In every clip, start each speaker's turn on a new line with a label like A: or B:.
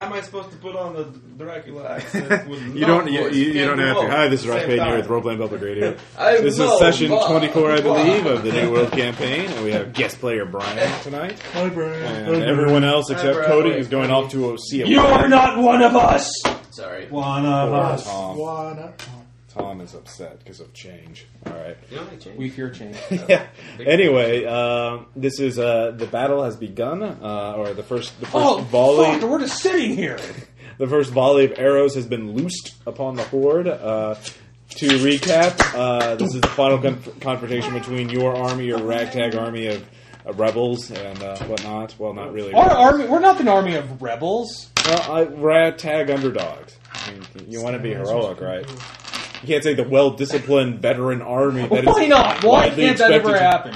A: am I supposed to put on the Dracula accent? With
B: You don't. You, you, you don't have to. Hi, this is Rock Payne here with Role Playing Public Radio. This is session 24, I believe, of the New World Campaign, and we have guest player Brian tonight,
A: Hi, Brian.
B: and everyone else except
A: Hi, Brian.
B: Cody is going off to see a.
C: not one of us.
A: Sorry.
C: One of us.
B: Tom.
D: Wanna-
B: Tom is upset because of change. All right.
A: You don't like change.
C: We fear change.
B: yeah. Anyway, um, this is uh, the battle has begun, uh, or the first the first
C: Oh,
B: volley
C: fuck, we're just sitting here.
B: the first volley of arrows has been loosed upon the horde. Uh, to recap, uh, this is the final conf- confrontation between your army, your ragtag army of uh, rebels and uh, whatnot. Well, not really.
C: Our
B: rebels.
C: army, we're not an army of rebels.
B: Well, I, ragtag underdogs. I mean, you want to be heroic, right? You can't say the well-disciplined veteran army. that is
C: Why not? Why
B: widely
C: can't that
B: expected
C: ever
B: to-
C: happen?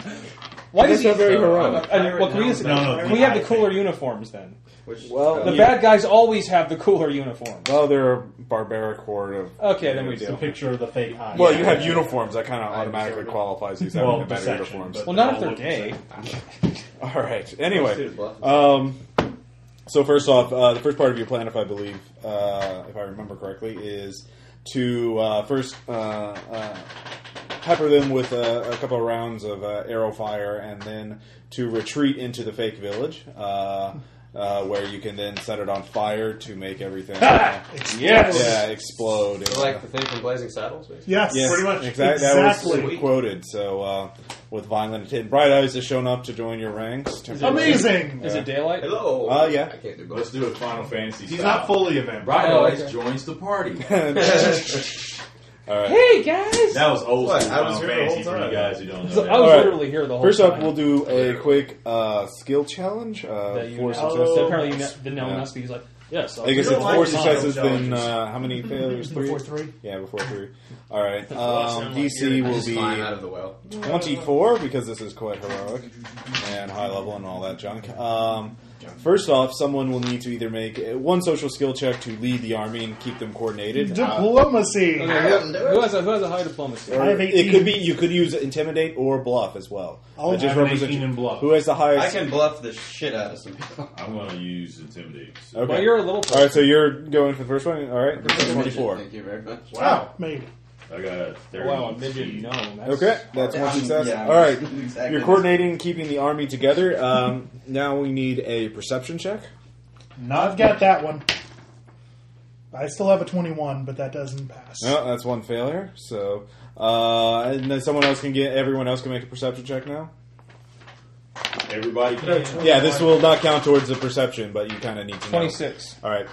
C: Why
B: That's
C: does he?
B: not very
C: Uh,
B: heroic.
C: I mean, well, can we, just-
D: No, no,
C: we have the
D: I
C: cooler uniforms then.
A: Which, Oh,
B: Well,
C: The
B: Yeah.
C: bad guys always have the cooler uniforms.
B: Well, they're a barbaric horde of.
C: Okay, then we
B: Yes.
C: do.
D: The picture of the fake eye.
B: Well, you have uniforms. That kind of automatically
A: sure.
B: qualifies you as having
D: Well,
B: the better
D: section,
B: uniforms.
D: but
C: Well, not if
D: all
C: they're
D: look the
C: gay.
D: same.
B: All right. Anyway,
A: Dude, bluff.
B: um, so first off, uh, the first part of your plan, if I believe, uh, if I remember correctly, is to uh, first uh, uh, pepper them with a, a couple of rounds of uh, arrow fire, and then to retreat into the fake village. Uh, uh, where you can then set it on fire to make everything uh,
C: Yes.
B: yeah explode.
A: like the thing from Blazing Saddles, basically.
D: Yes,
B: Yes,
D: pretty much.
B: exact- That was
D: Exactly.
B: quoted. So uh, with violent intent, Bright Eyes has shown up to join your ranks.
D: Amazing.
C: Is it daylight?
A: Hello.
B: Uh, yeah.
A: I can't do
E: Let's
A: both.
E: do it Final Fantasy.
D: He's
E: style.
D: not fully a vampire.
E: Bright
C: Oh,
E: Eyes
C: okay.
E: joins the party.
B: All right.
C: Hey guys!
E: That was old
A: What?
E: school
A: I was
E: Final
A: here the
E: Fantasy
A: whole
E: for
A: time.
E: you guys who don't know.
C: So I
E: that.
C: was
B: All right.
C: literally here the whole
B: First
C: time.
B: up, we'll do a quick uh, skill challenge. Uh,
C: That you
B: four
C: know-
B: successes.
C: So apparently, you know, the known
B: Yeah.
C: must be he's like, yes. I'll
B: I guess
C: do
B: it's
C: it.
D: don't like
B: four
D: these
B: successes,
D: model
B: then uh, how many failures? Three?
D: Before three.
B: Yeah, before three. All right.
D: sound
B: Um,
D: like
B: DC
D: you're-
A: I
B: will
A: just climb out
B: be
A: of the well.
B: 24 because this is quite heroic and high level and all that junk. Um, first off, someone will need to either make uh, one social skill check to lead the army and keep them coordinated. Uh,
D: Diplomacy.
C: Okay, who, who has a, who has a high diplomacy?
B: Or
D: I have
B: it
D: 18.
B: could be you could use intimidate or bluff as well.
F: Oh,
D: I'll
B: That
D: have an
B: represents
D: 18 and bluff.
B: Who has the highest?
A: I can bluff the shit out of some people.
E: I'm going to use Intimidate.
B: Okay.
C: Well, you're a little.
B: all right, so you're going for the first one. All right, twenty-four.
A: Thank you very much.
D: Wow. Maybe.
E: I got a 30.
C: Wow, a midget gnome. That's-
B: Okay, that's one
A: Yeah,
B: success.
A: yeah,
B: all right,
A: exactly.
B: you're coordinating and keeping the army together. Um, now we need a perception check.
D: I've got that one. I still have a 21, but that doesn't pass.
B: No, that's one failure. So, uh, and then someone else can get. Everyone else can make a perception check now.
E: Everybody can.
B: Yeah, this will not count towards the perception, but you kind of need to know.
C: 26.
B: All right.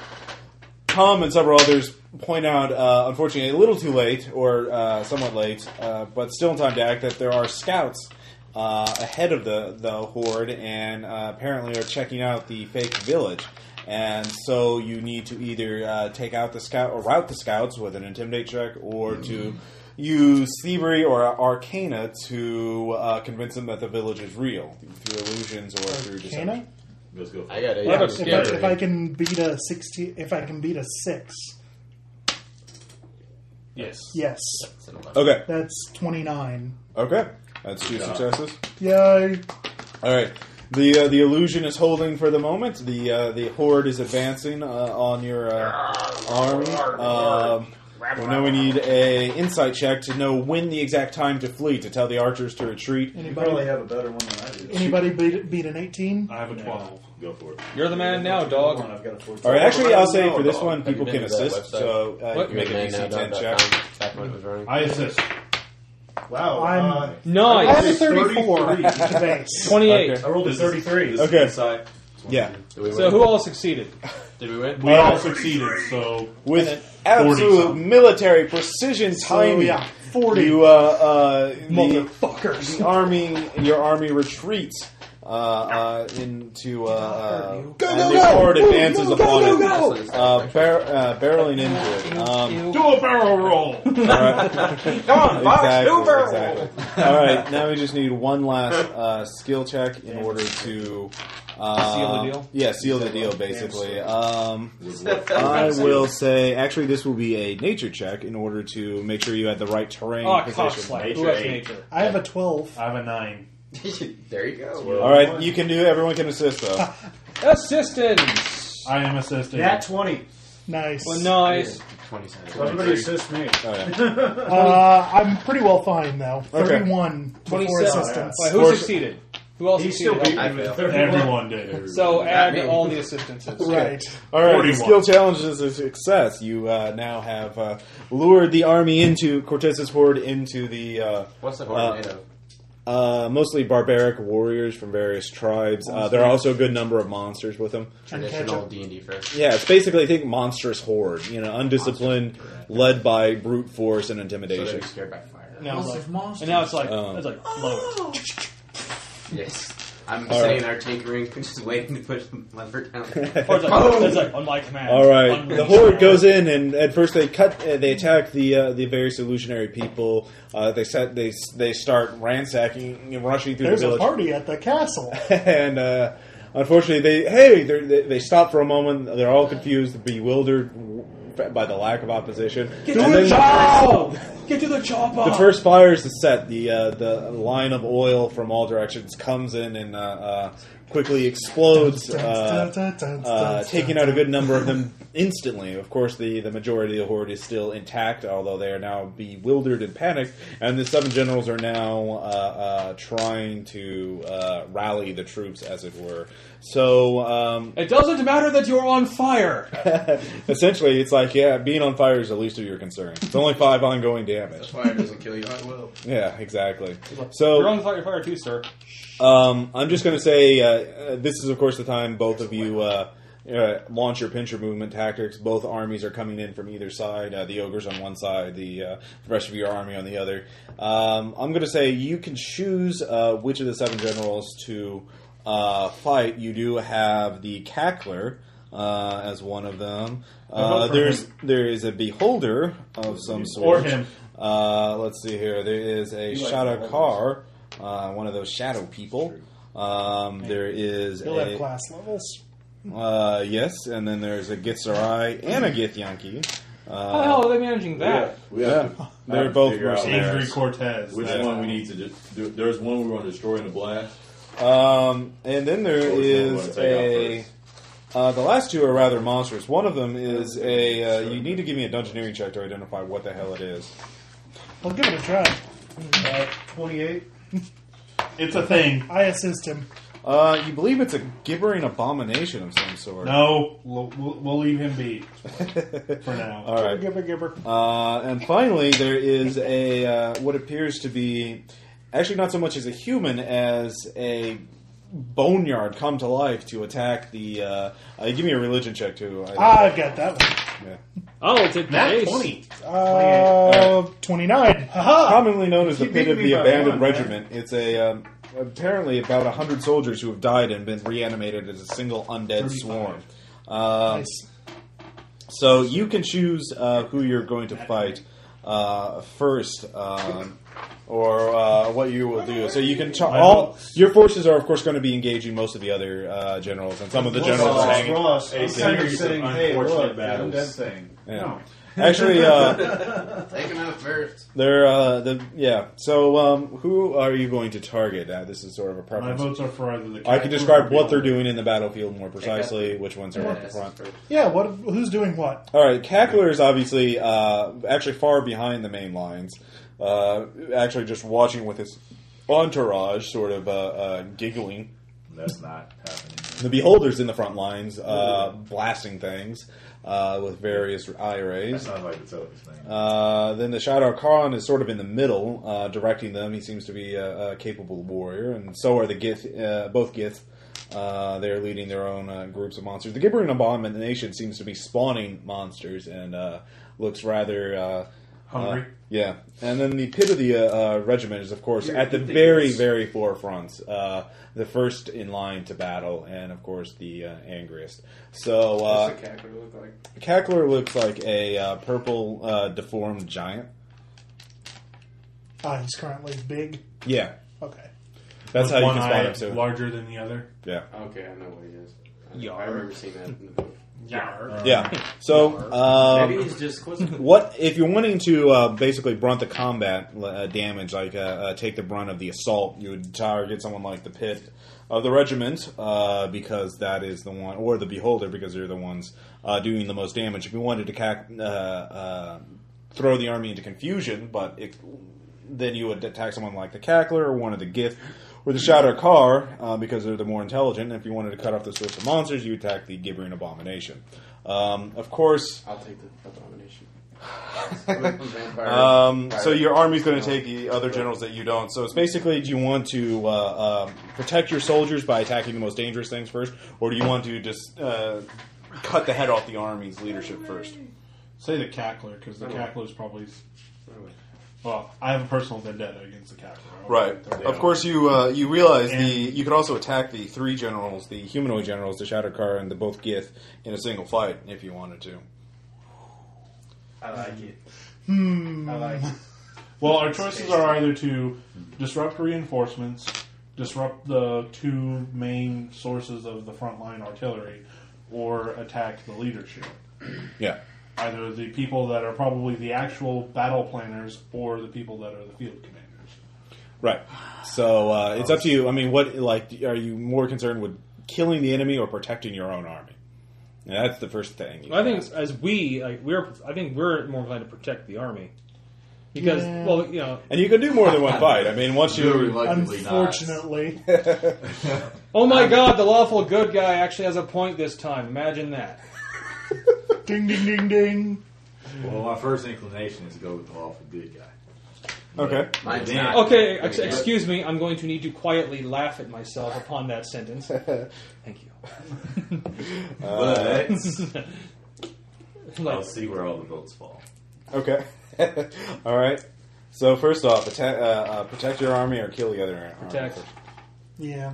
B: Tom and several others point out, uh, unfortunately, a little too late, or uh, somewhat late, uh, but still in time to act, that there are scouts uh, ahead of the, the horde and uh, apparently are checking out the fake village. And so you need to either uh, take out the scout or rout the scouts with an intimidate check, or to use thievery or arcana to uh, convince them that the village is real through illusions or through deception.
D: Arcana?
E: Let's go.
A: I got it.
C: What about
D: If,
C: Yeah.
D: I, if I can beat a 16, if I can beat a six,
C: Yes.
D: yes,
B: Okay,
D: that's 29.
B: okay, that's two successes.
D: Yay!
B: All right. The uh, the illusion is holding for the moment. The uh, the horde is advancing uh, on your uh, army. Um, well, now we need a insight check to know when the exact time to flee to tell the archers to retreat.
D: Anybody?
A: have a better one than I do.
D: Anybody beat, beat an 18?
F: I have a 12.
E: Go for it.
C: You're the man now, dog.
F: I've got a 14.
B: All right. Actually, I'll say for this
A: Have
B: one,
A: you
B: people
A: been
B: can
A: to that
B: assist.
A: website?
B: So uh, you
C: What?
B: can make a DC ten check.
A: Back when it was running.
F: I assist. Wow.
D: I'm-
F: uh,
C: Nice.
D: I have a 34. Base.
C: 28.
B: Okay.
F: I rolled a
E: This is-
F: 33.
E: this is
B: Okay.
E: inside.
B: Yeah.
A: Did we
C: So
A: win?
C: who all succeeded?
A: Did we win?
F: we
D: Uh,
F: all succeeded, so
B: With
F: Forty
B: absolute
F: something.
B: military precision,
D: So,
B: timing.
D: Oh, yeah, 40.
B: You uh, uh, the-
D: Motherfuckers.
B: the army, your army retreats uh, uh, into uh, uh,
C: Go,
B: and
C: go,
B: the
C: go!
B: horde
C: Go,
B: advances
C: go, go,
B: upon
C: go,
B: it,
C: go!
B: Uh, bar- uh, barreling into it. Um,
C: Ew.
F: do a barrel roll.
C: Come on,
B: exactly, exactly. All right, now we just need one last uh, skill check in order to uh,
C: Seal the deal?
B: Yeah, seal the deal, basically. Um,
E: With what?
B: I will say, actually, this will be a nature check in order to make sure you had the right terrain
C: Oh,
B: position.
C: cockslap. Who has
E: Nature
C: nature?
D: I have a 12.
F: I have a 9.
A: there you go.
B: All right, you can do. Everyone can assist though.
C: Assistance.
F: I am assisting.
G: Nat 20.
D: Nice.
C: Well, nice.
A: Twenty
G: So
A: seconds.
G: everybody assist me.
B: Oh, yeah.
D: Uh, I'm pretty well fine though.
B: Okay.
D: Thirty-one before
C: 27.
D: assistance.
C: Wait, who
B: course.
C: succeeded? Who else
G: He still
C: succeeded?
G: beat
A: I
G: me with
A: failed.
G: 31.
F: Everyone did.
C: So add
A: me.
C: all the assistances.
D: Right.
B: All right,
F: 41.
B: skill challenge is a success. You uh, now have uh, lured the army into Cortez's horde into the uh,
A: What's the horn
B: Uh,
A: made of?
B: uh, mostly barbaric warriors from various tribes. Uh, there are also a good number of monsters with them.
D: And
A: Traditional
D: ketchup.
A: D and D first.
B: Yeah, it's basically think monstrous horde. You know, undisciplined, led by brute force
A: So
B: and
A: they'd
B: intimidation.
A: be scared by fire.
C: Now it's like,
G: monster.
C: and now it's like
B: Um,
C: it's like lower.
A: Yes. I'm
B: All
A: sitting in our tank ring, just waiting to push the lever down.
C: Or it's like, it's like on my command.
B: All right,
C: on
B: the
C: my
B: horde
C: command.
B: goes in, and at first they cut, uh, they attack the uh, the various illusionary people. Uh, they set, they they start ransacking, and rushing through
D: There's
B: the
D: a
B: village.
D: party at the castle.
B: and uh, unfortunately, they hey, they're- they they stop for a moment. They're all confused, bewildered by the lack of opposition.
C: Get
B: And
C: to the
B: then
C: chopper! Get to the chopper!
B: the first fires is set. The uh, the line of oil from all directions comes in and uh, uh, quickly explodes. Uh, uh, taking out a good number of them instantly. Of course, the, the majority of the horde is still intact, although they are now bewildered and panicked, and the seven generals are now uh, uh, trying to uh, rally the troops, as it were. So um,
C: It doesn't matter that you're on fire.
B: essentially, it's like, yeah, being on fire is the least of your concerns. It's only five ongoing damage.
A: fire doesn't kill you, I will.
B: Yeah, exactly.
C: You're
B: So
C: on fire, fire too, sir.
B: um, I'm just going to say uh, uh, this is, of course, the time both of you uh, uh, launch your pincher movement tactics. Both armies are coming in from either side. Uh, the ogres on one side, the, uh, the rest of your army on the other. Um, I'm going to say you can choose uh, which of the seven generals to uh, fight. You do have the cackler. Uh, as one of them, uh,
F: for
B: there's
F: him.
B: there is a beholder of some
F: Or
B: sort.
F: him.
B: Uh, let's see here. There is a
E: like
B: shadow
E: beholders.
B: car, uh, one of those shadow people. Um, there is
D: He'll have
B: a
D: class levels.
B: uh, yes, and then there's a Gitzarai and a
E: Hmm.
B: Githyanki.
C: How the
B: Uh,
C: hell are they managing that?
E: We
B: yeah,
E: have
B: they're both
E: Figure out
F: Avery
B: mercenaries.
F: Cortez.
E: to, which
B: Yeah.
E: one we need to just do? There's one we want to destroy in a blast.
B: Um, and then there
E: Or do you wanna
B: is
E: take out
B: a.
E: first?
B: Uh, the last two are rather monstrous. One of them is a. Uh, you need to give me a dungeoneering check to identify what the hell it is.
D: I'll give it a try.
G: Uh, 28.
F: It's a thing.
D: I assist him.
B: Uh, you believe it's a gibbering abomination of some sort.
F: No, we'll, we'll we'll leave him be for now.
B: All right.
D: Gibber, gibber.
B: Uh, and finally, there is a uh, what appears to be actually not so much as a human as a boneyard come to life to attack the. Uh, uh, give me a religion check too. I-
G: Ah,
D: I've got that one.
B: yeah.
C: Oh, take
F: Nat twenty.
D: Uh, 29. Haha.
B: Commonly known as the
G: He
B: pit
G: beat
B: of
G: me
B: the
G: by
B: abandoned
G: one,
B: regiment, it's a um, apparently about a hundred soldiers who have died and been reanimated as a single undead swarm. Um,
D: Nice.
B: So you can choose uh, who you're going to fight uh, first, um, or uh, what you will do. So you can ch- all your forces are, of course, going to be engaging most of the other uh, generals, and some of the generals are hanging.
G: Ross, I'm
E: A
G: kind of
E: series of
G: saying, hey, look,
E: unfortunate
G: the undead
E: battles.
G: thing.
B: Yeah.
G: No.
B: Actually, uh,
A: Take him out first.
B: they're uh, the yeah. So um, who are you going to target? Uh, this is sort of a
F: My
B: preference.
F: votes are for either the.
B: I can
F: Cackler or
B: describe
F: the
B: what they're
F: Beholder.
B: doing in the battlefield more precisely, which ones are at the front.
D: Yeah, what? who's doing what?
B: All right, Cackler is obviously uh, actually far behind the main lines. Uh, actually, just watching with his entourage, sort of uh, uh, giggling.
E: That's not happening.
B: The Beholder's in the front lines, uh, blasting things uh, with various eye rays.
E: That's not like the Celtics thing.
B: Uh, then the Shadow Khan is sort of in the middle, uh, directing them. He seems to be a, a capable warrior, and so are the Gith, uh, both Gith. Uh, they're leading their own uh, groups of monsters. The Gibbering Abomination seems to be spawning monsters and uh, looks rather. Uh,
F: Hungry.
B: uh, yeah, and then the pit of the uh, uh, regiment is, of course, at the very, very forefront, uh, the first in line to battle, and of course the uh, angriest. So uh,
G: What's the cat look like?
B: Cackler looks like a uh, purple uh, deformed giant.
D: Ah, he's currently big.
B: Yeah,
D: Okay.
B: that's
F: With
B: how you
F: one
B: can
F: eye
B: spot him. So
F: Larger than the other.
B: yeah,
A: Okay, I know what he is. I remember seeing that in the book.
C: Yarr.
B: Yeah. So,
A: Maybe
B: um,
A: he's just quizzical.
B: what if you're wanting to uh, basically brunt the combat uh, damage, like uh, uh, take the brunt of the assault? You would target someone like the pit of the regiment uh, because that is the one, or the beholder because they're the ones uh, doing the most damage. If you wanted to cac- uh, uh, throw the army into confusion, but it, then you would attack someone like the cackler or one of the gith. Or the Shatter Car, uh, because they're the more intelligent. If you wanted to cut off the source of monsters, you attack the Gibbering Abomination. Um, of course,
A: I'll take the abomination. Vampire.
B: um, so
A: Pirate.
B: your army's going to take the other generals that you don't. So it's basically, do you want to uh, uh, protect your soldiers by attacking the most dangerous things first, or do you want to just uh, cut the head off the army's leadership first?
F: Say the cackler, because the
B: Oh.
F: cackler's probably. Well, I have a personal vendetta against the cackler. I don't
B: Right.
F: think they're-
B: Of course, you uh, you realize
F: And-
B: the you could also attack the three generals, the humanoid generals, the Shattercar, and the both Gith in a single fight if you wanted to.
G: I like it.
D: Hmm.
G: I like it.
F: Well, our choices are either to disrupt reinforcements, disrupt the two main sources of the frontline artillery, or attack the leadership.
B: Yeah.
F: Either the people that are probably the actual battle planners or the people that are the field commanders.
B: Right. So uh, it's up to you. I mean, what like are you more concerned with killing the enemy or protecting your own army? Yeah, that's the first thing.
C: Well, I think it's- as we like we're I think we're more inclined to protect the army because
D: Yeah.
C: well you know
B: and you can do more than one fight. I mean, once
A: You're
B: you
A: reluctantly
D: Unfortunately,
C: oh my god the lawful good guy actually has a point this time imagine that
D: ding ding ding ding.
E: Well, my first inclination is to go with the lawful good guy.
B: okay,
A: not. Mine's
E: Damn.
A: not.
C: okay ex-
A: Pretty good.
C: excuse me I'm going to need to quietly laugh at myself upon that sentence thank you
E: But I'll
C: like
E: see where all the votes fall.
B: okay, all right. So first off, attack, uh, uh, protect your army or kill the other army.
C: Protect.
B: first.
D: Yeah.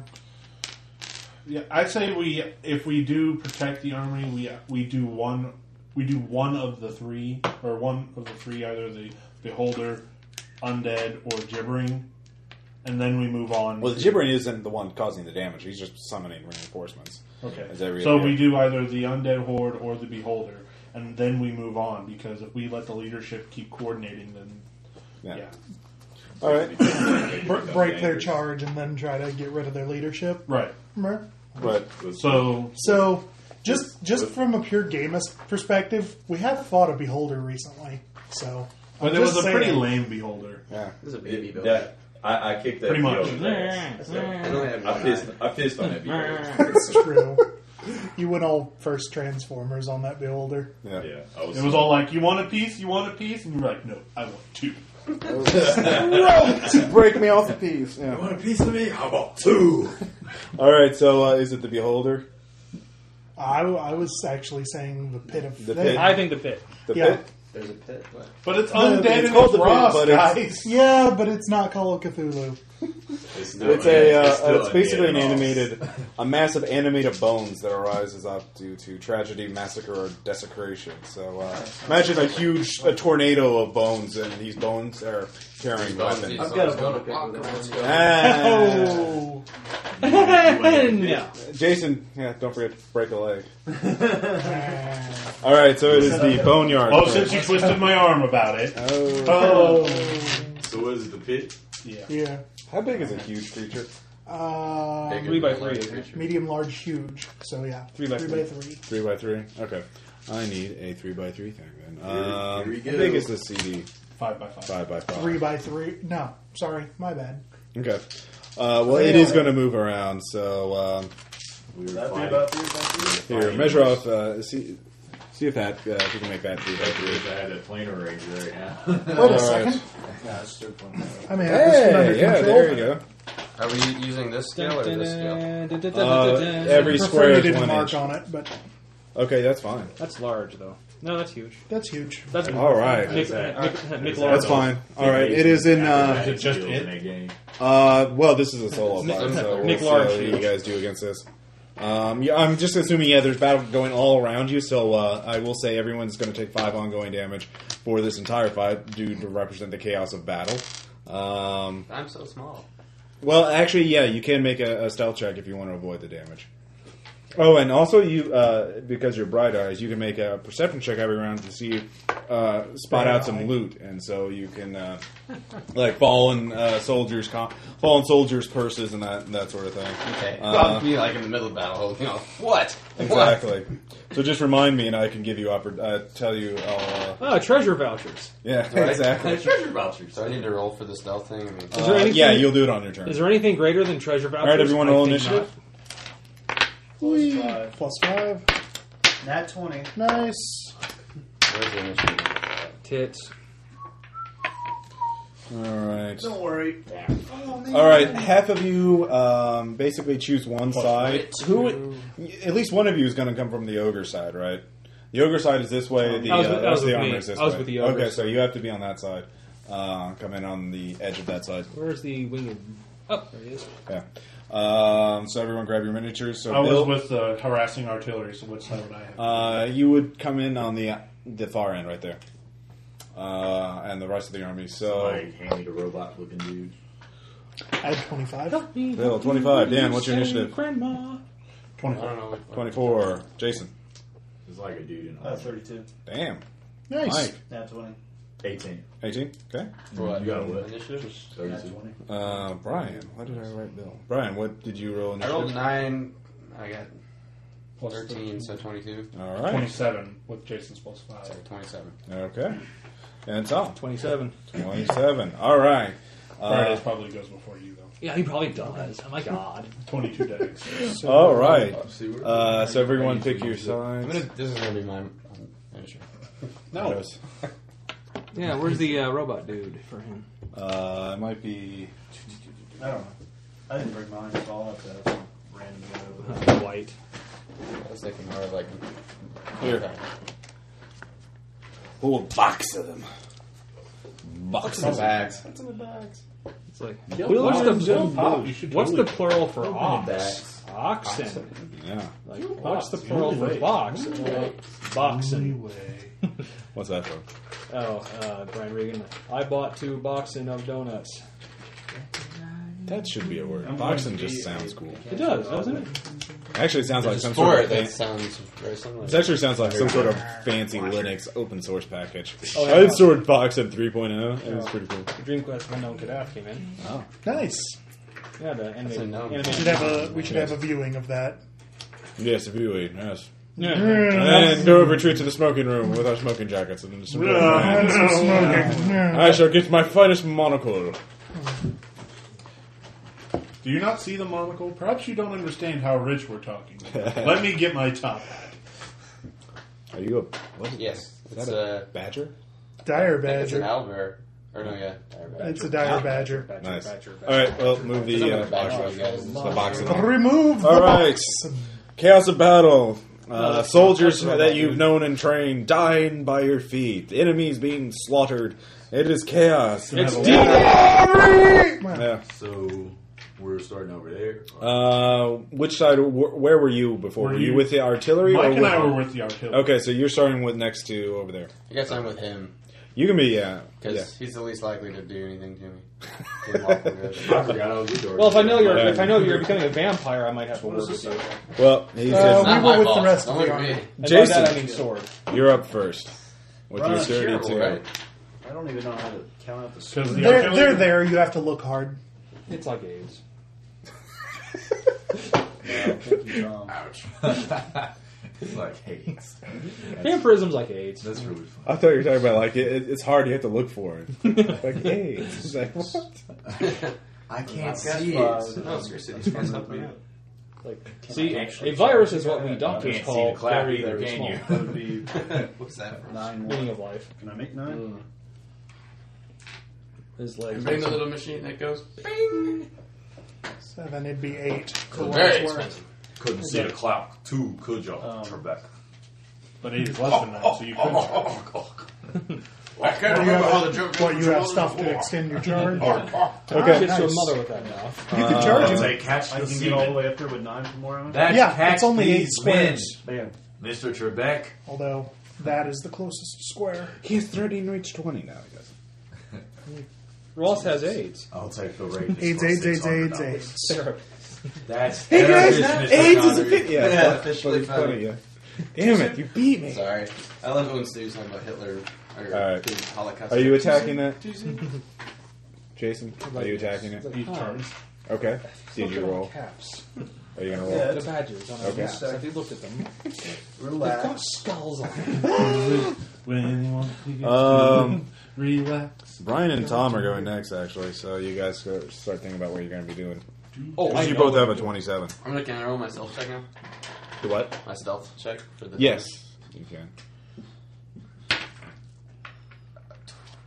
F: Yeah, I'd say we if we do protect the army, we we do one we do one of the three or one of the three either the beholder, undead, or gibbering, and then we move on.
B: Well, the Gibran isn't the one causing the damage. He's just summoning reinforcements.
F: okay,
B: Is that really
F: so
B: it?
F: we do either the undead horde or the beholder, and then we move on because if we let the leadership keep coordinating, then
B: Yeah.
F: yeah,
B: All right.
D: Br- break their charge and then try to get rid of their leadership.
F: right.
D: Mer-
B: But
F: So
D: So, just just from a pure gamist perspective, we have fought a beholder recently. So,
F: but
D: I'm
F: it was
D: just
F: a pretty
D: saying,
F: lame beholder.
B: yeah.
A: This is a baby
E: It,
A: build.
E: that, I, I kicked that
F: Pretty much.
E: beholder's ass.
A: I
E: So,
A: only have
E: I
A: one
E: pissed.
A: eye.
E: I pissed on that beholder.
D: It's true. You went all first Transformers on that beholder.
B: Yeah.
E: Yeah, I was.
F: It was all like, "You want a piece? You want a piece?" And you're like, "No, I want two.
B: Break me off a piece.
E: "You
B: Yeah.
E: want a piece of me? How about two?
B: All right. So uh, is it the Beholder?
D: I, I was actually saying the pit of
B: The
D: Fate.
B: pit.
C: I think the pit
B: The
D: Yeah.
B: pit?
A: There's a pit. What?
F: But it's
D: No,
F: undead
D: it's
F: and
B: called
F: it's
B: the pit,
F: Ross,
B: but it's-
F: guys.
D: Yeah, but it's not Call of Cthulhu.
E: It's, not
B: It's a,
E: undead.
B: uh,
E: still
B: it's basically
E: undead
B: an
E: at all.
B: animated, a massive animated bones that arises up due to tragedy, massacre, or desecration. So uh, imagine a huge a tornado of bones, and these bones are carrying weapons.
G: I've got a bone to pick with that. Let's go.
B: Ah.
D: Oh,
C: no
B: Jason, yeah, don't forget to break a leg. All right, so it is the boneyard.
F: Oh,
B: first.
F: since you twisted my arm about it.
B: Oh.
F: Oh,
E: So what is it, the pit?
F: yeah.
D: yeah.
B: How big is a huge creature?
D: Uh,
A: Bigger
C: three by
A: than
C: three,
A: the
C: isn't it?
A: creature.
D: medium, large, huge. So yeah,
C: Three by
D: three. By three.
B: Three by three. Okay, I need a three by three thing then. Um,
E: here we
B: how
E: go.
B: big is the CD?
F: Five by five.
B: Five by five.
D: Three by three. No, sorry, my bad.
B: Okay. Uh, well, it is going to move around, so um,
E: We were
G: That'd be
E: fine.
G: about three by three.
B: here, measure off. Uh, see, see if that uh, if you can make that three.
E: If I had a planer range right now.
D: Wait
B: All
D: a
B: right.
D: second.
G: Nah, it's two point five.
D: I mean, I have this one under
B: Hey, yeah,
D: control.
B: there you go.
A: Are we using this scale or this scale?
B: Uh, every
D: I prefer
B: square
D: you
B: is
D: didn't
B: one
D: mark
B: inch.
D: on it, but
B: Okay, that's fine.
C: that's large though no that's huge
D: that's huge.
C: that's
B: All right,
C: Nick, Nick, Nick
E: All right.
B: that's
C: Lawrence.
B: fine. All right, it is in.
E: Average
B: Uh,
E: skills
F: just
E: in
F: it?
E: that game.
B: uh, well, this is a solo
C: Nick-
B: fight, so we'll
C: Nick
B: see
C: Lawrence
B: how you
C: shield.
B: guys do against this. Um, yeah, I'm just assuming yeah, there's battle going all around you, so uh, I will say everyone's going to take five ongoing damage for this entire fight due to represent the chaos of battle. Um,
A: I'm so small.
B: Well, actually, yeah, you can make a, a stealth check if you want to avoid the damage. Oh, and also you, uh, because you're bright eyes, you can make a perception check every round to see, uh, spot out some loot, and so you can, uh, like fallen uh, soldiers, com- fallen soldiers' purses, and that and that sort of thing.
A: Okay.
B: Uh,
A: Well, be like in the middle of battle, you know, what?
B: Exactly. So just remind me, and I can give you oppor- uh, tell you. I'll, uh,
C: Ah, treasure vouchers.
B: yeah,
A: What?
B: exactly.
E: Treasure vouchers.
A: So I need to roll for the stealth thing. I mean,
C: Is there
B: Uh,
C: anything-
B: yeah, you'll do it on your turn.
C: Is there anything greater than treasure vouchers?
B: All right, everyone,
C: I
B: roll
C: think
B: initiative.
D: Whee!
G: five.
D: Plus five.
G: Nat 20.
D: Nice.
A: where's the initiative?
C: not. Tits.
B: All right.
G: Don't worry. Oh,
B: All right, half of you um, basically choose one side. Who? At least one of you is going to come from the ogre side, right? The ogre side is this way. The
C: I was
B: uh,
C: with- I
B: rest
C: was
B: of the
C: with me.
B: armor is this
C: I was
B: way.
C: with the ogres.
B: okay, so you have to be on that side. Uh, come in on the edge of that side.
C: Where's the winged? Oh, there he is.
B: Yeah. Um, so everyone, grab your miniatures. So
F: I was
B: Bill,
F: with the harassing artillery, so what side would I have?
B: uh, you would come in on the the far end, right there, uh, and the rest of the army. So
E: Like handy robot looking dude.
D: Add 25.
B: Bill, twenty-five. Dan, what's your initiative?
C: Grandma.
A: I
F: 24.
A: don't know. which one.
B: Twenty-four. Jason.
E: It's like a dude in
G: Uh,
E: armor.
G: 32.
B: Damn.
D: Nice.
B: Mike.
G: Nat 20.
E: 18.
B: Eighteen. Okay.
A: For what?
E: You got what?
A: Initiative?
E: 32.
G: Nat 20.
B: Uh, Brian, why did I write Bill? Brian, what did you roll?
A: I rolled
B: Initiative?
A: nine. I got
F: Plus
A: thirteen, so twenty-two.
B: All right.
F: 27 with Jason's plus 5.
A: So twenty-seven.
B: Okay. And Tom,
C: Twenty-seven.
B: twenty-seven. All right.
F: Fridays
B: Uh,
F: probably goes before you, though.
C: Yeah, he probably does. Oh my god.
F: 22 days.
B: all right.
E: See what-
B: Uh, so everyone,
E: Usually
B: pick your
E: use it.
A: I'm gonna.
B: sides.
A: This is gonna be my initiative.
B: No.
C: Yeah, where's the uh, robot dude for him?
B: Uh, it might be.
G: I don't know. I didn't bring mine, so I'll have to have some random guy over
C: Uh, white.
A: I was thinking more like
B: Here.
A: Okay.
B: Whole box of them. Box
A: Some bags.
C: It's like
F: Kill
C: what's
F: Bob. Kill Bob. Oh, You
C: the
F: should
C: what's the
F: totally
C: plural for ox?
A: Bags.
C: Oxen.
B: Yeah.
C: Like what's the
F: Bob.
C: plural for
F: Really?
C: box? Boxen.
F: Anyway.
B: What's that for?
C: Oh, uh, Brian Regan. I bought two boxen of donuts.
B: That should be a word.
F: I'm
B: Boxing
F: going to
B: just
F: be
B: sounds cool.
C: It does, doesn't it?
B: Actually, it sounds like some
A: Four.
B: sort of.
A: That
B: It
A: sounds very similar.
B: actually sounds like some sort of fancy Linux open source package.
C: Oh, yeah.
B: I installed Boxen 3.0. It was oh. pretty cool.
C: The Dreamcast when no one could ask you, man.
D: Nice.
C: Yeah, the
A: a
C: animated.
A: no.
D: We should
C: animated.
D: have a we should have a viewing of that.
B: Yes, if you eat, yes.
C: Yeah.
B: And go retreat to the smoking room with our smoking jackets and some red wine. I shall get my finest monocle.
F: Do you not see the monocle? Perhaps you don't understand how rich we're talking. Let me get my top hat.
B: Are you a what?
A: Yes.
B: Is
A: It's
B: that a
F: uh,
A: a.
B: badger?
D: Dire
A: I think It's an
D: badger.
A: owlbear. Or no, yeah. dire
B: Uh,
A: badger.
D: It's a dire badger.
B: Nice. All right, well, move
A: There's
B: the
A: another
B: uh, box.
A: badger, guys.
B: The box.
D: Remove the
B: All right,
D: box.
B: chaos of battle. Uh, soldiers that you've known and trained dying by your feet. Enemies being slaughtered. It is chaos.
C: It's
F: Have a
C: deep.
B: Yeah.
E: So we're starting over there.
B: Uh, which side? Wh- where were you before? Were,
F: Were
B: you,
F: you-
B: with the artillery? or
F: Mike and
B: with-
F: I were with the artillery.
B: Okay, so you're starting with next to over there.
A: I guess I'm with him
B: You can be, uh,
A: because
B: yeah.
A: he's the least likely to do anything to me. Didn't walk over
E: I
A: there.
E: forgot I was with the
C: Well, if I know you're
B: Yeah.
C: if I know you're becoming a vampire, I might have to work with you.
B: Well, he's
D: Uh,
A: Not
D: we
A: my
D: were with
A: fault.
D: the rest
A: Don't
D: of the
A: look at me.
D: army.
C: And by
B: Jason.
C: that I mean sword.
B: You're up first with
G: Run
B: your
G: a
B: thirty-two.
A: Terrible, right?
G: I don't even know how to count out the
F: Because
G: score.
F: the
D: They're,
F: artillery,
D: they're there. You have to look hard.
C: It's like AIDS.
E: Ouch. it's like, hey,
C: Vampirism's like AIDS.
E: that's really fun.
B: I thought you were talking about like it, it's hard. You have to look for it. like hey, it's like what?
E: I can't
G: see it.
A: No, seriously, these guys helped me out.
C: Like, see,
E: actually
C: a virus is what we doctors
E: can't see
C: call
E: the clap
C: very,
E: either,
C: very
E: can
C: small.
E: you?
G: That would be
A: What's that from?
G: nine
C: Meaning
G: more.
C: of life.
G: Can I make nine?
C: His
A: And
C: legs.
A: bring the little machine that goes bing.
D: Seven. It'd be eight.
A: Very expensive.
E: Couldn't see the clock, too, could y'all,
G: Um,
E: Trebek?
F: But it is less than that, so you couldn't.
C: Oh,
A: I can't
D: You
A: remember
D: have,
A: all the jokes.
D: what, you have stuff to extend your charge.
C: Okay. Shit
D: nice.
C: to
D: Oh.
C: a mother with that mouth.
D: You can
C: uh,
D: charge
E: That's
D: him.
E: a catch
G: I
E: the
G: can get all the
E: semen.
G: way up there with nine for more rounds?
E: That's
D: Yeah,
E: catch
D: it's only eight
E: these men,
D: squares.
G: Bam.
E: Mr. Trebek.
D: Although that is the closest square.
B: He's thirty and reached twenty now. I guess.
C: Ross has AIDS.
E: I'll take the rate.
D: Eight, eight, eight, eight, eight.
C: Sarah.
E: That's
B: Hey guys,
E: terrorist, Mr.
B: AIDS is a
E: Connery.
B: bit. Yeah,
H: Yeah,
B: fuck,
H: officially
B: fucking funny.
H: funny.
B: Yeah. Damn it, you beat me.
H: Sorry. I love it when Steve's talking about Hitler or
B: All right.
H: the Holocaust.
B: Are you attacking that, Jason? Are you attacking it?
F: These terms.
B: Okay. Did you roll?
C: Caps.
B: Are you gonna
I: Yeah.
B: roll?
C: The badges on our
B: Okay.
C: caps. Have you looked at them? They've got
I: Relax.
C: skulls on them.
F: When you want to get
B: Um,
F: relax.
B: Brian and Tom are going next, actually. So you guys go start thinking about what you're gonna be doing.
C: Oh, I
B: you
C: know.
B: both have a 27.
H: I'm gonna can I roll my stealth check now?
B: The what?
H: My stealth check for the
B: Yes, you can.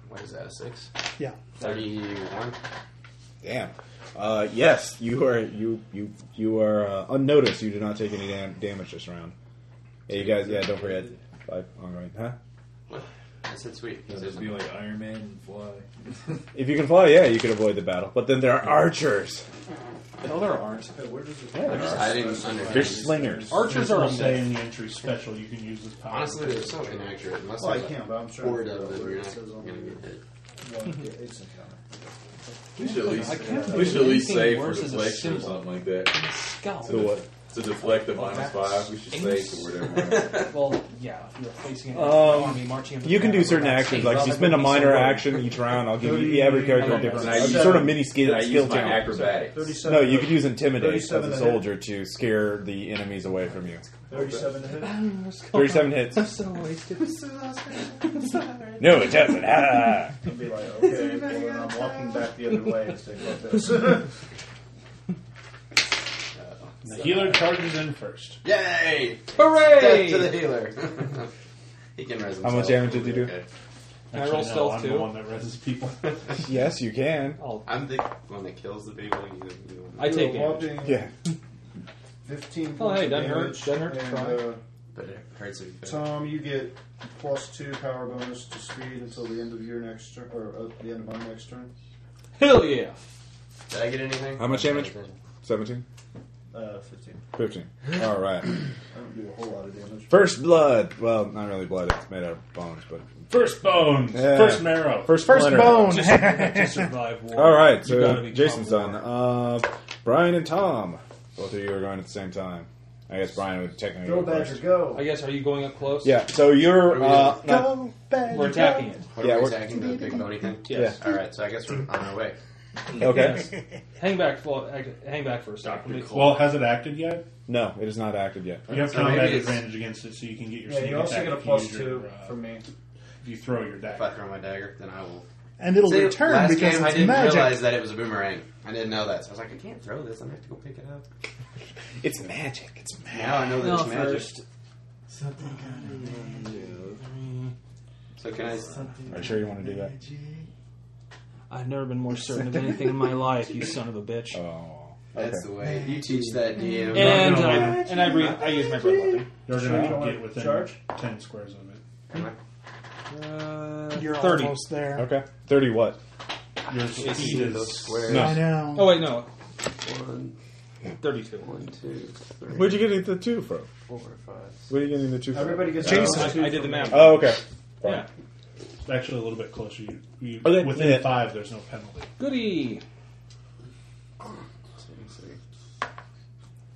H: What is that? A six?
D: Yeah.
H: Thirty-one.
B: Damn. Uh, yes, you are you you you are uh, unnoticed. You do not take any dam- damage this round. Yeah, you guys. Yeah, don't forget. Five ongoing, huh?
H: What? I said sweet.
E: It'll just be like Iron Man and fly.
B: If you can fly, yeah, you can avoid the battle. But then there are archers.
C: No, there aren't.
I: Hey, where does it
H: I'm just hiding under.
B: They're slingers.
C: Archers are
F: I'll
C: a
F: say
C: myth.
F: in the entry special, you can use this power.
H: Honestly, they're so inaccurate. Unless
I: Well, I
H: there's a
I: can't, but I'm trying
H: horde
I: to figure
H: of
I: out
H: them,
I: where
H: you're
I: it
H: not
I: says on
H: gonna
I: the
H: get hit.
I: one. Yeah, it's encounter.
E: We should at least,
C: I can't
E: we
C: think
E: should
C: of
E: at least
C: anything
E: save for
C: worse as a
E: deflection or
C: symbol.
E: something like that.
C: Skull.
E: To,
B: The what?
E: to deflect the minus five, we should save for whatever.
C: Well, Oh, yeah, if you're facing an
B: Um,
C: army marching.
B: You can do certain actions, like you spend a minor action each round. I'll give you yeah, every character a different
E: Can I
B: action.
E: use-
B: sort of mini skill
E: Did I
B: skill
E: use my
B: challenge.
E: acrobatics?
I: 37
B: No, you could use intimidate as
I: 37
B: a
I: to hit.
B: soldier to scare the enemies away from you.
I: 37 to hit.
B: Thirty-seven hits.
C: I'm so wasted.
B: No, it doesn't. Ah.
I: And be like, okay, well, then I'm walking back the other way and saying like this. That's
F: The healer charges in first.
H: Uh, Yay! Death
C: Hooray!
H: to the healer. he can res
B: How
H: himself.
B: much damage did you do?
H: Okay.
C: Can I roll
F: no,
C: stealth
F: I'm
C: too?
F: the one that reses people.
B: yes, you can.
C: I'll,
H: I'm the one that kills the people. You, you
C: I take damage.
I: walking
B: Yeah.
I: 15 points
C: Oh, hey,
I: of
C: doesn't hurt-
I: damage,
C: doesn't hurt to
I: and,
C: try.
I: uh,
H: but it hurts if you fail.
I: Tom, you get plus two power bonus to speed until the end of your next turn, or uh, the end of my next turn.
C: Hell yeah!
H: Did I get anything?
B: How much damage? 17?
I: Uh, 15.
B: 15. All right.
I: I don't do a whole lot of damage.
B: First blood. Well, not really blood. It's made out of bones, but
F: First bones.
B: Yeah.
F: First marrow.
B: first
D: First
B: splinter.
D: bone.
C: to survive war.
B: All right.
C: You gotta
B: So
C: be
B: Jason's
C: calm.
B: done. Uh, Brian and Tom. Both of you are going at the same time. I guess Brian would technically
I: Go
B: go first.
I: Badger, go!
C: I guess, are you going up close?
B: Yeah. So you're. Uh, not-
D: Go, Badger,
C: We're attacking it.
H: What yeah,
B: Yeah,
H: are we
B: we're-
H: attacking the big bony thing?
C: Yes.
H: All right, so I guess we're on our way.
B: okay.
C: Hang back for, act- hang back for a second. Let me-
F: Well, has it acted yet?
B: No, it is not active yet.
F: You have
H: So
F: combat
H: maybe it's-
F: advantage against it, so you can get your.
I: Yeah,
F: sneak
I: you also
F: attack
I: get a
F: if you
I: plus
F: use your,
I: two
F: uh,
I: from me.
F: If you throw your
H: If I
F: dagger.
H: throw my dagger, then I will.
D: And it'll
H: See,
D: return
H: last
D: because
H: game,
D: it's
H: I didn't
D: magic.
H: realize that it was a boomerang. I didn't know that, so I was like, I can't throw this. I am gonna have to go pick it up.
B: It's magic. It's magic.
H: Now I know that
C: No,
H: it's magic.
C: first.
H: So can I?
B: Are you sure you want to do that?
C: I've never been more certain of anything in my life, you son of a bitch.
B: Oh.
H: That's the way you teach that DM.
C: and uh, I, and I, breathe, I use my breath weapon.
F: You're going
I: Charge.
F: to get within
I: Charge.
F: ten squares of it.
H: Am I-
C: Uh,
D: You're
C: 30.
D: almost there.
B: Okay. Thirty what?
F: Your
C: It's
F: speed
H: those
F: is
H: squares.
B: No.
D: I know.
C: Oh, wait, no.
H: One,
C: 32.
H: one, two, three,
B: Where'd you get the two from?
H: four, five.
B: Where are you getting the two from?
I: Everybody gets
C: Jason,
I: a
C: Uh, I,
I: plus two
C: I did the
I: from
C: math.
I: me.
B: Oh, okay. Fine.
C: yeah.
F: actually a little bit closer. You, you
B: Okay.
F: within
B: Yeah.
F: five. There's no penalty.
C: Goody.
H: Six, six. There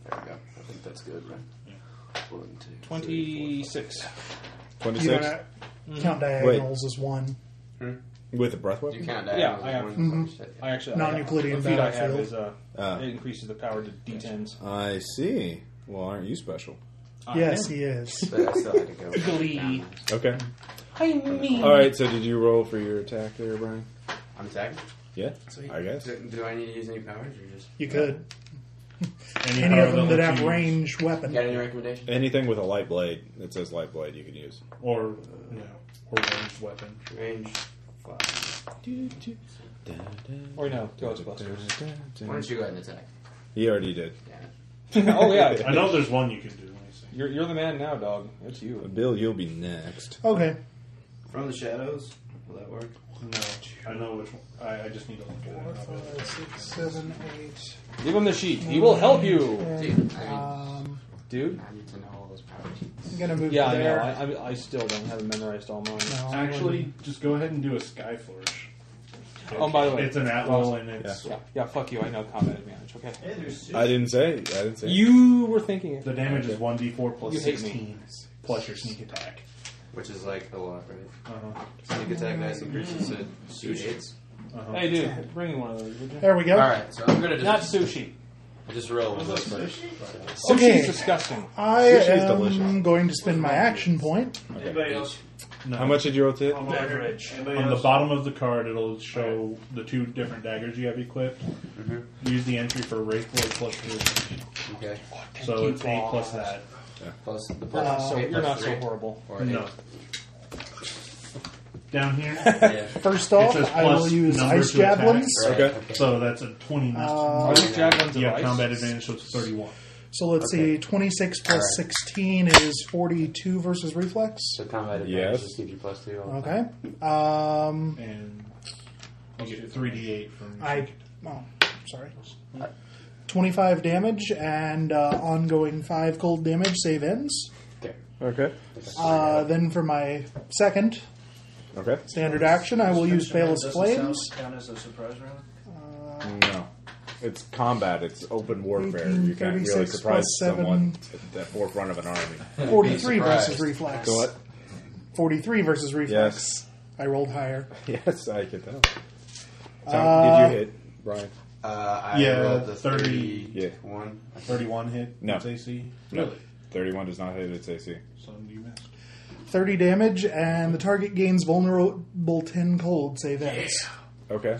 H: we go. I think that's good, right? One, two, three, four,
C: 26.
D: You
B: 26
D: gotta count diagonals as one.
B: with a breath
H: five. You
B: weapon.
H: can't die.
C: Yeah, I have-
H: One,
D: Mm-hmm.
H: shit.
C: I actually.
D: Non-Euclidean
C: the feat I have
D: battlefield.
C: is uh,
B: Ah.
C: it increases the power to d10s.
B: I see. Well, aren't you special?
C: I
D: Yes,
C: am.
D: he is.
H: But I still had to go.
C: Glee.
B: Okay.
C: I mean.
B: All right. So, did you roll for your attack there, Brian?
H: I'm attacking.
B: Yeah. I guess.
H: Do, do I need to use any powers or just?
D: You could.
F: Any,
D: Any
F: power
D: of them that
F: level
D: have
F: two
D: range weapon.
H: Got any recommendations?
B: Anything with a light blade that says light blade, you can use.
F: or you know, or ranged weapon.
H: Range. Five.
C: Or no, Ghostbusters.
H: Why don't you go ahead and attack?
B: He already did.
H: Yeah.
C: oh, yeah.
F: I know there's one you can do. Let me see.
C: You're, you're the man now, dog. It's you.
B: Bill, you'll be next.
D: Okay.
H: From the shadows. Will that work?
F: No, I know which one. I, I just need to look at it.
D: Four,
F: and I'll be able
D: five, six, seven, eight.
C: Give him the sheet. He will help you.
H: Dude, I
D: ten.
H: mean,
D: Um,
C: Dude.
H: I need to know all those powers.
D: I'm gonna move
C: Yeah, I know.
D: there.
C: I, I, I still don't have it memorized all mine.
F: to-
D: No, I'm
F: Actually, just go ahead and do a sky flourish.
H: Yeah,
C: Oh, by the way,
F: it's an at will and it's
C: Yeah, yeah, fuck you. I know combat advantage. Okay.
H: Uh,
B: I didn't say. I didn't say.
C: You were thinking it.
F: the damage is one d four plus
C: You hate me.
F: sixteen plus your sneak attack. Uh-huh.
H: Which is like a lot, right? Sneak attack dice increases to two hits.
C: Hey, dude, bring me one of those. Would you?
D: There we go.
H: Alright, so I'm gonna
C: Not
H: just,
C: sushi.
H: just roll with those first.
C: Sushi's
D: Okay.
C: disgusting.
D: I
B: Sushi is
D: am
B: delicious.
D: going to spend my action point.
I: Anybody else?
B: How much did you roll to? hit?
I: Average. Anybody
F: On the
I: else?
F: bottom of the card, it'll show the two different daggers you have equipped.
B: Mm-hmm.
F: Use the entry for Wraith Blade plus two.
H: Okay.
F: So it's eight plus that.
H: Plus the plus.
D: Uh,
C: So
H: eight
C: you're
H: plus
C: not so
H: three,
C: horrible.
H: Or eight.
F: No. Down here,
H: Yeah.
D: First off,
F: says
D: I will
F: plus
D: use
F: number
D: ice
F: to attack.
D: javelins.
H: Right,
B: Okay.
F: so that's a twenty.
D: Uh,
C: Are these javelins
F: you
C: of
F: have
C: ice?
F: combat advantage, so it's thirty-one.
D: So let's see, 26 plus
H: Alright.
D: 16 is 42 versus reflex.
H: So combat advantage
B: Yes.
H: just gives you plus two. all the
D: Okay. Um,
F: and you get three d eight from.
D: I. Oh, sorry. 25 damage and uh, ongoing 5 cold damage save ends.
B: Okay.
D: Uh, then for my second
B: Okay.
D: standard action, I will use Veil's Flames.
I: Count as a surprise round.
B: No. It's combat. It's open warfare. You can't really
D: 36
B: surprise
D: plus seven.
B: someone at the forefront of an army.
D: 43
H: surprised.
D: versus reflex.
B: So what?
D: 43 versus reflex.
B: Yes.
D: I rolled higher.
B: Yes, I can tell. Tom,
D: Uh,
B: did you hit Brian?
H: Uh, I
F: Yeah,
H: rolled the
F: 30.
H: 30,
B: Yeah.
H: one.
F: Thirty-one hit.
B: No.
F: its AC.
B: Really? 31 does not hit its AC.
F: So you missed.
D: 30 damage, and the target gains vulnerable 10 cold save ends.
B: Okay.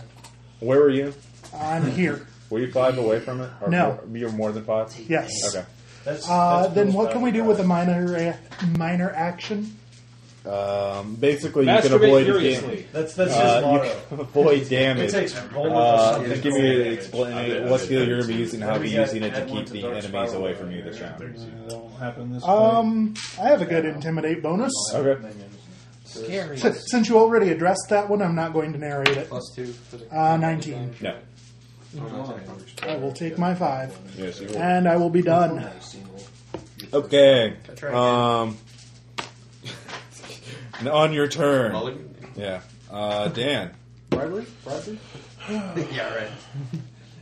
B: Where were you?
D: I'm here.
B: Were you five away from it? Or
D: No.
B: more- you were more than five?
D: Yes.
B: Okay.
I: That's,
D: Uh,
I: that's
D: then
I: most
D: what can we do
I: valuable.
D: with a minor uh, minor action?
B: Um, basically, you can
C: Masturbate
B: avoid
C: furiously.
I: That's that's his
B: Uh,
I: motto.
B: you can avoid
I: It
B: damage.
I: takes
B: Uh,
I: one with
B: just
I: something
B: give
I: cool.
B: me explain what skill you're going to be using and how you're
I: Maybe add-
B: using it to
I: add one
B: keep
I: to
B: the
I: Dark
B: enemies
I: Spiral
B: away
I: there.
B: from you this round.
F: That won't happen this
D: Um, I have a good intimidate bonus.
I: Oh,
B: Okay.
H: Scary.
D: S- Since you already addressed that one, I'm not going to narrate it.
H: Plus two. For the
D: Uh, 19.
B: No.
D: I will take my five,
B: Yes, you will.
D: and I will be done.
B: Okay. Um, and on your turn.
H: Mulligan?
B: Yeah. Uh, Dan.
H: Bribery? Bribery? yeah, right.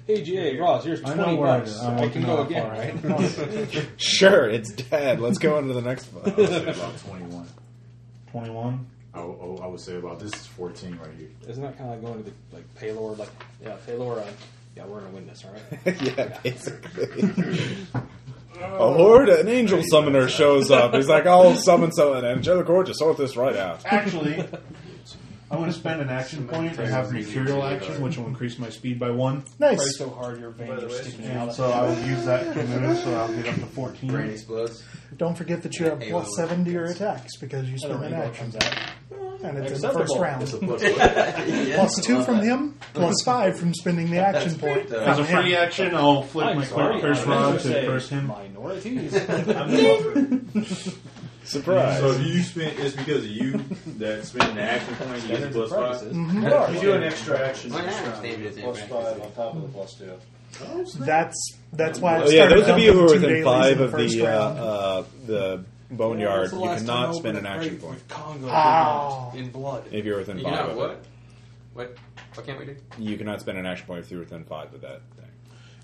C: Hey, GA, Ross, here's
F: I
C: 20
F: know where it
C: bucks.
F: is. I'm
C: I can
F: looking
C: go
F: up,
C: again,
F: all right.
C: right?
B: Sure, it's dead. Let's go on to the next
E: I would
B: one.
E: say about twenty-one.
F: Twenty-one.
E: I, w- I would say about this is fourteen right here.
C: Isn't that kind of like going to the like Paylor? Like, yeah, Paylor. Uh, yeah, we're gonna win this, all right?
B: yeah, basically. A horde, an angel summoner shows up. He's like, I'll summon someone, and Angelic Horde to sort this right out.
F: Actually, I'm going to spend an action point and have material action, which will increase my speed by one.
C: Pray
D: Nice.
C: so hard your veins
I: By
C: are
I: the way,
C: sticking
F: And
C: out.
F: so I will use that to move, so I'll get up to
H: Brain
F: 14.
H: explodes.
D: Don't forget that you have plus seven to your attacks because you
C: Another
D: spent an
C: rainbow
D: action,
C: comes out.
D: and it's in the
C: Acceptable.
D: first round.
H: Yeah,
D: Plus two
H: love
D: from
H: that.
D: him, plus five from spending the action point.
H: though.
F: As a free action, I'll flip
C: I'm
F: my
C: sorry,
F: cleric
C: I
F: curse
C: meant
F: rod
C: to
F: to
C: say
F: curse him.
C: Minorities.
B: Surprise.
E: So you spent it's because you that spent an action point. You get plus five.
I: You do an extra action.
H: Why
I: next
H: not?
I: round.
H: Maybe it's
G: Plus
H: in
G: five
H: practice.
G: on top of the plus two.
D: That's that's why. I
B: Oh, yeah,
D: started
B: those of
D: out
B: you who
D: with
B: are
D: two
B: within
D: dailies
B: five
D: in
B: of
D: first
B: the uh,
D: round.
B: uh, the boneyard, you cannot spend an action point
C: Congo
D: Ow.
C: in blood.
B: if you're within
H: You
B: five
H: cannot
B: of
H: what? What? What can't we do?
B: it. You cannot spend an action point if you're within five of that thing.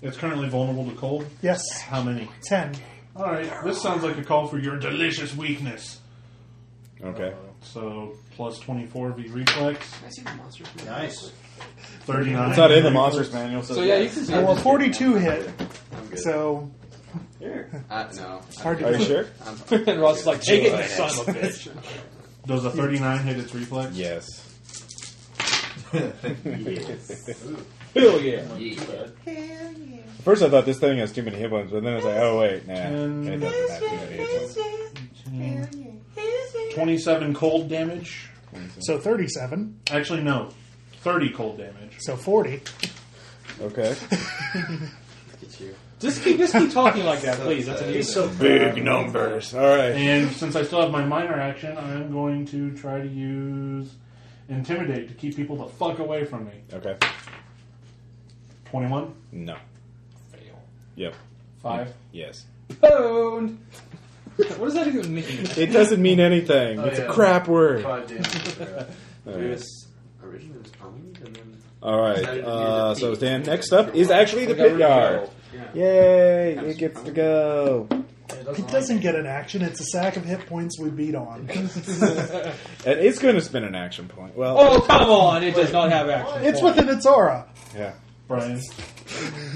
F: It's currently vulnerable to cold.
D: yes,
F: How many?
D: ten.
F: Alright, this sounds like a call for your delicious weakness.
B: Okay.
F: So, plus 24 v reflex,
H: I see the monster.
I: Nice.
F: 39.
B: It's not in the monster's manual.
C: So yeah, you can see.
D: Oh, well, forty-two hit,
H: I'm good.
D: so
H: uh, no.
D: it's hard
B: Are
D: to.
B: you sure?
H: I'm,
C: and Ross is like, take it, you son of a bitch.
F: Does a 39 hit its reflex?
B: Yes.
C: Hell yeah.
H: yeah.
B: First, I thought this thing has too many hit points, but then I was like, oh wait, nah,
F: Um,
B: it doesn't have too many hit points.
F: 27 cold damage.
D: So thirty-seven.
F: Actually, no. 30 cold damage.
D: So forty.
B: Okay.
H: Look at you.
C: Just keep, just keep talking like that, please. That's an
I: He's
C: easy.
I: so
B: Big numbers. All right.
F: And since I still have my minor action, I'm going to try to use Intimidate to keep people the fuck away from me.
B: Okay.
F: 21,
B: No. Yep.
F: 5.
B: Yes.
C: Boned. What does that even mean?
B: It doesn't mean anything.
I: Oh,
B: it's
I: yeah.
B: a crap word.
I: Five damage.
B: All
H: It
B: right.
H: was originally owned and then
B: All right. Uh, so Dan, next up is actually the pit guard.
H: Yeah.
B: Yay! It gets to go.
D: If it doesn't get an action, it's a sack of hit points we beat on.
B: And it's going to spin an action point. Well,
C: Oh, come on! It does not have action.
D: it's within its aura.
B: yeah.
F: Brian.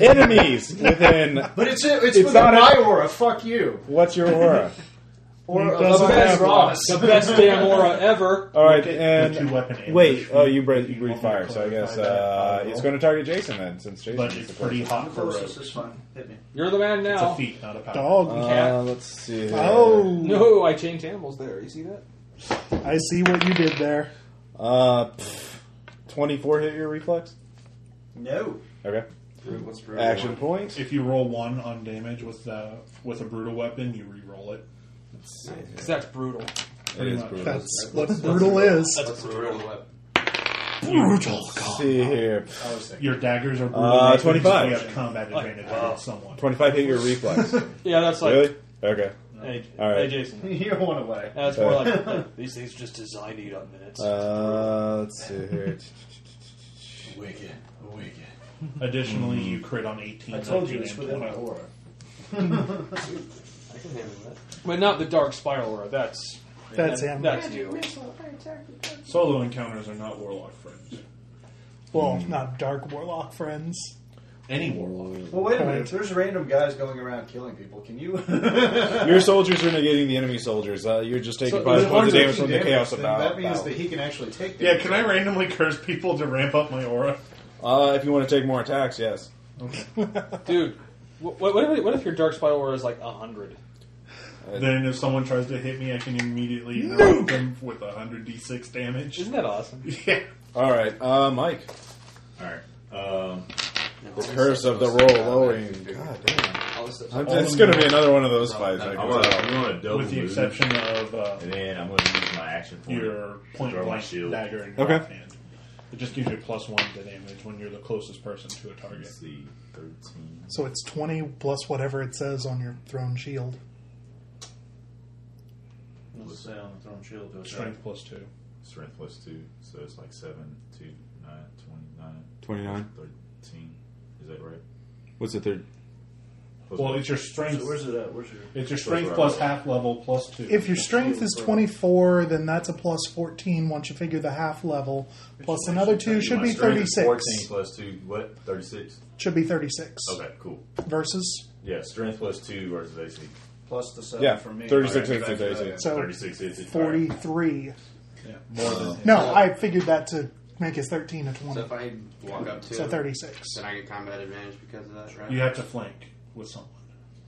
B: Enemies within.
I: But it's it's,
B: It's
I: within
B: not
I: my
B: a-
I: aura. Fuck you.
B: What's your aura?
I: Or
D: doesn't
I: the
D: have
I: best
D: one.
I: Ross.
C: The best damn aura ever.
B: All right,
F: Look at
B: and
F: the two weapon ambush.
B: Wait, oh, you breathe, you breathe
F: want me to
B: fire, so I guess
F: clarify
B: uh,
F: that?
B: it's going to target Jason then, since Jason.
F: But
B: is
F: it's
B: the first.
F: pretty hot for a rope.
I: Closest
F: It's
I: is fine. Hit me.
C: You're the man
F: a
C: now.
F: feat, not a power.
D: Dog.
C: cat.
B: Uh, let's see. here.
D: Oh,
C: No, I changed animals there. You see that?
D: I see what you did there.
B: Uh, pff, twenty-four hit your reflex.
I: No.
B: Okay.
H: Brute, what's brute?
B: Action point.
F: If you roll one on damage with the with a brutal weapon, you re-roll it.
C: Because that's brutal.
B: It is
F: much.
B: brutal.
D: That's what brutal is.
H: What's brutal? What?
D: Brutal.
B: Let's see here.
I: I was thinking.
F: Your daggers are brutal.
B: Uh,
F: weapons,
B: 25.
F: You have combat advantage against someone.
B: Twenty-five hit your reflex.
C: Yeah, that's like.
B: really? Okay.
I: Hey,
B: All right.
C: Hey, Jason.
I: You're one away.
C: That's more like, like, these things are just designed to eat up minutes.
B: Uh, let's see here.
I: Wicked. Wicked.
F: Additionally, you crit on 18.
I: I told you
F: 19,
I: it's
F: and
I: within my
F: 20.
I: aura.
H: I can handle that.
C: but not the dark spiral aura. That's
D: That's
C: that-
D: him.
C: That's you.
F: Solo encounters are not warlock friends.
D: Well, not dark warlock friends.
F: Any warlock.
I: Well, wait a minute. If there's random guys going around killing people, can you?
B: Your soldiers are negating the enemy soldiers. Uh, you're just taking
C: So,
B: five
C: there's
B: points of
I: 113
B: damage from the chaos
I: then
B: about.
I: That means that he can actually take.
F: Yeah,
I: damage.
F: can I randomly curse people to ramp up my aura?
B: Uh, if you want to take more attacks, yes.
C: Dude, what, what, if, what if your dark spiral aura is like 100?
E: Uh,
F: Then if someone tries to hit me, I can immediately interrupt them with 100d6 damage.
C: Isn't that awesome?
F: Yeah.
B: All right, uh, Mike.
E: Alright. Um,
B: The curse of the roll lowering. God damn.
H: All this stuff.
B: It's going to be another one of those fights. I
E: I'm
B: can
E: gonna,
B: tell.
E: uh, I'm gonna double
F: With the
E: move,
F: exception of uh,
E: and then I'm gonna use my action point.
F: your point
E: Throw my
F: blank
E: shield.
F: dagger in your
B: Okay.
F: left hand. It just gives you a plus one to damage when you're the closest person to a target.
E: Let's see, 13.
D: So it's 20 plus whatever it says on your throne shield.
I: What's it say on the throne shield? Does it
F: Strength plus two.
E: Strength plus 2, so it's like 7, 2, 9, 29,
B: 29.
E: 13. Is that right?
B: What's the third?
E: Plus
F: Well,
E: one.
F: it's your
I: say-
F: strength.
I: So where's it at? Where's your?
F: It's your
E: Those
F: strength
E: are
F: plus
E: all-
F: half level plus two.
D: If your strength is 24, then that's a plus 14 once you figure the half level. Plus another two should
E: My
D: be
E: strength is
D: 36.
E: 14 plus 2, what? 36?
D: Should be 36.
E: Okay, cool.
D: Versus.
E: Yeah, strength plus 2 versus AC.
I: Plus the seven
B: Yeah,
I: for me.
B: 36
E: Alright,
B: inches
E: back to
B: AC.
E: that.
D: So
E: 36 inches.
D: 43.
F: Yeah, more
E: Oh.
F: than
D: No, I figured that to make his 13 a 20.
H: So if I walk up to
D: So
H: him,
D: 36.
H: then I get combat advantage because of that, right?
F: you have to flank with someone.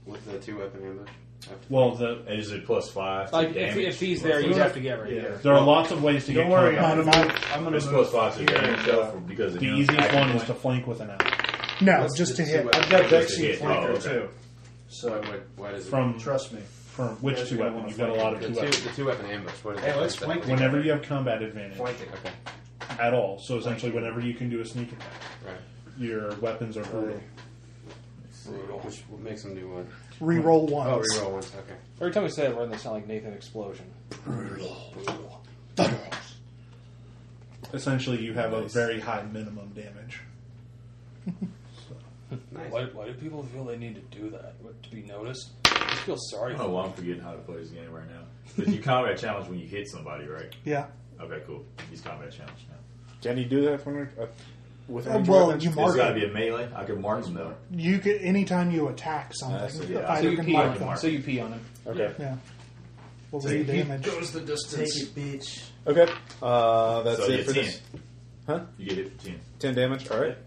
H: With the two weapon ambush. I have to-
F: Well, the
E: And is it plus 5 to
C: Like, if,
E: damage?
C: if he's there, you have to get right there.
F: there
E: Oh.
F: are lots of ways to
I: Don't
F: get
I: worry,
F: combat.
I: I'm
D: Not
I: gonna.
D: enough.
I: I'm gonna
E: It's
I: move. uh,
E: plus 5 to damage
I: Yeah.
E: though, because of
F: The
E: him.
F: easiest
E: Action
F: one is
E: point.
F: to flank with an ally
D: No,
H: That's
D: just to
H: two
D: hit.
H: weapons.
I: I've
E: Just
I: got
E: to
I: Vexing
E: hit. Oh,
I: flanker
E: okay.
I: too,
H: Why,
I: so
H: would- why does it-
F: from
I: trust me.
F: from which
I: Yes,
F: two
I: you
F: weapons.
I: wanna
F: You've got a
I: flank.
F: lot of
H: the
F: two
H: two,
F: weapons.
H: the two weapon ambush? What is
I: Hey,
H: that?
I: let's
H: That's
I: flank
H: that-
I: it.
F: Whenever you have combat advantage
I: Flank it.
H: Okay,
F: at all, so essentially whenever you can do a sneak attack,
H: right.
F: your weapons are brutal.
H: Which makes them do what?
D: Reroll once.
H: Oh, reroll once. Okay.
C: Every time we say that, we're in the sound like Nathan Explosion.
F: Essentially, you have a very high minimum damage.
H: Nice.
C: Why, why do people feel they need to do that? What, to be noticed? I feel sorry
E: I
B: Oh,
C: for
E: don't know why I'm forgetting how to play this game right now. Because you combat challenge when you hit somebody, right?
D: Yeah.
E: Okay, cool. He's combat challenge now.
B: Can you do that when we're, uh, with
D: Uh,
B: range
D: well,
B: weapons?
D: you
E: There's
D: mark
E: got to
D: it.
E: be a melee. I can mark him though.
D: You can anytime you attack something,
B: Uh, so,
D: the
E: yeah.
C: So
D: fighter
C: you,
D: can
C: pee
D: mark
C: on
D: them.
C: him. so you pee on him.
B: Okay.
D: Yeah. We'll do damage.
I: Goes the distance. Take it, bitch.
B: Okay. Uh, that's
E: so you
B: it
E: get
B: for
E: 10.
B: this. Huh?
E: You get hit for 10.
B: 10 damage. All right.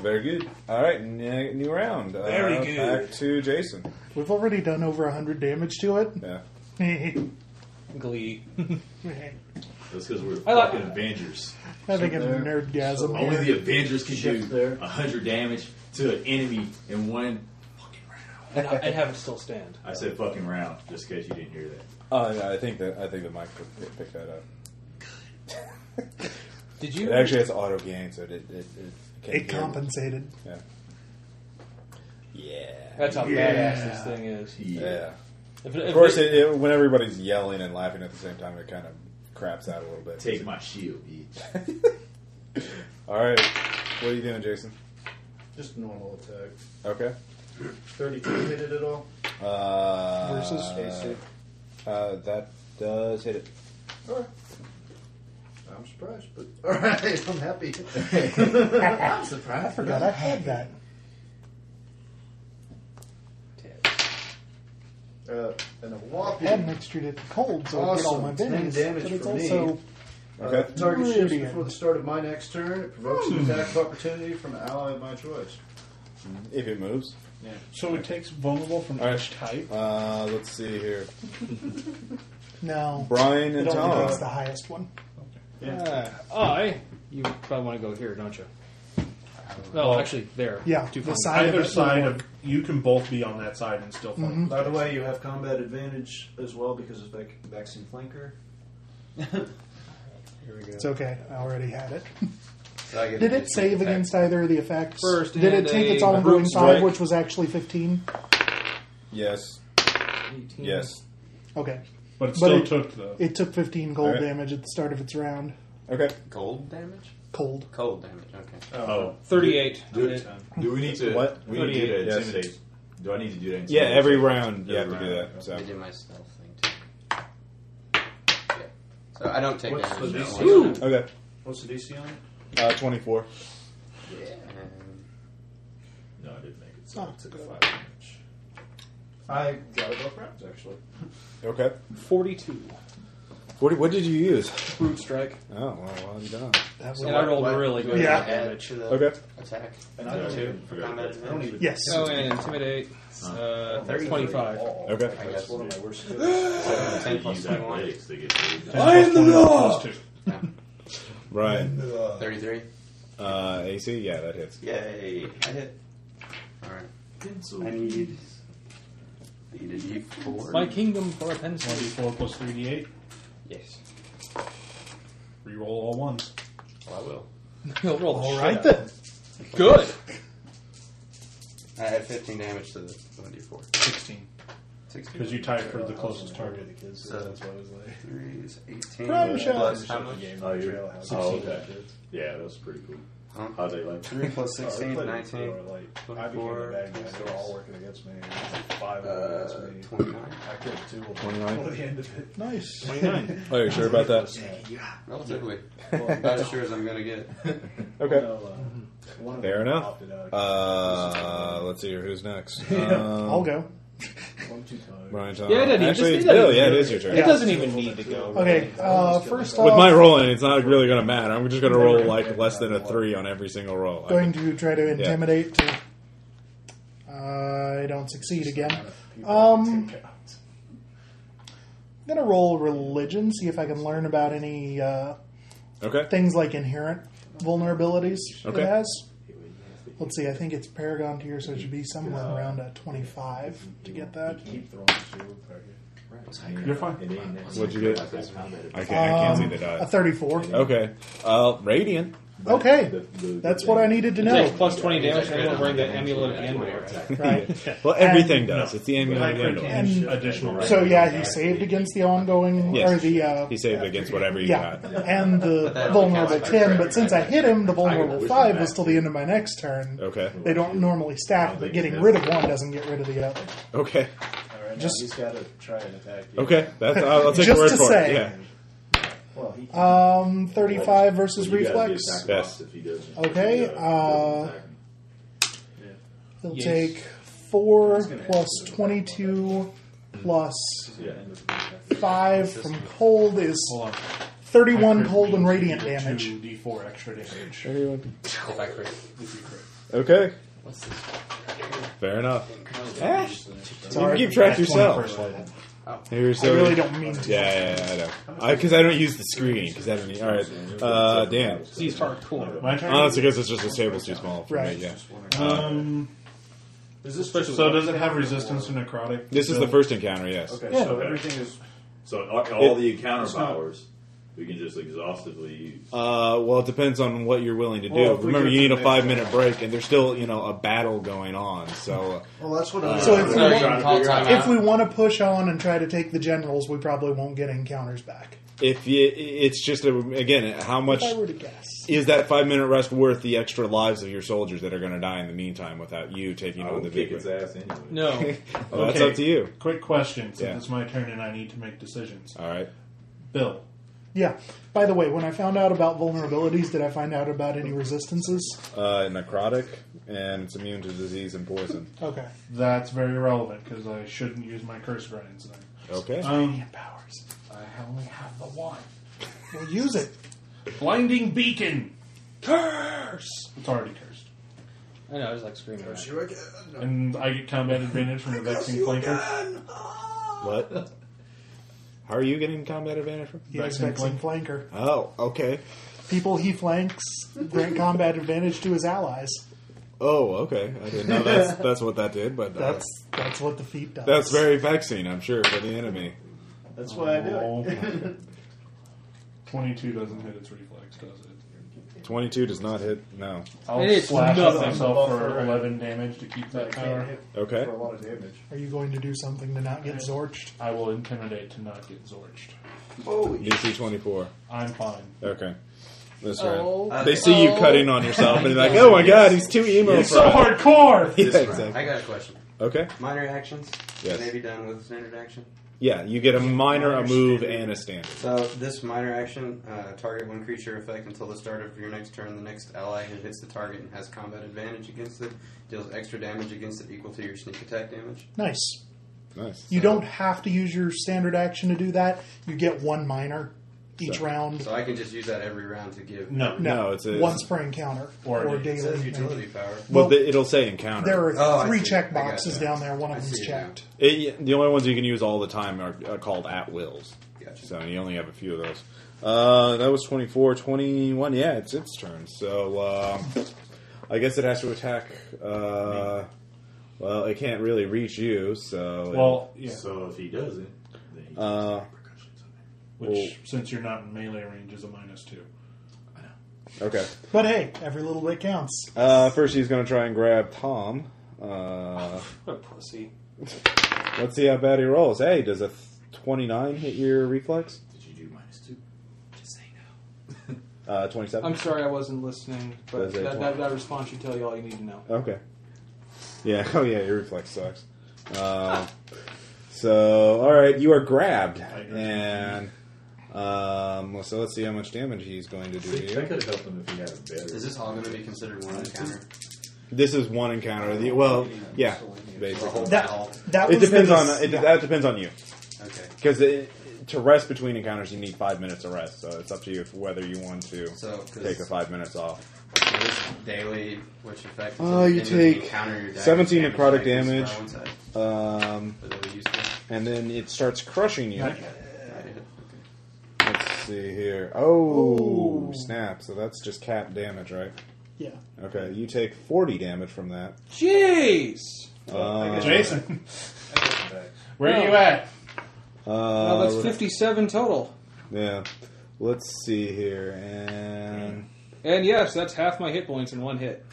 B: Very good. All right. ne- New round.
C: Very
B: uh,
C: good.
B: Back to Jason.
D: We've already done over 100 damage to it.
B: Yeah.
D: I
C: Glee.
E: That's because we're
C: I like-
E: fucking Avengers.
D: think a nerdgasm
E: Only
D: here.
E: the Avengers can
I: Shift
E: do
I: there.
E: 100 damage to an enemy in one fucking round.
C: and, I, and have it still stand.
E: I said fucking round, just in case you didn't hear that.
B: Uh, yeah, I think that I think that Mike could pick, pick that up.
C: Did
B: It
C: you?
B: actually has auto gain, so it it, it, it, can
D: It
B: hear-
D: compensated.
B: Yeah. Yeah.
C: That's how badass this thing is.
B: Yeah.
C: If, if
B: Of course, it, it, when everybody's yelling and laughing at the same time, it kind of craps out a little bit.
E: Take my shield, bitch.
B: All right. What are you doing, Jason?
G: Just normal uh, attack.
B: Okay.
G: 32 hit it at all?
B: Uh,
D: Versus?
G: AC.
B: Uh, that does hit it.
G: Alright. I'm surprised, but alright, I'm happy. I'm surprised.
D: I forgot I had that.
G: Uh, and a
D: I had
G: whopping.
D: mixtured it cold, so I get all my
G: Awesome. Ten
D: bennies.
G: damage
D: But it's
G: for me.
D: also
G: Uh,
B: Okay.
G: the target shifts
D: Brilliant.
G: before the start of my next turn. It provokes
D: Hmm.
G: an attack of opportunity from an ally of my choice.
B: If it moves.
F: So it takes vulnerable from
B: All right.
F: each type.
B: Uh, let's see here.
D: no.
B: Brian
D: It
B: and
D: only
B: Tom.
D: takes the highest one.
C: I. You probably want to go here, don't you? No, actually, there.
D: Yeah,
C: Two
D: the
C: fingers.
D: side of
F: Either
D: it.
F: side of you can both be on that side and still fight.
G: By the way, you have combat advantage as well because of vac- vaccine flanker.
H: Here we go.
D: It's okay. I already had it.
H: So I get
D: Did it
H: additional
D: save
H: attack.
D: against either of the effects?
C: First
D: Did it
C: and
D: take
C: a
D: its all-in-one
B: brute
D: five,
B: strike.
D: which was actually fifteen?
B: Yes.
C: 18.
B: Yes.
D: Okay,
F: But it
D: But
F: still
D: it-
F: took the.
D: it took fifteen cold
B: Alright.
D: damage at the start of its round.
B: Okay.
H: Cold damage?
D: Cold.
H: Cold damage, okay.
E: Oh,
C: 38.
E: do, it. do we need to?
B: What?
E: We need to do that
B: Yes.
E: intimidate. Do I need to do that?
B: Yeah,
E: Intimidate?
B: every round you
E: Every
B: have to do
E: round,
B: that.
E: okay.
B: So.
H: I do my stealth thing too. Yeah. So I don't take
G: What's
H: damage.
G: the
H: no,
G: DC?
H: I don't.
B: Okay.
G: What's the DC on it?
B: Uh, 24.
H: Yeah. Um,
E: No, I didn't make it. So
D: Oh,
E: it took
D: good.
E: five damage.
G: I got it both rounds actually.
B: Okay.
C: 42.
B: What, did- what did you use?
C: Brute strike.
B: Oh, well, well done.
D: That was
C: And I rolled
H: what-
C: really
H: do
C: good.
H: I
D: Yeah.
H: Add to the
B: Okay.
H: attack.
G: uh, And I
E: Yeah,
G: don't
E: I
G: even.
E: forgot
H: Combat
E: about
G: I don't
H: advantage.
G: even.
D: yes.
C: Oh, and intimidate. Uh, 25.
B: Okay.
G: I guess one of my worst.
H: So 10 plus
E: Use
H: 21.
E: athletics to get through.
C: I am the law!
B: Ryan.
H: 33.
B: Uh, AC? Yeah, that hits.
H: Yay. I hit. Alright. I need. I need a d4.
C: My kingdom for a pencil.
F: 24 plus 3d8.
H: Yes.
F: Reroll all ones.
H: Well, I will.
C: He'll roll the
B: Oh,
D: All
C: shit
D: right
C: out.
D: then.
C: Good.
H: I add 15 damage to the 1d4.
F: 16.
H: 16.
F: Because you tied for the closest target.
H: So that's
I: what I was like.
H: 3 is 18.
D: Crime shot.
H: plus how much?
E: Oh, you're,
I: Trail house.
E: oh, okay. Yeah, that's pretty cool.
H: Huh?
E: How they like
H: 3 plus 16 is 19.
I: I became a
H: 24,
I: bad guy. They were all working against me. Five
H: Uh,
I: of them against me.
H: 29.
I: I killed two of them.
B: 29.
I: Before the end of it.
D: Nice.
B: Oh, you sure about that?
H: Relatively. About as sure as I'm going to get.
B: Okay.
I: No, uh, one of
B: Fair
I: them
B: enough.
I: opted out.
B: Uh, let's see here. Who's next? Um,
D: I'll go.
I: I'm too tired.
B: Ryan Tom.
C: Yeah, it didn't.
B: Actually,
C: It
B: it's
C: just- it
B: Bill.
C: didn't.
B: Yeah, it is your turn.
C: It doesn't even need to go.
D: Okay. Uh, first
B: With
D: off,
B: my rolling, it's not really going to matter. I'm just going to roll like less than a three on every single roll. I
D: going
B: can-
D: to try to intimidate. To, I don't succeed again. Um, I'm gonna roll religion, see if I can learn about any uh,
B: okay.
D: things like inherent vulnerabilities
B: Okay.
D: it has. Let's see. I think it's Paragon tier, so it should be somewhere around a twenty-five to get that.
I: Keep throwing shield target.
F: You're fine.
B: What'd you get? I can't, I
D: Um,
B: can't see the die.
D: A thirty-four.
B: Okay. Uh, Radiant.
D: Okay, that's what I needed to
C: Take
D: know.
C: plus 20 damage, and I'm wearing that amulet at the end there.
D: Right.
B: Well, everything does. It's the amulet. of
F: Hybrid
B: Andor.
F: and additional round.
D: So yeah, he saved against the ongoing
B: Yes.
D: or the uh,
B: He saved against whatever you
D: Yeah,
B: got.
D: and the
H: that
D: vulnerable
H: counts as a
D: ten,
H: crit.
D: but since I hit him, the vulnerable
E: wish
D: five
E: that.
D: was till the end of my next turn.
B: Okay.
D: They don't normally stack, but getting rid of one doesn't get rid of the other.
B: Okay.
I: Alright,
D: Just-
I: just he's got to try and attack you.
B: Okay. That's, I'll, I'll take your
D: Just
B: word
D: to
B: for
D: say.
B: it. Yeah.
I: Well, he can
D: Um, thirty-five versus
E: You gotta be
D: reflex.
E: attacked
B: Yes.
E: lots if he doesn't.
D: Okay,
E: If he, doesn't
D: uh,
E: attack him.
D: He'll
C: Yes.
D: take four plus twenty-two plus
E: yeah.
D: five from cold is
F: Hold on.
D: thirty-one cold and
F: Means
D: radiant
F: you get
D: damage.
F: Two d4 extra damage.
H: If I crit.
B: Okay.
H: What's this?
B: Fair enough.
D: Eh?
B: Ash, you can
D: Sorry.
B: keep track
F: That's
B: yourself.
F: 21st level.
B: Here's
D: I really don't mean to.
B: Yeah, yeah, yeah, I know. I Because I, don't use the screen. Because I don't. e, All right. Uh, damn.
C: These are cool.
F: My turn.
B: Honestly, I guess Oh, it's just the table's too small for
D: Right.
B: me. Yeah.
F: um,
G: Is this special?
F: so does it have resistance to necrotic?
B: This is the first encounter. Yes.
G: Okay,
D: Yeah.
G: so everything is.
E: So all, all
B: It-
E: the counter powers we can just exhaustively use.
B: Uh, well, it depends on what you're willing to do.
G: Well, if we
B: Remember,
G: get
B: you need
G: the
B: a
G: next
B: five minute break, and there's still you know a battle going on. So
G: Well, that's what I'm.
D: So if we,
H: Sorry,
D: want,
H: John, call timeout.
D: if we want to push on and try to take the generals, we probably won't get encounters back.
B: if you, it's just a, again how much
D: If I were to guess.
B: is that five minute rest worth the extra lives of your soldiers that are going to die in the meantime without you taking
E: I
B: on the
E: would kick
B: big?
E: its
B: risk?
E: ass anyway.
C: No.
B: Well, Oh, That's
F: Okay.
B: up to you.
F: Quick question, since
B: Yeah.
F: it's my turn and I need to make decisions.
B: All right.
F: Bill,
D: Yeah. By the way, when I found out about vulnerabilities, did I find out about any resistances?
B: Uh, necrotic, and it's immune to disease and poison.
D: Okay.
F: that's very relevant because I shouldn't use my curse grinds then.
B: Okay.
F: Um,
D: Powers.
F: I only have the one.
D: Well, use it.
F: Blinding beacon. Curse. It's already cursed,
C: I know, I was like screaming. at it.
G: You again? No.
F: and I get combat advantage from the vexing flanker.
B: What? How are you getting combat advantage from?
D: He is
F: Vexing
D: vexing flanker.
B: Oh, okay.
D: People he flanks grant combat advantage to his allies.
B: Oh, okay. I didn't know that's that's what that did, but uh,
D: That's that's what the feat does.
B: that's very vexing, I'm sure, for the enemy.
G: That's why I do it.
F: Oh. Twenty-two doesn't hit its reflex, does it?
B: Twenty two does not hit. No.
F: I'll
C: It's
F: slash
C: nothing.
F: myself for
G: Buffer.
F: eleven damage to keep
G: I
F: that
G: can't
F: power.
G: hit
B: Okay.
G: for a lot of damage.
D: Are you going to do something to not get
F: Yeah.
D: zorched?
F: I will intimidate to not get zorched.
B: DC twenty four.
F: I'm fine.
B: Okay. That's right.
C: Oh.
H: Uh,
B: They see you
C: Oh.
B: cutting on yourself, and they're like, "Oh my god, he's too emo."
F: It's
B: for
F: so
B: us."
F: hardcore.
B: Yeah,
H: This round.
B: exactly.
H: I got a question.
B: Okay.
H: Minor actions.
B: Yes.
H: Can they be done with standard action?
B: Yeah, you get a minor, a move, and a standard.
H: So this minor action, uh, target one creature effect until the start of your next turn. The next ally who hits the target and has combat advantage against it deals extra damage against it equal to your sneak attack damage.
D: Nice.
B: Nice.
D: You don't have to use your standard action to do that. You get one minor each round.
H: So I can just use that every round to give
F: No.
B: No, it's a
D: once per encounter
F: Or
D: or,
F: it
H: It
D: daily.
H: says utility power.
B: Well,
D: Well,
B: the, it'll say encounter.
D: There are
H: Oh, I
D: three
H: see.
D: check
H: I got
D: boxes
H: that.
D: down there. One
H: I
D: of them's
H: see it
D: checked.
B: It, the only ones you can use all the time are, are called at wills.
H: Gotcha.
B: So you only have a few of those. Uh, that was 24, 21. Yeah, it's its turn. So um, I guess it has to attack. Uh, well, it can't really reach you, so. it-
F: Well, yeah.
E: So if he doesn't, then he
B: Uh,
F: Which, since you're not in melee range, is a minus two.
B: okay.
D: But hey, every little bit counts.
B: Uh, first, he's going to try and grab Tom. Uh,
C: What a pussy.
B: let's see how bad he rolls. Hey, does a 29 hit your reflex?
E: did you do minus two?
B: Uh, 27?
C: I'm sorry I wasn't listening, but
B: Does it-
C: that, that, that response should tell you all you need to know.
B: Okay. Yeah. Oh, yeah. Your reflex sucks. Uh, so, all right, you are grabbed, and um, so let's see how much damage he's going to do to
E: That
B: you.
E: could have helped him if he had a better.
H: Is this all going to be considered one encounter?
B: This is one encounter. The- well, yeah, basically.
D: That that
B: It
D: was
B: depends
D: the,
B: on uh, it,
D: yeah.
B: that depends on you
H: Okay.
B: because to rest between encounters you need five minutes of rest. So it's up to you if, whether you want to
H: So, 'cause
B: take the five minutes off.
H: this daily, which effect?
B: Uh, you take
H: counter
B: 17 necrotic damage.
H: Side,
B: Um,
H: but that we used to.
B: and then it starts crushing you.
H: I did it.
B: Let's see here. Oh, snap! So that's just cap damage, right?
D: Yeah.
B: Okay, you take 40 damage from that.
C: Jeez!
B: Uh,
F: Jason,
I: back.
F: where
C: No. Uh,
F: are you at?
C: Well,
B: uh,
C: that's 57 total.
B: yeah. Let's see here. And
C: And yes, that's half my hit points in one hit.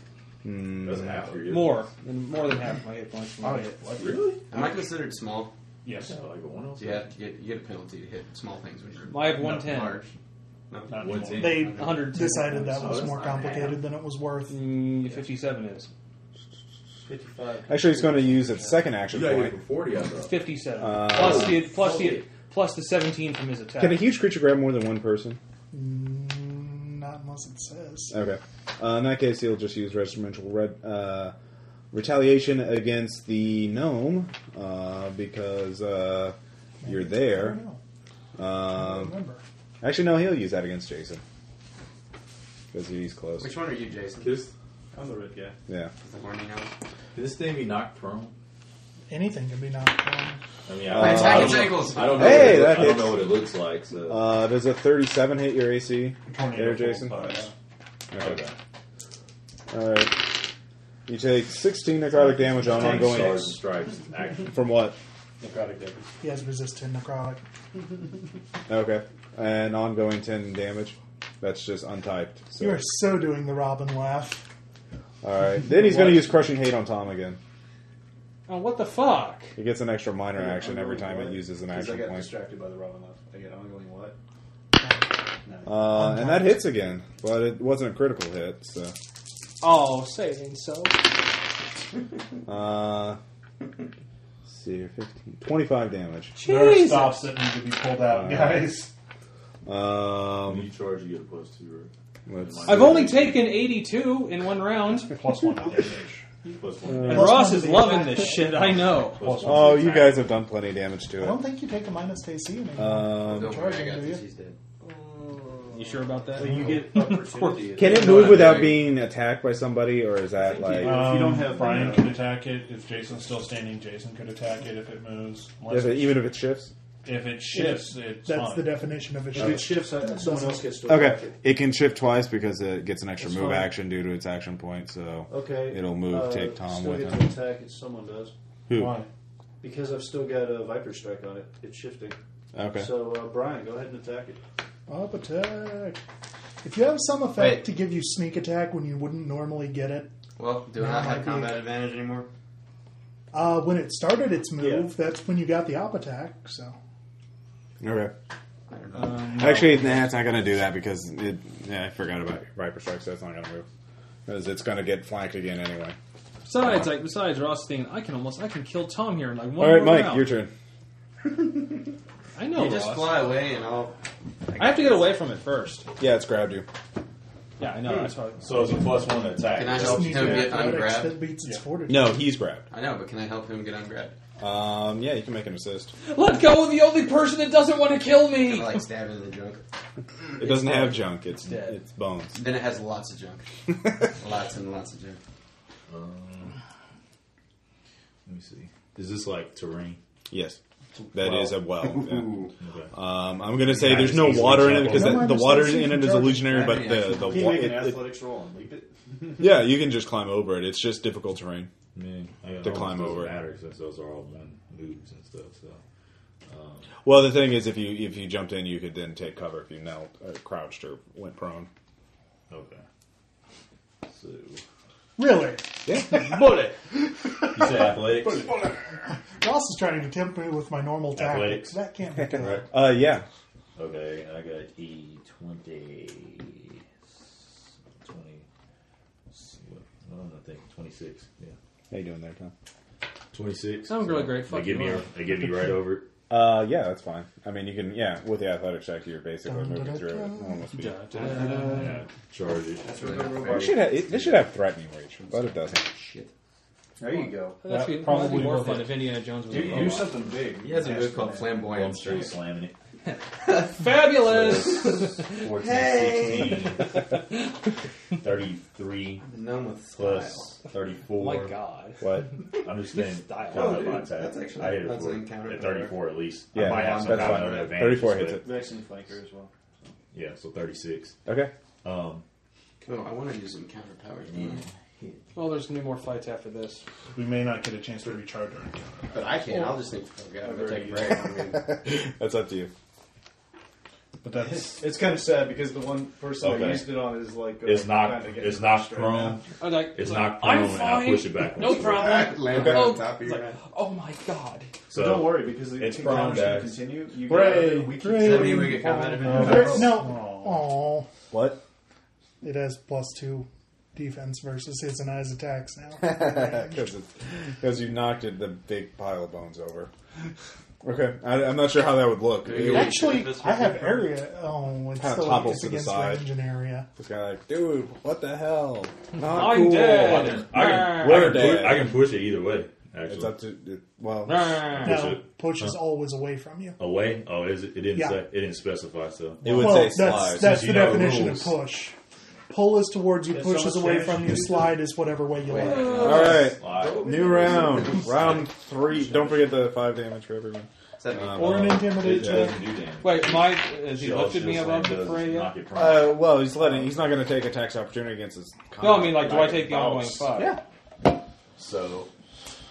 E: Doesn't have to.
C: More than more than half my hit points in one hit.
E: Really? Oh,
H: Am I considered small?
F: Yes.
E: Like a one else?
H: Do you, have, you, get, you get a penalty to hit small things when you're
C: I have 110.
H: large. Uh, No.
F: Not
E: What's
F: anymore.
D: They
E: in?
C: 110
D: decided that
C: points.
D: was
H: Oh, that's
D: more
H: not bad.
D: complicated than it was worth.
C: Mm, 57 is.
G: 55.
B: actually, he's going to use its second action
E: You gotta get
B: point.
E: it for forty, I
C: It's
E: thought.
C: 57.
B: Uh,
C: plus, the, plus, the, plus the 17 from his attack.
B: Can a huge creature grab more than one person?
D: Mm, not unless it says.
B: Okay. Uh, in that case, he'll just use regimental red, uh, retaliation against the gnome uh, because uh, you're
D: I
B: there.
D: don't know. I don't
B: Um,
D: remember.
B: actually, no, he'll use that against Jason because he's close.
H: Which one are you, Jason?
E: This,
I: I'm the red guy.
B: Yeah.
H: The horny nose?
E: Did this thing be knocked prone?
D: Anything can be knocked down.
E: I mean,
B: Uh,
C: Oh.
E: I, don't- I
H: Attack
E: don't
H: its
E: know.
H: ankles!
E: I don't know.
B: Hey,
E: what it,
B: that
E: I don't
B: hits.
E: know what it looks like. So
B: Uh, does a 37 hit your AC?
F: Tornado
B: There, Jason.
F: bolts, but, uh,
E: okay.
B: All right. You take 16 necrotic damage on ongoing.
E: Stars and stripes. Action.
B: From what?
I: Necrotic damage.
D: He has resistant necrotic.
B: Okay. And ongoing 10 damage. That's just untyped. So.
D: You are so doing the Robin laugh.
B: All right. Then he's going to use crushing hate on Tom again.
C: Oh, what the fuck?
B: He gets an extra minor action every
I: Ongoing
B: time it
I: what?
B: uses an
I: 'Cause I
B: action
I: got
B: point.
I: distracted by the Robin left. I get ongoing what? No.
B: Uh, and that hits again, but it wasn't a critical hit, so.
J: Oh, saying so.
B: Uh, let's see here, 15, 25 damage.
F: There are
J: Jesus.
F: stops that need to be pulled out, guys.
E: When you
B: Um,
E: charge, you get a plus two,
B: let's
E: I've
B: see.
C: I've only taken 82 in one round,
F: Plus one damage.
E: right? Plus one.
C: and
D: Plus
C: Ross
D: one
C: is
D: to the
C: loving
D: attack.
C: this shit. I know.
E: Plus one.
B: Uh, Oh, you guys have done plenty of damage
D: I
B: to
D: don't
B: it.
D: think you take a minus to AC anymore.
B: Um,
H: Don't worry, I
D: Charging,
H: got
D: do
H: this.
D: you?
H: He's dead.
C: You sure about that?
I: So you get
F: Um,
I: opportunity.
B: can it
H: Don't
B: move
H: wanna
B: without
H: do it.
B: being attacked by somebody, or is that like.
F: Um,
I: If you don't have- uh,
F: Brian could attack it. If Jason's still standing, Jason could attack it if it moves.
I: Uh,
F: Unless
B: If it, even if it shifts?
F: If it shifts, it's
D: That's
F: fine.
D: the definition of a
I: If it
D: shift.
I: shifts, uh, someone else gets to attack
B: Okay,
I: it.
B: it can shift twice because it gets an extra
I: That's
B: move
I: fine.
B: action due to its action point, so.
I: Okay.
B: It'll move,
I: uh,
B: take Tom
I: still
B: with
I: get
B: him.
I: to attack if someone does.
B: Who?
F: Why?
I: Because I've still got a Viper Strike on it. It's shifting.
B: Okay.
I: So, uh, Brian, go ahead and attack it.
D: Up attack. If you have some effect
H: Wait.
D: to give you sneak attack when you wouldn't normally get it,
H: Well, do I
D: Yeah,
H: not
D: might
H: have
D: be.
H: combat advantage anymore?
D: uh, when it started its move, that's when you got the up attack. So
B: Okay.
H: I don't know.
I: Um,
B: Actually, nah, it's not going to do that because it. Yeah, I forgot about Viper Strike, so it's not going to move. Because it's going to get flanked again anyway.
C: Besides, like besides Ross thinking, I can almost I can kill Tom here in like one.
B: All right,
C: more
B: Mike,
C: round.
B: your turn.
C: I know.
H: you just
C: Ross.
H: fly away and I'll.
C: I have to get away from it first.
B: Yeah, it's grabbed you.
C: Yeah, I know. That's why.
E: So it's a plus one attack.
H: Can I
D: Just
H: help
D: need
H: him
D: the
H: get
D: athletics
H: ungrabbed?
D: That beats its fortitude.
B: No, he's grabbed.
H: I know, but can I help him get ungrabbed?
B: Um, yeah, you can make an assist.
C: Let go of the only person that doesn't want to kill
H: Can
C: me.
H: I like stab it in the junk?
B: It doesn't have junk. It's
H: Dead.
B: it's bones.
H: Then it has lots of junk. lots and lots of junk.
E: Let me see. Is this like terrain?
B: Yes, that is a well. yeah.
E: Okay.
B: Um, I'm gonna say there's
E: just
B: no
E: easily
B: water in it
E: jump
B: because
E: over.
B: that,
D: No,
B: the
D: I'm
B: water
D: just
B: in it is
D: judging.
B: illusionary, but
H: Yeah,
B: the
H: yeah.
B: the
I: Can you
B: wa-
I: make an
B: it- it-
I: athletics roll and leap it?
B: yeah, you can just climb over it. It's just difficult terrain.
E: Man, I
B: To climb
E: doesn't
B: over.
E: Matter since those are all one moves and stuff. So
B: Well, the thing is, if you if you jumped in, you could then take cover if you knelt, or crouched, or went prone.
E: okay. So you
D: Really?
C: Bullet.
E: say athletics?
D: Ross is trying to tempt me with my normal tactics.
E: Athletics.
D: That can't be good.
E: right.
B: Uh, yeah.
E: Okay, I got E twenty. Twenty. let's see what- what am I thinking? Twenty six. Yeah.
B: How you doing there, Tom?
E: Twenty six.
C: Sound really great.
E: They
C: Fuck
E: give
C: you
E: me.
C: up.
E: They give me right over. it.
B: Uh, yeah, that's fine. I mean, you can yeah with the athletic check, you're basically moving through it. Normal speed.
E: Yeah. Charge it.
H: That's really not
B: It
H: fair.
B: should have, it, it should have threatening reach, but it doesn't.
H: Shit.
I: There you go.
C: That's
F: That
C: probably
F: probably
C: more
F: worth
C: fun
F: it.
C: if Indiana Jones was
I: Do,
C: a
I: do
C: robot.
I: something big.
H: He has a move called
E: Well, I'm
H: flamboyance.
E: straight slamming it.
C: Fabulous.
E: 14, 16, 33
H: Numb with
E: plus
C: Oh
E: 34.
C: my God.
B: What?
E: I'm just saying,
C: Style.
E: combat
H: Oh, dude,
E: attack.
H: that's actually-
E: I hit it
H: that's
E: for-
H: an encounter
E: at
H: cover.
E: 34 at least. I
B: Yeah,
E: might have some
B: that's
E: kind
B: fine.
E: of advantage.
B: 34 hits it.
I: Vexing flanker as well.
E: Yeah, so 36.
B: Okay.
E: Um,
H: Oh, I want to use encounter powers, man.
C: Well, there's gonna be more fights after this.
F: We may not get a chance to recharge our encounter.
H: But I can't. I'll just think, oh god, I'm gonna take a break. I'm gonna-
B: That's up to you.
F: But that's
I: It's, it's kind of sad because the one person I
E: Okay.
I: used it on is like. uh,
E: it's not,
I: kinda getting
E: it's not
I: frustrated
E: prone.
C: I was like,
E: It's
C: like,
E: not prone.
C: I'm
E: and
C: fine.
E: I'll push it back.
C: No
E: once.
C: problem.
H: Land
C: Oh,
H: on top of
C: it's
H: your
C: like,
H: head.
C: oh my God.
I: So don't worry because the
E: It's prone,
I: encounter's going to
E: guys.
I: continue. You
F: Hooray,
I: get, we keep
H: Does that
I: sending
H: mean
I: you
H: we get combat
D: No,
H: advantage?
D: there- no. Aw.
B: What?
D: It has plus two defense versus his and I's attacks now.
B: Because you knocked it, the big pile of bones over. Okay, I, I'm not sure how that would look. It,
D: Actually, I have area. Oh, it's
B: Kinda
D: still
B: topples
D: it's
B: to the
D: against
B: side.
D: range and area.
B: it's kind of like, dude, what the hell? Not
C: I'm
B: cool.
C: dead.
E: I can, I,
B: We're
E: can push,
B: dead.
E: I can push it either way, actually.
B: It's up to it, well.
C: Nah.
E: Push
D: No,
E: it.
D: push is always away from you.
E: Away? Oh, is it, it didn't
D: Yeah.
E: say, it didn't specify, so.
B: It would
D: well,
B: say
D: that's
B: slide.
D: that's
E: Since
D: the
E: you know the
D: definition of
E: rules.
D: push. Pull is towards you,
I: It's
D: push is
I: almost
D: away
I: finished.
D: from you, slide is whatever way you like.
B: All right,
E: Slide.
B: new round, round three. Don't forget the five damage for everyone.
H: Does that mean-
B: Um,
D: Or an
E: It
D: intimidate check.
E: doesn't do damage.
C: Wait, Mike, has he
E: Shield-
C: looked at me
E: shield
C: above
E: slam
C: the
E: does
C: fray
E: knock
C: yet?
E: it prone.
B: Uh, well, he's letting. He's not going to take attacks opportunity against his.
C: No,
B: combat.
C: I mean, like, do I take the ongoing
I: Bounce.
C: fight?
B: Yeah.
E: So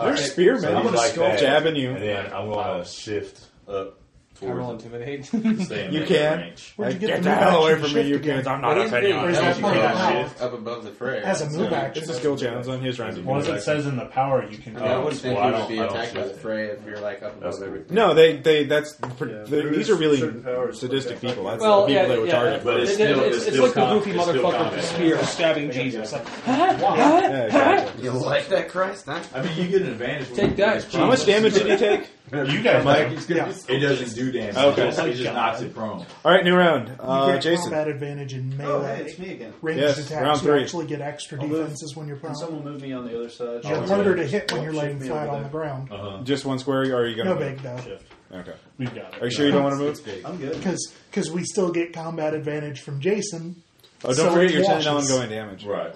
B: You're a spearman.
E: So
B: I'm
E: he's
B: gonna
E: like
B: skull
E: that,
B: jabbing you.
E: and then I'm gonna shift up
C: I roll intimidate.
E: Stay in
B: You
E: melee
B: can.
E: range.
D: Where'd you get the
B: the
D: move
B: hell away
D: action
B: from me,
D: shift
B: you
D: again?
B: kids! I'm not
H: What is
B: offending
H: it?
B: you.
H: Where's
B: It's
H: that
D: point
H: power?
D: now?
H: Up above the fray.
D: As a move
H: So-
D: action.
B: a skill challenge on his round.
F: Well, as it says in the power, you can.
H: I, mean, I wouldn't think
E: Well, I
H: you would
E: don't-
H: be
E: I don't
H: attacked by the
E: shift it.
H: fray if you're like up above
E: That's cool.
H: everything.
B: No, they they that's
I: Yeah,
B: they,
I: there
B: these
I: is
B: are really
I: certain powers,
B: sadistic
I: but-
B: people. That's
C: Well,
B: the
C: yeah,
B: people they would
C: yeah,
B: target.
E: But it's
C: It- it-
E: still-
C: it's,
E: it's
C: it's
E: still
C: like
E: com-
C: the goofy
E: it's still
C: motherfucker with the
E: combat.
C: spear
I: Oh,
C: stabbing Jesus. Like,
B: Yeah, exactly.
H: You like that, Christ? Huh?
E: I mean, you get an advantage. when
C: Take
E: you
C: that,
E: use
C: Jesus.
B: How much damage did he take?
F: You guys, Mike.
H: He's gonna
D: Yeah.
H: be so
E: It doesn't do damage.
B: Okay.
E: Okay, it just knocks it prone.
B: All right, new round.
D: you
B: Uh,
D: get
B: Jason.
D: combat advantage in melee.
I: Oh, hey, it's me again.
D: Ranged
B: Yes,
D: attacks,
B: round
D: you
B: three.
D: actually get extra
I: I'll move.
D: defenses when you're
I: Can
D: prone.
I: someone move me on the other side?
D: You're
E: I'll
D: harder
E: move.
D: to hit when you're
I: Shift
D: laying
I: me
D: flat
I: over
D: on the
I: there.
D: ground.
B: Just one square, or are you going to
D: No big though,
I: Shift.
B: Okay.
F: We've got it.
B: Are you sure you don't want to move?
I: I'm good.
D: because because we still get combat advantage from Jason.
B: Oh, don't
D: So
B: forget
D: it
B: your 10
D: washes.
B: ongoing damage.
E: Right.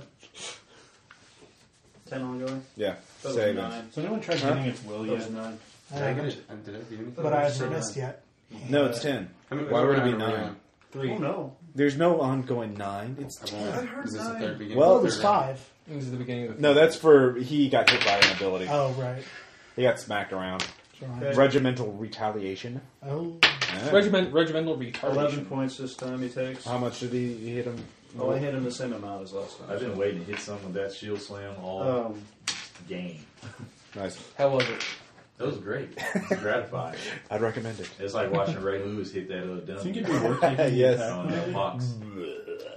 I: Ten ongoing.
B: Yeah.
I: That was
B: Save it.
I: nine.
F: Has anyone tried getting its will
I: That was
F: yet?
I: nine.
D: Uh,
H: Did I get it? Uh, Did I do anything?
D: but I haven't missed yet.
B: No, it's 10.
H: How many-
B: Why would it be
H: round are we
B: 9?
H: on?
B: Three.
I: Oh no.
B: There's no ongoing 9. It's
H: I won't.
I: heard
H: Is this the
I: nine.
H: third beginning?
B: Well,
D: Well, it was
H: Third round.
D: Oh, five.
C: This is the beginning of the
B: No, that's for. He got hit by an ability.
D: Oh right.
B: He got smacked around.
D: Right.
I: Okay.
B: Regimental retaliation.
D: Oh,
B: Yeah.
C: regiment, regimental
I: Eleven
C: retardation.
I: points this time he takes.
B: How much did he, he hit him?
I: Oh, I hit him the same amount as last time.
E: I've been waiting to hit some with that shield slam all
B: Uh.
I: Um,
E: game.
B: Nice.
C: How was it?
E: That was great.
H: Uh,
E: It's gratifying.
B: I'd recommend it.
E: It's like watching Ray Lewis hit that uh, dummy.
F: I think it'd be worth taking.
B: yes.
E: on that box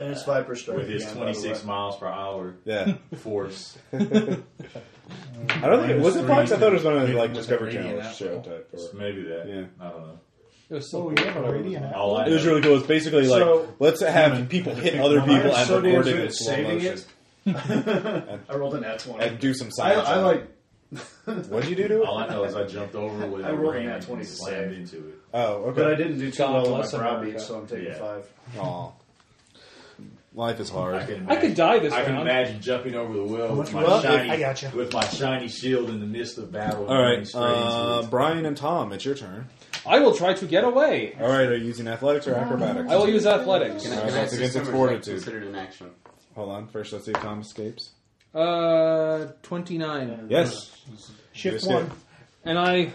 I: and it's Viper Strike
E: with his
I: again, by the
E: 26
I: way.
E: miles per hour
B: Yeah.
E: force.
B: I don't think it was it Fox. I thought it was one of the like
F: Minus
B: Discovery
F: three and
B: Channel
F: that
B: show type. Or,
E: Maybe that.
B: Yeah.
E: I don't know.
C: It was so
D: so we
C: cool.
D: have a radiant apple.
E: All I
B: It was
E: know-
B: really cool. It's basically like
I: So-
B: let's have people hit other
F: I am
B: people and
I: so damn
B: record it
I: good
B: in
I: at
B: slow
I: saving
B: motion
I: it. I rolled an at twenty.
B: and do some
I: I,
B: science.
I: I
B: on it.
I: like.
B: What'd you do to it?
E: All I know is I jumped over with
I: I
E: a
I: rolled a
E: ring
I: nat
E: and
I: 20 to
E: slammed
I: save.
E: into it.
B: Oh,
I: But I
B: okay.
I: didn't do too
C: God
I: well on my
C: bless
I: browbeat,
C: America.
I: so I'm taking
E: Yeah.
I: five.
B: Aw. Life is
E: I
B: hard.
E: can.
C: I could die this
E: I can
C: round.
E: imagine jumping over the well with my
B: will?
E: shiny,
D: I gotcha.
E: with my shiny shield in the midst of battle. and
B: All
E: running
B: right,
E: straight
B: uh,
E: into it.
B: Brian and Tom, it's your turn.
C: I will try to get away.
B: All right, are you using athletics
D: Um,
B: or acrobatics?
C: I will use athletics.
H: Can I,
B: Alright,
H: can I
B: that's
H: assist
B: against its
H: someone if I
B: fortitude.
H: Considered an action.
B: Hold on, first let's see if Tom escapes.
C: Uh, 29.
B: Yes,
D: shift
B: Yes,
D: one.
B: yeah.
C: And I.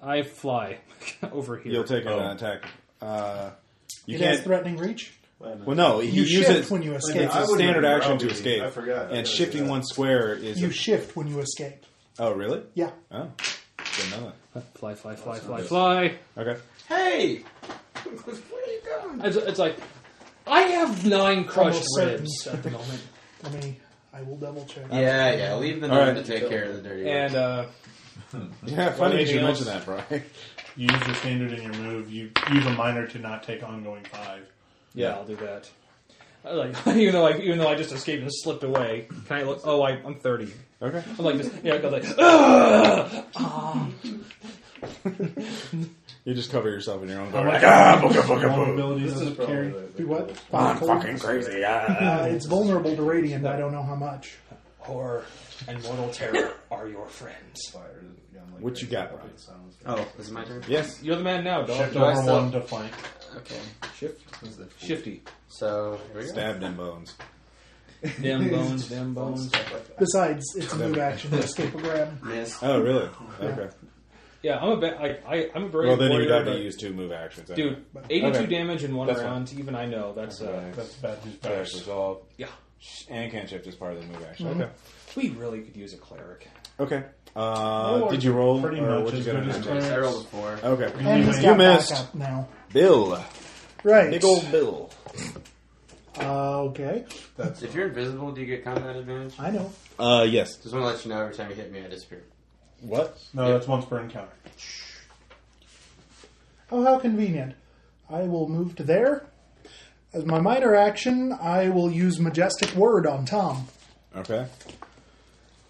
C: I fly over here.
B: you'll take an
E: Oh.
B: attack. Uh, you
D: It has
B: can't.
D: threatening reach.
I: Wait a minute.
B: Well, no, you,
D: You
B: use
D: shift
B: it
D: when you escape.
B: It's a
I: I would've
B: standard
I: been
B: action to
I: browbeating.
B: escape.
I: I forgot. I
B: And
I: gotta
B: shifting
I: do that.
B: one square is.
D: You
B: a-
D: shift when you escape.
B: oh, really?
D: Yeah.
B: Oh, didn't know
C: Fly, fly, fly, fly, fly.
B: that. Okay.
H: Hey, where are you going?
C: It's, it's like, I have nine crushed
D: Almost certain.
C: ribs at the moment.
D: Let me. I will double check.
H: Yeah, yeah. Leave the
B: All
H: nun
B: right.
H: to take care of the dirty. work.
C: And, uh,
B: Yeah, funny you
C: anything
B: should mention
C: else?
B: that, Brian.
F: You use your standard in your move. You use a minor to not take ongoing five.
C: yeah, I'll do that. I Like, even though I even though I just escaped and slipped away, can I look? Oh, I, I'm 30.
B: Okay.
C: I'm like this. Yeah, I go like, "Ugh!"
B: You just cover yourself in your own.
F: How
B: Like,
F: much
B: ah, booga, booga, boo.
F: vulnerability
I: This
F: does
I: is
F: it
I: probably
F: carry?
I: the-
D: Be what?
B: I'm fucking crazy. Ah.
D: Uh, it's vulnerable to radiant. I don't know how much.
C: horror and mortal terror are your friends.
I: Fire, you know, like
B: What you got,
I: that.
B: Brian?
I: Sounds good.
H: oh, is it my turn?
B: Yes.
C: You're the man now, dog.
F: Shift
H: Do I
F: over
H: still-
F: one to flank.
H: Okay.
C: Shift.
H: Who's the-
C: Shifty.
H: So here we go.
B: Stabbed in bones.
C: Damn bones, damn bones.
H: Stuff like that.
D: Besides, it's a move action to escape a grab.
H: Miss.
B: Oh, really? Okay.
C: Yeah, I'm a ba- I, I, I'm a brave
B: Well, then you would
C: warrior,
B: have
C: but-
B: to use two move actions. anyway.
C: Dude, 82
B: Okay.
C: damage in one
B: That's
C: round, even I know. That's, uh,
F: That's bad. Who's
B: Dash
F: better?
B: resolve.
C: yeah.
B: Sh- And can't shift is part of the move action. Okay.
C: We really could use a cleric.
B: Okay. Uh,
F: Well,
B: did you roll?
F: pretty
B: or
F: much
B: what you
F: as
B: got
F: good
B: in
F: as
B: hand?
F: clear.
H: I rolled a four.
B: Okay.
D: And he's
F: You
D: got
B: missed.
D: back up now.
B: Bill.
D: Right.
B: Big old Bill.
D: Uh, okay.
H: That's if you're invisible, do you get combat advantage?
D: I know.
B: Uh, yes.
H: Just want to let you know every time you hit me, I disappear.
B: What?
F: No, that's once per encounter.
D: Oh, how convenient. I will move to there. As my minor action, I will use Majestic Word on Tom.
B: Okay.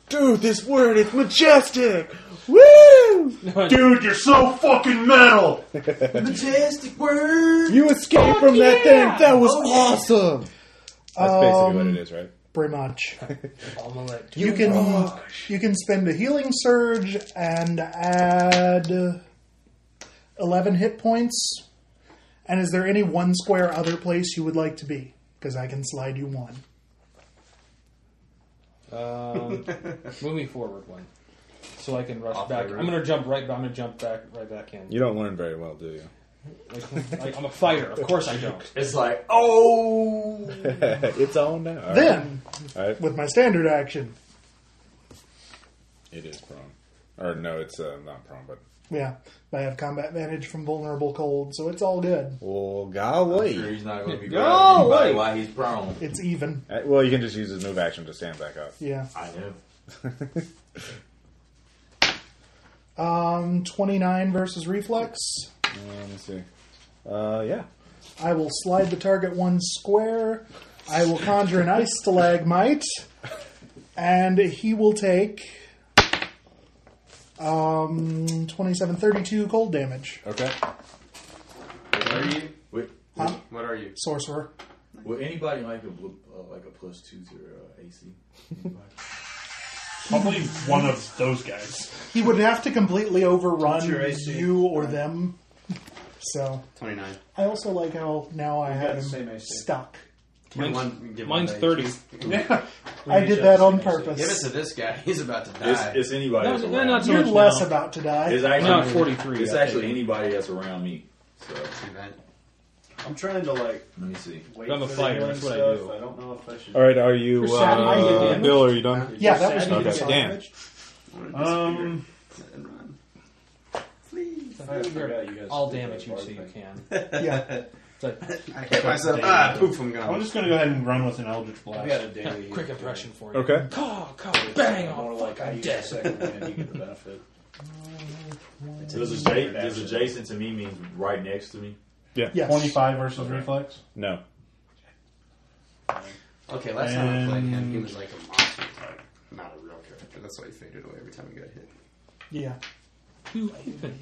B: Dude, this word is majestic! Woo!
F: Dude, you're so fucking metal.
H: Majestic word.
B: You escaped from that thing! That
D: Oh,
B: was awesome! That's basically what
D: Um,
B: it is, right?
D: Pretty much.
C: Omelette.
D: You can you can spend a healing surge and add uh, eleven hit points. And is there any one square other place you would like to be? Because I can slide you one.
C: Um, moving forward one. so I can rush
H: Off
C: back.
H: the
C: I'm
H: roof.
C: gonna jump right. I'm gonna jump back right back in.
B: You don't learn very well, do you?
C: Like, like, I'm a fighter. Of course I don't.
H: It's like, oh!
B: it's on now. All right.
D: Then,
B: All right.
D: with my standard action,
B: It is prone. Or no, it's uh, not prone, but
D: yeah, I have combat advantage from vulnerable cold, so it's all good.
B: well,
E: I'm sure
B: golly.
E: he's not going to be
C: Go
E: grabbing anybody
C: away.
E: while he's prone.
D: It's even.
B: Uh, Well, you can just use his move action to stand back up.
D: Yeah.
E: I know.
D: Um, 29 versus reflex.
B: Uh, let me see. Uh, yeah.
D: I will slide the target one square. I will conjure an ice stalagmite. And he will take um, 27, 32 cold damage.
B: Okay.
E: What are you? Wait,
D: Huh?
H: What are you?
D: Sorcerer.
E: will anybody like a bl- uh, like a plus two to their uh, AC? Anybody?
F: Probably one of those guys.
D: He would have to completely overrun
I: your AC?
D: you or them. So
H: 29.
D: I also like how now I
I: got
D: have
I: the
D: him
I: same AC.
D: stuck.
H: Give
C: Mine's-
H: one- give
C: Mine's
H: one to
C: thirty.
D: I did that on purpose.
H: Give it to this guy. He's about to die.
E: It's, it's anybody
C: No,
E: that's
C: no,
E: around.
C: not so
D: You're
C: much
D: less
C: now.
D: about to
E: It's
D: die.
E: actually
C: No, 43,
E: It's
C: I
E: actually
C: think.
E: anybody that's around me. So
H: Too bad.
I: I'm trying to like
E: let me see.
I: wait
C: I'm a
I: for the
C: fighter,
I: healing
C: that's what I
I: stuff.
C: do.
I: I don't know if I should.
B: All right. Are you
D: You're sad, I get
B: uh,
D: damaged.
B: Bill? Are you done?
D: Yeah, that was
I: Sad you
B: Okay.
I: get
B: Damn.
I: damaged?
H: I wanna
F: Um,
H: disappear and run.
I: I forgot you guys
C: All
I: did
C: damage
I: that
C: you
I: bard
C: see you
I: thing.
C: can.
D: Yeah.
C: It's like
H: I hit myself.
F: Damn.
H: Ah, poof, I'm gone.
F: I'm just gonna go ahead and run with an Eldritch
I: I
F: Blast.
I: got a daily
C: quick impression for you.
B: Okay.
C: Caw, caw, bang!
I: More
C: Oh,
I: like
C: fuck,
I: I
C: I'm
I: use the
C: dead.
I: second one and you get the benefit.
E: Does, adja- does adjacent to me means right next to me?
D: Yes.
F: 25 versus reflex.
B: No.
H: Okay, last time I played him, he
F: And-
H: was like a monster type, not a real character. That's why he faded away every time he got hit.
D: Yeah.
C: Boo,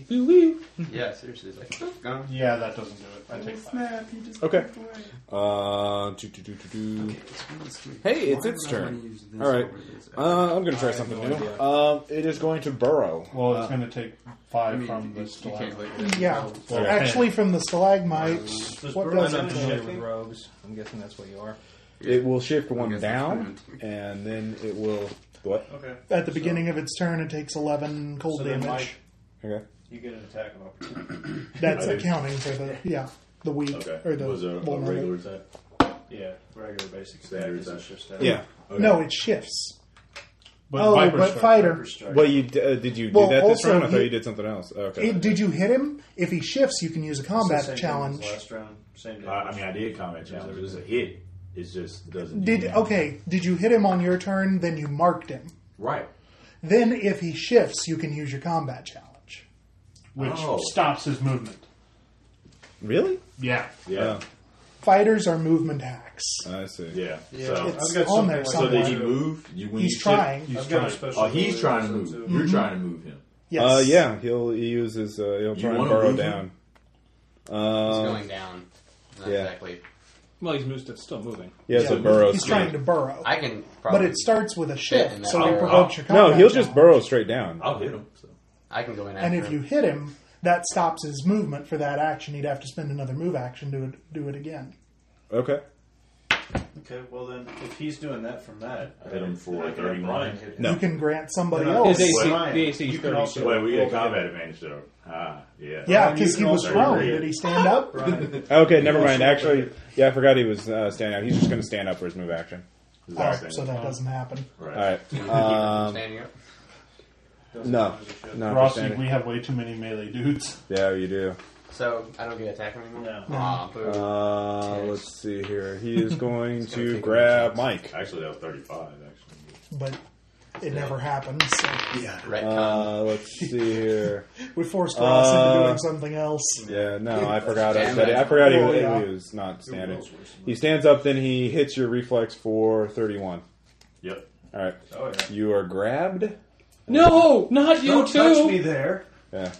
C: boo, boo.
H: yeah, seriously, he's like, "Poof, gone.
F: Yeah, that doesn't do it. I take five.
H: Snap, he just
B: Okay.
H: faded away.
B: Uh, do, do, do, do, do.
H: Okay, it's one of those things.
B: Hey, it's
H: Why
B: its
H: would I
B: turn.
H: wanna use this
B: All right.
H: over this?
B: Uh, I'm gonna try something new. Um, it is going to burrow.
F: Well,
I: Uh,
F: it's gonna take five
H: I mean,
F: from
H: you-
F: the
H: you can't
F: stalactite.
H: look at it.
D: Yeah.
F: Well,
D: Actually, from the stalagmite, what
C: I'm
D: does
C: not
D: it
C: familiar
D: do?
C: with rogues. I'm guessing that's what you are.
B: It will shift one
H: guess it's
B: down,
H: round.
B: and then it will what?
I: Okay.
D: At the beginning of its turn, it takes 11 cold
I: So then,
D: damage.
I: Mike,
B: Okay.
I: you get an attack of opportunity.
D: That's
E: I do.
D: accounting for the yeah the weak
E: Okay.
D: or the
E: was a, a
D: vulnerable.
E: regular type.
I: Yeah, regular basic attack.
E: Standard
I: This is
E: attack.
I: just a
B: Yeah.
E: Okay.
D: No, it shifts.
F: but
D: oh,
F: Viper
D: but
F: Strike.
D: fighter.
I: hyper strike.
B: Well, you d- uh, did you do
D: Well,
B: that this
D: also,
B: round? I thought
D: you-
B: you did something else. Okay.
D: It, did you hit him? If he shifts, you can use a
I: It's the
D: combat
I: same thing as
D: challenge.
I: Last round, same
C: Uh,
E: I, I mean, I did combat challenge. It was a hit. It just doesn't. do
D: Did
E: anything.
D: okay? Did you hit him on your turn? Then you marked him.
E: Right.
D: Then if he shifts, you can use your combat challenge.
F: Which
E: Oh.
F: stops his movement.
B: Really?
F: Yeah.
E: Yeah.
D: Fighters are movement hacks.
B: I see.
E: Yeah.
I: Yeah.
E: So,
D: it's
I: got
D: on there
I: something
E: so
I: like-
D: somewhere.
E: did he move? You, when
D: He's
E: you
D: trying. Mhm.
E: Shift,
I: I've got a
F: trying- Uh,
I: special
E: oh, he's
I: ability
E: trying to
I: also,
E: move.
I: too.
E: You're trying to move him.
D: Yes.
B: Uh, yeah. He'll he uses uh, he'll try and
E: wanna
B: burrow
E: move him?
B: down.
H: He's
B: Uh,
H: going down. Not
B: yeah.
H: exactly.
C: Well, he's moved. It's still moving.
B: he has
D: Yeah.
B: a burrow.
D: He's
B: speed.
D: trying to burrow,
H: I can
D: but
H: probably.
D: it starts with a
H: in
D: shift,
H: that
D: so he
H: burrow.
D: provokes your combat.
B: No, he'll just
D: challenge.
B: burrow straight down.
E: I'll hit him. So.
H: I can go in after
D: And if you
H: him.
D: hit him, that stops his movement for that action. He'd have to spend another move action to do it again.
B: Okay.
I: Okay, well then, if he's doing that from that,
E: hit him for
I: I can have
E: 31.
I: Brian hit him.
B: No.
D: You can grant somebody
I: Then I-
D: else.
C: His AC,
I: Well,
C: the AC is
I: you can
C: 32.
I: also-
E: Wait, we get a
I: Okay.
E: combat advantage though. Ah, yeah.
D: Yeah,
I: Brian, you
D: because he
I: can
D: was
I: also
D: prone.
I: agree.
D: Did he stand up?
I: Brian,
B: Okay, never mind. Actually, yeah, I forgot he was uh, standing out. He's just going to stand up for his move action.
E: Is
D: Oh,
E: that right?
D: so that doesn't happen.
E: Right.
B: All right. Um,
H: Keep him from standing up.
B: No, no, for
F: Rossi,
B: standing.
F: we have way too many melee dudes.
B: Yeah, you do.
H: So I don't get attacked anymore.
I: No.
H: Aw, boo.
B: Uh, let's see here. He is going
H: gonna
B: to
H: take
B: grab
H: a
B: Mike.
E: Actually, that was 35. Actually.
D: But it never happened. So
H: Retcon.
B: Uh, let's see here.
D: we forced Ross into
B: Uh,
D: doing something else.
B: Yeah, no, I forgot.
H: Damn
B: that
H: it.
B: I forgot he,
D: Oh,
B: was-
D: yeah.
B: he was not standing. He stands up, then he hits your reflex for thirty-one.
E: Yep.
B: All right,
I: Oh yeah.
B: you are grabbed.
C: No, not you
I: Don't
C: too.
I: touch me there.
B: Yeah.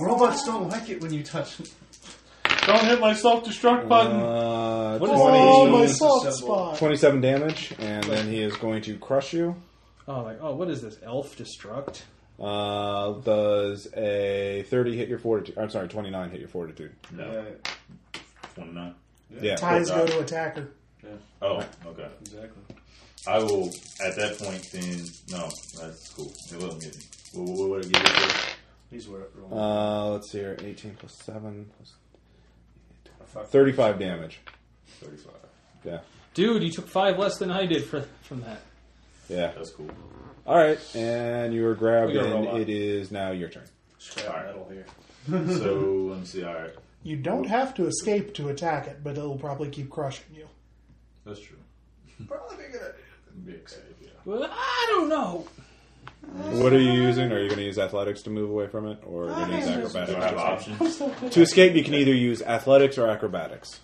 I: Robots don't like it when you touch. me.
F: Don't hit my self destruct button.
B: Uh,
D: Oh,
B: 20,
D: my
I: Please.
D: soft
I: Disassemble.
D: spot.
B: Twenty-seven damage, and then he is going to crush you.
C: Oh, like oh, what is this? Elf destruct.
B: Uh, does a 30 hit your fortitude? I'm sorry, 29 hit your fortitude.
E: No.
I: Yeah,
E: 29.
B: Yeah.
D: Ties go to attacker.
E: Oh, okay.
I: exactly.
E: I will, at that point, then, no, that's cool. It won't get me. What, what, what would I give you for?
I: These were wrong.
B: Uh, let's see here. 18 plus 7 plus 35 damage.
E: 35.
B: Yeah.
C: Dude, you took five less than I did for, from that.
B: Yeah.
E: That's cool.
B: All right. And you were grabbed,
C: We got a
B: and
C: robot.
B: it is now your turn.
I: Scrap metal here.
E: So, let me see. All right.
D: You don't have to escape to attack it, but it'll probably keep crushing you.
E: That's true. Probably be good. Be excited, yeah.
C: Well, I don't know.
B: What are you using? Are you going to use athletics to move away from it, or are you going to use
E: Do I have
B: acrobatics?
E: options?
B: To escape, you can either use athletics or acrobatics.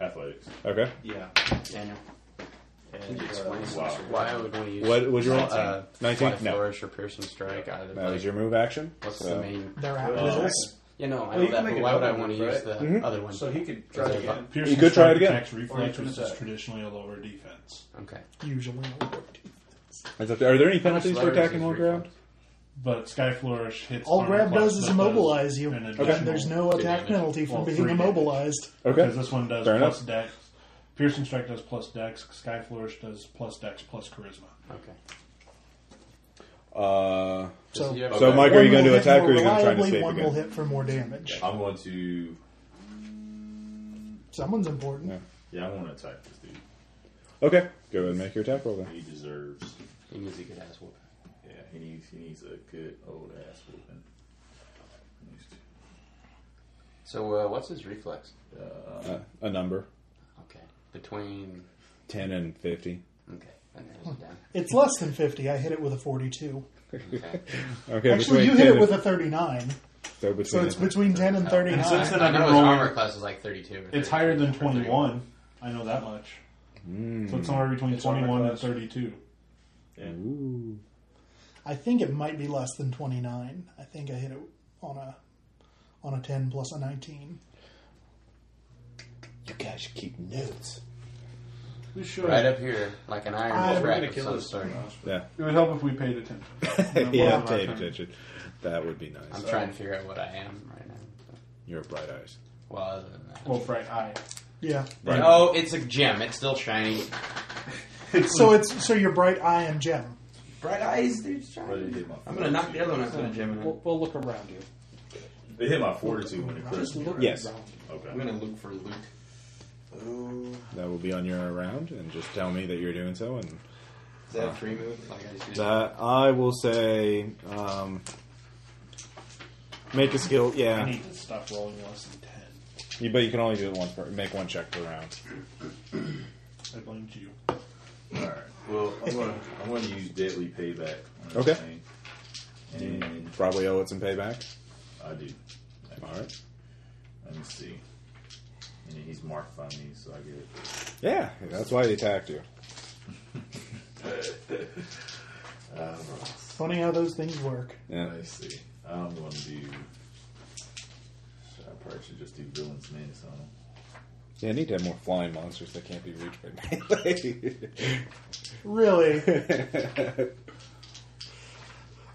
E: Athletics.
B: Okay.
I: Yeah.
B: uh,
H: Daniel, can
I: And,
H: you explain
I: uh,
E: wow.
H: why I would want to use
B: What was your roll?
H: uh,
B: 19?
H: fly,
B: No.
H: flourish or piercing strike? Either
B: That was
H: like,
B: your move action.
H: what's
B: So-
H: the main?
D: They're at
I: Uh,
D: visuals.
H: You know, I
I: Well, you
H: know
I: can
H: that,
I: make
H: but why would I
I: another
H: want to use
I: move, right?
H: the
D: Mm-hmm.
B: Mhm.
H: other one?
I: so he could try
H: Is
I: it
H: it
I: again.
F: Piercing
B: could try
F: strike
B: it again.
F: attacks reflex,
I: Or you can
F: which is
I: attack.
F: traditionally a lower defense.
H: okay.
D: Usually.
B: That's up to- Are there
H: How
B: any
H: much
B: penalties for
H: leverage
B: attacking
H: is
B: one
H: reflex?
B: ground?
F: But Sky Flourish hits.
D: All
F: armor
D: grab
F: class,
D: does is
F: but
D: immobilize you.
F: an
D: and
F: additional-
D: There's no attack
H: damage.
D: penalty from
F: Well,
D: being
F: three damage.
D: immobilized.
B: Okay.
F: Because this one does
B: Fair
F: plus
B: enough.
F: dex. Piercing Strike does plus dex. Sky Flourish does plus dex plus charisma.
H: Okay.
B: Uh,
D: So,
H: you have
B: so
H: Okay.
B: Mike, are
D: one
B: you going
D: will
B: to
D: hit
B: attack or
D: more
B: are you going to try and
D: reliably,
B: escape
D: One will
B: again?
D: hit for more damage.
E: I'm going to.
D: Someone's important.
B: Yeah.
E: Yeah, I'm going to attack this dude.
B: Okay. Go ahead and make your attack roll then.
E: He deserves.
H: He needs a good ass whooping.
E: Yeah, he needs, he needs a good old ass whooping. He needs to-
H: So uh, what's his reflex?
B: Uh, a number,
H: Okay. Between.
B: ten and fifty.
H: Okay. That narrows it down.
D: It's less than 50. I hit it with a 42.
H: Okay.
B: Okay.
D: Actually,
B: between
D: you hit
B: 10
D: it with a
B: and-
D: 39.
B: so between.
D: So it's between 10 and 39.
F: And since then
H: I,
F: I've
H: know
F: been
H: his armor
F: rolling.
H: class is like 32. Or
F: It's
H: 33.
F: higher than 21. I know that much.
B: Hmm.
F: So it's somewhere between
I: It's armor
F: 21 and
I: class.
F: 32.
B: Ooh.
D: I think it might be less than 29. I think I hit it on a on a 10 plus a 19.
B: You guys should keep notes.
F: We should.
H: Right up here, like an iron
D: Ah, we're
H: trap
I: gonna
H: of
I: kill
H: some
I: this
H: sort.
B: Yeah.
F: It would help if we paid attention.
B: yeah.
F: Well,
B: Pay
F: I-
B: attention. That would be nice.
H: I'm trying to figure out what I am right now.
B: Your bright eyes.
H: Well, other than that.
F: Well, right eye.
D: Yeah.
B: Right.
H: Oh, it's a gem. It's still shiny.
D: So it's so your bright eye and gem.
H: Bright eyes, dude. It's
E: But it
H: shiny.
E: hit my
H: I'm gonna knock the other one out to the gem. in it.
J: We'll, we'll look around you.
E: It hit my 42 when it crushed me. right?
B: Yes.
E: Okay.
H: I'm gonna look for loot. Ooh.
B: That will be on your round, and just tell me that you're doing so, and
H: Is that a free move? Like I just did?
B: that I will say, um, make a skill.
F: I
B: Yeah,
F: need to stop rolling less than
B: you, but you can only do it once per make one check per round.
F: 10. I blamed you.
E: Alright. Well, I'm gonna, I'm gonna use deadly payback. On this
B: Okay.
E: Thing. And
B: Probably owe it some payback.
E: I do.
B: All right.
E: Let me see. And then he's marked by me, so I get it.
B: Yeah, that's why he attacked you.
D: Funny how those things work.
B: Yeah.
E: Let me see. I'm going to do. Should I probably should just do villains minutes on him?
B: Yeah, I need to have more flying monsters that can't be reached by melee.
D: Really?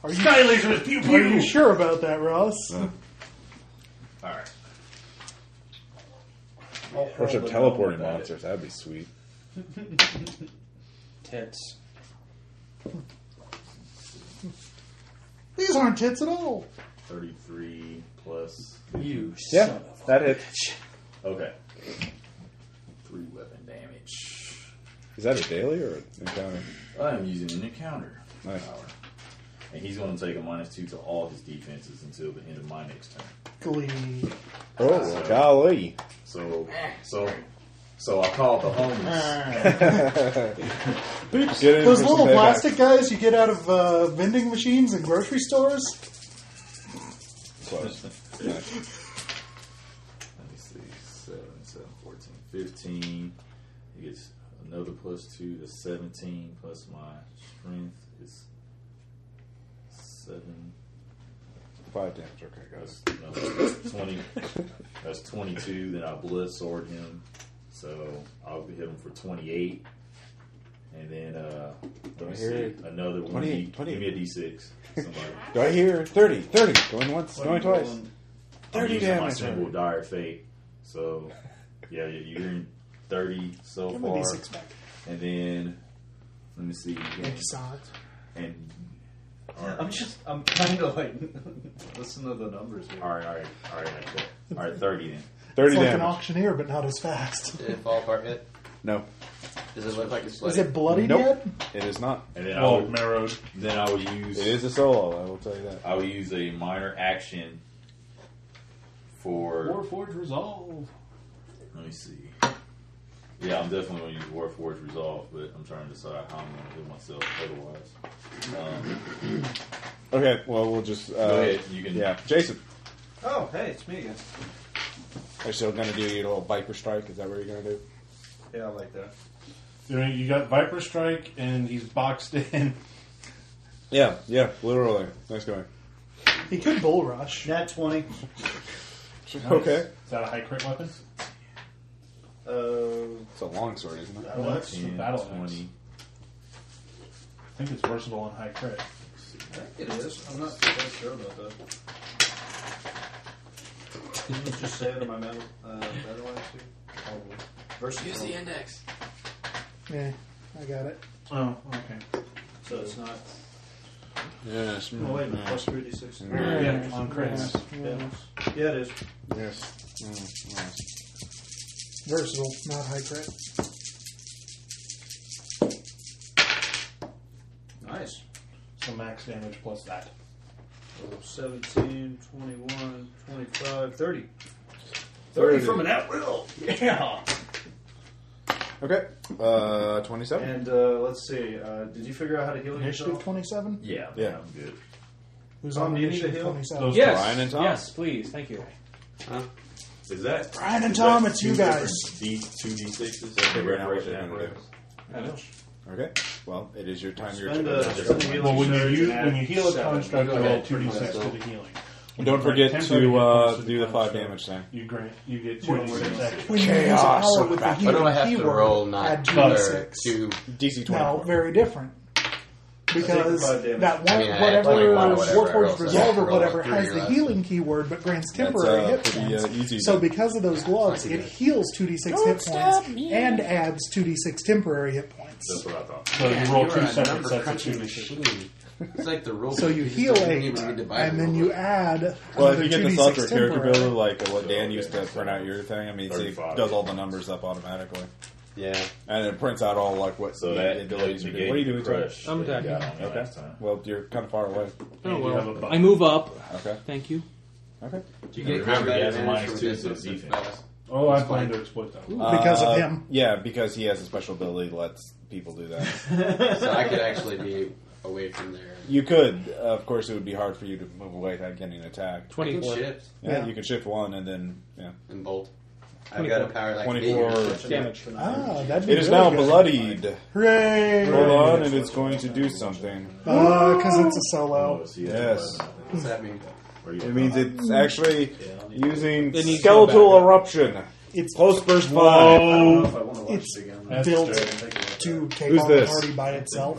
D: Are you, are you sure about that, Ross?
B: Uh.
E: Alright.
B: or some teleporting monsters. That'd be sweet.
J: Tits.
D: These aren't tits at all.
E: 33 plus.
J: You
B: Yeah,
J: son of a
B: that hit.
E: Okay. Three weapon damage.
B: Is that a daily or an encounter?
E: I'm using an encounter.
B: Nice.
E: power. And he's going to take a minus two to all his defenses until the end of my next turn.
D: Glee.
B: Oh, golly.
E: So, so, so I called the
D: Uh.
E: homeless.
B: Get in
D: Those
B: for some
D: little
B: payback.
D: plastic guys you get out of uh, vending machines and grocery stores?
B: Close. Nice.
E: Let me see. 7, 7, 14, 15. He gets another plus 2 to 17, plus my strength is 7.
B: Five damage. Okay, guys.
E: That's, no, that's 20. That's 22. Then I blood sword him. So I'll hit him for 28. And then, uh, let me
B: I hear
E: see.
B: it?
E: Another one.
B: 28,
E: D-
B: 28.
E: Give me a d6. Somebody.
B: Do I hear 30? 30. Going once, going twice.
E: I'm
B: 30
E: using My
B: damage.
E: single dire fate. So, yeah, you're in 30 so
D: Give me a
E: far.
D: D6 back.
E: And then Let me see. again.
D: Exotic.
E: And
G: I'm just, I'm kind of like, listen to the numbers here.
E: all right, all right, all right, all right, cool. all right. Thirty then.
B: Thirty
D: It's like an
B: damage.
D: auctioneer, but not as fast.
H: Did it fall apart yet?
B: No,
H: Does it look like it's
D: Is
H: flooded?
D: it bloody
B: Nope.
D: yet?
B: it is not.
E: And then I
F: Well,
E: would,
F: marrowed.
E: then I would use
B: It is a solo. I will tell you that.
E: I would use a minor action for
F: Warforged Resolve.
E: Let me see. Yeah, I'm definitely going to use Warforged Resolve, but I'm trying to decide how I'm going to do myself otherwise. Um,
B: Okay. Well, we'll just. Uh,
E: go ahead. You can.
B: Yeah, Jason.
I: Oh, hey, it's me again.
B: Are you still gonna do your little viper strike? Is that what you're gonna do?
I: Yeah, I like that.
F: You know, you got Viper Strike, and he's boxed in.
B: Yeah. Yeah. Literally. Nice going.
D: He could bull rush.
I: Nat 20.
B: Okay.
F: Is that a high crit weapon?
I: Uh,
B: It's a long sword, isn't it?
F: Well, that's the
E: 10,
F: battle
E: 20.
F: I think it's versatile on high crit.
G: I think it is. I'm not quite sure about that. Can you just say it on my metal, uh, metal axe here? Probably. Versus
A: Use the index.
D: Yeah, I got it.
F: Oh, okay.
G: So it's not.
B: Yes.
G: Oh, wait a minute. Plus 3d6.
F: Yeah, on crits.
G: Yeah. yeah, it is.
B: Yes. Mm, yes.
D: Versatile, not high crit.
G: Nice.
F: So max damage plus that.
G: Oh, 17, 21, 25, 30.
B: 30.
G: 30 from an at will! Yeah!
B: Okay. Uh, twenty-seven.
G: And uh, let's see, uh, did you figure out how to heal
D: Initiative
G: yourself?
D: 27?
E: Yeah,
B: Yeah.
E: I'm good.
D: Who's
G: Tom,
D: on
G: do you need
D: initiative
G: to heal?
D: 27?
F: Those
C: Yes.
B: Brian and Tom.
C: Yes, please. Thank you.
E: Is that
D: Brian and
E: is
D: Tom,
E: that
D: it's
E: two
D: you guys.
E: different D two D sixes.
B: figuring out what you're gonna do.
C: I know.
B: Okay. Well, it is your time. Your
G: Spend a,
B: turn.
G: spend a healing
F: Well, when you,
G: surge
F: use,
G: at
F: when you heal a
G: seven.
F: construct,
G: Go
F: you roll
G: ahead.
F: 2d6 to the healing.
B: And don't
F: Right,
B: forget
F: 10
B: to uh,
F: points to
B: do
F: the
B: the five
F: construct.
B: damage thing.
F: You grant you get 2d6 extra.
B: Chaos
D: We use an hour
B: of
D: with the
B: battle.
D: healing
H: What do I have to
D: keyword,
H: roll? Not
D: add
H: two or
D: 2d6.
H: two.
B: DC twenty.
D: No, very different. Because
G: five damage.
D: that one,
H: I mean, I had
D: whatever,
H: 21 or whatever, I
D: Warforged
H: rolled
D: Resolve or
H: seven.
D: whatever
H: Roll a
D: has
H: three
D: the
H: or
D: healing keyword but grants
B: That's
D: temporary
B: uh,
D: hit
B: pretty
D: points.
B: uh, easy.
D: so
B: then.
D: because of those gloves,
H: Not too
D: it
H: good.
D: heals 2d6 hit points and adds 2d6 temporary hit points.
E: That's what I thought.
F: So you roll
H: You're
F: two
H: a
F: separate
H: number
F: sets of
H: crunching
F: 2d6.
H: machine. It's like the rule.
D: So you
H: just
D: heal
H: don't
D: 8,
H: even need to buy
D: and
H: the
D: then
H: rule
D: you
H: book.
D: add
B: Well, if
D: another
B: you get the
D: 2d6
B: software character
D: temporary.
B: builder, like uh, what
E: So,
B: Dan
E: okay,
B: used to
E: so
B: print out your thing, I mean, see, it
E: 35.
B: does all the numbers up automatically,
H: Yeah.
B: and it prints out all like what
E: So
B: the
E: that
B: abilities
E: you
B: you do. What are you doing? Crush.
E: Crush
C: I'm
E: that you
C: attacking.
E: got on me
B: Okay.
E: last time.
B: Well, you're kind of far away.
F: And
C: Oh,
F: you have a
C: well.
F: button.
C: I move up.
B: Okay.
C: Thank you.
B: Okay.
H: Do you
E: And
H: get
E: remember,
H: combat
E: he has a
H: advantage
E: minus
H: from
E: two to
H: distance
E: defense.
H: and fast?
F: Oh, I plan to exploit that.
D: Because of him.
B: Uh, Yeah, because he has a special ability that lets people do that.
H: So I could actually be away from there.
B: you could, uh, of course, it would be hard for you to move away without getting attacked.
H: I can
C: 24
H: shift
B: Yeah,
D: Yeah.
B: you could shift one and then yeah.
H: and bolt. I've got a power like
B: 24.
C: damage.
D: Ah, that'd be
B: It is
D: really
B: now
D: good.
B: bloodied.
D: Hooray!
B: Hold on, and it's going to do something.
D: Because it's a
E: Oh,
D: solo.
E: so you have
B: Yes.
E: 11.
H: What's that mean?
E: Where you
B: It means it's actually using
C: They need to go
B: skeletal
C: back up.
B: eruption.
D: It's
B: Close burst five.
G: I don't know Oh, if I want to watch
D: It's-
G: it again.
F: That's
D: built
F: dirty.
D: to
B: Oh.
D: take
B: Who's
D: on the
B: this?
D: party by itself.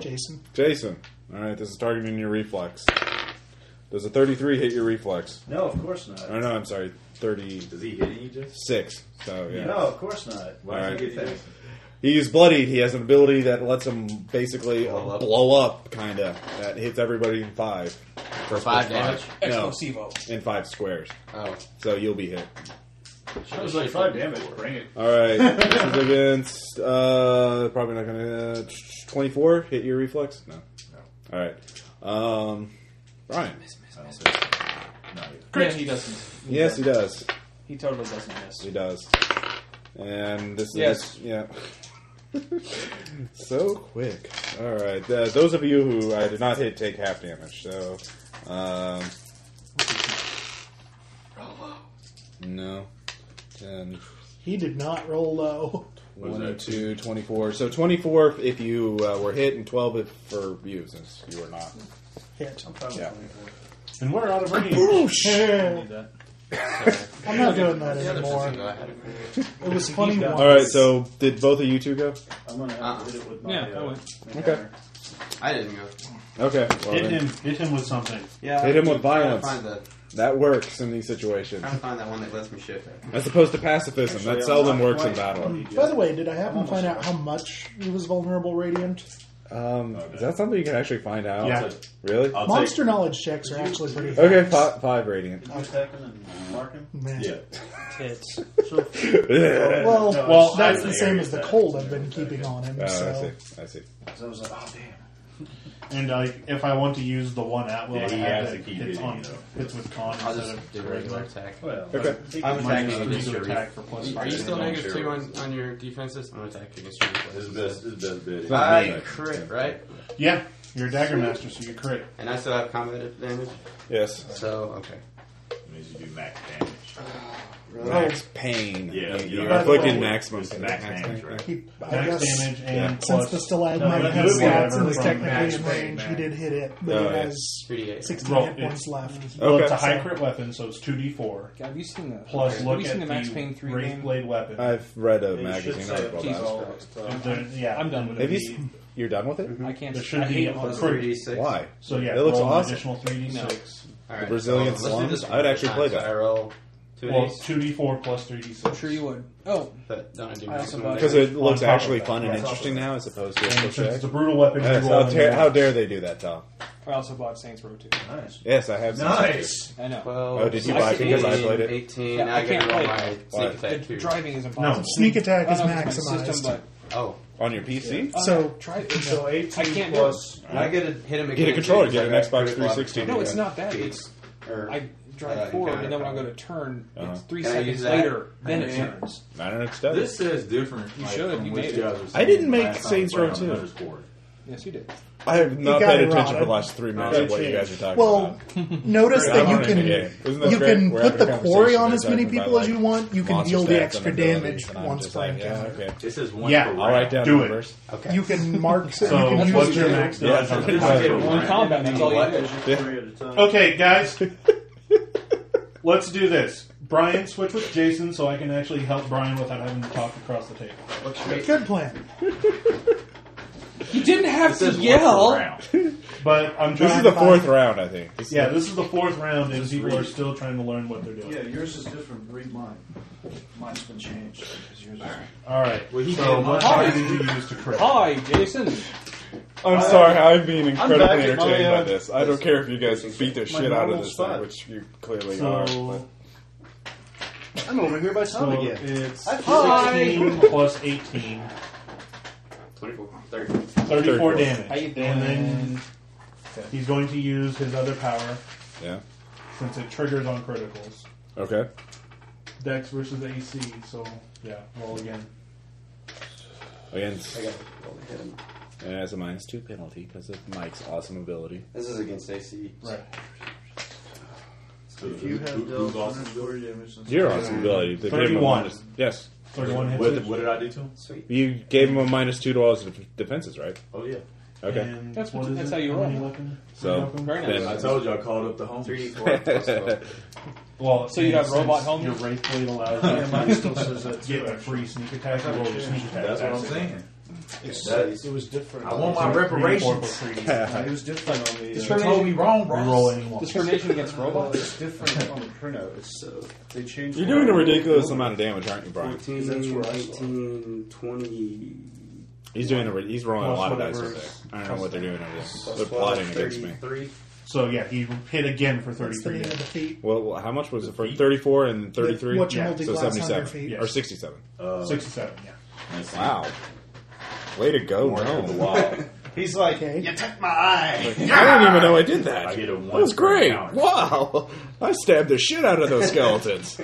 D: Jason.
B: Jason. All right, this is targeting your reflex. Does a 33 hit your reflex?
G: No, of course not.
B: Or no, I'm sorry, 36.
E: Does he hit you just?
B: So yeah.
G: No, of course not.
B: All
G: Why
B: right.
G: does he get that?
B: He is bloodied. He has an ability that lets him basically
H: Blow
B: blow up,
H: up.
B: kind of. That hits everybody in five.
H: For five damage?
B: No,
C: Explosivo.
B: in five squares.
H: Oh.
B: So you'll be hit.
G: That was like five damage. Bring it.
B: All right, this is against uh, probably not gonna uh, twenty four hit your reflex. No. All right, um, Brian.
E: I don't think so. Not yet.
C: Yeah, he doesn't.
B: Yes, he does.
C: He totally doesn't miss.
B: He does. And this
C: Yes.
B: is yeah. so quick. All right, uh, those of you who I did not hit take half damage. So, um, no, 10,
D: He did not roll low.
E: is that?
B: 22, 24. oh So 24 if you uh, were hit, and 12 if for you, since you were not.
D: Hit.
B: Yeah.
F: And we're out of range.
D: Eh,
C: that.
D: I'm not doing that
H: The other
D: anymore.
H: person that I had it for.
D: It was funny once.
B: All right. So did both of you two go?
G: I'm gonna have to hit it with my.
C: Yeah, I
G: uh,
C: went.
G: my
B: Okay.
G: hammer.
H: I didn't go.
B: Okay. Well,
F: Hit
B: then.
F: him. Hit him with something.
H: Yeah.
B: Hit him with
H: I'm trying to
B: violence.
H: Find the
B: That works in these situations.
H: Trying to find that one that lets me shift that.
B: As opposed to pacifism,
H: Actually,
B: that
H: I'm
B: seldom
H: not
B: works in
H: quite-
I: Hmm.
B: battle.
D: By the way, did I happen
H: Almost
D: to find out how much he was vulnerable radiant?
B: Um, Is that something you can actually find out?
D: Yeah.
B: Really?
E: I'll
D: Monster knowledge checks are actually pretty.
B: Okay, five, five radiant.
G: You attack him and mark him?
D: Man.
E: Yeah.
J: Tits.
D: Well,
G: No,
F: Well,
D: that's
F: I-
D: the same as the cold I've been keeping on him.
B: Oh,
D: so.
B: I see. I see.
G: So I was like, oh damn.
F: And like, if I want to use the one at will,
E: Yeah,
F: I
E: he
F: have
E: has
F: it.
E: to keep
F: It's
E: it,
F: on.
E: you know.
F: It's with con
H: I'll
F: instead
H: just do
F: of
H: regular
F: regular.
H: attack.
F: Well,
B: Okay.
H: I'm
F: minus
H: attacking
F: three
H: against
F: to
H: your
F: attack for plus.
H: Are you
F: five.
H: still negative two on, on your defenses? I'm attacking against your
E: This is
H: defenses.
E: best. This is best bid.
B: Right.
H: I crit, right?
F: Yeah, you're a dagger master, so you crit.
H: And I still have combat advantage.
B: Yes.
H: So okay.
E: It means you do max damage.
B: Max pain.
E: Yeah,
B: You-
E: you
B: You're
E: don't-
B: inflicted
E: Well,
B: maximum.
E: it's max damage, right?
D: He, I
F: Max
D: guess
F: damage and
D: since
F: plus.
D: the
F: No, you
D: stalagmite
F: do
D: has stats
F: whatever
D: and is
F: from
D: technically
F: max
D: in
F: pay
D: range, he
F: back.
D: did hit it, but
B: Oh,
D: it
B: yeah.
D: has
H: 3d8.
D: 16
F: Roll
D: hit
F: it.
D: points left.
F: Well, it's a
B: Okay.
F: high crit weapon, so it's two d four.
C: Have you seen that?
F: Plus,
C: have
F: look
C: you
F: at
C: seen the Max
F: the
C: Payne three
F: wraith
C: game?
F: blade weapon.
B: I've read a
G: You should
B: magazine
G: say
B: article
G: Jesus
B: about it.
G: Christ.
F: There- yeah, I'm done with
B: Have you s- You're done with it?
C: I can't.
F: There should
C: I
F: be
C: hate
F: a-
C: all
H: Plus
C: this.
F: Crit.
H: 3d6.
B: Why?
F: So yeah,
B: That looks
F: roll an
B: awesome.
F: Additional three d six.
H: All
B: The Brazilian
H: so let's do this
B: slums?
H: one
B: I would
H: at a
B: actually
H: time.
B: play
H: So
B: that.
H: I roll two
F: Well,
H: d8s,
F: two d four plus three d
C: I'm
F: six.
C: sure you would. Oh,
H: but don't I do
C: I also
H: maximum
C: bought
B: Because
H: damage?
B: it looks
F: On top of
B: actually
F: that.
B: fun and
F: Yeah.
B: interesting now as opposed to a
F: And since
B: cliche.
F: it's a brutal weapon,
B: Yes,
F: you roll
B: how, dare,
F: anyway.
B: how dare they do that, Tom?
C: I also bought Saints Row 2.
G: Nice.
B: Yes, I have. some
G: Nice.
C: I know.
H: Twelve.
B: Oh, did you buy it because I played it?
H: 18.
C: Yeah,
H: now
C: I
H: I,
C: can't
H: gotta roll
C: play
H: my
C: it.
H: sneak
B: Why?
H: attack
C: The
H: too.
C: driving is impossible.
D: Sneak attack
C: I
D: is
C: don't know if it's my system,
D: maximized.
H: Oh,
B: On your PC?
C: but-
D: So-
C: Oh, try it.
G: So 18
C: I can't do it.
G: plus.
H: I get to hit him again.
B: Get a controller,
H: too,
B: get an
H: 'cause I got
B: Xbox
H: critical
B: 360.
H: opportunity
C: No, it's not that.
H: to
C: It's
H: or-
C: I drive
H: Uh,
C: forward,
H: encounter
C: and then when I go
H: combat.
C: to turn,
B: Uh-huh.
C: it's three
H: Can I use
C: seconds
H: that?
C: later. Then it
H: Yeah.
C: turns.
B: I don't know. It's done.
E: This says different.
C: You should,
E: from
C: you
E: what
C: made
E: you
C: it.
E: guys were
B: I didn't
E: saying
B: make
E: last time
B: Saints
E: we
B: Row
E: played on
B: 2.
E: Hunter's Court.
C: Yes, you did.
B: I have not
D: got
B: paid
D: it
B: attention for
D: rotted.
B: the last three minutes of what you guys are talking
D: Well,
B: about.
D: notice that
B: I'm
D: you
B: on
D: can
B: NBA. Isn't that
D: you
B: great?
D: can
B: We're
D: put
B: having a
D: the quarry
B: conversation
D: on
B: that's
D: as many
B: driven by,
D: people as
B: like,
D: you want. You can
B: monster
D: deal the
B: stats
D: extra
B: and abilities,
D: damage
B: and I'm
D: once
B: just
D: per
B: like, yeah,
D: encounter.
B: okay.
E: It says one
F: Yeah.
E: per
B: I'll write
E: round.
B: down
F: Do
B: the
F: it.
B: numbers.
H: Okay.
D: You can mark. So,
F: So
D: you can
F: what's
D: use
F: your
D: it.
F: max
B: Yeah,
F: damage?
B: that's
F: on
B: what I
F: the
B: did.
F: attack?
C: One combat, that's all you do.
G: Three at a time.
F: Okay, guys, let's do this. Brian, switch with Jason so I can actually help Brian without having to talk across the table.
H: What's your
D: Good plan.
C: You didn't
E: It
C: have to
E: says one per
C: yell.
E: round.
F: But I'm trying.
B: This is the
F: to
B: fourth
F: find-
B: round, I think. This is-
F: Yeah, this is the fourth round, and people
E: read.
F: are still trying to learn what they're doing.
G: Yeah, yours is different. Read mine. Mine's been changed because yours is.
F: All right.
E: Well, he
F: so
E: did
F: what
E: mine.
F: die did you use to crit?
C: Hi, Jason.
B: I'm sorry, I'm being incredibly
G: back at my,
B: entertained by
G: uh,
B: this. I don't care if you guys beat the shit out of
G: normal
B: this thing,
G: spot.
B: which you clearly are.
F: So,
G: I'm over here by Tom
F: so
G: again.
F: it's
G: Hi.
F: 16 plus 18,
H: 24? 30.
F: 34
B: 34.
C: How you
F: damage.
C: doing?
F: And then he's going to use his other power
B: but- yeah.
F: since it triggers on criticals.
B: Okay.
F: Dex versus AC, so yeah, roll again.
B: Against,
H: I got to roll to hit him.
B: and as a minus two penalty because of Mike's awesome ability.
H: This is against AC.
F: Right.
E: So
G: If you
E: who-
G: have
E: who-
G: dealt
E: who's awesome?
G: 140 damage, since-
B: Your awesome ability. that gave him a
F: 31.
B: minus- Yes.
F: 31 hits.
E: What,
F: it.
E: what did I do to him?
H: Sweet.
B: You gave him a minus two to all his def- defenses, right?
E: Oh yeah.
B: Okay.
F: And
C: That's
F: what
C: what-
F: is
C: that's
F: it?
C: how you
F: many
C: roll.
F: weapon?
B: So,
F: Three
C: Very
B: then-
E: I
C: nice.
E: told you I called up the home.
H: 3d4 plus 12.
F: Well,
C: So you'd have
F: since
C: robot helmet?
F: Your wraith blade allows
G: Yeah,
F: you
G: mine still says that
F: to
G: too.
F: get a
G: actually.
F: free sneak attack. You roll your sneak attack.
E: That's what I'm
F: it.
E: saying.
G: It's- uh,
E: That's-
G: It was different.
E: I want
F: So
E: my
F: three,
E: reparations.
F: four plus three.
G: No, It was different on the.
E: You told me wrong,
F: You
E: bro.
F: roll any one.
C: Discrimination against
G: Well,
C: robots.
G: it's different on the printout. It's uh, they changed.
B: You're doing a ridiculous amount of damage, aren't you, Brian?
H: 14,
G: That's where I saw it.
H: 18, 20.
B: He's doing a, he's rolling a
F: Plus
B: lot of dice
F: whatever
B: over there.
F: is-
B: I don't know what they're doing over there.
H: plus
B: They're
H: 12,
B: plotting against me.
H: 33.
F: So yeah, he hit again for
D: That's the
F: 33
D: name of the
F: damage.
D: feet.
B: Well, well, how much was it for? 34 and 33?
D: What you
F: Yeah,
D: multi
B: so
D: glass hundred
B: 77.
D: feet.
B: Or 67.
E: Uh,
F: 67, yeah.
E: let's see.
B: Wow. Way to go,
E: Morning of the
B: no.
E: Wild.
G: He's like,
D: Okay.
G: you took my eye.
B: I didn't even know I did that.
E: I get a one
B: that was
E: for
B: great.
E: an hour.
B: Wow. I stabbed the shit out of those skeletons.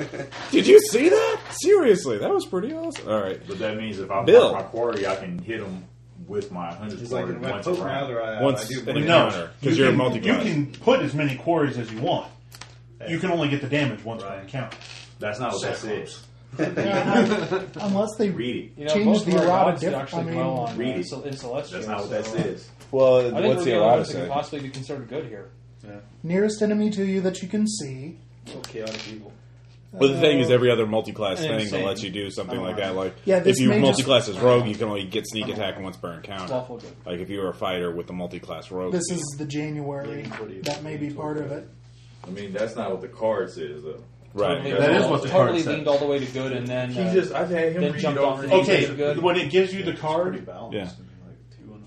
B: did you see that? Seriously, that was pretty awesome. All right.
E: But that means if I
B: Bill.
E: Bill. my quarry, I can hit him with my hundred
G: He's like,
E: quarry
G: when I
E: once
G: poke my
E: around.
G: other
H: Uh,
C: uh,
G: eye out, I
B: Once
G: do
B: an
G: blink.
B: encounter.
F: you
B: Because you're a
F: can-
B: multi
F: You can put as many quarries as you want. You can only get the damage once per
E: Right.
F: encounter.
E: That's not what that says.
D: Unless they
E: Read it.
C: You know,
D: Change
C: both
D: the
C: of our
D: errata
C: gods did
D: different-
C: actually
D: I mean-
C: dwell on
E: Read
C: uh,
E: it.
C: Cel- in Celestial.
E: That's not what that
C: so, uh,
E: says.
B: Well,
C: I didn't
B: what's the
C: really know
B: Errata
C: if it could
B: say?
C: possibly be considered good here.
D: nearest enemy to you that you can see.
G: Oh, chaotic evil.
B: Well, the thing is, every other multi-class
C: And
B: thing that
C: same.
B: lets you do something like that, like
D: Yeah,
B: if
D: this
B: you
D: may
B: multi-class as rogue, you can only get sneak attack once per encounter.
C: Lawful good.
B: Like if you were a fighter with the multi-class rogue,
D: This is the January.
G: Bleeding pretty.
D: That may be part of it.
E: I mean, that's not what the card says, though.
B: Right.
E: That
F: That
E: is
F: is what the
C: totally
F: card
C: leaned
F: said.
C: all the way to good, and then
E: He
C: uh,
E: just, I've had him
C: then
E: read
C: jumped
E: all
C: off
E: the
C: the-
F: Okay,
C: Good.
F: when it gives you the card,
B: Yeah.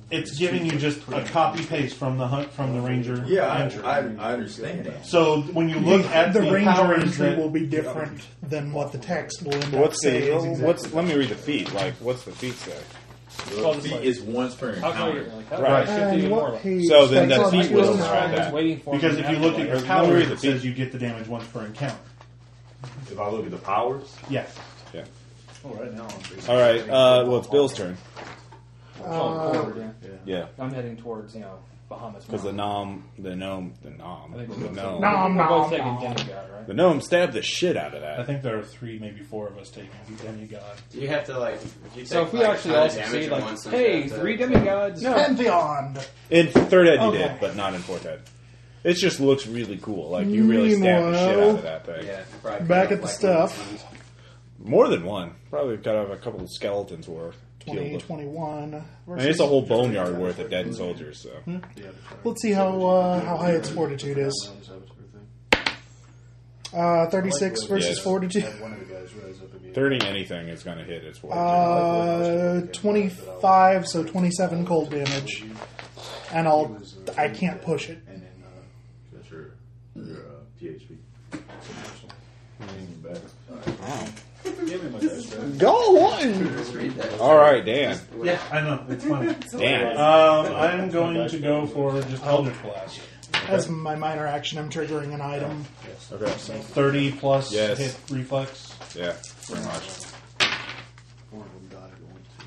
F: it's giving you just a copy paste from the hunt from the ranger.
E: Yeah, I,
F: entry.
E: I, I understand that.
F: So when you look at
D: the
F: the,
D: ranger
F: powers
D: entry
F: that,
D: will be different than what the text will end up
B: What's the
D: saying is exactly.
B: what's? Let me read the feet. Like, what's the feet say?
E: Well, the feet is once per
C: How come you're
E: encounter.
C: like that?
B: Right.
C: Shifty
D: And
C: even more
D: what
C: like-
D: page-
B: So then
D: that's
B: that
D: on
B: feat
D: my
B: will
D: own
B: describe
D: side.
B: that.
C: waiting for
F: because
C: him
F: if
C: to
F: you look
C: have
F: at
C: to,
F: your
C: like,
B: Let me
F: powers,
B: read the
F: it says you get the damage once per encounter.
E: If I look at the powers,
F: Yes.
B: Yeah.
G: Oh, right now I'm basically-
B: All right. Uh, well, it's Bill's turn.
C: oh, forward, yeah.
B: Yeah,
C: I'm heading towards you know Bahamas.
B: because the
C: Mountain.
B: nom, the gnome, the nom,
C: I think
B: the
C: we're both-
B: gnome,
D: Nom,
C: we're both
D: nom,
C: taking
D: nom.
C: demigod, right?
B: the gnome stabbed the shit out of
F: I
B: that.
F: think there are three, maybe four of us taking the demigod.
H: You have to like. If you
C: So
H: take,
C: if we
H: like, a
C: actually
H: ton
C: all
H: of damage
C: succeed,
H: at
C: like,
H: once, then you
C: hey,
H: have to-
C: three demigods.
D: Pantheon.
B: In third ed, you
D: Okay.
B: did, but not in fourth ed. It just looks really cool. Like you really stabbed the shit
D: Meanwhile-
B: out of that thing.
H: Yeah, probably
D: Back
H: could've,
D: at the
H: like,
D: stuff.
H: ones.
B: More than one. Probably got a couple of skeletons were
D: Twenty
B: killed.
D: twenty one.
B: I mean, it's a whole boneyard worth of dead soldiers. So
D: Let's see how uh, how high its fortitude is. Uh, Thirty six versus
B: Yes.
D: fortitude.
G: Had one of the guys rise up again.
B: thirty anything is going to hit. It's worth.
D: Uh, twenty five, so twenty seven cold damage, and I'll I can't push it.
G: And then, uh,
E: that's your, your uh, PHP.
B: it. Go on.
H: Just read that.
B: All right, Dan.
H: Yeah.
F: I know it's funny.
B: Dan.
F: um, I'm going to go for just Eldritch Blast.
D: As my minor action, I'm triggering an item.
B: Okay.
F: Thirty plus
B: Yes.
F: hit reflex.
B: Yeah. Pretty much.
G: one of them died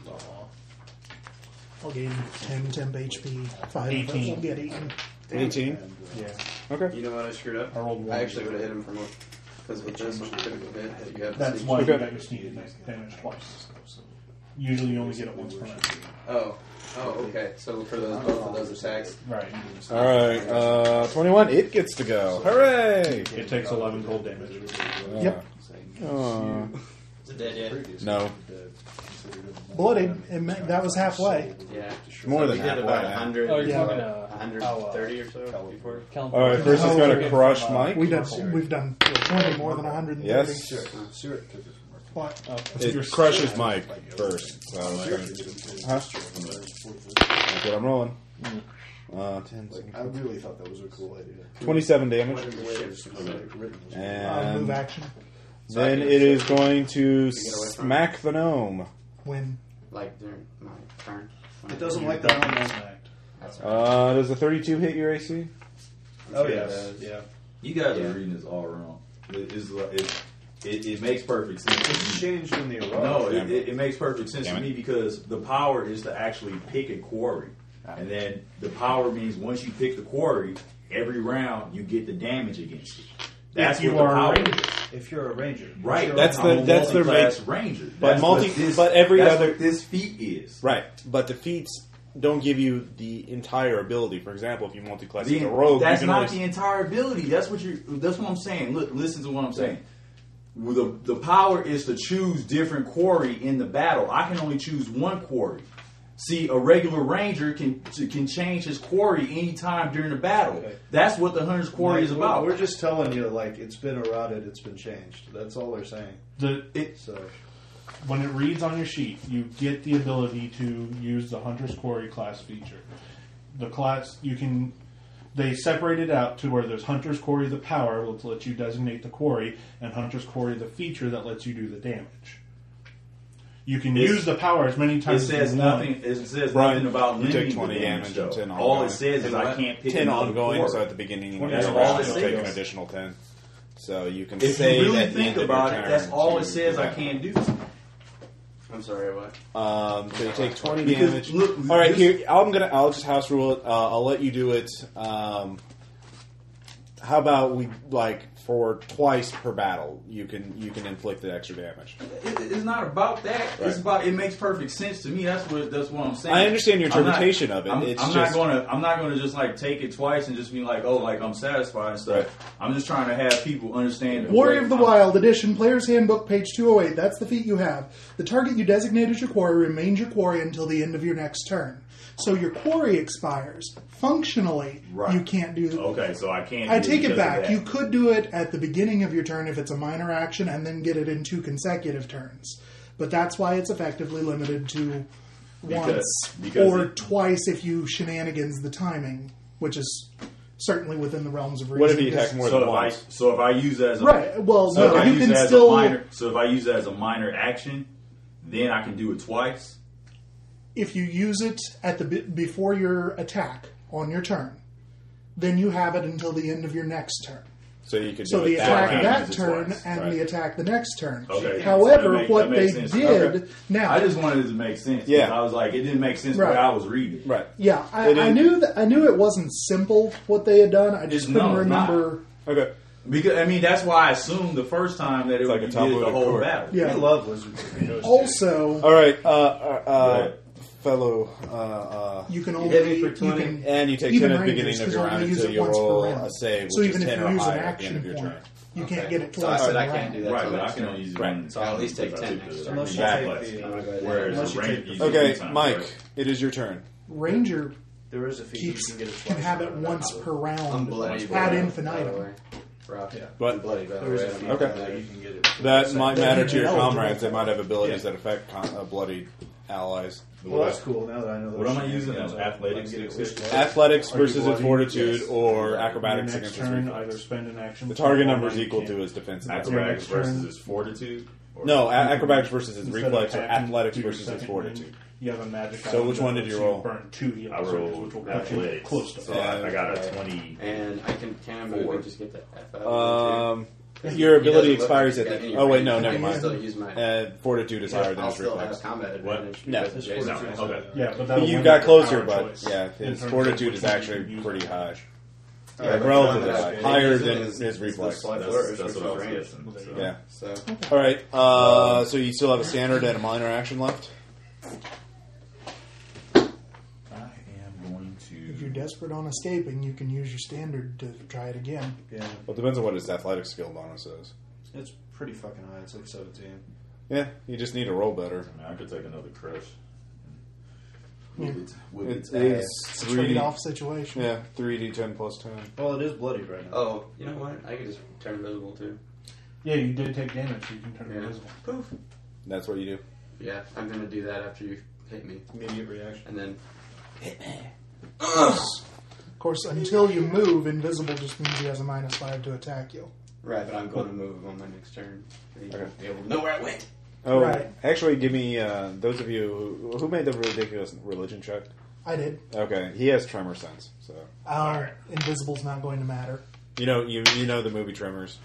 G: going to-
D: I'll gain 10 temp HP. Five of us will
F: 18.
D: get eaten.
B: Eighteen.
F: Yeah,
B: Okay.
H: You know what I screwed up?
F: I rolled one.
H: I actually would have hit him for more. Because with this, I could have hit that you have
F: That's
H: sneak.
F: why
B: Okay.
F: you got your sneak attack damage twice. Usually, you only get it once per night.
H: Oh. Oh, okay. So for those both of those attacks,
F: Right.
B: All right. Uh, twenty-one. It gets to go. Hooray!
F: It takes 11 cold damage.
D: Yep.
B: Uh,
H: is it dead yet?
B: no.
D: Bloodied. It ma- that was halfway.
H: Yeah.
B: More than
H: we did
B: halfway
H: about
B: now.
H: 100,
C: Oh, you're
D: Yeah.
C: talking uh,
H: 130 or so before.
C: Kellen-
B: All right. First, it's going to crush Mike.
D: We've done, we've done 20 more than 130.
B: Yes.
G: Seward took it from her.
D: What?
B: It crushes Mike first. So I'm gonna- Huh? That's what I'm rolling. Uh, 10,
G: Like, I really thought that was a cool idea.
B: 27 damage.
G: The way it was like, written was-
D: Uh, move
B: And
D: action.
B: then it is going to smack the gnome.
D: When?
H: Like during my turn.
G: It doesn't like that one. man.
B: Uh, does a 32 hit your AC?
G: Oh, yes. Yeah.
E: You guys
H: Yeah.
E: are reading this all wrong. It, it's like- it, it, it makes perfect
G: It's
E: sense. to me.
G: changed when they arrived.
E: No,
B: Damn it.
E: it, it, it makes perfect sense
B: Damn
E: to
B: it.
E: me because the power is to actually pick a quarry.
B: Ah.
E: And then the power means once you pick the quarry, every round you get the damage against it. That's
F: If you
E: what the
F: are a
E: power
F: ranger.
E: is.
G: If you're a ranger.
E: Right.
G: You're
B: That's
G: a-
B: the-
E: I'm a
B: that's the
E: multi-class
B: range.
E: ranger.
B: But
E: That's
B: multi-
E: what this,
B: but every
E: that's
B: other-
E: what this feat is.
B: Right. But the feats don't give you the entire ability. For example, if you multi-class
E: The-
B: as a rogue, you
E: that's
B: can
E: not
B: always-
E: the entire ability. That's what you. That's what I'm saying. Look, listen to what I'm saying. Well, The the power is to choose different quarry in the battle. I can only choose one quarry. See, a regular ranger can can change his quarry anytime during the battle.
G: Okay.
E: That's what the hunter's quarry
G: Like,
E: is
G: we're-
E: about.
G: We're just telling you, like, it's been eroded, it's been changed. That's all they're saying.
F: The,
E: It-
G: So,
F: when it reads on your sheet, you get the ability to use the Hunter's Quarry class feature. The class you can they separate it out to where there's Hunter's Quarry the power, which lets you designate the quarry, and Hunter's Quarry the feature that lets you do the damage. You can
E: It's-
F: use the power as many
E: it
F: times as
E: says
F: you want.
E: nothing. It says
B: Right.
E: nothing about
B: You take
E: limiting
B: 20
E: the damage.
B: damage and
E: though.
B: 10
E: All
B: ongoing.
E: it says is I can't pick
B: 10
E: another
B: ongoing,
E: quarry.
B: so at the beginning of
E: That's
B: every
E: all
B: round,
E: it
B: you'll take an
E: says.
B: additional 10. So you can
E: If you
B: say
E: really
B: that at the
E: think
B: end of
E: about
B: your
E: it,
B: turn
E: that's all it
B: to-
E: says I can't do.
H: I'm sorry, what?
B: Um, so you take twenty
E: Because,
B: damage.
E: look,
B: All right,
E: this-
B: here I'm gonna. I'll just house rule it. Uh, I'll let you do it. Um, how about we like for twice per battle, you can you can inflict the extra damage.
E: It, it's not about that.
B: Right.
E: It's about it makes perfect sense to me. That's what that's what I'm saying.
B: I understand your
E: I'm not-
B: interpretation of it.
E: I'm,
B: It's
E: I'm
B: just-
E: not gonna I'm not gonna just like take it twice and just be like, oh, like I'm satisfied and stuff. I'm just trying to have people understand. the
D: Warrior
E: way
D: of the
E: I'm-
D: Wild Edition, Player's Handbook, page 208. That's the feat you have. The target you designate as your quarry remains your quarry until the end of your next turn. So your quarry expires. Functionally,
E: Right.
D: you can't do.
E: Okay, so I can't.
D: I
E: do
D: take
E: because
D: it
E: of
D: back.
E: that.
D: You could do it at the beginning of your turn if it's a minor action, and then get it in two consecutive turns. But that's why it's effectively limited to
E: Because-
D: once
E: because
D: or
E: it-
D: twice if you shenanigans the timing, which is certainly within the realms of reason.
B: What if you
D: because-
B: attack more
E: so
B: than
E: if I,
B: once?
E: so if I use it as a
D: Right. Well,
E: so
D: no,
E: if I
D: you
E: use
D: can
E: it as
D: still-
E: a minor so if I use it as a minor action, then I can do it twice.
D: if you use it at the be- before your attack on your turn, then you have it until the end of your next turn.
B: So you could
D: So
B: do
D: the
B: it
D: attack
E: way.
D: that
E: Use it
D: turn
E: twice,
D: and
B: right.
D: the attack the next turn.
E: Okay.
D: However,
E: That make-
D: what
E: that makes
D: they
E: sense.
D: did
E: Okay.
D: now,
E: I just wanted it to make sense. 'cause
B: Yeah.
E: I was like, it didn't make sense the
D: Right.
E: way I was reading.
B: right.
D: yeah, I,
B: They
D: I
B: didn't-
D: knew that I knew it wasn't simple what they had done. I just
E: It's-
D: couldn't
E: no, it's not.
D: remember.
B: Okay.
E: Because I mean, that's why I assumed the first time that it
B: like a
E: was you did
B: Talmud
E: the
B: of
E: whole
B: Korah.
E: battle.
D: Yeah.
I: I love lizards.
D: Also,
B: All right. Uh, uh, uh,
E: Right.
B: fellow. Uh, uh,
D: you can
H: hit
D: only
H: me for
D: you
H: 20.
D: can
B: and you take
D: even
B: 10 at the
D: Rangers,
B: beginning of
D: 'cause
B: your
D: you
B: round
D: only use
B: until
D: it
B: you
D: once per
B: roll
D: round.
B: a save, which
D: so even
B: is
D: if
B: 10
D: you
B: or
D: use an
B: higher at the end
D: action
B: of your
D: point,
B: turn.
D: you can't get it
H: So I
D: twice.
H: said
D: in a
H: I can't
D: round.
H: do that.
E: Right,
H: till
E: but I
H: next
E: can
H: turn.
E: only use
B: Right.
E: one.
H: So I'll at least take 10 next turn.
E: Unless
I: Unless
E: you
I: you
E: take
I: take
G: uh,
I: the-
E: Whereas
I: Unless
E: a
I: you
E: rank,
I: take the-
E: you
B: Okay,
E: use one time,
B: Mike,
E: right?
B: it is your turn.
D: Ranger
I: There is a feat you
D: keeps
I: can get it
D: can
I: twice.
D: have it once per
H: I'm
D: round
H: bloody. by
D: ad
H: the way, by the
D: infinitum.
H: way. Rob,
I: Yeah.
B: But-
H: I'm bloody. By the
I: There is
H: way.
I: a
H: I'm
I: feat
H: not
B: Okay.
I: that
H: bloody.
I: you can get it.
B: That might matter to your
D: eligible.
B: comrades. They might have abilities that affect con- uh, bloodied allies.
I: Well, that's cool. Now that I know.
E: What
I: those
E: am I using
I: shenanigans,
E: as
I: I'll
E: athletics
I: get it
E: to
I: with-
B: Athletics
F: Are you
B: versus
F: bloodied?
B: fortitude
F: Yes.
B: or
F: Your
B: acrobatics
F: next
B: against
F: turn,
B: reflex.
F: either spend an action.
B: The target
F: or
B: number is
F: you
B: equal
F: can't.
B: to his defense. and
E: Acrobatics
B: athletics.
F: Your next
E: versus
F: turn.
E: his fortitude. Or-
B: No, a- acrobatics versus his
F: Instead of
B: reflex or
F: attacking,
B: athletics
F: do your
B: versus his
F: second
B: fortitude.
F: one. You have a magic.
B: So
F: item
B: which
F: that
B: one did
F: lets
B: you roll?
F: Burn two healing
E: I
F: surges, which
E: rolled
F: will actually
E: athletics,
F: close to
E: so
F: five.
E: I, I got a twenty.
H: And I can can I move
E: Four.
H: and just get the F out of
B: Um, your
H: it, too? He
B: ability
H: doesn't look
B: expires
H: like
B: at
H: he's got
B: the.
H: any
B: Oh wait,
H: range.
B: no,
H: I
B: never
H: can Still
B: mind.
H: use my.
B: Uh, fortitude is higher than
H: I'll
B: his
H: still
B: reflex.
H: have combat
E: What?
H: advantage.
B: No.
H: because of
E: No,
H: Jason's-
E: okay.
F: Yeah, but that'll
B: You
F: limit
B: got
F: our
B: closer, but
F: choice
B: yeah,
F: in
B: his
F: terms of
B: fortitude
F: which
B: is
F: one you
B: actually
F: use.
B: pretty high.
H: All right,
B: Yeah, relatively
H: but
B: high.
H: it's
B: Higher
H: it's
B: than
H: the-
B: his- his
H: it's the
B: reflex.
H: slight
E: That's,
H: flourish,
E: that's
H: which
E: what I was
H: range.
E: guessing. So.
B: Yeah.
H: So
B: All right. Uh, so you still have a standard and a minor action left.
E: I am going
D: If you're
E: to.
D: desperate on escaping, you can use your standard to try it again.
I: Yeah,
B: Well, it depends on what his athletic skill bonus is.
I: it's pretty fucking high. It's like seventeen.
B: Yeah, you just need to roll better.
E: I, mean, I could take another crush.
D: Yeah.
E: With
B: It
E: its
B: is
D: It's a
B: three.
D: trade-off situation.
B: Yeah, three d ten plus ten.
I: Well, it is bloodied right now.
H: oh, you know what? I can just turn invisible too.
F: Yeah, you did take damage. You can turn
H: Yeah.
F: invisible.
H: Poof.
B: That's what you do.
H: Yeah, I'm gonna do that after you hit me,
I: Immediate reaction.
H: and then
D: Of course, until you move, invisible just means he has a minus five to attack you.
H: right. But I'm going to move on my next turn. So you won't be able to know where I went.
B: Oh,
D: Right.
B: actually, give me uh, those of you who, who made the ridiculous religion check.
D: I did.
B: Okay, he has tremor sense, so
D: Uh, Invisible's not going to matter.
B: you know you you know the movie Tremors,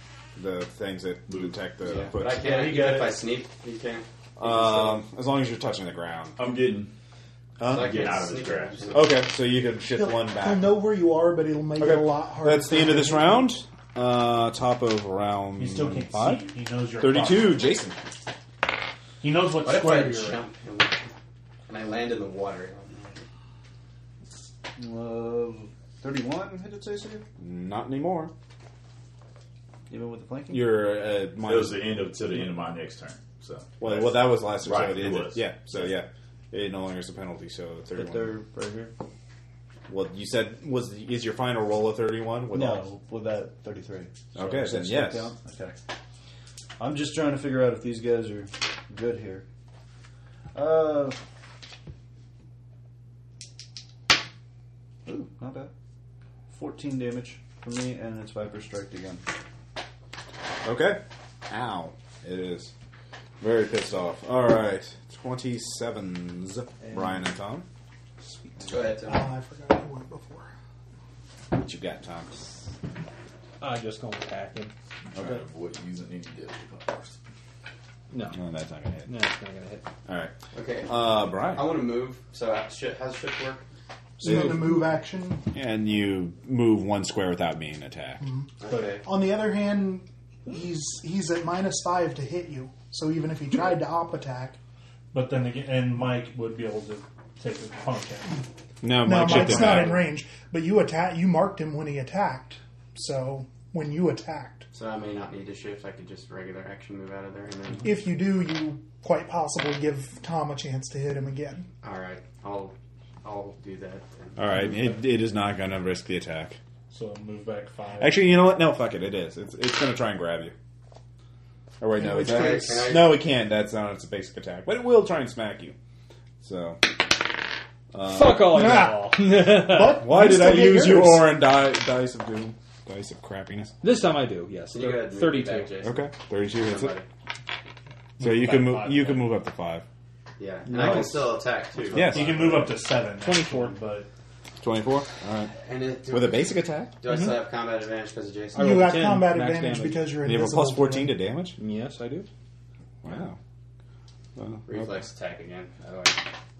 B: the things that detect the
H: Yeah,
B: foot.
H: but I
I: Yeah,
H: can't.
I: you
H: Even
I: got
H: if
I: it.
H: I sneak, you can't.
B: Um, as long as you're touching the ground.
E: I'm getting.
H: So I
B: Huh?
E: Get
H: can't
E: out of
H: sneak
E: this
H: around.
E: grasp.
B: Okay, so you can shift
D: He'll,
B: one
D: he'll
B: back.
D: know where you are, but it'll make it a lot
B: Okay,
D: harder.
B: that's the end of this round. Uh, top of
F: He
B: round
F: still can't
B: Mm. five.
F: see. He knows your
B: Thirty-two, Jason.
F: He knows what,
H: What if I
F: square you're in.
H: jump and, and I land in the water?
I: Love thirty-one. Hit it, say again.
B: Not anymore.
I: Even with the flanking.
B: You're uh,
E: It was
B: minus.
E: the end of to the end of my next turn. So
B: Well, well, that was last turn.
E: Right,
B: so it
E: it
B: ended-
E: was.
B: Yeah. So yeah, it no longer is a penalty. So
I: the
B: thirty-one.
I: third right here.
B: Well, you said was is your final roll a thirty-one? With all-
I: No, with that thirty-three.
B: Okay,
I: is that
B: then yes.
I: struck Okay. I'm just trying to figure out if these guys are good here. Uh. Ooh, not bad. Fourteen damage for me, and it's Viper Strike again.
B: Okay. Ow! It is very pissed off. All right, twenty-sevens. Brian and Tom,
H: Go ahead,
D: Oh,
H: Tom.
D: I forgot who went before.
B: what you got, Tom?
C: I'm just going to attack him.
E: I'm trying to avoid using any deadly powers.
C: No.
B: No, that's not gonna hit.
C: No, it's not going to hit.
B: All right,
H: Okay.
B: uh,
H: I
B: Brian.
H: want to move. So uh, shi how's shift work?
D: Spend a move action.
B: and you move one square without being attacked.
D: Mm-hmm.
G: Okay.
D: On the other hand, he's he's at minus five to hit you. So even if he tried to op attack,
F: But then again, and Mike would be able to take the punk out.
B: No,
D: no,
B: Mike
D: Mike's
B: him
D: not
B: out.
D: in range. But you attack. You marked him when he attacked. So when you attacked,
H: So I may not need to shift. I could just regular action move out of there and then.
D: if you do, you quite possibly give Tom a chance to hit him again.
H: All right, I'll I'll do that. Then.
B: All right, it, it is not going to risk the attack.
F: So move back five.
B: Actually, you know what? No, fuck it. It is. It's, it's going to try and grab you. Oh wait, no,
D: In
B: it's
D: which
B: not-
H: case-
B: no, it can't. That's not its basic attack, but it will try and smack you. So
F: Uh,
C: Fuck all
D: nah.
C: y'all.
D: But
B: why
D: you
B: did I
D: still get
B: use you
D: yours.
B: Orin di- dice of doom, dice of crappiness?
C: this time I do. Yes,
H: You go ahead and move back,
C: thirty-two.
H: Jason.
B: Okay, thirty-two hits it.
H: Somebody.
B: So you
F: Move
B: can
F: back
B: move.
F: five,
B: You
F: yeah.
B: can move up to five.
H: Yeah, and I can
B: Nice.
H: still attack too.
B: Yes.
F: You can move up to seven.
C: 24.
F: but
B: Twenty-four. All right.
H: And it, do,
B: With a basic Mm-hmm. attack,
H: do I still have combat advantage because of Jason?
D: You
C: rolled
D: have
C: 10,
D: combat
C: max
D: advantage
C: damage.
D: because you're
B: and you
D: invisible.
B: have a plus fourteen
D: him.
B: to damage.
C: Yes, I do.
B: Wow. Well,
H: Reflex attack again. Otherwise,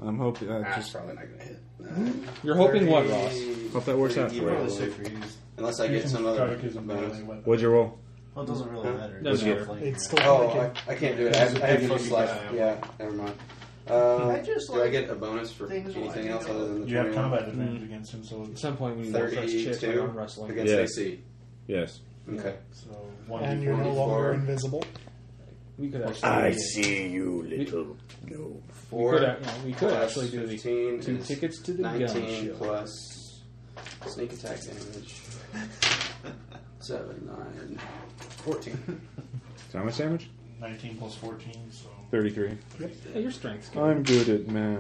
B: I'm hoping. Uh,
E: Ah.
H: that's
B: just,
H: probably not gonna hit. Nine,
C: You're hoping what, Ross?
B: Hope that works out
H: You
B: for you.
H: probably should reuse- Unless I get
F: using
H: some other
F: strike is a melee
H: bonus.
F: weapon.
B: what'd you roll?
I: Well, it doesn't really matter.
C: Doesn't
I: It's
C: matter.
I: like-
D: It's still
H: Oh,
D: like it.
H: I, I can't do it. I have, I have
F: It's a
H: two
F: big
H: slice.
F: guy.
H: Yeah, never mind. Uh,
G: I just
H: do I
G: like
H: get a bonus for
G: things
H: anything
G: like-
H: else other than the
F: You have
H: 21?
F: combat advantage against him, so
C: At some point, we will start chicks like arm
H: 32
C: wrestling.
H: against
B: Yeah.
H: AC.
B: Yes.
H: Okay.
F: so one
D: and
F: d4.
D: you're no
H: 24.
D: longer invisible.
C: We could actually.
B: see you,
C: little
B: no.
H: Four.
C: could act- yeah, we could
H: plus
C: actually do the
H: 15
C: Two
H: is
C: tickets to the gun
H: 19
C: show.
H: plus sneak attack damage. 7, 9, 14.
B: So how much damage?
F: 19 plus 14, so
B: Thirty-three.
C: Yeah, your strength's good.
B: I'm good at math.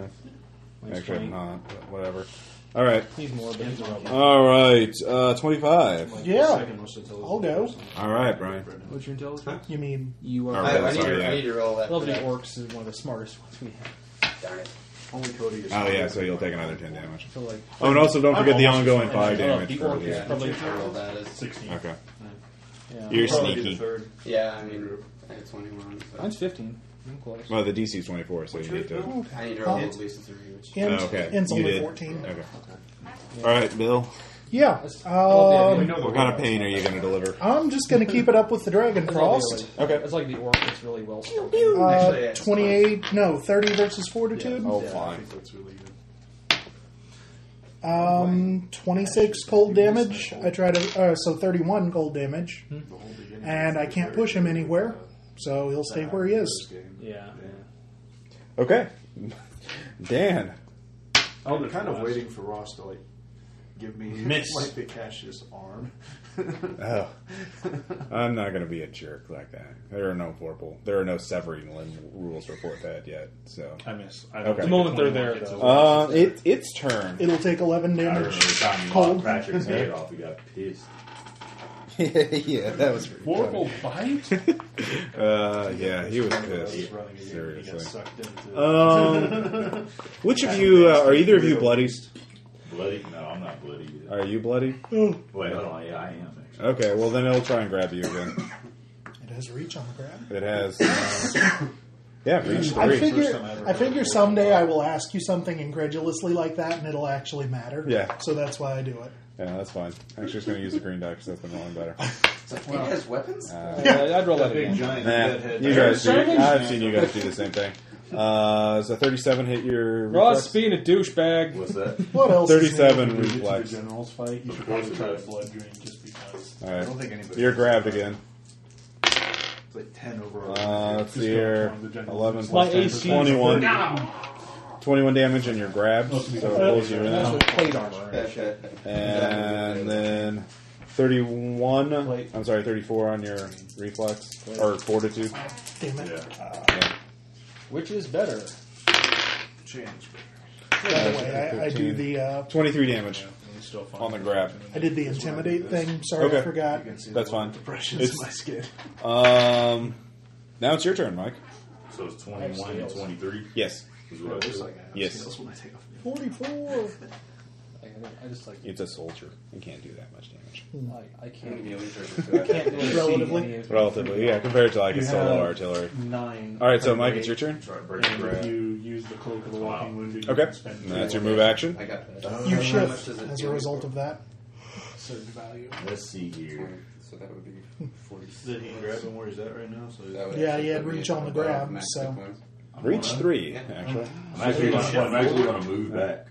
C: Mine's
B: Actually, I'm
C: 20.
B: not. But whatever. All right.
C: He's more, but he's a robot.
B: All right. Uh, Twenty-five.
D: Yeah,
C: Second most intelligent
D: I'll go.
C: person.
B: All right, Brian.
C: What's your intelligence?
D: You mean
C: You are.
B: All
H: I,
B: right,
H: I, need,
B: sorry,
H: to,
B: yeah.
H: I need to roll that.
C: Lovely
H: for
C: orcs is one of the smartest ones we have.
H: that. Darn it.
G: Only Cody is.
B: Oh yeah. So you'll take another ten damage.
C: So like,
B: Oh, and also don't
F: I'm
B: forget the
F: almost-
B: ongoing five
F: I
C: oh,
B: damage.
C: the
B: For
C: orc is
B: the,
C: probably.
H: I roll that as.
F: 16.
B: okay.
C: Yeah.
B: You're
I: Probably the
B: sneaky.
I: third.
H: Yeah, I mean, I had 21. So
C: Mine's fifteen. I'm close.
B: Well, the DC's twenty-four, so you need to.
H: I need to
C: Oh.
H: roll at least a 3, which.
D: Int,
B: Oh, okay.
D: Int's
B: You
D: only
B: did.
D: 14.
B: Okay. All right, Bill.
D: Yeah.
C: That's- well, yeah,
D: Um,
C: yeah,
B: What kind of pain are you going to deliver?
D: I'm just going to keep it up with the Dragon Frost.
C: Okay. It's like the orc that's really well spoken.
H: Actually, yeah,
D: Uh,
H: it's
D: 28, no, 30 versus Fortitude.
B: Oh,
G: I
B: fine.
G: think that's really good.
D: Um, 26 cold damage. I try to, uh, so 31 cold damage.
G: The whole beginning
D: And I can't push him anywhere, so he'll stay where he is.
C: Yeah.
B: Okay. Dan.
G: I'm kind of waiting for Ross to like give me
F: Miss.
G: like the Cassius arm.
B: Oh, I'm not going to be a jerk like that. There are no corporal. There are no severing limb rules for Fort Pad yet. So,
F: I miss. I
B: Okay.
C: The moment they're there, though.
B: uh, it, it's turn.
D: It'll take 11
E: I remember the
D: damage.
E: time you
D: Cold.
E: knocked Patrick's head off. He got pissed.
B: yeah, that was pretty
F: Warble bite?
B: funny. Uh, yeah, he was pissed.
G: running again. He got
B: Seriously.
G: sucked into.
B: Um, which of you uh, are either of you bloodied?
E: Bloody? No, I'm not bloody. Either.
B: Are you bloody?
E: Wait, hold on. Yeah, I am actually.
B: Okay, well then it'll try and grab you again.
D: It has reach on the grab.
B: It has. Um, yeah, reach
D: I
B: three.
D: figure,
G: time I ever
D: I
G: heard
D: figure
G: of
D: someday I will ask you something incredulously like that, and it'll actually matter.
B: Yeah.
D: So that's why I do it.
B: Yeah, that's fine. Actually, just going to use the green die because that's been rolling better.
H: It's like, he has weapons?
C: Yeah, I'd roll that
G: Big
C: again.
G: giant
B: Nah,
G: deadhead.
B: you guys do.
C: Savage?
B: I've seen you guys do the same thing. Uh, so 37 hit your
C: Ross
B: reflex?
C: being a douchebag.
E: What's that?
D: What else? is new?
B: 37
F: When you get to the
B: reflex.
F: general's fight, you should probably try a blood drain just because.
B: All
G: I
B: right,
G: don't think anybody.
B: you're grabbed again.
G: It's like ten overall.
B: Uh, let's see here. 11
C: My
B: plus 10,
C: AC
B: 21. 21 damage and you're grabbed, so it pulls you
C: That's
B: in.
C: with plate armor.
H: Yeah, shit.
B: And then 31. I'm sorry, 34 on your reflex or fortitude.
D: Damn it.
E: Yeah.
B: Yeah.
C: Which is better?
G: change.
D: By the way, I, I do the uh,
B: 23 damage
F: Still fine.
B: on the grab.
D: I did the intimidate thing. Sorry,
B: Okay.
D: I forgot.
B: That's fine.
G: Depression's
B: It's-
G: my skin.
B: Um, now it's your turn, Mike.
E: So it's 21 and 23.
B: Yes.
E: Is
G: It
E: what I
G: looks
E: do.
G: like I have
B: Yes.
G: skills when I take off.
D: Forty-four.
C: Like, I, don't- I just like
B: It's a soldier. You can't do that much damage.
C: I, I
H: I'm gonna
C: can't.
H: be a leader.
C: Can't really see
D: Relatively.
C: any of-
B: Relatively, yeah, compared to like
F: You
B: a solo
F: have-
B: artillery.
F: Nine.
B: All right, so Mike, it's your turn.
E: Try to break the
F: And
E: grab.
F: if you use the Cloak of the Walking Wounded. you
B: Okay.
F: can spend
B: And that's
F: two.
B: your move action.
H: I got that.
D: You
H: How much
D: shift
H: does it
D: as a
H: do?
D: result of that. Surge value.
E: Let's see here.
H: So that would be 40.
I: Did he grab him where he's at right now? So he's-
H: That would
D: Yeah,
H: actually
D: he had
H: put me
D: reach
H: at
D: on the
H: above
D: grab,
H: max
D: so-
H: hit points.
B: Reach three,
H: Yeah.
B: actually.
E: I'm actually gonna- I'm actually going to move back.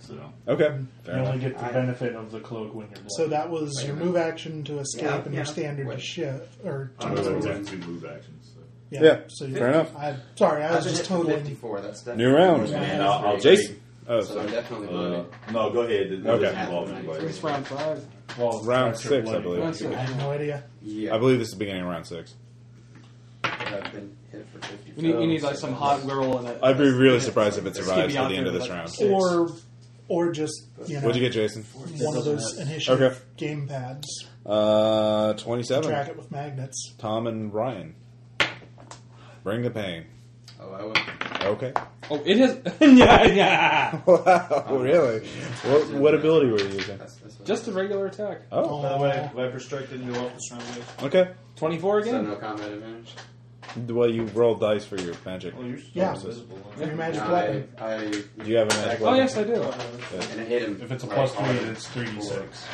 E: So
B: Okay. Fair
F: You only
B: enough.
F: get the
H: I-
F: benefit of the cloak when you're blown.
D: So that was your move action to escape
H: Yeah,
D: and
H: yeah.
D: your standard
H: Wait.
D: to shift. Or
E: I'm going to two move actions. So.
B: Yeah,
D: So
B: fair enough.
D: I, sorry, I was
H: I've been
D: just
H: hit for
D: totally.
H: 54. That's
B: New round.
E: And I'll, I'll
B: Jason. Oh,
H: So I'm
B: sorry.
H: definitely
E: Uh,
H: loaded.
E: no, go ahead. It
B: Okay.
E: doesn't involve anybody.
J: It's round five.
F: Well,
B: Round
F: that's
B: six,
F: your
B: I believe.
J: Round six.
D: I have no idea.
H: Yeah,
B: I believe this is the beginning of round six.
H: I've been hit for 54.
J: You need, you need like some hot girl in it.
B: I'd be really surprised if it survives
J: Skip
B: to
J: out
B: the end of
J: there,
B: this
J: like,
B: round.
J: six.
D: Or, or just you know,
B: What'd you get, Jason?
D: one of those initiative
B: Okay.
D: game pads.
B: Uh,
D: Track
B: 27.
D: it with magnets.
B: Tom and Ryan. Bring the pain.
H: Oh, I went.
B: Okay.
C: Oh, it has. yeah, yeah.
B: Wow, really? What, what ability were you using?
H: That's, that's
C: Just a regular attack.
B: Oh,
D: Oh,
G: By the way, Viper Strike didn't go off this round. Yet.
B: okay.
C: Twenty-four
H: so
C: again.
H: no combat advantage.
B: Well, you rolled dice for your magic.
I: Oh,
G: Well, you're still
D: Yeah.
G: invisible.
D: your magic
H: I,
D: weapon.
H: I
B: Do you have a magic
C: Oh
B: weapon?
C: yes, I do.
H: and I hit him.
F: If it's a
H: like,
F: plus
H: hard.
F: three, it's three d six.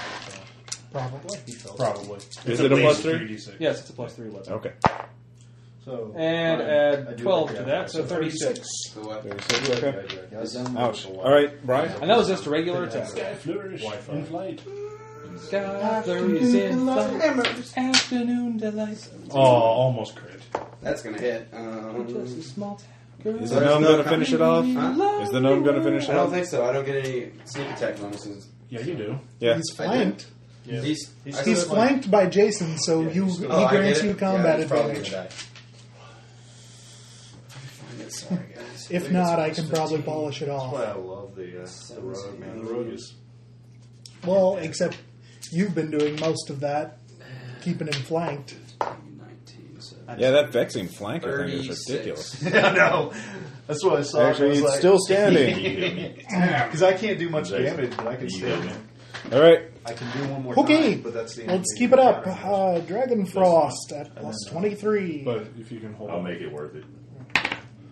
D: Probably.
F: Probably.
B: Is it a plus three?
F: d six?
C: Yes, it's a plus three level.
B: Okay.
I: So
C: And
I: Oh. fine. I
C: add
I: do
C: twelve
I: like
C: to
I: the
C: that, so
I: idea.
C: thirty-six.
H: So what?
B: Okay.
I: Yeah, it's done.
B: Ouch. All right, Brian.
C: And that was just a regular attack.
F: Flourish in flight.
C: Sky flurries in flight. Afternoon delight.
F: Oh, almost crit.
H: That's gonna hit. Um,
C: Just a small girl.
B: Is the gnome going to finish it off?
H: huh?
B: Is the gnome going to finish
H: I
B: it
H: don't
B: off?
H: think so. I don't get any sneak attack bonuses.
F: Yeah, you do.
B: Yeah.
D: He's flanked.
H: He's, I
D: He's
H: said, like-
D: flanked by Jason, so
G: Yeah,
D: you
G: he's
D: he
G: still-
H: Oh, I get
D: grants
H: it.
D: you
H: Yeah,
D: combat
H: he's probably
D: advantage.
H: gonna die. I'm Sorry, guys.
D: If not, I can probably polish it off.
I: I love the, uh, the road, man. The road is
D: Well, except you've been doing most of that, keeping him flanked.
H: 19, so.
B: Yeah, that vexing flanker thing is
H: 36.
B: ridiculous.
I: yeah, no. That's what I saw.
B: Actually,
I: I was
B: it's
I: like,
B: still standing.
I: because I can't do much
E: Jason,
I: damage, but I can
E: you
I: still.
E: go, man.
B: All right.
I: I can do one more
D: Okay.
I: time, but that's the.
D: Let's keep it up.
B: Uh-huh.
D: Uh, Dragon Frost at plus 23.
F: But if you can hold
E: I'll make it worth it.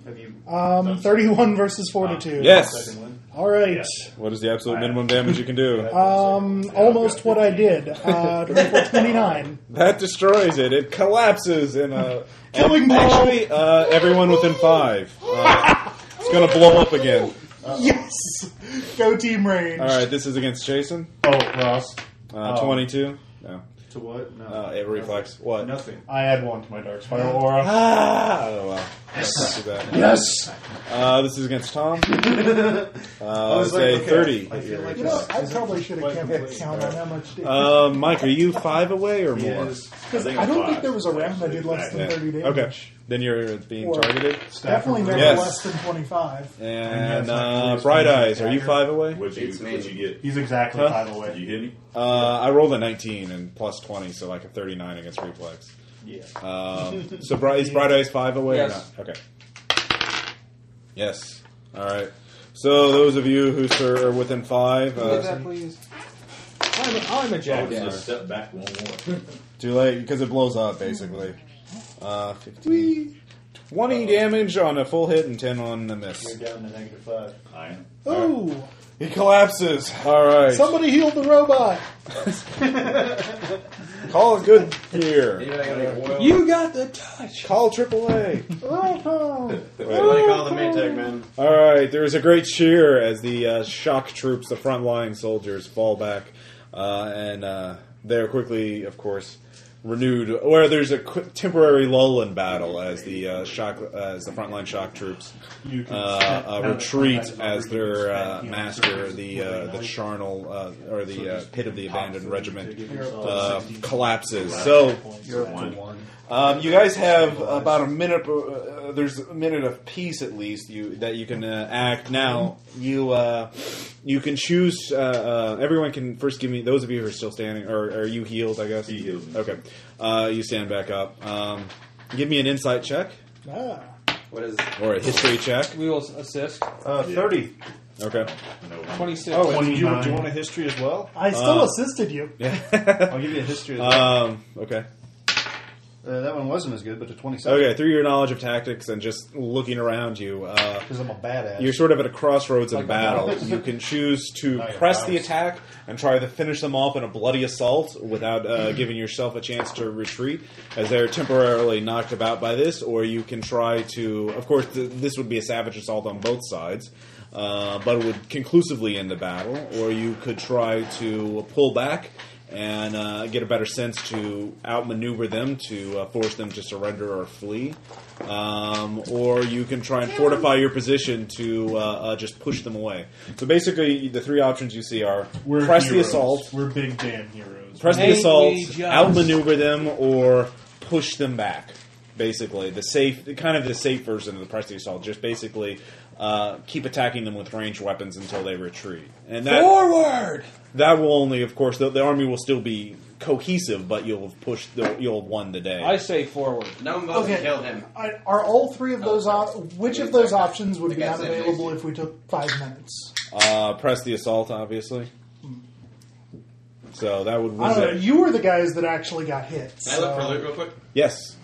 I: Have you?
D: Um, 31 versus Fortitude.
B: Yes.
D: All right.
B: What is the absolute minimum damage you can do?
D: Um, almost what I did. Uh, 24, 29.
B: That destroys it. It collapses in a.
D: Killing blow.
B: Actually, uh, everyone within five. Uh, it's going to blow up again.
D: Yes! Go team range.
B: All right, this is against Jason.
F: Oh, Ross,
B: Uh,
F: Oh.
B: 22. No.
I: To what? No.
B: Uh, it reflex. What?
I: Nothing.
F: I add one to my dark spiral aura.
B: Ah! Oh, well. That's not too bad.
D: Yes!
B: Uh, this is against Tom. Uh,
I: was
B: say
I: like, okay,
B: 30.
I: I feel like
D: You know, I probably should have kept count on how much damage.
B: Uh, Mike, are you five away or more?
D: Because I don't think there was a round I did less than 30 damage.
B: Okay. Then you're being
D: Or-
B: targeted.
D: Definitely never
B: Yes.
D: less than 25.
B: And uh, Bright Eyes, are you five away?
E: What you,
H: It's me.
E: what you get?
F: He's exactly
B: Huh?
F: five
E: Did
F: away.
E: you hit me?
B: Uh, I rolled a 19 and plus 20, so like a 39 against Reflex.
I: Yeah.
B: Um, so Bright, is Bright Eyes five away
C: Yes.
B: or not? Okay. Yes. All right. So those of you who sir, are within five,
C: Look at that,
B: uh,
C: please. I'm a, I'm a
E: So
C: jackass.
E: step back one more.
B: too late because it blows up basically. Uh, 15, 20 damage on a full hit and 10 on a miss.
I: You're down to negative five.
E: I am.
D: Ooh!
B: He collapses. All right.
D: Somebody healed the robot!
B: Call a good here.
H: Anybody got any oil?
C: You got the touch.
B: Call AAA.
H: Anybody call the Maytag man?
B: All right, there is a great cheer as the uh, shock troops, the frontline soldiers, fall back, uh, and uh, they are quickly, of course, renewed. Where there's a qu- temporary lull in battle as the uh, shock, as the frontline shock troops
F: You can spend-
B: uh, uh,
F: now that
B: retreat
F: combat
B: as
F: is over, you can
B: their
F: spend
B: uh,
F: healing
B: master,
F: surges
B: the
F: with
B: uh,
F: another
B: the charnel uh, or the uh, pit of the abandoned regiment, uh,
F: Sixteen.
B: collapses. So.
F: point.
I: You're up
E: One.
I: to one.
B: Um, you guys have about a minute. Uh, there's a minute of peace at least you that you can uh, act now. You uh, you can choose. Uh, uh, everyone can first give me those of you who are still standing, or are you healed? I guess
E: He healed me.
B: Okay, uh, you stand back up. Um, give me an insight check
D: Ah.
H: What is?
B: or a history check.
C: We will assist.
I: Uh,
E: Yeah.
I: Thirty.
B: Okay,
E: No,
C: Twenty-six.
I: Oh, and do you, do
F: 29.
I: you want a history as well?
D: I still
B: Uh,
D: assisted you.
B: yeah.
I: Uh, I'll give you a history as well.
B: um, okay.
I: Uh, that one wasn't as good, but the 27.
B: Okay, through your knowledge of tactics and just looking around you, uh,
I: Because I'm a badass.
B: you're sort of at a crossroads in
I: Like a
B: battle.
I: battle.
B: you can choose to
I: Oh, yeah,
B: press the
I: battles.
B: attack and try to finish them off in a bloody assault without uh,
I: Mm-hmm.
B: giving yourself a chance to retreat, as they're temporarily knocked about by this. Or you can try to, of course, th- this would be a savage assault on both sides. Uh, but would conclusively end the battle, or you could try to pull back and uh, get a better sense to outmaneuver them, to uh, force them to surrender or flee. Um, or you can try and fortify your position to uh, uh, just push them away. So basically, the three options you see are
F: We're
B: press
F: heroes.
B: the assault,
F: We're big damn heroes.
B: press the
C: Ain't
B: assault,
C: we just-
B: outmaneuver them, or push them back. Basically, the safe, kind of the safe version of the press the assault, just basically uh, keep attacking them with ranged weapons until they retreat. And that
C: Forward!
B: that will only, of course, the, the army will still be cohesive, but you'll have pushed, the, you'll have won the day.
C: I say forward.
H: No one bothered
D: Okay.
H: to kill him.
D: I, are all three of those? Op- which of those options would be
H: Because
D: not
H: it makes
D: available
H: you-
D: if we took five minutes?
B: Uh, press the assault, obviously. So that would
D: I
B: was
D: don't know.
B: it.
D: You were the guys that actually got hit.
H: Can I look for
D: so-
H: loot real quick?
B: Yes.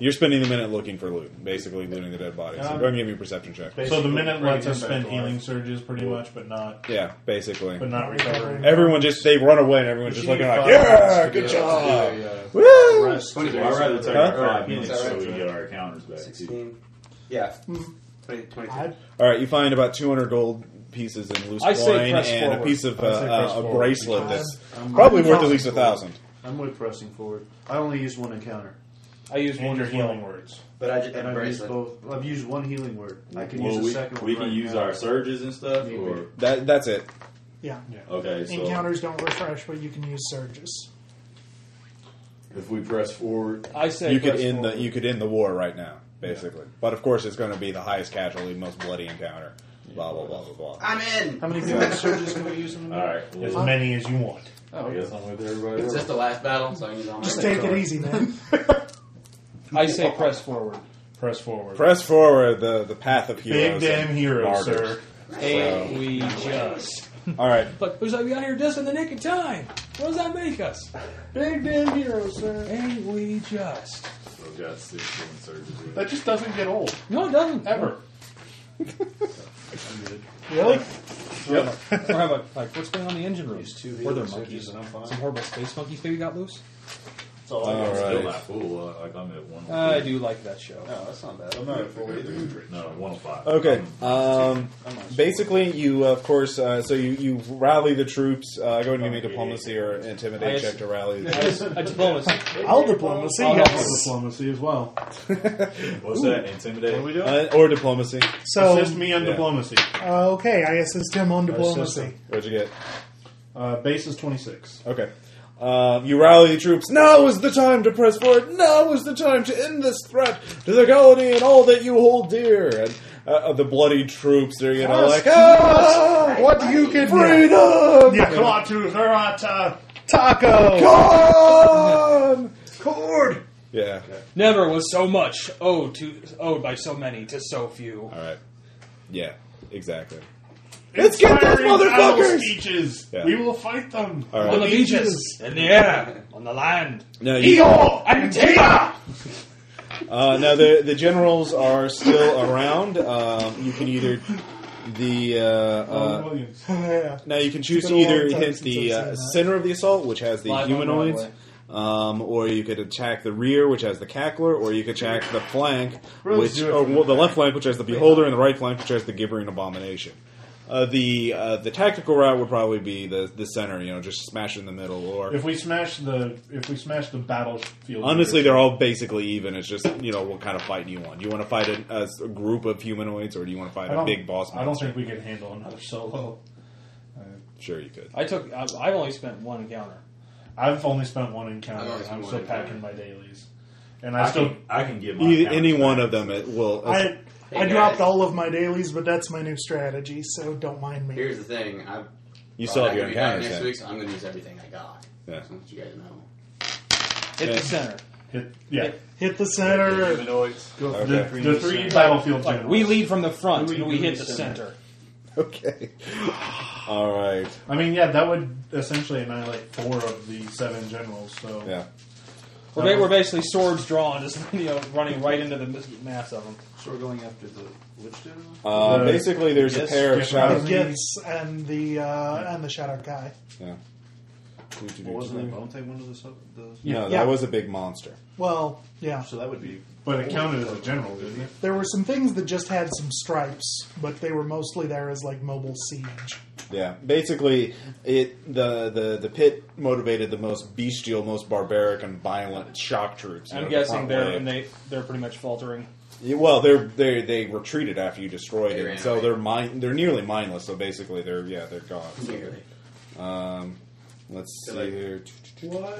B: You're spending the minute looking for loot, basically looting the dead bodies. So
F: Um,
B: go ahead and give me a perception check.
F: So the minute
I: bring
F: lets
I: him
F: us
I: back
F: spend
I: to life.
F: healing surges pretty much, but not
B: Yeah, basically.
F: but not recovering.
B: Everyone just they run away and everyone's just
I: You
B: looking
I: need
B: like,
I: five
B: yeah,
I: minutes to
B: good
I: be able
B: job.
I: to do a, uh,
B: Woo!
I: rest.
E: Well, I'd rather take
B: Huh?
E: five minutes
H: Alright.
E: so we get our counters back. Too.
H: 16. Yeah. 20, 22.
D: I,
B: All right, you find about 200 gold pieces in loose
C: I say
B: coin and
C: press
B: a
C: forward.
B: piece of uh,
I: I say press
B: uh, a
I: forward.
B: bracelet
D: I'm-
B: that's
I: I'm-
B: probably
D: I'm
B: worth at
D: pressing
B: least a thousand.
I: I'm with pressing forward. I only used one encounter.
C: I use
F: And
C: one
F: your
C: as well.
F: healing words.
H: But I just
I: And
H: had a
I: I've used
H: bracelet.
I: both. I've used one healing word. I can
E: Well,
I: use
E: we,
I: the second one.
E: we can
I: right
E: use
I: now.
E: our surges and stuff,
I: Maybe.
E: or
B: That that's it.
D: yeah.
E: okay, so
D: Encounters don't refresh, but you can use surges.
E: if we press forward,
C: I say
B: you could
C: press
B: end
C: forward.
B: the you could end the war right now, basically. But of course, it's going to be the highest casualty, most bloody encounter. Blah blah blah blah blah.
H: I'm in!
I: How many healing surges can we use in a
E: all
I: minute?
E: right.
F: As
E: Well,
F: many as you want.
E: I guess I'm with everybody.
H: Is
E: else.
H: this the last battle? So I can use all my
D: Just take it easy, man.
C: I say press forward.
F: Press forward.
B: Press forward the the path of
F: big
B: heroes.
F: damn
B: and
F: hero,
B: martyrs.
F: sir.
C: Ain't we just?
B: All right,
C: Look, who's like we out here just in the nick of time? What does that make us?
D: Big damn hero, sir.
C: Ain't we just?
E: So we've got six healing surges.
F: That just doesn't get old
C: No, it doesn't.
F: ever.
D: Really?
C: Or how about like what's going on in the engine room?
I: Use two
C: Were there
I: healing surges
C: monkeys?
I: and I'm fine.
C: Some horrible space monkey theory got loose.
I: all
B: I got.
E: I'm still
B: Alright.
E: not full. uh, Like I'm at one.
C: I do like that show.
I: No, that's not bad. I'm not at four either.
E: No, one hundred five.
B: Okay. Um, basically, you of course. Uh, so you, you rally the troops. Uh, go ahead and give me diplomacy or intimidate
C: I
B: check to rally.
C: I just- I diplomacy.
D: I'll diplomacy.
C: I'll
D: yes.
C: help
F: Diplomacy as well.
E: What's that? Intimidate.
I: What are we doing?
B: Uh, or diplomacy.
D: So
I: Um,
F: Assist me on
B: Yeah.
F: diplomacy.
D: uh, okay, I assist him on diplomacy.
F: him.
B: What'd you get?
F: Uh, base is 26.
B: Okay. Um, you rally the troops. Now is the time to press forward. Now is the time to end this threat to the colony and all that you hold dear. And uh, uh, the bloody troops are, you know, like, ah,
D: What do you can do?
B: freedom!
F: Yeah, Klaatu, Harata.
D: Taco.
B: Come! Cord! Yeah.
C: Never was so much owed to owed by so many to so few.
B: All right. Yeah. Exactly. Let's get those
F: Inspiring battle
B: motherfuckers!
F: Speeches.
B: Yeah.
F: We will fight them.
B: All right.
C: On the beaches, in the air, on the land.
B: Now, you,
C: Eeyore and Tina.
B: uh, now the the generals are still around. Um, you can either the uh, uh,
F: Williams.
D: Yeah.
B: Now you can choose
D: It's
B: to
D: been a
B: either
D: long time
B: hit
D: since
B: the
D: I've seen
B: uh,
D: that.
B: center of the assault, which has the
C: Live on
B: humanoids,
C: Broadway.
B: um, or you could attack the rear, which has the cackler, or you could attack the flank,
I: Really
B: which
I: do it
B: or,
I: from
B: well, the left flank, which has the beholder, and the right flank, which has the gibbering abomination. Uh, the uh, the tactical route would probably be the the center, you know, just smash in the middle. Or
F: If we smash the if we smash the battlefield,
B: honestly, they're all basically even. It's just you know what kind of fight do you want? Do you want to fight a, a s- a group of humanoids, or do you want to fight
F: I
B: a
F: don't-
B: big boss?
F: I don't
B: monster?
F: think we can handle another solo.
B: Sure, you could.
C: I took. I've, I've only spent one encounter.
F: I've only spent one encounter.
H: I've only spent
F: I'm
H: one
F: still
H: encounter.
F: packing my dailies, and I,
E: I
F: still
E: can, I can get my
B: Either-
E: counters
B: any one
E: back.
B: of them it will.
D: I
H: Hey,
D: I
H: guys.
D: dropped all of my dailies, but that's my new strategy, so don't mind me.
H: Here's the thing. I,
B: you still have
H: I'm
B: your
H: not gonna be back
B: encounters.
H: next
B: then.
H: week, so I'm going to use everything I got.
B: Yeah.
H: Just want you guys to know.
C: Hit
B: Yeah.
C: the center.
F: hit. Yeah,
D: Hit the center.
E: Humanoids.
I: Go for
B: Okay.
I: the,
F: the three battlefield
C: Like
F: generals.
C: we lead from the front
I: We
C: and
I: lead
C: we
I: from
C: hit
I: the
C: the
I: center.
C: center.
B: Okay. All right.
F: I mean, yeah, that would essentially annihilate four of the seven generals. So
B: Yeah.
C: We're, ba- we're basically swords drawn, just you know, running right into the mis- mass of them.
H: So we're going after the which dude?
B: Uh, basically, there's a
I: Yes,
B: pair of
F: yes,
B: shadows.
F: right.
D: Gits and the uh, and the shadow guy.
B: Yeah.
H: Well, wasn't that Bonte one of the sub? The,
B: No,
D: Yeah.
B: that was a big monster.
D: Well, yeah.
H: So that would be.
F: But it counted as a general, didn't it?
D: There were some things that just had some stripes, but they were mostly there as like mobile siege.
B: Yeah, basically, it the, the the pit motivated the most bestial, most barbaric, and violent shock troops. you
C: I'm
B: know, the
C: guessing
B: front
C: they're
B: line.
C: and they they're pretty much faltering.
B: Yeah, well, they're they they retreated after you destroyed
H: They
B: it,
H: ran
B: so
H: away.
B: they're mind they're nearly mindless. So basically, they're yeah they're gone. So, um, let's
H: They're
B: see
H: like-
B: here.
J: Hey,
E: wouldn't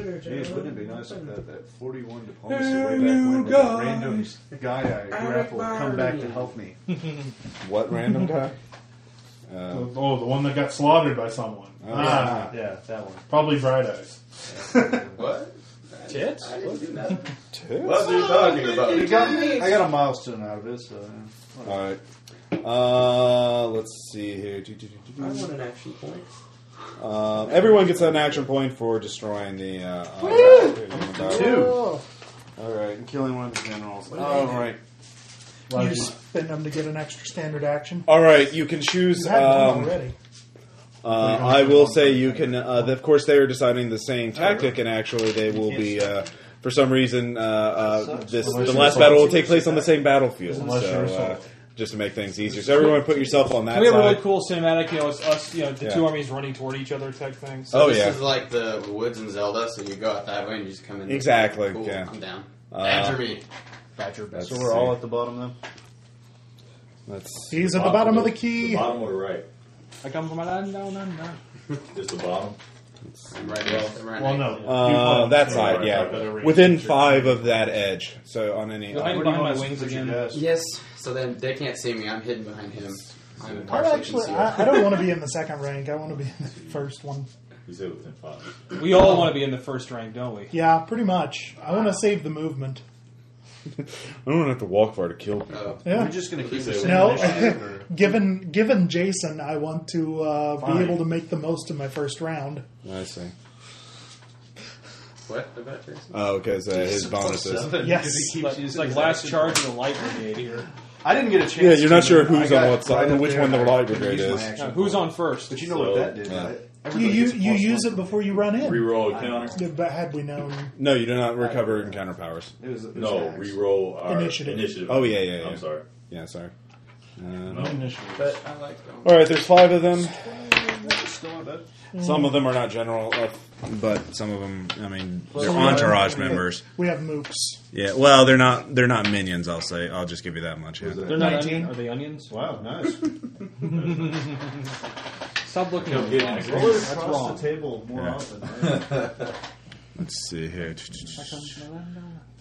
E: it be nice if that, that 41 diplomacy way back when with that random guy I grappled come back to help me?
B: What random guy? Uh,
F: Oh, the one that got slaughtered by someone. ah,
B: Ah.
I: Yeah, that one.
F: probably Bright Eyes.
H: What?
C: Tits?
H: I didn't do nothing.
B: Tits?
H: What are you talking
I: You
H: about?
I: got me. I got a milestone out of it, so. yeah.
B: All right. Uh, let's see here. Do, do, do, do, do.
H: I want an action point.
B: Uh, everyone gets an action point for destroying the. Uh, uh,
D: Two.
B: All right, and killing one of the generals. All right.
D: You spend them to get an extra standard action.
B: All right. You can choose.
D: You had one
B: Um,
D: already.
B: uh, I will say you can. Uh, of course, they are deciding the same tactic, and actually, they will be. Uh, for some reason, uh, uh, this the last battle will take place on the same battlefield.
F: Unless
B: So,
F: you're
B: uh,
F: assaulted.
B: just to make things easier, so everyone put yourself on that
C: we have a really
B: side.
C: cool cinematic. You know, it's us. You know, the two
B: Yeah.
C: armies running toward each other type thing. So
B: Oh
H: this
B: yeah.
H: is like the woods in Zelda, so you go out that way and you just come in.
B: Exactly,
H: Cool,
B: yeah.
H: I'm down.
B: Uh,
H: Answer me.
B: Let's
I: So we're all
B: see.
I: at the bottom then?
B: Let's see.
D: He's at the bottom of the key.
E: The bottom or the right?
C: I come from a land down under.
E: Just the bottom.
H: I'm right next to right
F: Well,
H: next.
F: no.
B: Uh,
F: You
B: that
F: probably-
B: side,
F: Better
B: yeah,
F: range.
B: within five of that edge. So on any,
C: You're hiding
I: Where do you
C: behind
I: want
C: my
I: us to
C: wings
I: put your
C: again.
I: desk?
H: Yes, so then they can't see me. I'm hidden behind him. I'm
D: I'd
H: partially
D: actually,
H: concealed.
D: I, I don't want to be in the second rank. I want to be in the first one.
E: You said within five.
C: We all want to be in the first rank, don't we?
D: Yeah, pretty much. I want to save the movement.
B: I don't have to walk far to kill. people.
H: Oh.
D: Yeah.
I: We're just going to keep
E: Say
I: the same
D: No.
I: initiative, or-
D: Given given Jason, I want to uh, be
I: Fine.
D: able to make the most of my first round.
B: I see.
H: What about Jason?
B: Oh, okay, so his bonuses.
I: Seven,
D: Yes.
I: because he keeps
C: Like,
I: using
C: like
I: his
C: last
I: action
C: charge of the light brigade here.
I: point. I didn't get a chance.
B: Yeah, you're not
I: to,
B: sure
I: but I
B: who's on
I: got
B: what side-
I: right up
B: which
I: there,
B: one the
I: and I
B: light
I: didn't
B: brigade
I: use my
B: is.
I: action
C: Now, who's
I: point.
C: on first?
I: But you know what that did.
B: Yeah.
I: right?
D: You
I: Everybody
D: you,
I: gets a
D: you
I: plus
D: use
I: one.
D: it before you run in.
E: Reroll a counter.
D: But had we known,
B: No, you do not recover encounter powers.
I: It was, it was
E: No,
I: nice.
E: reroll our
D: Initiative.
E: initiative.
B: Oh, yeah, yeah, yeah.
E: I'm sorry.
B: Yeah, sorry.
F: No
B: Uh,
F: initiative.
H: But I like them.
B: all right, there's five of them.
I: Still on that.
B: Some of them are not general, uh, but some of them, I mean, they're
I: we are-
B: entourage members.
D: we have mooks.
B: Yeah, well, they're not they're not minions. I'll say, I'll just give you that much. Yeah.
C: They're not
D: 19.
C: onion. Are they onions?
I: Wow, nice.
C: Stop looking at me.
E: get
C: That's
E: it.
I: Across
C: wrong.
I: the table more
B: Yeah.
I: often. right?
B: Let's see here.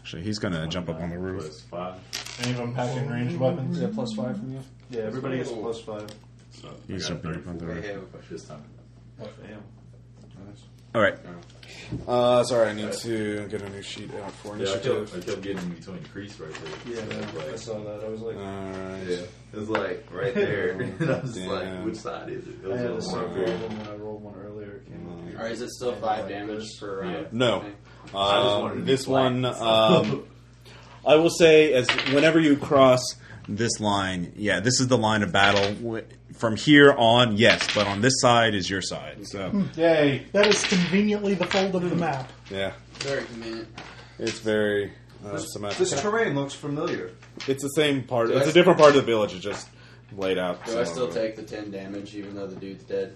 B: Actually, he's gonna jump up on the roof.
E: Plus five.
F: Any of them packing
I: Mm-hmm.
F: ranged weapons?
C: Is that plus five from you?
I: Yeah, everybody gets a plus five.
E: So
B: You
E: I got
B: should be
E: 34
B: on the right.
H: Hey, I have a question.
E: This time.
I: Damn. Nice.
B: All right. Uh, sorry, I need to get a new sheet out for
E: Yeah, I kept, I
B: initiative.
E: kept getting between crease right there.
I: Yeah,
E: Like,
I: I saw that. I was
B: All
I: like,
B: right.
E: yeah.
H: It was like right there. and I was just
B: Damn.
H: like, which side is it? It
I: I
H: was
I: had
H: a
I: a Mm.
H: little
I: single
H: more-
I: one when I rolled one earlier. It came up.
H: Or is it still five damage uh, per round?
B: No.
H: I just wanted
B: Um,
H: to be
B: this
H: polite.
B: one, um, I will say, as whenever you cross this line, yeah, this is the line of battle. W- From here on, yes, but on this side is your side.
H: Hmm.
B: So
F: Yay!
D: That is conveniently the fold of the map.
B: yeah,
H: Very convenient.
B: it's very uh,
I: This
B: symmetric.
I: terrain looks familiar.
B: It's the same part.
H: Do
B: It's
H: I-
B: a different part of the village. It's just laid out.
H: Do I still
B: similarly.
H: take the ten damage even though the dude's dead?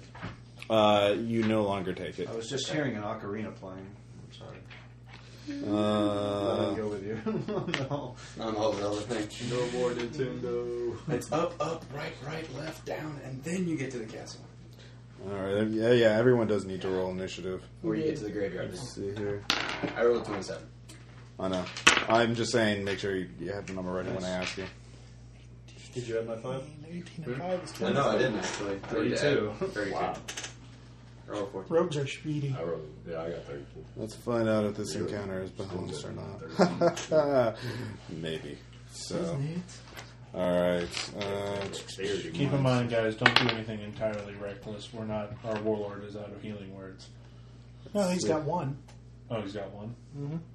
B: Uh, you no longer take it.
I: I was just hearing an ocarina playing. I'm sorry. Let
B: Uh,
I: me go with you. no.
H: On all the other things. No more Nintendo. It's up, up, right, right, left, down, and then you get to the castle.
B: all right. Yeah, yeah. Everyone does need to roll initiative.
H: Or you get to the graveyard.
B: Let's see here.
H: I rolled a twenty-seven.
B: I know. I'm just saying, make sure you, you have the number ready when I ask you.
I: Did you have my five?
D: 18 and 5 is
H: No,
D: 20.
H: no, I didn't actually.
I: 32.
H: Thirty-two. I rolled a fourteen.
D: Rogues are speedy.
E: I rolled. Yeah, I got 34.
B: Let's find out if this encounter is balanced or not. Maybe. So, all right. Uh,
F: Keep in mind, guys, don't do anything entirely reckless. We're not. Our warlord is out of healing words.
D: No, he's got one.
F: Oh, he's got one.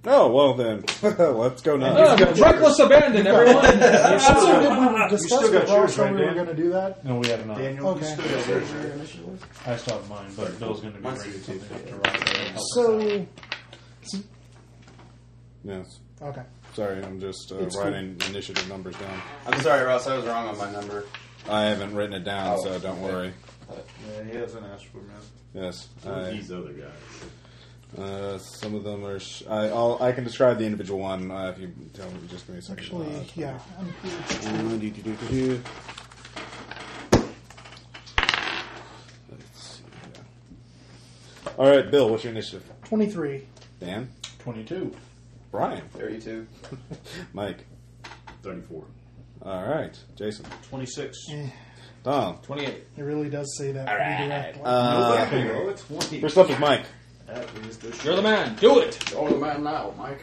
B: Oh well, then let's go now.
D: Uh.
C: Ah, reckless abandon, everyone.
D: That's what we were
G: You still
D: discussing.
G: got yours,
D: when
G: right,
D: we were
G: Dan?
D: going to do that.
F: No, we have not.
G: Daniel,
D: Okay.
G: you still got yours, your initials?
F: I still have mine, but Bill's going to be
H: Mine's
F: ready to
H: two,
F: take it to Rob.
D: So
B: Yes.
D: okay,
B: Sorry, I'm just uh,
D: It's
B: writing initiative numbers down.
H: I'm sorry, Ross. I was wrong on my number.
B: I haven't written it down,
H: Oh,
B: so
H: okay.
B: don't worry.
G: Yeah, he hasn't asked for mine.
B: Yes,
E: Who are
B: I,
E: these other guys?
B: uh, some of them are. Sh- I, I'll, I can describe the individual one uh, if you tell me. Just give me a second.
D: actually,
B: Uh,
D: yeah. I'm-
B: Uh, do, do, do, do, do. Let's see. yeah. All right, Bill. What's your initiative?
D: Twenty-three.
B: Dan,
F: 22.
B: Brian,
H: 32.
B: Mike.
E: 34.
B: All right, Jason,
J: 26.
B: Tom.
J: 28.
D: It really does say that. pretty directly.
B: Uh,
E: Roll a 20.
B: first up is Mike.
G: That is the
C: You're the man. Do it.
G: Oh, the man now, Mike.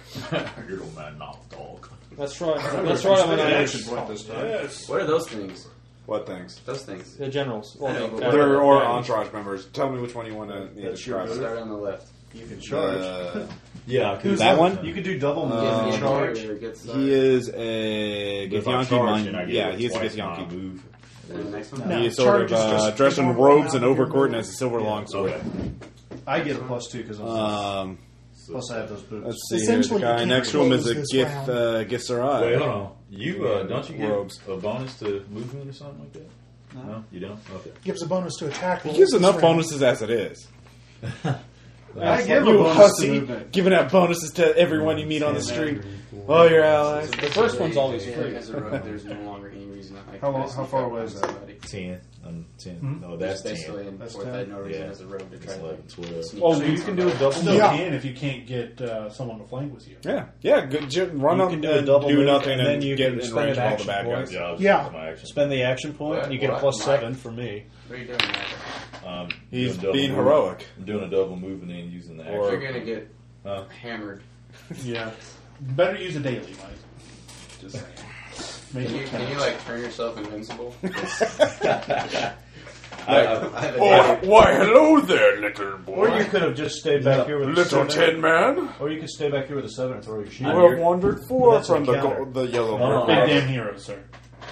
E: You're the man mouth dog.
C: That's right. That's right. I'm an
G: action
C: action.
G: point this time.
F: Yes.
H: What are those things?
B: What things?
H: Those things.
C: The generals. Well,
H: Yeah, but
C: the-
B: There or entourage members. Tell me which one you want to
G: That's your
B: describe.
H: Start on the left.
I: You can
B: Uh,
I: yeah,
B: Who's that one?
I: You could do double move.
B: Uh,
I: and charge.
H: Or get started.
B: he is a
E: If I
B: Githyanki
E: charge,
B: monk.
E: then I get
B: Yeah,
E: it
B: he is a
E: twice um,
B: Githyanki.
E: my move.
H: And the next one.
D: No.
B: He is sort
D: Charge
B: of
D: is
B: uh,
D: just-
B: dressed in
D: you don't
B: robes and
D: allow
B: overcoat and
D: people-
B: has a silver longsword.
E: Okay.
I: I get a plus two because I'm
B: Um,
E: So,
I: plus I have those boots.
B: let's see here. The
D: Essentially, you
B: guy
D: can't
B: next to him is
D: close
B: a
D: this
B: Gith
D: round.
B: uh, Githarai.
E: Wait, hold on. You uh,
B: Yeah,
E: don't you get
B: robes.
E: a bonus to movement or something like that? No, you don't. Okay.
D: Gives a bonus to attack.
B: He
D: rolls
B: gives
D: this
B: enough
D: round.
B: bonuses as it is.
I: I give a
B: you
I: bonus
B: hussy,
I: to movement.
B: giving out bonuses to everyone you meet on the street. Oh, your allies.
C: The first one's always free.
H: As a rogue, there's no longer any reason that I
I: How
H: can
I: long- how far away is that?
H: somebody.
E: 10. I'm 10.
F: Hmm?
E: Um, No,
H: That's
E: that's 10.
H: basically in
I: That's
H: fourth. I
I: 10.
H: had no reason
E: Yeah.
H: as a rogue to try
E: It's
H: to
E: like 12.
H: sneak
F: Oh,
H: up
F: you
H: on
F: can do a
H: somebody.
F: double
D: No.
F: You
D: Yeah.
F: can if you can't get uh, someone to flank with you.
B: Yeah, yeah. Good, ju- run
I: You
B: up
I: can
B: and
I: do a double
B: do
I: move,
B: nothing,
I: and
B: and
I: then you
B: get
I: can
B: in
I: spend
B: range of
I: an
B: all the
I: action
B: bad guys.
I: point.
E: I was
D: Yeah.
E: just my action.
I: Spend the action point, and you get a
H: What?
I: plus
H: What?
I: seven for me.
H: What are you doing? Mike?
E: Um,
B: He's
E: doing double
B: being
E: move.
B: heroic.
E: I'm doing a double move and then using the action.
B: Or-
H: You're gonna get
E: Huh?
H: hammered.
F: Yeah. Better use a daily, Mike.
H: Just saying.
F: Make
H: Can you,
F: it
H: can you
F: count.
H: like turn yourself invincible?
E: I, I,
H: I have a
A: Oh,
H: dagger.
A: why, hello there, little boy.
I: Or you could have just stayed back here with a
A: little
I: seven.
A: tin man.
I: Or you could stay back here with a seven and throw your shield.
B: You have wandered
I: Well,
B: far
I: that's
B: from
I: a
B: the
I: counter. Uh-huh.
B: go- the yellow
E: Oh.
B: bird.
F: Big damn hero, sir.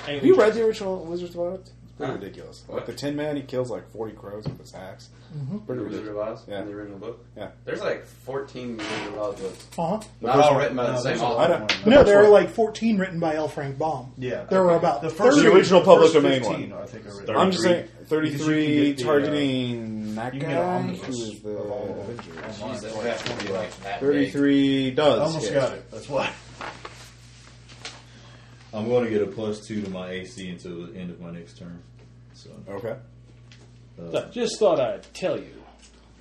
B: Have you read the original Wizard's Wild? It's pretty
H: Huh?
B: ridiculous.
H: What?
B: Like the Tin Man, he kills like forty crows with his axe. It's
H: The
B: Pretty
H: Wizard
B: ridiculous.
H: of Oz
B: Yeah.
H: in the original book.
B: Yeah.
H: There's like 14 Wizard of Oz books.
D: Uh-huh.
H: Not all written by the same
I: there's a
H: author.
B: I
I: lot
B: don't.
I: more than that.
D: No, there were like 14 written by L. Frank Baum.
I: Yeah.
D: There were about
I: The first
B: The original
I: the
B: public
I: first
B: domain
I: 15,
B: one.
I: I think I read.
E: Thirty.
B: I'm just saying,
I: Because you can
B: thirty-three
I: get the, uh,
B: targeting that
I: you can get an
B: guy.
I: omnibus
B: Who is
I: of all
B: the
I: of them.
H: Jesus, that's gonna be like that big.
B: thirty-three?
I: I
B: Does
I: almost
B: hit.
I: got it. That's why.
E: I'm going to get a plus two to my AC until the end of my next turn. So,
B: Okay.
E: uh,
C: Just thought I'd tell you.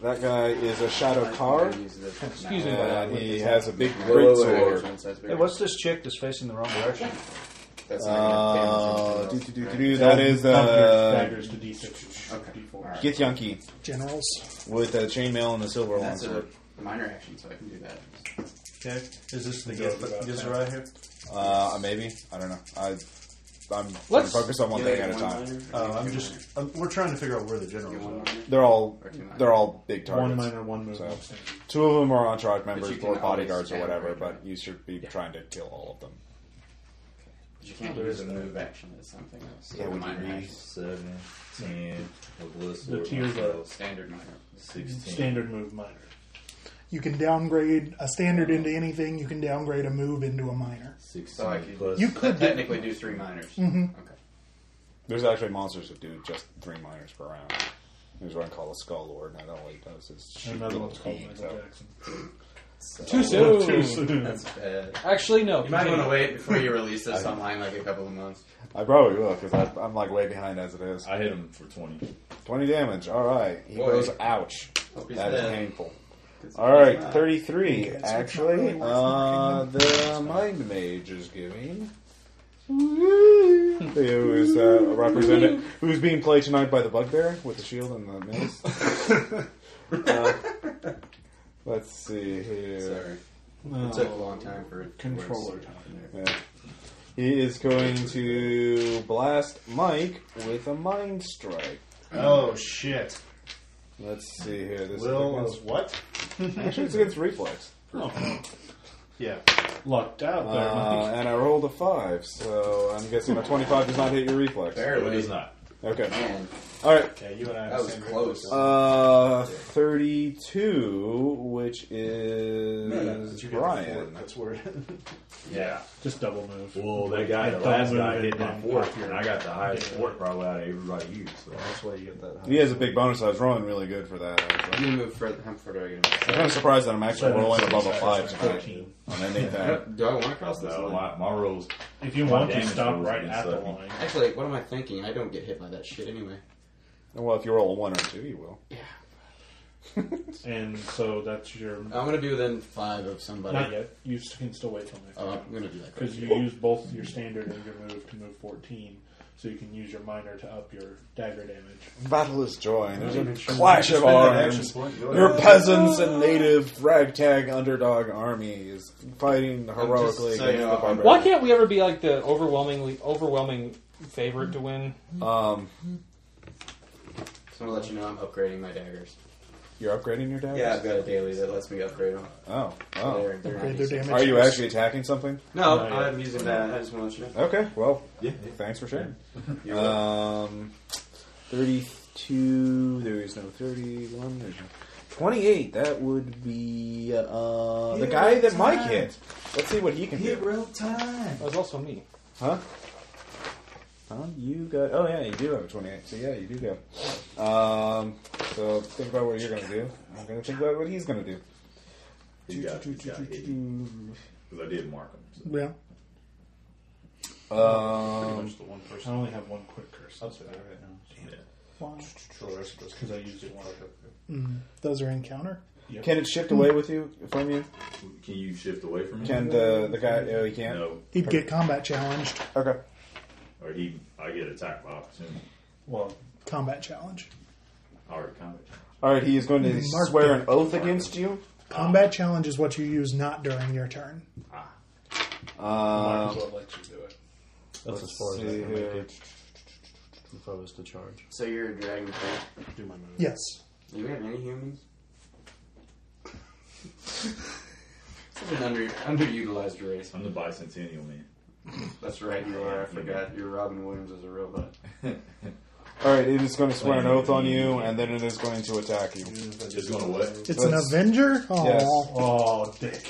B: That guy is a shadow
H: I'm
B: car.
H: gonna use this.
C: Excuse me.
B: And he has a big
H: Whoa, whoa,
B: great
H: whoa,
B: sword.
H: whoa, whoa,
I: Hey, what's this chick that's facing the wrong direction?
H: That's
B: Uh,
H: not
B: do,
H: gonna
B: do,
H: fit
B: do,
H: into
B: do,
H: this,
B: do. That is uh,
F: daggers to D6.
H: Okay.
F: D4.
H: Alright.
B: Gith Yankee
D: Generals.
B: with a chainmail and a silver
H: right? That's a
B: longsword.
H: minor action, so I can do that.
I: Okay. Is this the
F: Go
I: gift
F: about
I: that
F: that.
I: right here?
B: Uh, maybe I don't know. I I'm, I'm
C: Let's-
B: focused on one
H: You
B: thing
H: like
B: at a time.
H: one-liner?
I: Oh, I'm
H: You
I: just.
H: like
I: I'm, we're trying to figure out where the generals are.
H: one-liner?
B: They're all
H: Or two-liner?
B: they're all big
F: One
B: targets.
F: minor, one move.
B: So-
F: abstain.
B: Two of them are entourage
H: you
B: members
H: can
B: or
H: always
B: bodyguards or
H: stand
B: whatever,
H: right
B: but you should be trying to kill all of them.
H: You can't use a move action as something else.
E: that
H: a
E: would
H: minor
E: be
H: action.
E: 7, 10, a bliss
F: The
E: sword,
F: tears
E: myself,
F: are-
H: Standard minor.
E: 16.
F: Standard move, minor.
D: You can downgrade a standard into anything. You can downgrade a move into a minor.
E: 16
H: So I could-
E: plus.
D: You
H: So
D: could do-
H: technically do three minors.
B: Mm-hmm.
H: Okay.
B: There's actually monsters that do just three minors per round. There's one called a skull lord, and all he does is shoot
F: Another
B: little
F: one's called
B: teeth,
F: Michael
B: so.
F: Jackson.
C: Too
F: Too
C: soon.
F: soon.
H: That's bad.
B: Uh,
C: Actually, no.
H: You might
C: continue.
H: want to wait before you release this online like a couple of months.
B: I probably will because I'm like way behind as it is.
E: I hit him for 20.
B: Twenty damage. All right, he
H: Boy.
B: goes. Ouch.
H: Hope he's
B: That is
H: dead.
B: painful.
H: It's-
B: All right,
H: it's not.
B: thirty-three.
D: It's
B: Actually,
D: not really
B: uh,
D: worth
B: the mind mage is giving. Who is uh, represented? Who's being played tonight by the bugbear with the shield and the mace? Uh, let's see here.
H: Sorry.
F: No.
I: Uh,
H: It took a long time for it to
F: Controller
H: work.
F: time.
B: Yeah. He is going to blast Mike with a mind strike.
I: Oh shit!
B: Let's see here. This
G: Will
B: is
G: of what?
B: against, actually it's against reflex,
G: Yeah.
F: Lucked out there.
B: uh, and I rolled a five, so I'm guessing my twenty-five does not hit your reflex.
E: No, it is not.
B: Okay,
G: Man,
B: all right.
J: Okay, you and I.
G: that was close.
B: Uh, thirty-two, which is Brian.
J: That's where.
E: Yeah.
F: Just double move.
E: Well, that guy,
F: Yeah,
E: the last
F: double
E: guy
F: move
E: hit
F: and
E: my
F: then
E: fourth,
F: pop your-
E: and I got the highest
F: Yeah.
E: fourth probably out of everybody you. So.
J: That's why you get that.
B: He has a big bonus. I was rolling really good for that. Actually.
H: You move further. How far do I get?
B: I'm kind of surprised that I'm actually
F: Seven,
B: rolling above a
F: six,
B: five
F: seven,
B: tonight
F: fourteen.
B: on anything.
H: in? Do I want to cross this
E: No,
H: line?
E: my, my rules.
F: If you
E: My
F: want to
E: damage
F: stop
E: rolls
F: right
E: against
F: at the
E: that.
F: line,
H: Actually, what am I thinking? I don't get hit by that shit anyway.
B: well, if you roll a one or a two, you will.
F: and so that's your.
H: I'm gonna be within five of somebody.
F: Not yet. You s- can still wait till next
I: Uh,
H: Oh,
F: time
H: I'm gonna do that.
F: because you use both your standard and your move to move fourteen, so you can use your minor to up your dagger damage.
B: Battle is joined. There's a
F: Sure.
B: clash of
G: Spend that action
B: arms.
G: point, go
B: Your
G: ahead.
B: peasants and native ragtag underdog army is fighting heroically
H: saying,
B: against the
H: uh,
B: barbarians.
C: Why can't we ever be like the overwhelmingly overwhelming favorite to win?
B: Um,
H: Just want to let you know I'm upgrading my daggers.
B: you're upgrading your daggers.
H: Yeah, I've got a daily that lets me upgrade them.
B: Oh, oh.
H: They're, they're
D: Upgrade their
H: 96.
D: damage.
B: Are you actually attacking something?
H: No,
F: Not yet.
H: I'm using that. I just want to let you know.
B: Okay. Well,
E: Yeah.
B: thanks for sharing.
H: You're welcome.
B: Um, thirty-two. There is no thirty-one. There's no twenty-eight. That would be uh, the guy that Mike hit. Let's see what he can do.
J: real time.
C: That was also me.
B: Huh? Huh? You got? Oh yeah, you do have a twenty-eight. So yeah, you do go. Um, so think about what you're gonna do. I'm gonna think about what he's gonna do.
E: He got, he got Because I did mark him. So.
D: Yeah.
B: Um,
J: much the one person.
F: I only have one quick curse. That's bad.
J: right now.
F: Because I used it one.
D: Those are encounter.
B: can it shift away with you from you?
E: Can you shift away from him?
B: Can the the guy? Oh, he can't.
E: No.
D: He'd get combat challenged.
B: Okay.
E: Or he, I get attacked by opportunity.
F: Well,
D: Combat challenge.
E: Or combat.
B: All right. He is going to
D: Mark
B: swear
D: it.
B: an oath against you.
D: Combat challenge is what you use not during your turn.
F: might
B: Um,
F: as well let you do it.
I: That's as far as I
B: see
I: can make
B: here.
I: it. If I was to charge,
H: So you're a dragon type.
J: Do my move.
D: Yes.
H: Do you have any humans? Such an under, underutilized race.
E: I'm the bicentennial man.
H: That's right, you are. I forgot. You're Robin Williams as a robot.
B: all right. It is going to swear an oath on you,
F: Mm.
B: and then it is going to attack you.
E: It's going to what?
D: It's an
B: That's-
D: Avenger? Oh,
B: Yes.
F: Oh, dick.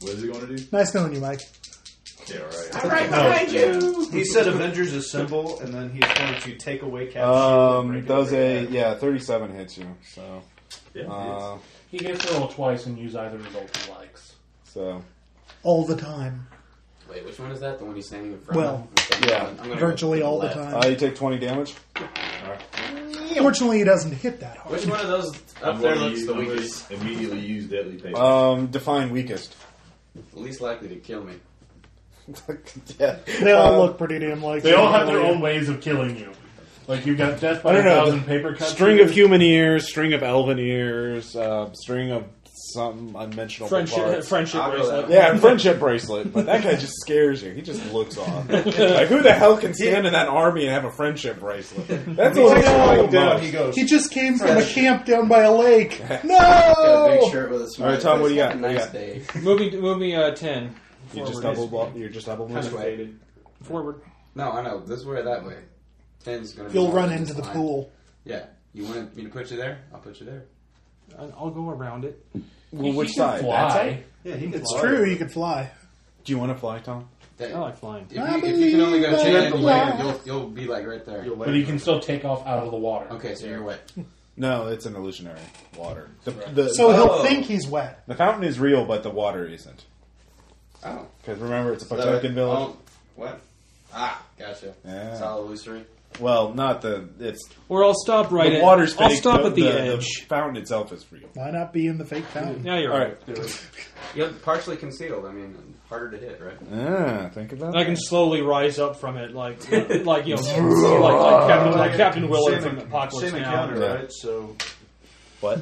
E: What is it going to do?
D: nice knowing you, Mike.
E: Yeah, right.
J: He said Avengers is symbol, and then he's going to take away Cap's shield and break
B: Um,
J: it
B: does
J: over
B: a
J: your head.
B: yeah thirty-seven hits you? So
E: Yeah, it
B: uh,
E: is.
F: He gets to roll twice and use either result he likes.
B: so
D: All the time.
H: Wait, which one is that? The one he's saying in front
D: Well,
H: of? Okay,
B: yeah,
H: I'm gonna go
D: Virtually
H: to
D: all the
H: left.
D: time.
B: uh, you take twenty damage.
D: Fortunately, he doesn't hit that hard.
H: Which one of those up
E: I'm
H: there
E: gonna
H: looks
E: use-
H: the
E: I'm gonna
H: weakest?
E: Immediately use deadly patience.
B: Um, define weakest.
H: The least likely to kill me.
B: yeah.
D: They all
B: Um,
D: look pretty damn like
F: Uh, They all have their own ways of killing you. Like you've got death by
B: I
F: a
B: don't know,
F: thousand paper cuts.
B: String of human ears, string of elven ears, uh, string of some unmentionable
C: Friendship,
B: parts.
C: friendship
H: I'll go
C: bracelet.
H: that.
B: Yeah, friendship bracelet. But that guy just scares you. He just looks off. like who the hell can stand in that army and have a friendship bracelet? That's what looks like
J: down.
B: down.
J: He goes.
D: He just came from a camp down by a lake.
H: Got a big
D: No!
H: shirt with a smile.
B: All right, Tom, what do you got?
H: Nice
B: What do you got?
H: day.
C: Move me, move me uh, 10.
B: You just
C: Forward.
B: double block. You're just double
H: Which
B: moving.
H: way?
C: Forward.
H: No, I know. This way or that way. Ten's gonna. be
D: You'll
H: more
D: run
H: than
D: into
H: this
D: the
H: line.
D: pool.
H: Yeah. You want me to put you there? I'll put you there.
C: And I'll go around it.
B: Well, which side? That side?
F: Why?
J: Yeah, he gets
D: It's true, you could fly.
B: Do you want to fly, Tom?
H: That-
C: I like flying.
H: if,
D: I
H: you, if you can only go
D: believe
H: ten,
D: I
H: you'll,
D: love-
H: you'll you'll be like right there.
J: You'll
F: But
J: let
F: he can still take off out of the water.
H: Okay, so you're wet.
B: No, it's an illusionary water. The, the,
D: So
H: Oh.
D: he'll think he's wet.
B: the fountain is real, but the water isn't.
H: Oh.
B: Because remember, it's a
H: So
B: Potemkin
H: it-
B: village.
H: oh, what? Ah, gotcha.
B: Yeah.
H: It's all illusory.
B: Well, not the it's
C: Or I'll stop right
B: the
C: at
B: water's
C: I'll
B: fake,
C: stop
B: the-
C: at the,
B: the- The
C: edge.
B: fountain itself is real.
D: Why not be in the fake fountain?
C: Yeah, you're
B: All
C: right.
B: right.
H: You're partially concealed. I mean, harder to hit, right?
B: Ah, think about
C: And I
B: that.
C: can slowly rise up from it, like, like you know, like, like Captain, like Captain Willard from Apocalypse
J: Same
C: Now.
J: encounter,
B: Yeah.
J: right? So
B: What?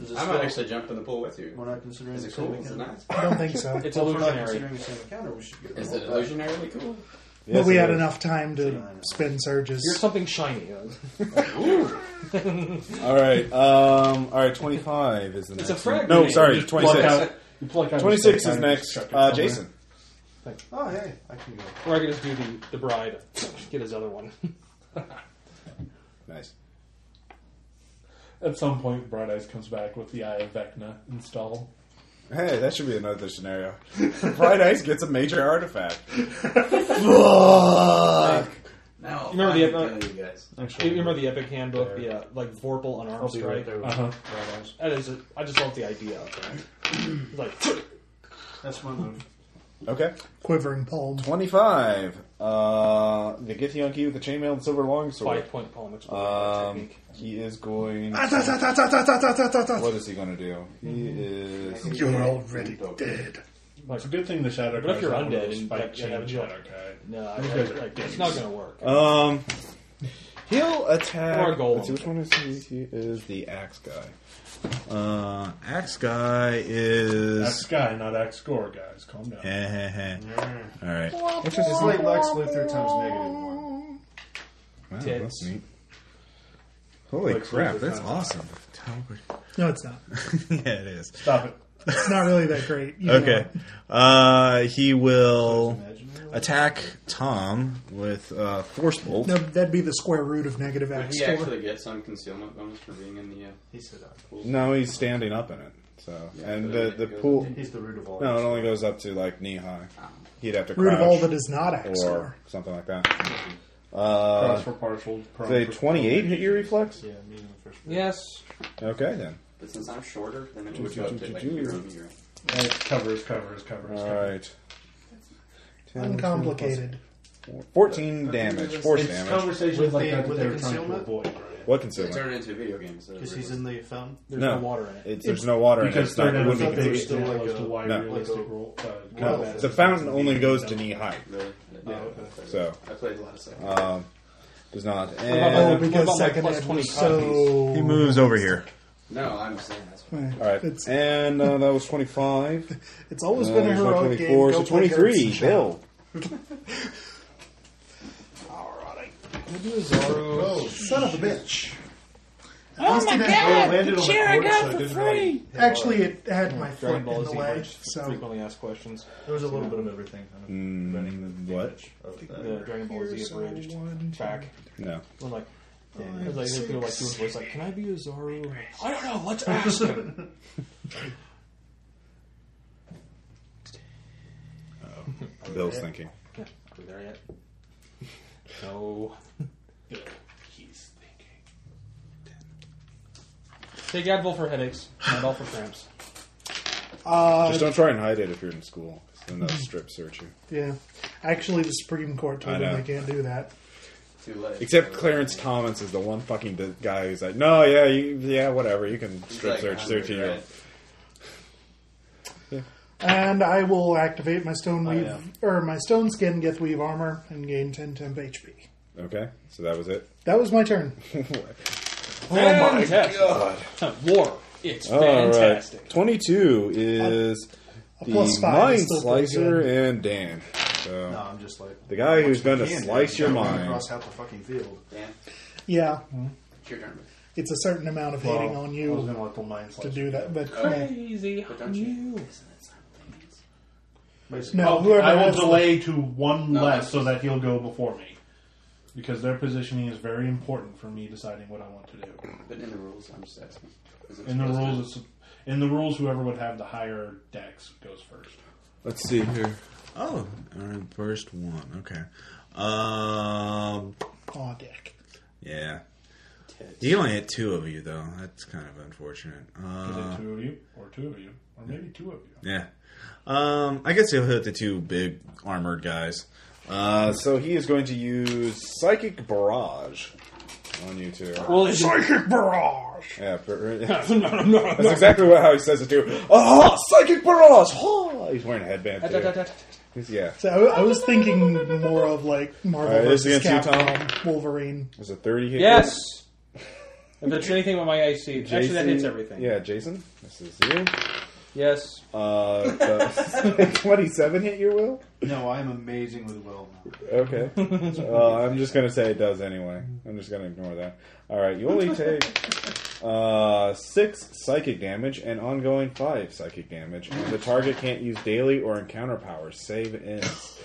J: is it
H: I
J: still,
H: might actually jump in the pool with you.
J: we're not considering
H: Is
J: the
H: it
J: same
H: cool? Is it
J: encounter.
H: nice?
D: I don't think so.
C: It's
J: Well, if we're not
C: illusionary.
J: considering the same encounter. We should get
H: Is
J: rolled
H: it
J: back.
H: illusionarily cool?
D: but
B: Yes,
D: we
B: it
D: had
B: is.
D: enough time to spin
C: You're
D: surges.
C: something shiny.
B: All right. Um, all right. Twenty-five is the next.
C: It's a frag
B: one. No,
C: grenade.
B: sorry.
F: You pluck
B: Twenty-six.
F: out- you pluck out a
B: Twenty-six
F: stick
B: is
F: out of
B: next.
F: your
B: Uh,
F: pocket
B: Jason.
J: Oh, hey, I can go.
C: Or I could just do the, the bride. Get his other one.
B: Nice.
F: somewhere. At some point, Bright Eyes comes back with the Eye of Vecna installed.
B: Hey, that should be another scenario. Bright Ice gets a major artifact. Fuck.
J: Now,
C: You remember the-
J: Oh, I can kill you guys.
C: You remember the epic handbook? Yeah, like Vorpal unarmed
J: I'll be
C: strike.
J: right there with
F: Uh-huh.
J: you. Right eyes.
C: That is, a, I just love the idea of that. Like,
J: That's my move.
B: Okay.
D: Quivering palm.
B: Twenty-five. Uh, the Githyanki with the chainmail and silver longsword.
C: five point palm which is a
B: Um,
C: technique.
B: he is going.
D: Ah, ta, ta, ta, ta, ta, ta, ta, ta, ta.
B: What is he going to do? He is.
D: You're already dead.
F: It's a good thing the Shadow
C: But if
F: Guy's
C: you're
F: not one of
C: undead
F: those
C: and,
F: spike
C: like, you
F: chain
C: have a
F: Shadow
C: job.
F: Guy.
C: No, I, I,
F: These guys are
C: like, it's not gonna work.
B: Um, he'll attack.
C: Or a golem.
B: let's see, which one is he? He is the axe guy. Uh, axe guy is.
F: X guy, not X score, guys. Calm down.
B: Eh, eh, eh. All right.
J: Which is like Lex Luthor times negative one.
B: Wow,
C: Tits.
B: that's neat. Holy
F: Like,
B: crap,
F: really
B: that's
F: kind of-
B: awesome. Talbot.
D: No, it's not.
B: yeah, it is.
F: Stop it.
D: It's not really that great. You know
B: Okay.
D: it.
B: Uh, he will attack Tom with uh, Force Bolt.
D: No, that'd be the square root of negative
H: Would
D: x.
H: he
D: score.
H: actually get some concealment bonus for being in the? Uh,
J: He said that.
B: No, he's standing up in it. So And the, the pool.
J: He's the root of all.
B: No, it only goes up to like knee high. He'd have to
D: root
B: crouch
D: of all that is not x.
B: or
D: score.
B: something like that.
F: Cross
B: Uh,
F: for partial.
B: say 28 hit your reflex?
J: Yeah, me and the first.
C: yes.
B: Okay then.
H: but since I'm shorter, then it would go up to like your meter.
F: Covers, covers, covers.
B: All right. 10,
D: Uncomplicated.
B: 14 damage. Force
J: It's
B: damage.
J: conversations
F: With
J: like
F: like
J: that
F: that
J: with
F: they
J: the
F: were trying to
J: concealment
F: avoid, right?
B: What concealment?
H: Turn it into a video game. So
J: because he's in the fountain.
C: There's
B: No.
C: no, water in it.
B: It's, there's no water in it.
F: Because
B: It's not,
F: third
B: it
F: and
B: wouldn't even
F: thought they were
J: be-
F: still
J: like
F: like as
J: a-
F: to why
B: no.
F: realistic roll. Uh,
B: No,
F: combat
B: the
F: is-
B: fountain only goes to knee height,
H: Really?
J: oh,
H: Yeah.
B: so
H: I played a lot of stuff.
B: um, does not.
D: Oh,
B: And
C: What
D: because
C: about my
D: second
C: plus
D: ed
C: 20
D: was so.
B: he moves over here.
H: no, I'm just saying that's.
D: Eh,
B: All right,
D: It's,
B: and uh, that was twenty-five.
D: it's always
B: Uh,
D: been a
B: there's my
D: heroic game.
B: 24,
D: Go
B: so
D: play Garrison
B: twenty-three.
D: Shop.
B: Bill.
D: Son of a bitch.
G: Oh my
J: Well, it landed on the board, so it didn't really hit hard.
D: Actually, it had my foot
C: Dragon
D: in
C: Ball
D: the
C: Z
D: way,
C: which
D: so
C: frequently asked questions.
J: there was a little bit of everything kind of running the
B: Mm, what?
J: damage of that.
C: The Dragon Ball Z
D: Here's a
C: abridged
D: one, two,
C: track.
B: No.
C: I'm like,
J: Yeah.
C: I was like,
D: six.
C: people like doing voice like, can I be a Zaru? I don't know. Let's ask him.
B: Bill's thinking.
C: Are we there yet? No.
F: He's thinking.
C: Take Advil for headaches. Not all for cramps.
D: Uh,
B: Just don't try and hide it if you're in school. 'cause Then they'll
D: Mm-hmm.
B: strip search you.
D: yeah. Actually, the Supreme Court told
B: I
D: them
B: know.
D: they can't do that.
H: Too late.
B: Except Clarence Thomas is the one fucking d- guy who's like, no, yeah, you, yeah, whatever, you can
H: He's
B: strip
H: like
B: search
H: 100,
B: thirteen year old.
H: right?
D: And I will activate my stone
B: I
D: weave
B: am.
D: or my stone skin geth weave armor and gain ten temp HP.
B: Okay, so that was it.
D: That was my turn.
C: fantastic. War. It's fantastic.
B: Twenty-two is
D: A
B: the
D: plus five
B: mind
D: is still pretty
B: slicer
D: good.
B: and Dan. So
J: No, I'm just like
B: the guy who's going to
J: Candy,
B: slice your
J: I'm running
B: mind.
J: across half the fucking field.
H: Yeah,
D: Yeah,
H: it's your turn.
D: it's a certain amount of hating on
J: I was
D: you
J: gonna let the mind
D: to
J: slice.
D: do that, but yeah.
C: Crazy.
H: But don't you?
J: Basically,
D: no, whoever
F: I will
D: has the-
F: delay to one
H: No,
F: less
H: I-
F: so that he'll go before me. Because their positioning is very important for me deciding what I want to do.
H: But in the rules, I'm just asking. Is it
F: In the
H: supposed to-
F: rules, it's, in the rules, whoever would have the higher dex goes first.
B: Let's see here. Oh, all right, first one. Okay. Um.
D: Aw, dick.
B: Yeah. He only hit two of you though. That's kind of unfortunate.
F: Is
B: Uh,
H: Uh-huh.
F: it two of you, or two of you, or maybe two of you?
B: Yeah. Um, I guess he'll hit the two big armored guys. Uh, so he is going to use Psychic Barrage on you two.
C: Well, it's
D: Psychic barrage.
B: Yeah, per- that's exactly what, how he says it too. Ah, Psychic Barrage! Ha! He's wearing a headband too. He's- yeah.
D: So I, I was thinking more of like Marvel
B: All right, this
D: versus
B: is against you, Tom.
D: Capcom, Wolverine.
B: There's a 30 hit.
C: Yes. If it's anything with my AC, actually that
B: Jason-
C: hits everything.
B: Yeah, Jason, this is you.
C: Yes.
B: Uh, the- 27 hit your will?
J: No, I'm amazing with will now.
B: Okay. Uh, I'm just going to say it does anyway. I'm just going to ignore that. All right, you only take uh, 6 psychic damage and ongoing 5 psychic damage. And the target can't use daily or encounter powers. Save ends.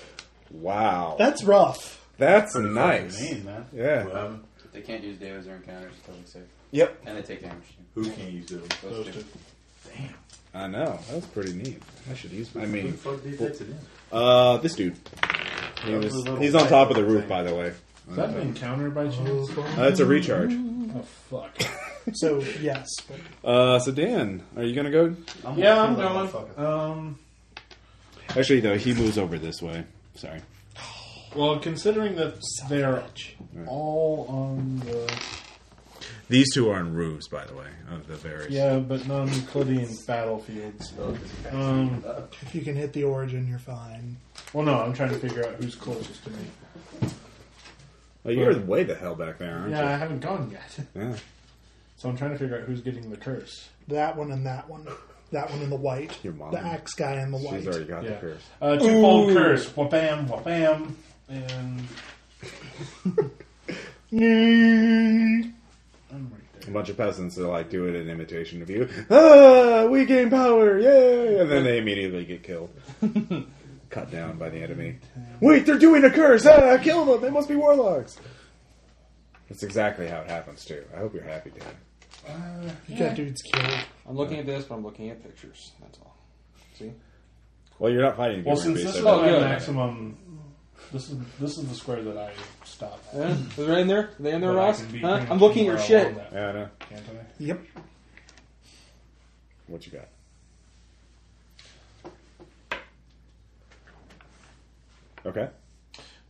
B: Wow.
D: That's rough.
B: That's nice.
I: Mean, man.
B: Yeah.
E: Eleven.
H: If they can't use dailies or encounters, it's totally safe.
B: Yep.
H: And they take damage. too.
E: Who can you do?
H: Those two.
B: I know. That was pretty neat. I should use. I mean,
E: fuck did that to them?
B: uh, this dude. He was, he's on top of the roof, by the way.
F: Is that an encounter by chance?
B: Uh, it's a recharge.
F: Oh, fuck.
D: So yes, but
B: Uh, so Dan, are you gonna go?
J: I'm
F: Yeah,
J: gonna
F: I'm
J: kill that
F: going.
J: motherfucker.
F: Um,
B: Actually, no. He moves over this way. Sorry.
F: well, considering that they're all on the.
B: These two are in roofs, by the way, of the various.
F: Yeah, but non Euclidean battlefields. Um,
D: if you can hit the origin, you're fine.
F: well, no, I'm trying to figure out who's closest to me.
B: Well, Oh, you're way the hell back there, aren't
F: Yeah, I haven't gone yet.
B: you? Yeah.
F: So I'm trying to figure out who's getting the curse.
D: That one and that one, that one and the white.
B: Your mom.
D: the axe guy and the white.
B: She's already got
F: Yeah.
B: the curse.
F: Uh, twofold curse. Whapam, whapam. And I'm right
B: A
F: there.
B: bunch of peasants that like do it in imitation of you. Ah, we gain power! Yay! And then they immediately get killed, cut down by the enemy. Wait, they're doing a curse! Ah, kill them! They must be warlocks. That's exactly how it happens too. I hope you're happy, Dan.
D: That dude's killed.
C: I'm looking at this, but I'm looking at pictures. That's all. See?
B: Well, you're not fighting.
F: Well,
B: Garen
F: since
B: Beast,
F: this
B: I
F: is
B: bet.
C: Oh,
F: my
C: yeah.
F: maximum, this is this is the square that I stop at.
C: Yeah. Is it right in there? Are they in there,
F: But I
C: Ross?
F: can be
C: Huh?
F: pretty
C: I'm
F: much
C: looking at your
F: anywhere
C: shit.
F: along that,
B: Yeah, I know.
F: can't I?
D: Yep.
B: What you got? Okay.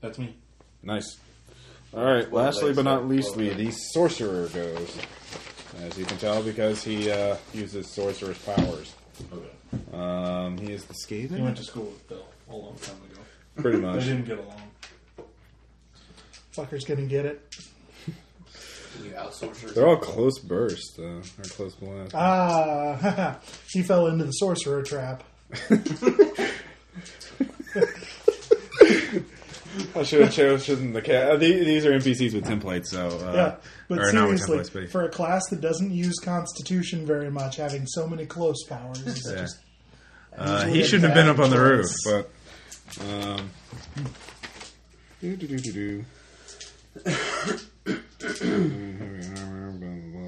F: That's me.
B: Nice. All right. Lastly, but not leastly, the sorcerer goes. As you can tell, because he uh, uses sorcerer's powers.
F: Okay.
B: Um, he is the
F: He
B: scathing.
F: went to school with Bill a long time ago.
B: Pretty
F: They
B: much.
F: didn't get along.
D: Fucker's gonna get it.
H: You outsource
B: They're all close bursts, though. Or close blast.
D: Ah, he fell into the sorcerer trap.
B: I should have chosen the cat. Uh, the- these are NPCs with templates, so. Uh,
D: Yeah, but
B: or not with
D: seriously,
B: templates, but-
D: for a class that doesn't use Constitution very much, having so many close powers is
B: Yeah.
D: just
B: Uh,
D: Usually
B: he
D: it's
B: shouldn't have been
D: bad
B: up on the roof,
D: choice.
B: but. Um, do, do, do, do, do.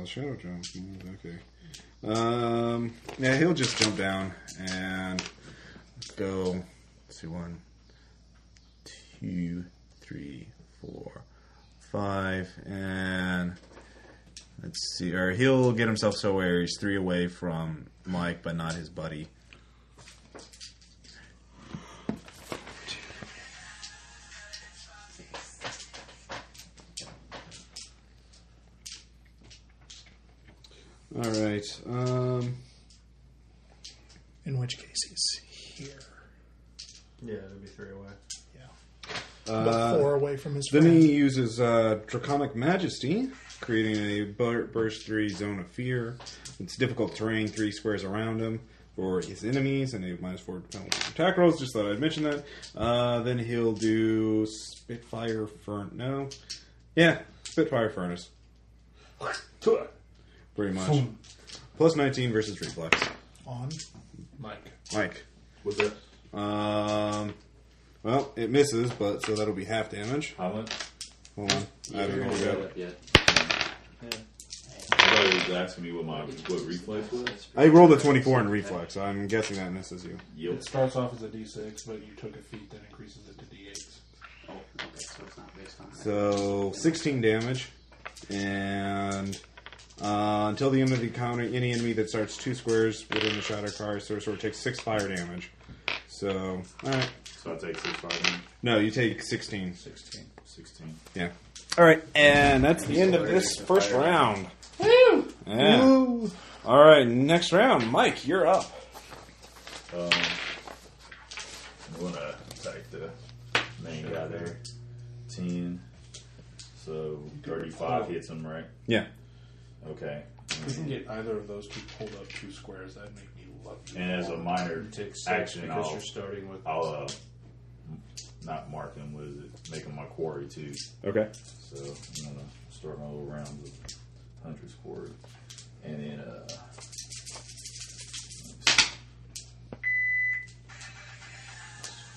B: Shadow jump. mm, Okay. Um, yeah, he'll just jump down and go. Let's see, one, two, three, four, five, and let's see. Or he'll get himself so where he's three away from Mike, but not his buddy. All right. Um,
D: in which case he's here,
J: Yeah, it'll be three away.
D: but
B: uh,
D: four away from his
B: then
D: friend.
B: he uses uh, Draconic Majesty, creating a bur- burst three zone of fear. It's difficult terrain three squares around him for his enemies, and a minus four penalty to attack rolls. Just thought I'd mention that. Uh, then he'll do Spitfire Furnace. No, yeah, Spitfire Furnace, pretty much.
F: Boom.
B: Plus nineteen versus reflex.
D: on.
F: Mike.
B: Mike.
E: What's that?
B: Um, well, it misses, but so that'll be half damage.
E: How much?
B: Hold on, I haven't rolled it up.
H: Yeah.
E: I thought he was asking me what my what reflex was.
B: I rolled a 24 in reflex, so I'm guessing that misses you.
E: Yield.
F: It starts off as a D6, but you took a feat that increases it to D8.
H: Oh, okay, so it's not based on that.
B: So 16 damage, and uh, until the end of the encounter, any enemy that starts two squares within the shadow card sorcerer takes six fire damage. So, all right,
E: So I take six five and
B: no, you take 16.
E: sixteen. Sixteen.
B: Yeah. All right, and that's the end of this first round. Woo! All right, next round, Mike, you're up.
E: Um, I'm gonna attack the main guy there. Ten. So thirty-five hits him, right?
B: Yeah.
E: Okay.
F: If we can get either of those two pulled up two squares, that'd make me
E: And as a minor
J: Tick six
E: action,
J: because
E: I'll,
J: you're starting with.
E: I'll uh, m- not mark him. What is it? Make him my quarry too.
B: Okay.
E: So I'm gonna start my little round with Hunter's quarry, and then uh, let's see.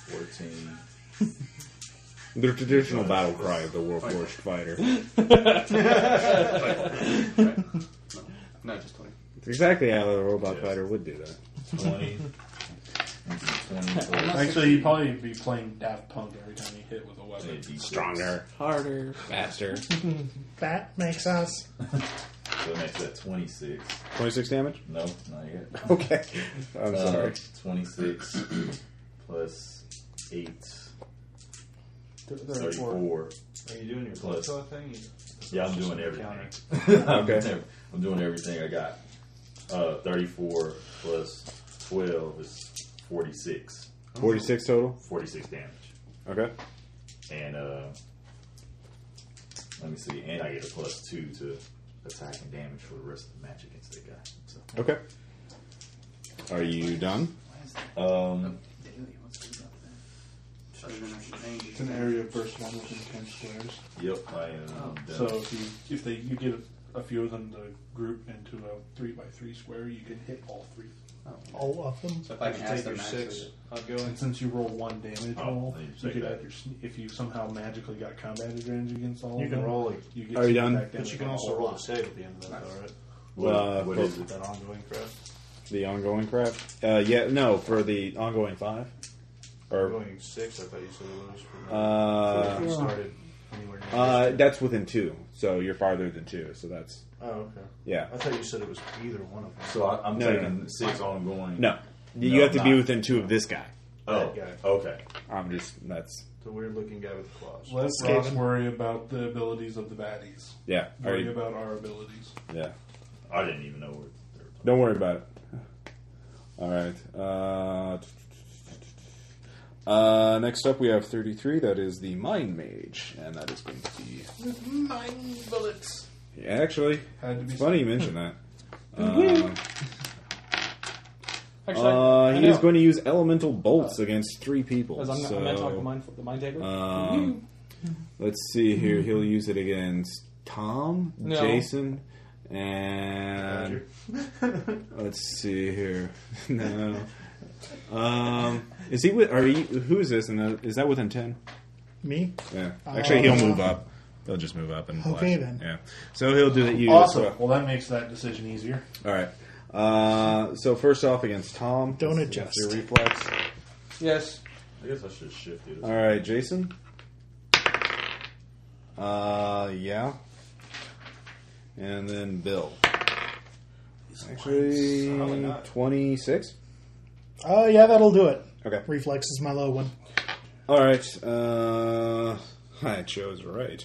E: fourteen.
B: The traditional battle cry of the warforged fighter.
H: Not just 20.
B: It's exactly how a robot fighter would do that.
E: 20. Into the 20 plus
F: Actually, you'd probably be playing Daft Punk every time you hit with a
E: a
F: weapon.
E: D6.
B: Stronger, harder, faster.
D: That makes us.
E: So next that 26.
B: Twenty-six damage.
E: No, not yet.
B: Okay. I'm
E: Uh,
B: sorry.
E: 26 plus 8.
F: Th- there are four.
E: 34.
J: Are you doing your
E: Plus.
J: plus thing?
E: Yeah, I'm doing everything.
J: Counter.
E: I'm
B: Okay.
E: doing- I'm doing everything I got. Uh, 34 plus 12 is 46.
B: Forty-six total.
E: 46 damage.
B: Okay.
E: And uh, let me see. And I get a plus 2 to attack and damage for the rest of the match against that guy. So.
B: Okay. Are you done?
E: Um,
F: It's an area of burst one within ten squares.
E: yep, I am done.
F: So if you if they you get a, a few of them to group into a three by three square, you can hit all three.
D: All of them.
H: So if I
J: You
H: can ask
J: take your
H: them
J: six.
H: actually.
J: I'll go in.
F: And since you roll one damage
E: Oh,
F: roll,
E: I didn't
F: you
E: say
F: could
E: that.
F: add your sne- if you somehow magically got combat advantage against all
J: You
F: of
J: can
F: them,
J: roll it.
F: You get
B: Are you
F: sneak
B: done?
F: attack
J: But
F: damage
J: you can
F: on a
J: also
F: whole
J: roll
F: lot.
J: a save at the end of that, though, right?
E: What-
B: Uh,
E: what
B: both.
E: is it?
J: With that ongoing crap.
B: The ongoing crap. Uh, yeah. No, for the ongoing five. Or
J: Ongoing six, I thought you said it was. From
B: uh,
J: Before you started anywhere near
B: uh, that's within two. So you're farther than two. So that's
J: Oh, okay.
B: yeah.
J: I thought you said it was either one of them.
E: So I, I'm
B: No, no,
E: taking six ongoing.
B: No, you
E: No,
B: have to be
E: not.
B: within two of this guy.
E: Oh,
J: That guy.
E: okay.
B: I'm just that's
J: The weird looking guy with claws.
F: Let's not worry about the abilities of the baddies.
B: yeah. Are
F: Worry
B: you,
F: about our abilities.
B: yeah.
E: I didn't even know where they were talking.
B: Don't worry about it. All right. Uh, uh, next up, we have 33. That is the Mind Mage, and that is going to be.
G: Mine bullets.
B: Yeah, actually,
F: Had to be
B: it's funny you mention that.
C: Actually, I-
B: Uh,
C: I
B: he is
C: know.
B: going to use elemental bolts against three people.
C: Because I'm,
B: so,
C: I'm not talking mind, the mind taker.
B: um, let's see here. He'll use it against Tom,
C: No.
B: Jason, and let's see here. no. Um, is he with? Are you? Who is this? And the- is that within ten?
D: Me?
B: Yeah. Actually,
D: Uh,
B: he'll move up. He'll just move up and.
D: Okay,
B: blast.
D: then.
B: Yeah. So he'll do that. You
F: Awesome. Well, that makes that decision easier.
B: All right. Uh, so first off, against Tom.
D: Don't
B: That's-
D: adjust.
B: that's Your reflex.
C: yes.
E: I guess I should shift it.
B: All right, Jason. Uh, yeah. And then Bill. Actually, twenty-six.
D: Oh, yeah, that'll do it.
B: Okay.
D: Reflex is my low one.
B: All right. Uh, I chose right.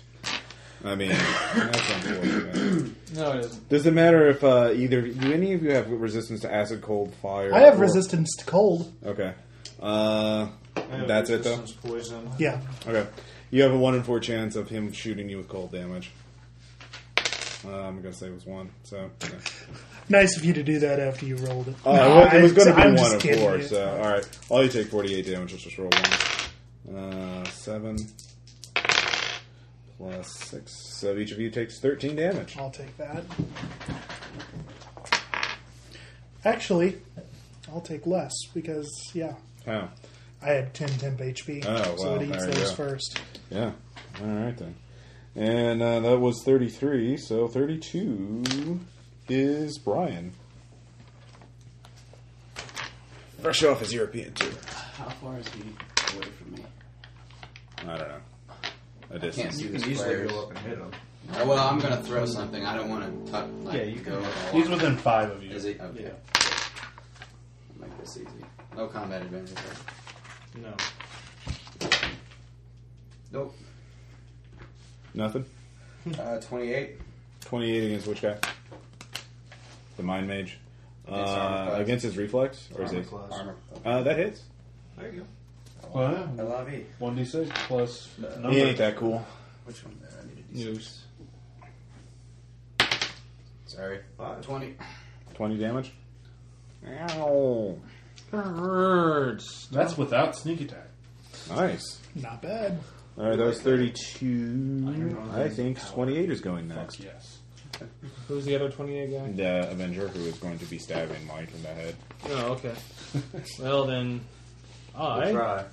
B: I mean, that's unfortunate.
C: No, it isn't.
B: Does it matter if uh, either do any of you have resistance to acid, cold, fire?
D: I have
B: or-
D: resistance to cold.
B: Okay. Uh, that's it though.
J: Resistance, Poison.
D: Yeah.
B: Okay. You have a one in four chance of him shooting you with cold damage. Uh, I'm gonna say it was one. So yeah.
D: Nice of you to do that after you rolled it.
B: uh, it was- it was gonna
D: I'm
B: be
D: just
B: one of
D: kidding
B: four.
D: you.
B: So all right, all you take 48 damage. Let's just roll one. Uh, seven plus six. So each of you takes 13 damage.
D: I'll take that. Actually, I'll take less because, yeah,
B: How?
D: I had 10 temp HP.
B: Oh,
D: so
B: well,
D: it eats
B: there you
D: those
B: go.
D: first.
B: Yeah. All right then. And uh, that was 33. So 32 is Brian. Fresh off his European tour.
A: How far is he away from me?
B: I don't know. A
H: Can't
B: distance.
H: see
J: You
H: the
J: can easily
H: squares.
J: go up and hit him.
H: Uh, Well, I'm gonna throw something. I don't want to tuck. Like,
J: Yeah, you
H: go.
F: He's within five of
H: Is
F: you.
H: he? Okay. Make this easy. No combat advantage. right?
J: No.
H: Nope.
B: Nothing.
H: Uh, 28.
B: 28 against which guy? The Mind Mage.
H: Against armor
B: Uh,
H: class.
B: against his reflex? Or is
J: Armor
B: it?
J: class.
H: Armor.
B: Uh, that hits.
J: There you go.
F: Well,
H: LIV.
F: one d six plus
J: Uh,
F: number.
B: He ain't that cool.
H: Which one? There? I need a D6.
C: News.
H: Sorry.
J: Five.
H: 20.
B: 20 damage.
K: Ow. Hurts.
F: That's without sneak attack.
K: Nice.
D: Not bad.
K: All right, that was 32. I think 28 is going next.
F: Fuck yes.
C: Who's the other 28 guy?
B: The uh, Avenger who is going to be stabbing Mike in the head.
C: Oh, okay. well, then
H: We'll
C: I
H: try.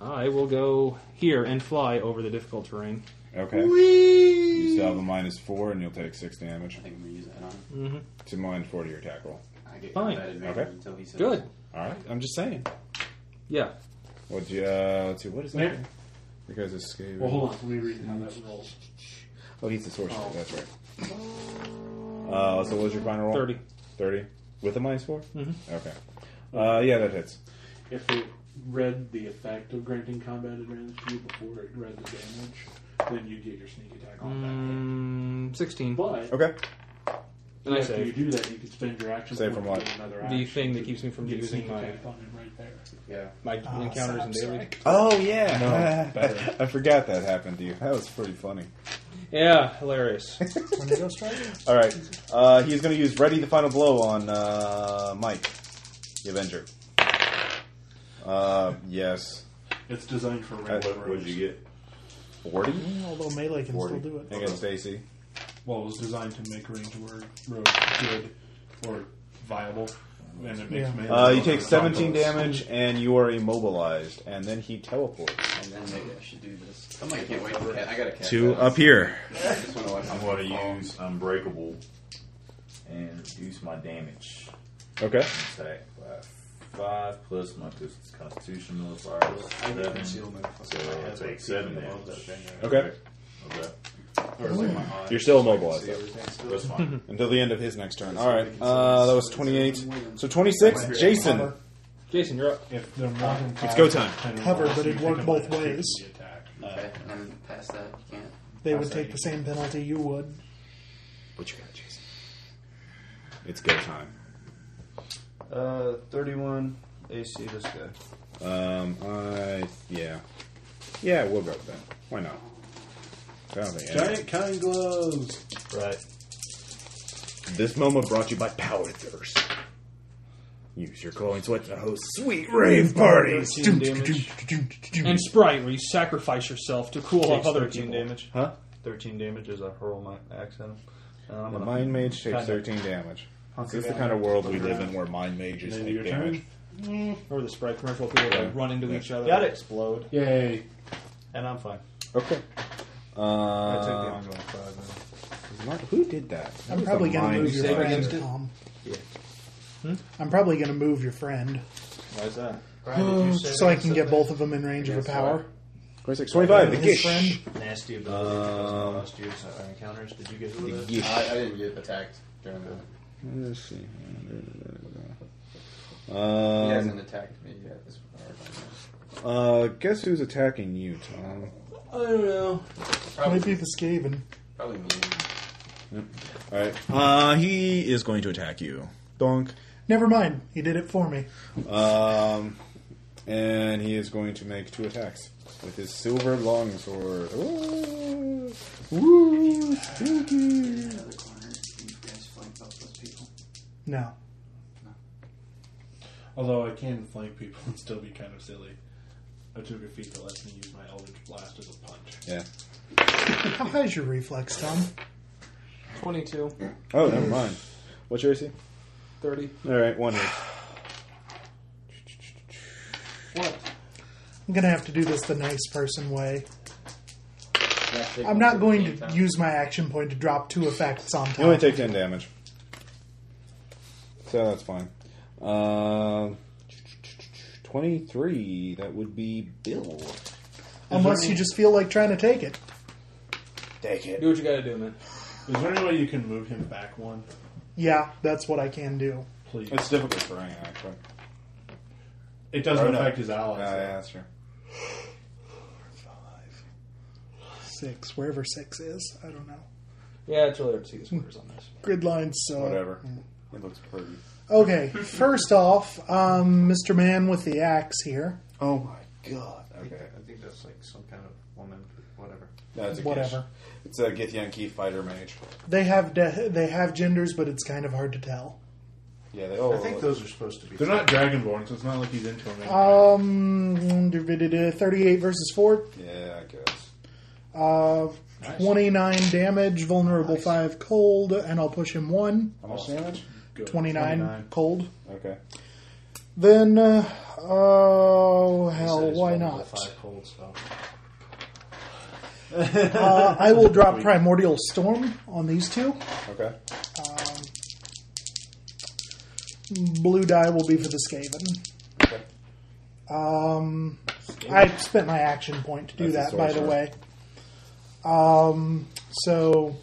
C: I will go here and fly over the difficult terrain.
B: Okay. You still have a minus four, and you'll take six damage.
L: I think I'm gonna use that on.
C: Mm-hmm.
B: To minus four to your tackle.
L: I get
C: Fine.
L: that advantage
B: Okay.
L: until he says
C: Good.
B: All right. I'm just saying.
C: Yeah.
B: What do you? Uh, let's see. What is that?
F: Yeah.
B: Because it's scaly.
F: Well, hold on. Let me read how that rolls.
B: Oh, he's the sorcerer. That's right. Uh, so what was your final roll?
C: 30.
B: 30? With a minus 4? Mm-hmm. Okay. Uh, yeah, that hits.
F: If it read the effect of granting combat advantage to you before it read the damage, then you get your sneak attack on
C: Mm, 16.
F: that. But
B: Okay.
C: And I
F: after you
C: save.
F: do that, you can spend your action
B: Save
F: point
B: from
F: to
B: what?
F: get another
C: The
F: action
C: thing
F: to
C: that keeps me from
F: get
C: using
F: sneak
C: my
F: attack on it right there.
C: my
D: Ah,
C: encounters in
D: slap
C: daily.
D: strike.
B: Oh, yeah.
F: better.
B: I forgot that happened to you. That was pretty funny.
C: Yeah, hilarious.
D: Tornado strike.
B: All right. Uh, he's going to use Ready the Final Blow on uh, Mike, the Avenger. Uh, yes.
F: It's designed for
B: Uh,
F: regular.
E: What'd you get?
B: 40?
D: Mm, Although melee can still do it.
B: Against AC.
F: Well, it was designed to make range word road good or viable, and it makes
D: Yeah.
F: melee
B: Uh, you
F: or
B: take 17
F: combos.
B: damage and you are immobilized. And then he teleports.
L: And then maybe I should do this.
H: I can't wait. To ca- I gotta catch
B: To
H: that.
B: up here.
H: I just want to watch.
E: I'm going to use Unbreakable and reduce my damage.
B: Okay.
E: Attack by uh, five plus my cons- Constitution modifier. is
L: I get
E: Seven.
L: concealment.
E: So I take seven damage.
B: Okay.
E: Okay.
B: You're still immobilized, though.
E: That's fine.
B: Until the end of his next turn. All right. Uh, that was 28. So 26, Jason.
C: Jason, you're up.
F: If they're more than five,
B: go time.
F: ten or
D: Hover,
F: less,
D: but
F: you
D: it'd
F: take
D: work
F: a
D: both
F: minus two
D: ways.
F: to the attack.
L: Okay.
H: Uh, And past that, you can't.
D: They would take the same penalty you would.
B: What you got, Jason? It's go time.
I: Uh, 31 AC this guy.
B: Um, I yeah, yeah, we'll go with that. Why not? I don't think
F: Giant kind gloves.
I: Right.
B: This moment brought you by Power Thirst. Use your glowing sweat to host sweet rave parties.
C: And Sprite, where you sacrifice yourself to cool off
I: Takes
C: other
I: 13
C: people.
I: damage.
B: Huh?
I: 13 damage as I hurl my axe at him. And I'm
B: The
I: gonna
B: mind mage takes
I: Kinda.
B: 13 damage.
I: hunker
B: This is the
I: down.
B: kind of world we live in where mind mages
F: End of your
B: take damage.
F: turn.
C: Remember the Sprite commercial where people like, run into each other
I: Got
C: and
I: it.
C: explode.
F: Yay!
I: And I'm fine.
B: Okay.
I: I took the
B: Uh,
I: ongoing five. and-
B: Um, who did that? That
D: I'm
B: was
D: probably
B: a
D: going to
B: mind
D: move your
B: mager.
D: friend, Tom.
I: Yeah.
D: I'm probably going to move your friend
C: Why is that?
D: so I can get both of them in range of a power.
B: 26, 25, the Gish.
D: His friend.
L: Nasty of the
B: Um,
L: last year's uh, encounters. Did you get rid
B: The
L: of that?
B: Gish.
H: I, I didn't get attacked during that.
B: Let's see.
H: He
B: Um,
H: hasn't attacked me yet. as far as I know.
B: uh, guess who's attacking you, Tom?
C: I don't know.
D: Maybe the Skaven.
H: Probably me.
B: All right. Uh, he is going to attack you. Donk.
D: Never mind. He did it for me.
B: Um, and he is going to make two attacks with his silver longsword. Ooh, Ooh, spooky.
L: Other corner. You guys flank both those people.
D: No.
F: Although I can flank people and still be kind of silly. I took a feat that lets me use my Eldritch Blast as a punch.
B: Yeah.
D: How high is your reflex, Tom?
C: 22,
B: Oh, never mind. What's your AC?
C: 30.
B: All right, one hit.
C: What?
D: I'm going to have to do this the nice person way. I'm not going to use my action point to drop two effects on
B: You only
D: Tom.
B: take ten damage, so that's fine. Um, Twenty-three. That would be Bill.
D: Unless you just feel like trying to take it.
B: Take it.
C: Do what you gotta do, man.
F: Is there any way you can move him back one,
D: Yeah, that's what I can do.
F: please?
B: It's difficult terrain, actually.
F: It doesn't
B: Oh, no.
F: affect his
B: Uh,
F: allies.
B: yeah,
F: though.
B: that's true.
D: Six, wherever six is. I don't know.
C: Yeah, it's really hard to see the squares on this.
D: Grid lines, so.
B: Whatever. It looks pretty.
D: Okay, first off, um, Mr. Man with the axe here.
B: Oh my god. Okay,
L: I think that's like some kind of woman, whatever.
B: that's a
D: Whatever.
B: Gish. It's a Githyanki fighter mage.
D: They have de- they have genders, but it's kind of hard to tell.
M: Yeah, they all.
I: I think those are supposed to be.
F: They're not dragonborn, so it's not like he's into them.
B: Uh,
F: anymore.
D: Um, 38 versus 4.
M: Yeah, I guess.
D: Uh, 29 damage, vulnerable 5 cold, and I'll push him 1.
M: How much damage?
D: 29,
M: 29.
D: cold.
M: Okay.
D: Then, uh, oh, hell, why not? uh, I will drop Primordial Storm on these two.
M: Okay.
D: Blue die will be for the Skaven.
M: Okay.
D: Um, I spent my action point to do
M: That's a
D: that, by the
M: sorcerer.
D: way. Um, so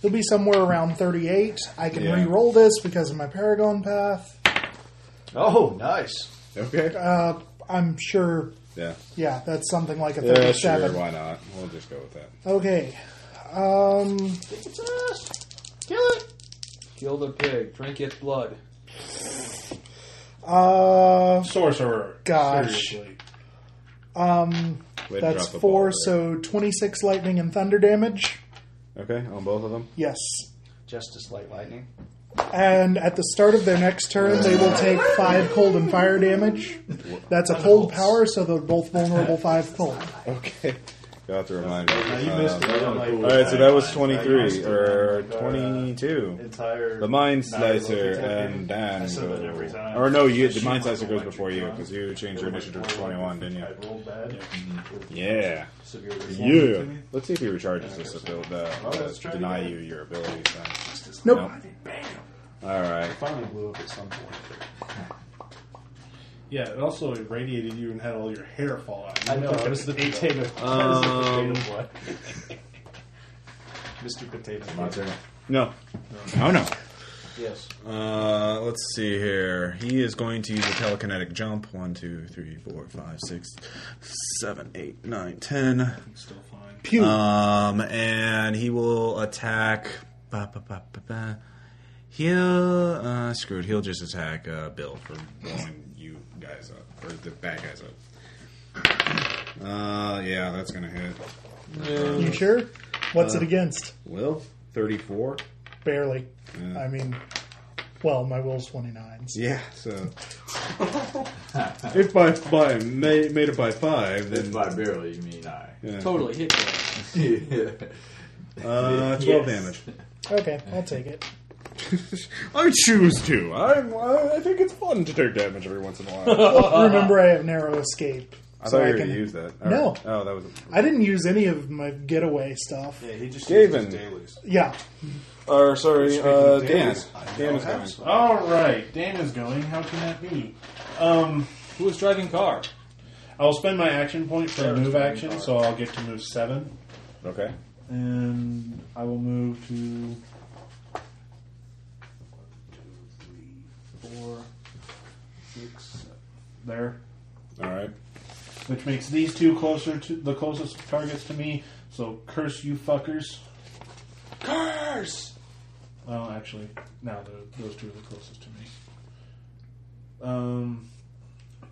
D: it'll be somewhere around 38. I can
I: Yeah.
D: re-roll this because of my Paragon path.
I: Oh, nice.
B: Okay.
D: Uh, I'm sure.
B: Yeah.
D: Yeah, that's something like a
B: Yeah,
D: 37.
B: sure. Why not? We'll just go with that.
D: Okay. Um,
I: It's us. Kill it.
C: Kill the pig. Drink its blood.
D: uh,
F: Sorcerer.
D: Gosh.
F: Seriously.
D: Um,
B: Way to
D: that's
B: drop the
D: four,
B: ball
D: so 26 lightning and thunder damage.
B: Okay, on both of them.
D: Yes.
I: Justice Light Lightning.
D: And at the start of their next turn, they will take five cold and fire damage. That's a cold power, so they're both vulnerable five cold.
B: Okay. You'll have to remind me.
I: No, you missed it.
B: Um,
I: Like,
B: all right, so that was
I: I- I- I
B: 23
I: still
B: or
I: remember, uh,
B: 22.
I: Entire.
B: The Mind
I: nine level
B: Slicer
I: detective.
B: and Dan.
I: I said
B: go-
I: that every time.
B: Or no, you, the
I: Shoot
B: Mind
I: my
B: Slicer goes
I: electric
B: before you
I: drum.
B: because you changed your
I: Rolled
B: initiative
I: my
B: to 21, didn't you?
I: I rolled bad. With
B: Yeah.
I: severe
B: Yeah.
I: resistance.
B: Let's see if he recharges this ability. Uh,
I: Oh,
B: uh,
I: let's try
B: deny
I: again.
B: you your abilities. Then.
D: Nope.
B: All right.
I: Finally blew up at some point.
F: Yeah, it also irradiated you and had all your hair fall out.
I: I know. It was the potato. Um, it was the potato blood. Mr. Potato.
B: My
I: Blood.
B: turn. No. Oh no.
I: Yes.
B: Uh, let's see here. He is going to use a telekinetic jump. One, two, three, four, five, six, seven, eight, nine, ten.
F: Still fine.
D: Pew.
B: Um, and he will attack. Ba, ba, ba, ba, ba. He'll uh, screw it. He'll just attack uh, Bill for blowing you guys up or the bad guys up. Uh, yeah, that's gonna hit.
D: You sure? What's
B: uh,
D: it against?
B: Will thirty-four.
D: Barely. I mean, well, my will's 29. so-
B: Yeah, so if by by made, made it by five, then
E: By barely, you mean I.
B: yeah.
C: Totally hit that.
E: yeah.
B: uh, twelve damage.
D: Okay, I'll take it.
B: I choose to. I I think it's fun to take damage every once in a while.
I: Uh,
D: Well, remember, I have narrow escape.
B: I thought
D: so
B: you
D: I
B: were
D: can.
B: going to use that. All
D: No.
B: right. Oh, that was.
D: I didn't use any of my getaway stuff.
I: Yeah, he just
B: Gavin.
I: uses dailies.
D: Yeah.
M: Or sorry, uh, Dan.
I: Dan
M: is going.
F: All right, Dan is going. How can that be? Um,
N: Who was driving car?
F: I'll spend my action point for a
N: Sarah's
F: move
N: going
F: action,
N: hard.
F: so I'll get to move seven,
B: Okay.
F: and I will move to one, two, three, four, six, seven. There,
B: All right.
F: which makes these two closer to the closest targets to me. So curse you fuckers!
C: Curse!
F: Well, actually, no, tho- those two are the closest to me. Um,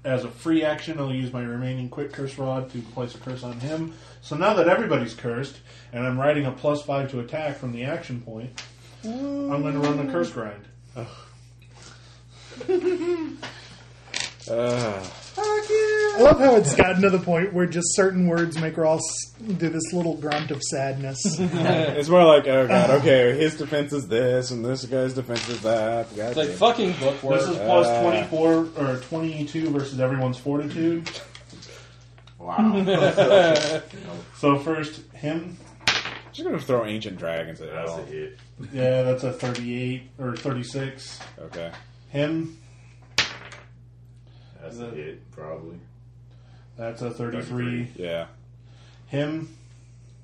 F: as a free action, I'll use my remaining quick curse rod to place a curse on him. So now that everybody's cursed, and I'm writing a plus five to attack from the action point, I'm going to run the curse grind.
B: Uh,
D: I love how it's gotten to the point where just certain words make Ross do this little grunt of sadness.
B: it's more like, oh god, okay, his defense is this, and this guy's defense is that.
N: It's like fucking bookworm.
F: This is plus 24 or 22 versus everyone's fortitude.
B: wow.
F: So first, him.
B: Just gonna throw ancient dragons at it all.
E: hit.
F: Yeah, that's a 38 or 36.
B: Okay.
F: Him.
E: That's a hit, probably.
F: That's a 33.
B: Yeah.
F: Him.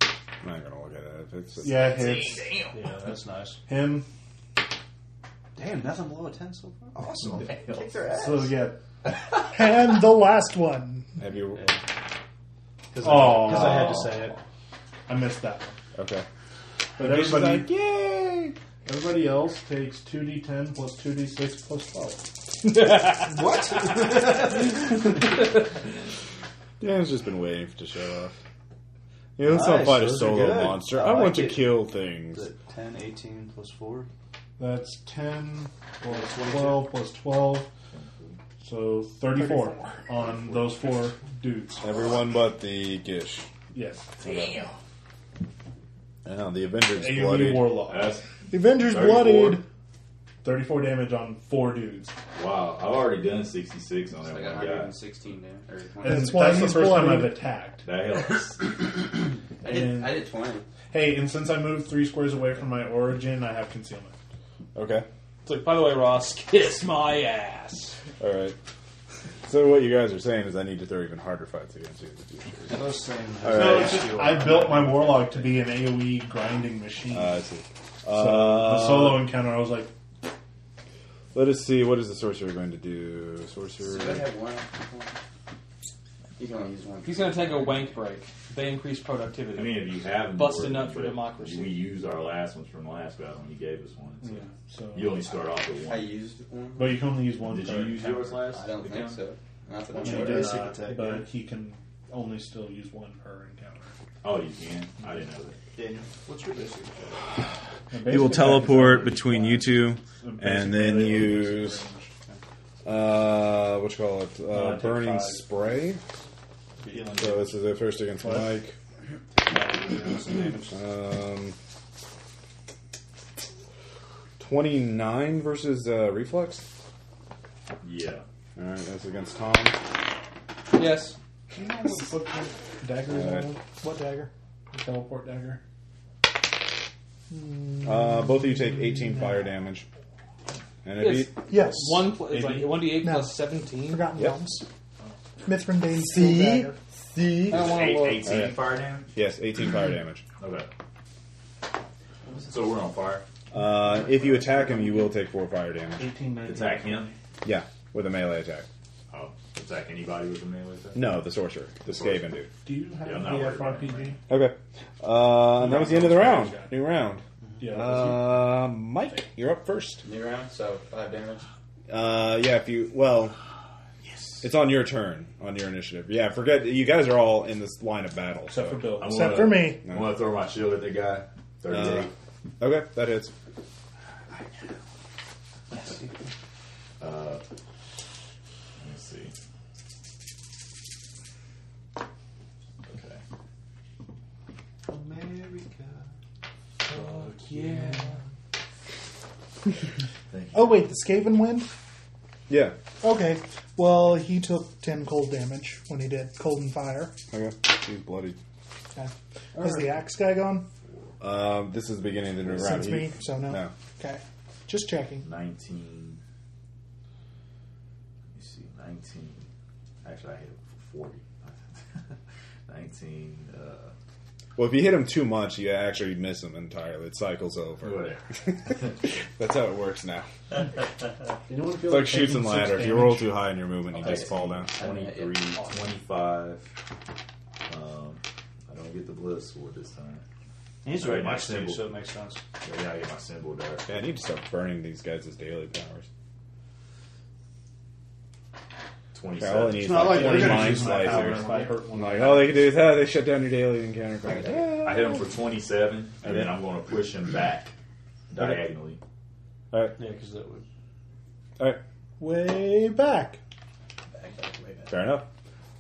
B: I'm not gonna look at it. If it's
F: Yeah, hits.
I: Yeah, that's nice.
F: Him.
I: Damn, nothing below a ten so far. Awesome. Kick their ass.
F: So yeah,
D: and the last one.
B: Have you?
I: Because
F: Oh.
I: I, had to say it.
F: I missed that one.
B: Okay.
F: But everybody,
B: yay!
F: everybody else takes two d10 plus two d6 plus twelve.
B: Dan's just been waiting to show off. Yeah, let's
I: Nice,
B: not fight a
I: those are
B: solo
I: good.
B: monster.
I: I
B: I, want
I: like
B: to
I: it.
B: kill things.
I: Is it 10, 18 plus 4?
F: That's 10 plus 12 plus 12. So 34, on those four dudes.
B: Everyone but the Gish.
F: Yes.
B: Damn. Oh, the Avengers
F: AOE
B: bloodied.
F: E Warlock.
D: The Avengers
E: 34.
D: bloodied.
F: 34 damage on four dudes.
E: Wow, I've already done 66 on that
H: I
E: one
H: got
E: guy.
H: 116 damage. Or 20.
F: And
D: That's
F: that's,
D: why
F: the
D: he's
F: first time
D: bloodied.
F: I've attacked.
E: That helps.
H: I did,
F: And-
H: I did 20.
F: Hey, and since I moved three squares away from my origin, I have concealment.
B: Okay.
C: It's like, by the way, Ross, kiss my ass.
B: All right. So what you guys are saying is I need to throw even harder fights against you in the future.
J: Those things.
B: All
F: No,
B: right.
F: it's just, I built my warlock to be an AoE grinding machine.
B: Uh, I see.
F: so
B: Uh,
F: the solo encounter, I was like,
B: Let us see. What is the sorcerer going to do?
H: So I
B: Sorcerer.
H: have one. You can only use one.
C: He's going to take a wank break. They increase productivity.
E: I mean, if you haven't
C: Busted
E: worked,
C: nut for
E: but
C: democracy.
E: We used our last ones from last battle, and you gave us one. So
F: yeah. So,
E: You only start off with
H: I
E: one.
H: used one.
F: but you can only use one.
E: Did you
F: per
E: use
F: encounter. Uh,
E: yours last?
H: I don't think
E: account?
H: so. Not that I'm
I: You
H: aware
I: did
H: of.
I: not. Basic attack,
F: But
I: yeah.
F: he can only still use one per encounter.
E: Oh, you can. I didn't know that.
J: Daniel, what's your basic?
O: He will teleport between you two, and then
F: Basically,
O: use
B: Uh, what you call it?
F: No, I
B: Uh,
F: take
B: burning
F: five.
B: spray.
J: Healing.
B: So this is the first against
F: What?
B: Mike.
J: Some damage.
B: Um, Twenty-nine versus uh, reflex.
E: Yeah.
B: All right, that's against Tom.
C: Yes.
F: Do you know what book dagger is
B: Alright.
F: on?
D: What dagger?
F: The teleport dagger.
B: Uh, both of you take eighteen fire damage. And if
C: Yes.
B: you,
D: Yes.
C: One pl- it's like 1d8
D: No.
C: plus 17.
D: Forgotten
B: Yep.
D: Realms. Mithrin Dane's
B: See?
D: Steel dagger.
B: see,
C: I don't want
E: Eight-
C: to
E: 18
B: Alright.
E: fire damage?
B: yes, eighteen fire damage.
E: Okay. So we're on fire.
B: Uh, if you attack him, you will take four fire damage.
F: 1890.
E: Attack him.
B: Yeah, with a melee attack.
E: Oh, attack anybody with a melee attack?
B: No, the sorcerer, the Skaven dude.
F: Do you have
E: Yeah, I'm not
F: the
E: worried about
F: FRPG?
B: Okay, uh, and that was the end of the round. New round.
F: Yeah.
B: Uh, Mike, you're up first.
H: New round, so 5 damage.
B: Uh, yeah, if you well, yes, it's on your turn on your initiative. Yeah, forget you guys are all in this line of battle.
F: except for
B: So.
F: Bill.
E: I'm
D: Except
E: gonna-
D: for me.
E: I'm going to throw my shield at the guy. 38.
B: Okay, that hits.
E: Let me see. Okay.
J: America.
D: Oh wait, the Skaven win.
B: Yeah.
D: Okay. Well, he took ten cold damage when he did cold and fire.
B: Okay. He's bloody.
D: Okay. Has the axe guy gone?
B: Um, this is the beginning of the new round.
D: Since
B: He-
D: me, so no.
B: No.
D: Okay. Just checking.
E: 19. Let me see. 19. Actually, I hit it for 40. 19. Uh,
B: Well, if you hit him too much, you actually miss him entirely. It cycles over.
E: whatever.
B: That's how it works now.
F: Anyone
B: It's
F: feel
B: like shoots and
F: taking
B: ladder.
F: six
B: If you
F: damage?
B: roll too high in your movement, you just fall down.
E: 23, 25. Um, I don't get the blood sword this time.
J: He's
E: Alright,
J: right
E: my
J: next to you,
E: symbol.
J: so it makes sense.
E: Right now, I get my symbol there.
B: Yeah, I need to start burning these guys as daily powers. Okay,
E: 27.
B: all I need is
J: not
B: like
J: like we're
B: 20
J: gonna
B: mind
J: use my power
B: slicers.
J: if I hurt
B: I'm like, all they can do is, ah, they shut down your daily encounter. card.
E: I hit him for 27, and then I'm going to push him back diagonally.
B: Uh,
J: Yeah, because that would.
B: All right.
D: Way back.
B: Fair enough.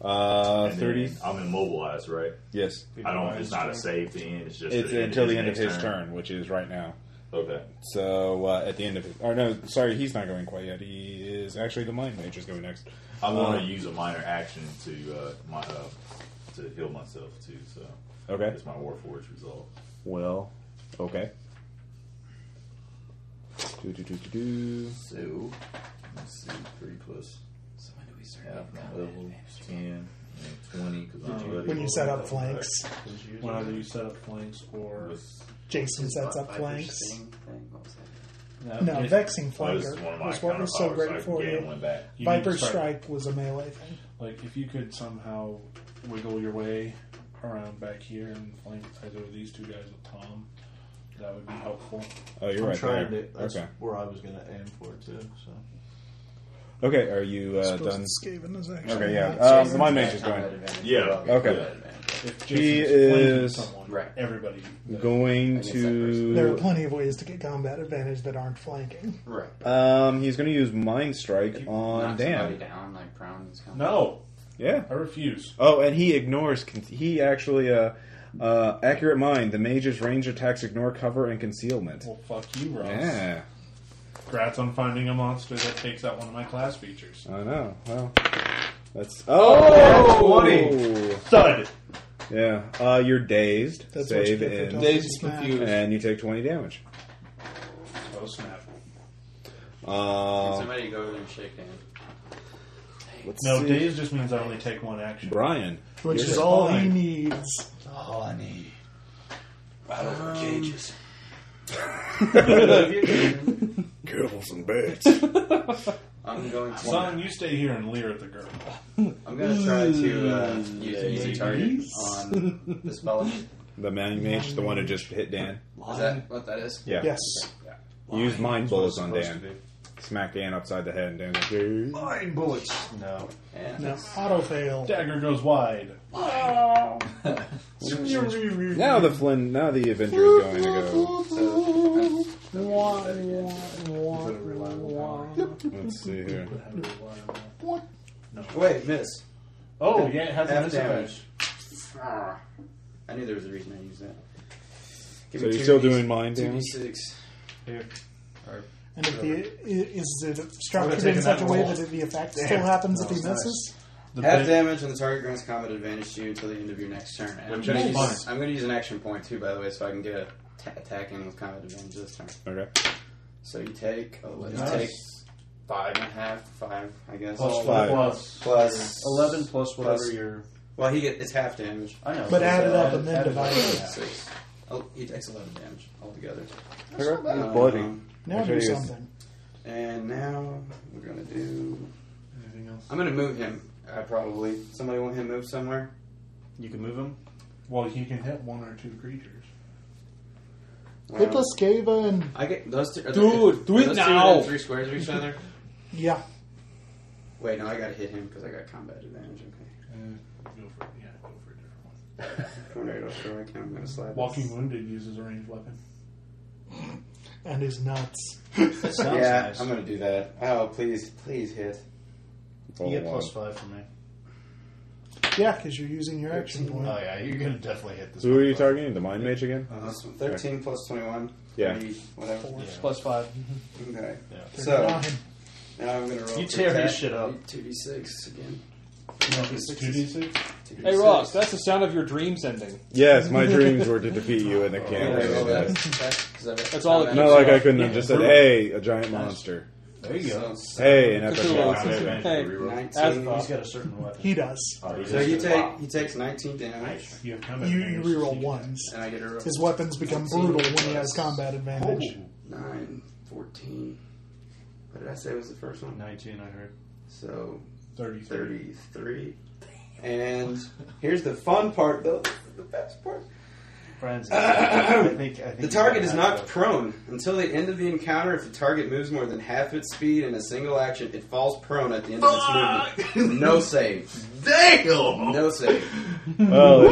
B: Uh,
E: And then
B: 30.
E: I'm immobilized, right?
B: Yes.
E: I don't. It's not a save to end. It's just
B: It's
E: the
B: until the end of
E: next
B: his turn, which is right now.
E: Okay.
B: So uh, at the end of his. Or no, sorry, he's not going quite yet. He is actually the Mind Mage is going next.
E: I want
B: Um,
E: to use a minor action to uh, my uh, to heal myself too. So
B: Okay.
E: it's my Warforged resolve.
B: Well, okay. Do, do, do, do, do.
E: So let's see, three plus half my level, ten and twenty. Because I'm already
D: When you set up
E: leveled
D: flanks,
F: Whenever you set up flanks or
E: With-
D: Jason
H: It's
D: sets
H: not
D: up
H: five
D: flanks.
H: percent thing, what was that?
D: No, vexing
E: Oh, this
D: flanker
E: is one of my
D: was what was so
E: counterpowers, I
D: great
E: can
D: for
E: gain
D: you.
E: one back.
F: you need to
D: Viper
F: start-
D: Strike was a melee
B: Uh,
D: thing.
F: Like if you could somehow wiggle your way around back here and flank either of these two guys with Tom, that would be helpful.
B: Oh, you're
J: I'm
B: right
J: trying
B: there.
J: to. That's
B: Okay.
J: where I was going to aim for too. So
B: Okay, are you uh, done?
D: Skaven is actually
B: Okay, yeah.
D: not
B: Um,
D: Skaven.
B: the Mind Mage is going.
H: Combat advantage.
E: Yeah.
H: Well,
B: Okay.
H: combat advantage.
F: If
B: He
F: Jason's playing with
B: is
F: someone, everybody knows.
B: going
D: There
B: to.
D: are plenty of ways to get combat advantage that aren't flanking.
H: Right.
B: Um, he's going to use Mind Strike on
H: knock somebody
B: Dan.
H: down like Brown is coming.
F: No.
B: Yeah.
F: I refuse.
B: Oh, and he ignores. con- He actually. Uh, uh, accurate mind. The mage's range attacks ignore cover and concealment.
F: Well, fuck you, Ross.
B: Yeah,
F: Congrats on finding a monster that takes out one of my class features.
B: I know. Well, that's
F: Oh,
B: oh,
F: that's 20. Thud.
B: Yeah, uh, you're dazed.
F: That's what you
B: Save
F: get
B: and
F: for Dazed and Dazed and confused.
B: and you take twenty damage.
F: Oh snap!
H: Can
B: Uh,
H: somebody go over there and shake hands?
B: let's
F: no,
B: see.
F: days just means I only take one action.
B: Brian,
D: Which
B: you're
D: is
B: at
D: all
B: five.
D: he needs. All I need.
A: Right over the cages.
B: Careful, some bats.
H: I'm going to.
F: Son, you stay here and leer at the girl.
H: I'm gonna try to uh, use an easy target on this fellow. Is
B: The man mage, the one who just hit Dan.
H: that what that is?
B: Yeah.
D: Yes.
B: Use mind bullets on
H: supposed
B: Dan. Smack Dan upside the head, and Dan's like, "Ooh."
F: Nine bullets.
J: No.
H: And
D: No. Auto fail.
F: Dagger goes wide.
B: Now the Flynn, now the Avenger is going to go.
H: so
B: Let's see here.
H: wait, miss.
F: Oh yeah, it has a
H: Half damage.
F: disadvantage.
H: Ah, I knew there was a reason I used that. Give
B: So
H: me
B: you're
H: two
B: still
H: of these-
B: doing mind
H: two of
B: damage?
H: these Six.
F: Here.
D: And if the, i- is it
F: I'm
D: structured
F: gonna
D: in
F: take
D: such a
F: another
D: way
F: roll.
D: that if the effect
F: Damn.
D: still happens if
H: No,
D: he
H: it's nice.
D: misses?
F: The
H: Half
F: big-
H: damage and the target grants combat advantage to you until the end of your next turn. And I'm
F: Which
H: gonna
F: is
H: use,
F: fine.
H: I'm gonna use an action point too, by the way, so I can get a ta attack in with combat advantage this turn.
B: Okay.
H: So you take, oh, let's
F: Nice.
H: take five and a half, five, I guess.
B: Plus five.
J: Plus,
H: Plus-
J: eleven plus whatever
H: plus-
J: your.
H: Well, he get it's half damage.
J: I know.
D: But add it up
J: Add-
D: and then
J: add it
D: divide
J: up.
D: it.
H: Six. Oh, he takes eleven damage altogether.
B: Okay. He's
H: Um,
B: bloody.
D: Now
B: Okay,
D: do
B: yes.
D: something.
H: And now we're gonna do.
J: Anything else?
H: I'm gonna move him. Uh, probably somebody want him moved somewhere.
J: You can move him.
F: Well, he can hit one or two creatures.
H: Well,
D: Hit Laskava and
H: I get those two. Are
C: Dude, do
H: are
C: it
H: those two
C: now.
H: within Three squares of each other.
D: yeah,
H: Wait, no, I gotta hit him because I got combat advantage. Okay.
F: Go for it. Yeah, go for a different one.
H: Tornado strike. I'm gonna slide. this.
F: Walking wounded uses a ranged weapon.
D: and his nuts.
J: That sounds
H: Yeah,
J: nice.
H: I'm gonna do that. Oh, please, please hit.
J: you
B: Roll
J: get
B: one.
J: plus five for me.
D: Yeah, because you're using your action
J: Oh
D: point.
J: yeah, you're gonna definitely hit this.
B: Who are you
J: motherfucker.
B: targeting? The mind mage
J: Oh,
B: again?
H: Uh, this one, 13 plus 21.
B: Yeah.
H: 30, whatever.
C: Plus five.
H: Okay.
J: Yeah.
H: So,
D: Nine.
H: now I'm going to roll.
J: You
H: for
J: tear
H: attack.
J: his shit up.
H: 2d6 again.
F: Two d six.
H: 2d6.
C: Hey Ross, that's the sound of your dreams ending.
B: Yes, my dreams were to defeat you, and they
H: Oh, Yeah,
B: can't.
H: roll
B: really
H: that.
B: do
H: That's- that's-
C: That's all it
B: that.
H: that's-
B: Not like I couldn't have just said, "Hey, a giant monster."
J: There you go.
H: So,
B: Hey, an epic
C: Cthulhu.
B: monster.
C: Hey,
H: 19.
C: That's
J: He's got a certain weapon.
D: He does.
F: Oh,
H: So you take, he takes 19 damage,
F: You have combat.
D: You, you
F: advantage.
D: reroll ones.
H: and I get a roll.
D: His weapons become brutal when he has combat advantage.
H: 9, 14. What did I say was the first one?
J: Nineteen, I heard.
H: So,
F: Thirty three.
H: 33. And here's the fun part, though. This is the best part.
J: Friends. I think. I think
H: The
J: he's
H: target
J: got
H: is
J: that
H: knocked
J: stuff.
H: prone. Until the end of the encounter, if the target moves more than half its speed in a single action, it falls prone at the end of its movement. No save. Damn! No save.
B: Well,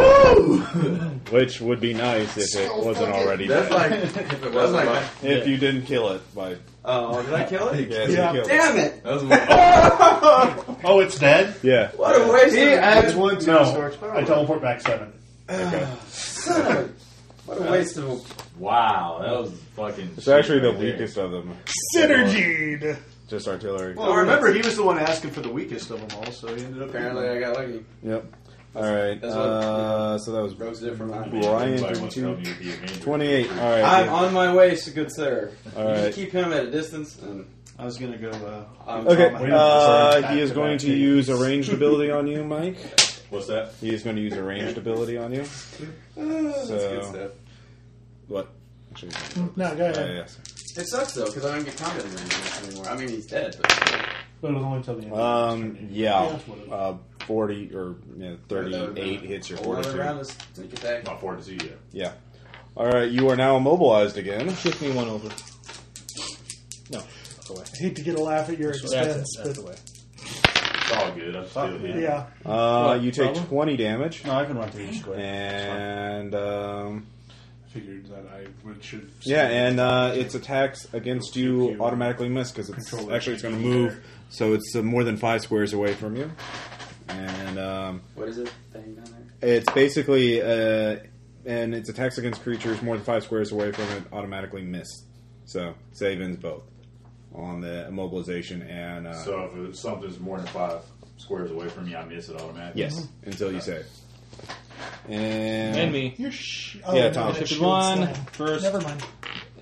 B: which would be nice if it wasn't already.
H: That's
B: dead.
H: like, if it wasn't like,
B: If you didn't kill it by
H: oh, did I kill it?
B: yeah,
D: Yeah.
B: You killed it.
H: Damn it!
F: Oh, it's dead.
B: yeah.
H: What a waste
J: He
H: of
J: adds one to
F: No,
J: his target's power.
F: I teleport back seven.
B: Okay.
H: Son of a- What a waste of
E: Wow, that was fucking.
B: It's actually the weakest of them.
D: Synergied!
B: Just artillery.
J: Well, remember he was the one asking for the weakest of them all, so he ended up.
H: Apparently, I got lucky.
B: Yep. All right.
H: that's what-
B: Uh, so that was
H: Rogues different line.
B: Brian
E: Everybody wants to tell
B: 22,
E: me you're the Avenger.
B: 28. All right.
H: I'm
B: yeah.
H: on my way, so good sir.
B: All
H: you
B: right.
H: just keep him at a distance, and
J: I was gonna go. Uh,
H: I'm
B: Okay,
J: Sorry,
B: uh,
J: back
B: he is
J: to
B: going
J: back
B: to
J: to
B: use a ranged ability on you, Mike.
E: What's that?
B: He is going to use a ranged ability on you.
H: That's good
B: So-
H: stuff.
B: What? Actually, uh,
D: No, go
B: yeah,
D: ahead.
B: yeah, sorry.
H: It sucks though, because I don't get combat advantage anymore. I mean, he's dead, but
F: But it was only till the end.
J: Uh,
F: of
B: Um,
F: the next turn.
B: yeah,
F: That's what it was.
B: uh, 40 or you know, 38 hits your
H: Another round
B: fortitude.
H: of sneak attack.
E: My fortitude, yeah.
B: Yeah. All right, you are now immobilized again.
C: Shift me one over. No, that's the way.
D: I hate to get a laugh at your
C: That's it,
D: expense,
C: that's
D: but
C: the way.
E: It's all good. I'm still here.
D: Yeah.
B: Uh,
E: What,
B: you take
E: problem?
B: twenty damage.
I: No, I can run through each square.
B: And um,
F: Figured that I would should.
B: yeah, and uh, its attacks against you automatically miss because it's
F: Control
B: actually it's going to move, so it's uh, more than five squares away from you. And um,
H: What is it? Thing down there?
B: it's basically uh, and its attacks against creatures more than five squares away from it automatically miss. So save ins both on the immobilization and uh,
E: So if it- something's more than five squares away from me, I miss it automatically.
B: yes
D: Mm-hmm.
B: until you save. And,
C: And me. You're
D: sh- oh,
B: yeah,
C: no,
B: Tom.
C: I shifted one
D: still.
C: first.
D: Never mind.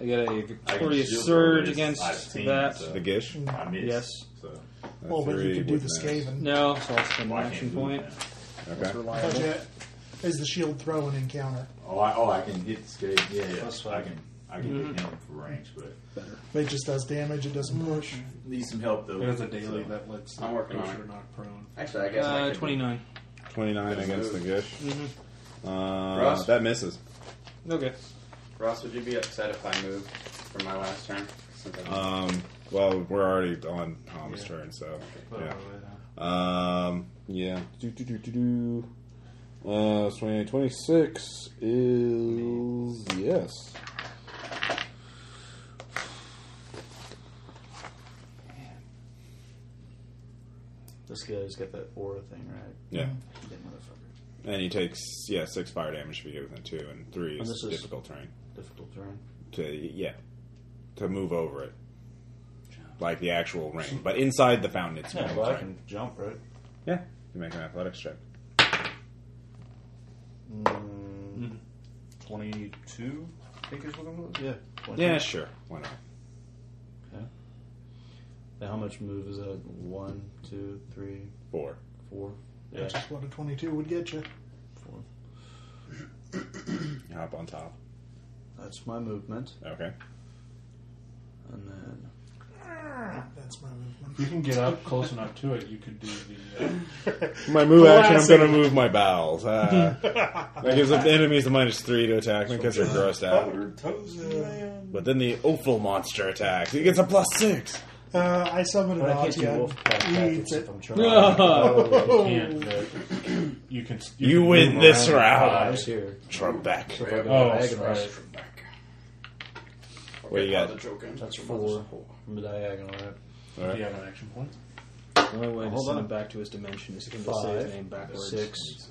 C: I got a
E: I can
C: victorious
E: shield
C: surge
E: this.
C: against
E: I've seen
C: that.
E: it,
B: The Gish?
E: I miss.
C: Yes.
E: So
D: Mm-hmm. Well, but you
B: three
D: could do
B: would
D: the
B: miss.
D: Skaven.
C: No, so I'll spend
E: Well, I
C: my
E: can't
C: action
E: do
C: point.
E: that.
B: Okay.
D: But
C: Reliable.
D: that Is the shield throw an encounter?
E: Oh, I, oh, I can hit the skate. Yeah, yeah. I can. I can hit him for range, but
D: It just does damage. It doesn't push.
E: need some help though.
F: It has a daily
E: So-
F: that lets
H: I'm working on
F: creature
H: it.
F: not prone.
H: Actually, I guess I
C: Uh,
H: could-
C: 29.
B: 29 against the Gish.
D: Mm-hmm.
B: Uh,
H: Russ?
B: that misses.
C: Okay.
H: Ross, would you be upset if I moved from my last turn? Since I
B: Um, well, we're already on Tom's turn, so yeah. Um, yeah. Do, do, do, do, do. Uh, 20, 26 is yes.
I: This guy's got that aura thing, right?
B: Yeah,
I: That motherfucker.
B: and he takes yeah six fire damage if you get within two, and three
I: And
B: is
I: this is-
B: difficult terrain
I: Difficult terrain.
B: to yeah to move over it, like the actual ring. But inside the fountain, it's
I: Yeah,
B: normal
I: well, I
B: terrain.
I: can jump, right?
B: Yeah, you make an athletics check.
I: Mm, 22, I think is what it was. Yeah. 22.
B: Yeah, sure. Why not?
I: Now, how much move is that? One, two, three,
B: Four.
I: four. Yeah,
D: Which is what a 22 would get you.
I: four.
B: You hop on top.
I: That's my movement.
B: Okay.
I: And then.
D: That's my movement.
F: You can get up close enough to it. You could do the. Uh,
B: My move action, I'm
F: Classic.
B: going to move my bowels. Ah. that gives the enemies a minus three to attack me because they're grossed out. But then the Ophel monster attacks. He gets a plus six.
D: Uh, I summon an
I: But I can't do wolf pack
D: He eats
I: tactics
D: it.
I: if I'm trying.
F: you can't. but you can. You,
B: You
F: can
B: win
F: move
B: this
F: around.
I: I
B: round.
I: was here.
B: Trump back.
I: So if I go
F: Oh,
I: diagonal,
F: that's right.
B: What do you got?
I: That's four from the diagonal, right?
B: All
F: Do you
B: right.
F: have an action point?
C: The only way to
I: Hold
C: send
I: on.
C: him back to his dimension is to
I: Five,
C: say his name backwards.
I: Six,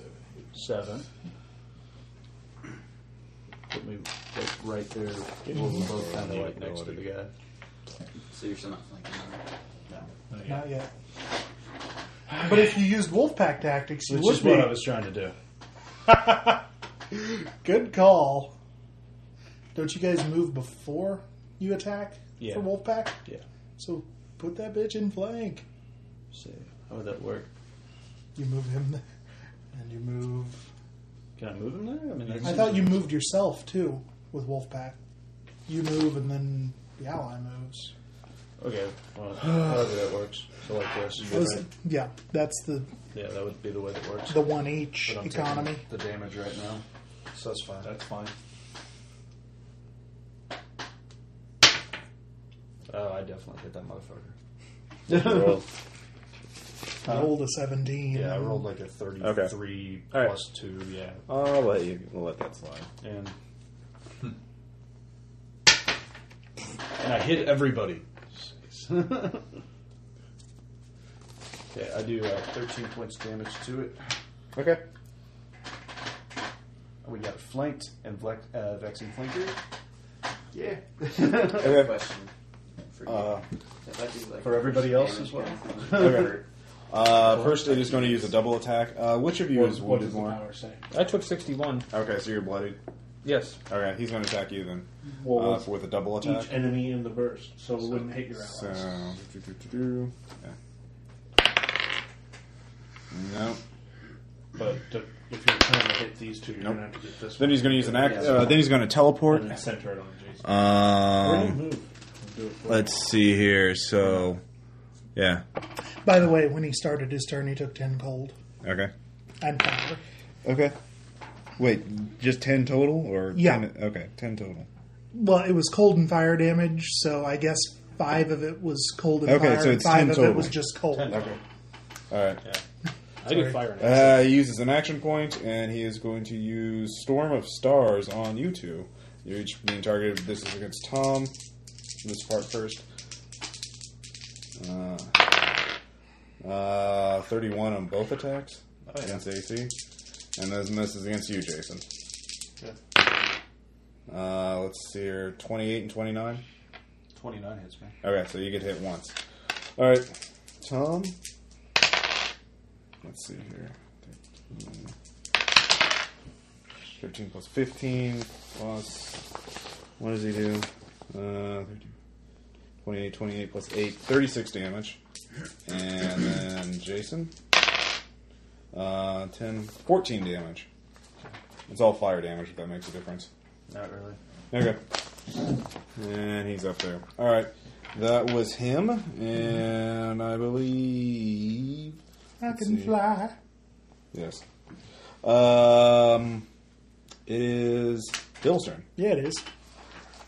I: seven. Put me like, right there. We'll both kind of like next to the guy.
H: So you're still not flanking.
D: Not yet. But if you used wolfpack tactics, you
I: Which
D: would
I: is what I
D: be.
I: was trying to do.
D: Good call. Don't you guys move before you attack
I: Yeah.
D: for wolfpack?
I: Yeah.
D: So put that bitch in flank.
I: So how would that work?
D: You move him, there, and you move.
I: Can I move him there? I mean, that's
D: I thought you moved yourself too with wolfpack. You move, and then the ally moves.
I: Okay, well, however that works. So like this.
D: Those- Yeah, that's the
I: Yeah, that would be the way that works.
D: the one each
I: But I'm taking
D: economy.
I: The damage right now. So that's fine.
J: That's fine.
I: Oh, I definitely hit that motherfucker. Uh-huh.
D: Roll to seventeen.
J: Yeah, I rolled like a 33
B: All right.
J: plus 2, yeah.
B: I'll let you. We'll let that slide.
J: And, and I hit everybody. okay, I do uh, 13 points damage to it.
B: Okay.
J: We got flanked and vlex, uh, vexing flanker.
H: Yeah.
B: Okay.
H: Question for you.
B: Uh,
H: If I do, like,
J: for everybody
H: damage
J: else as well?
H: or-
B: Uh, first, it is going to use a double attack. Uh, which of you
F: What,
B: is
F: what does
B: wounded
F: the
B: more?
F: power say?
C: I took 61.
B: Okay, so you're bloodied.
C: Yes.
B: Okay, he's going to attack you then
F: Well,
B: uh, with a double attack.
F: each enemy in the burst, so it wouldn't hit your allies.
B: So, do, do, do, do. Yeah. No.
F: But to, if you're trying to hit these two, you're
B: Nope.
F: gonna have to get this.
B: Then he's going to use an act. Uh, then he's going to teleport.
F: and center it on Jason.
B: Um,
F: move. Do it for
O: Let's see here. So, yeah.
D: By the way, when he started his turn, he took ten cold
O: Okay.
D: and power.
O: Okay. Wait, just 10 total? or
D: Yeah.
O: 10 Okay, 10 total.
D: Well, it was cold and fire damage, so I guess five of it was cold and
O: Okay,
D: fire,
O: so
D: and
O: it's
D: five
O: 10
D: of it
O: total.
D: was just cold.
B: Okay. All right.
C: I do fire an
B: Uh, he uses an action point, and he is going to use Storm of Stars on you two. You're each being targeted. This is against Tom. This part first. Uh, uh, 31 on both attacks
J: yeah.
B: against AC. And this, and this is against you, Jason. Uh, let's see here 28 and 29.
J: 29 hits me.
B: Okay, so you get hit once. All right, Tom. Let's see here. 13, 13 plus 15 plus. What does he do? Uh, 13, 28, 28 plus 8, 36 damage. And then Jason. Uh, 10, 14 damage. It's all fire damage, if that makes a difference.
I: Not really.
B: Okay. And he's up there. All right. That was him, and I believe.
D: I
B: let's
D: can
B: see.
D: fly.
B: Yes. Um, it is Bill's turn.
D: Yeah, it is.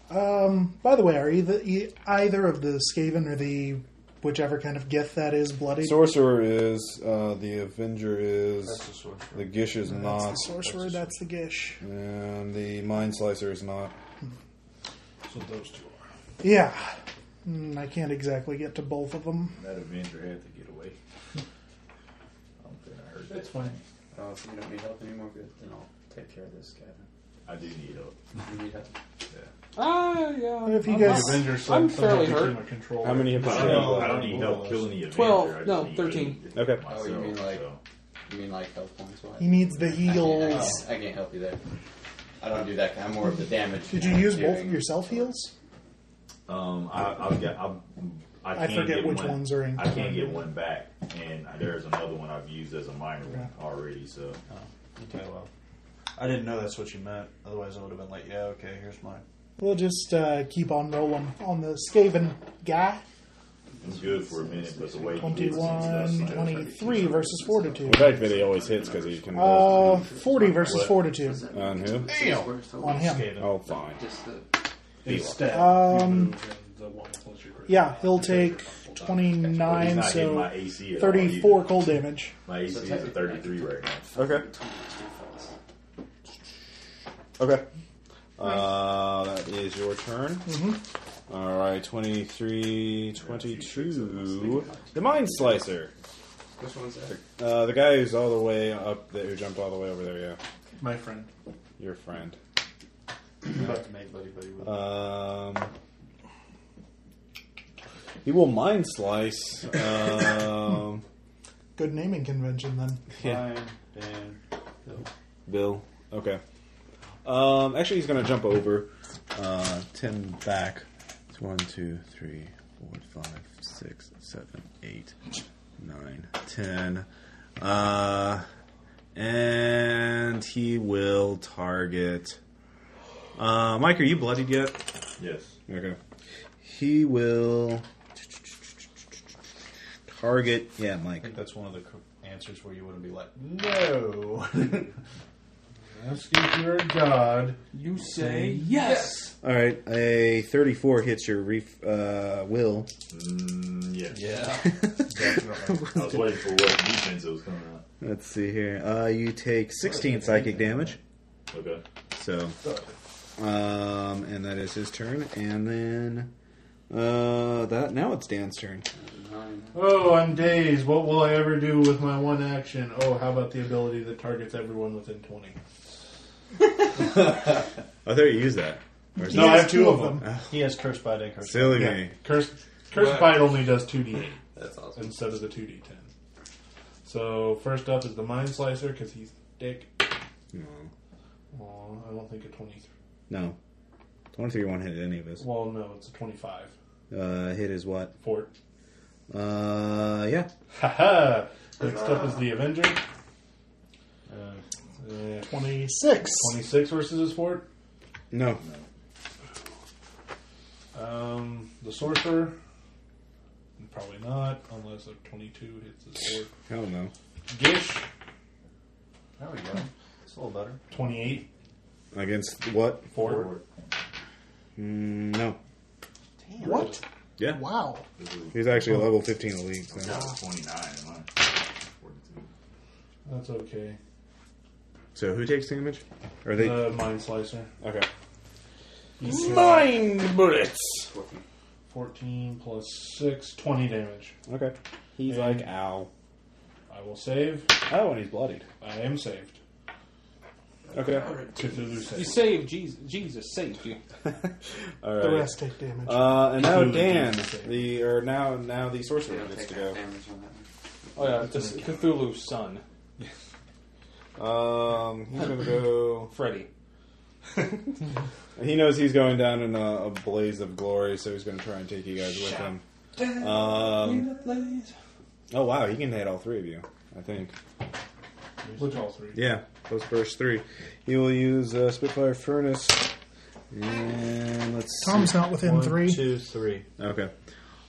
D: Um, by the way, are either e- either of the Skaven or the whichever kind of gith that is bloody?
B: Sorcerer is uh, the Avenger is
D: That's the sorcerer.
B: the Gish is
D: No,
B: not,
D: That's the sorcerer. That's the gish.
B: and the Mind Slicer is not.
J: So those two are.
D: Yeah, Mm, I can't exactly get to both of them.
E: That Avenger had to get away. I don't think I heard that.
H: That's fine.
J: Uh,
H: Oh, if you don't need help anymore, good. Then I'll take care of this, Gavin.
E: I do need help.
H: You need help.
C: Ah, yeah.
D: If you
C: I'm
D: guys-
C: not-
F: Avenger said
C: I'm
F: somehow
C: fairly
F: became a
C: hurt.
F: controller.
B: How many hits?
E: I
B: does he
E: don't,
B: have
E: I don't
B: left?
E: need help killing the Avenger.
C: Twelve,
E: I just
C: no,
E: need
C: 13.
E: aid
B: Okay.
E: myself,
H: Oh, you mean like
E: so.
H: you mean like health points? Wise?
D: He needs the
H: I
D: heals.
H: can't, I can't help you there. I don't do that. kind- I'm more of the damage.
D: Did you use both of
H: doing.
D: your self heals?
E: Um, I, I've got. I've, I,
D: I
E: can't
D: forget
E: get
D: which
E: one,
D: ones are in-
E: I can't get one back, and there's another one I've used as a minor one already. So
I: Okay, well. I didn't know that's what you meant. Otherwise, I would have been like, yeah, okay, here's mine.
D: We'll just uh, keep on rolling on the Skaven guy.
E: it's good for a minute, but the way he did some stuff,
D: 21, 23 versus
B: Well,
D: Fortitude.
B: Backbitty always hits because he can. roll.
D: Uh, 40 versus
B: What?
D: Fortitude
B: on who?
D: on him.
B: Oh, fine.
F: Instead,
D: Um,
F: you move the one plus your grade.
D: Yeah, he'll take
E: Well, he's
D: 29,
E: not hitting my
D: so
E: AC at all
D: 34
E: either.
D: cold damage.
E: My AC is at 33 right now.
B: Okay. Okay. Uh, that is your turn. All right, 23, 22. The Mind Slicer.
H: Which one's that?
B: Uh, the guy who's all the way up there, who jumped all the way over there, yeah.
F: my friend.
B: Your friend.
H: You have to make buddy buddy with.
B: Um, he will Mind Slice. Um,
D: Good naming convention then.
B: yeah.
J: Fine, Dan, Bill.
B: Bill. Okay. Um, actually, he's going to jump over. Uh, 10 back.
O: It's one, two, three, four, five, six, seven, eight, nine, ten. Uh, and he will target. Uh, Mike, are you bloodied yet?
E: Yes.
B: Okay.
O: He will target. Yeah,
J: I
O: Mike.
J: think that's one of the cor- answers where you wouldn't be like, no.
F: Ask if you're a god.
C: You say yes.
O: All right, a thirty-four hits your ref, uh, will.
E: Mm, yes.
J: yeah.
E: I was waiting for what defense it was coming out.
O: Let's see here. Uh, you take sixteen psychic damage.
E: Okay.
O: So, um, and that is his turn, and then uh, that now it's Dan's turn.
F: Oh, I'm dazed. What will I ever do with my one action? Oh, how about the ability that targets everyone within 20?
O: I thought you used that. Or is
F: No,
O: that-
F: I have two of them.
I: He has cursed bite and cursed.
O: silly me.
F: Curse, Curse
H: What?
F: Bite only does 2d8
H: That's awesome.
F: instead of the 2d10. So, first up is the Mind Slicer because he's dick.
O: No,
F: Oh, I don't think a 23.
O: no. Twenty-three won't hit any of us.
F: Well, no, it's a 25.
O: Uh, hit is what?
F: Fort.
O: Uh, yeah.
F: Haha! Next up is the Avenger. Uh, eh,
D: 26.
F: 26 versus his fort.
O: No.
F: Um, the Sorcerer. Probably not, unless a 22 hits his fort.
O: Hell no.
F: Gish.
J: There we go. It's a little better.
F: 28.
O: Against what?
F: Fort.
O: Mm, no.
D: What?
O: Yeah.
D: Wow.
E: This is
O: Oh. He's actually a level fifteen elite. So.
E: level 29. am I?
F: That's okay.
O: So who takes damage? Are they?
F: The mind slicer.
O: Okay.
B: Mind bullets.
F: 14 plus 6, 20 damage.
B: Okay. He's
F: And-
B: like, ow.
F: I will save.
B: Oh, and he's bloodied.
F: I am saved.
B: Okay.
F: Cthulhu saved.
C: You saved Jesus. Jesus saved you.
B: All right.
D: The rest take damage.
B: Uh, and now
F: Cthulhu
B: Dan,
F: needs to save.
B: the or now now the sorcerer gets to go.
C: Oh yeah, it's Cthulhu's son,
B: Um, he's gonna go.
C: Freddy.
B: He knows he's going down in a, a blaze of glory, so he's gonna try and take you guys with him. Um, oh wow, he can hit all three of you. I think.
F: Which all three.
B: Yeah, those first three. He will use uh, Spitfire Furnace. And let's. see.
D: Tom's not within
O: One,
D: three.
O: two, three.
B: Okay.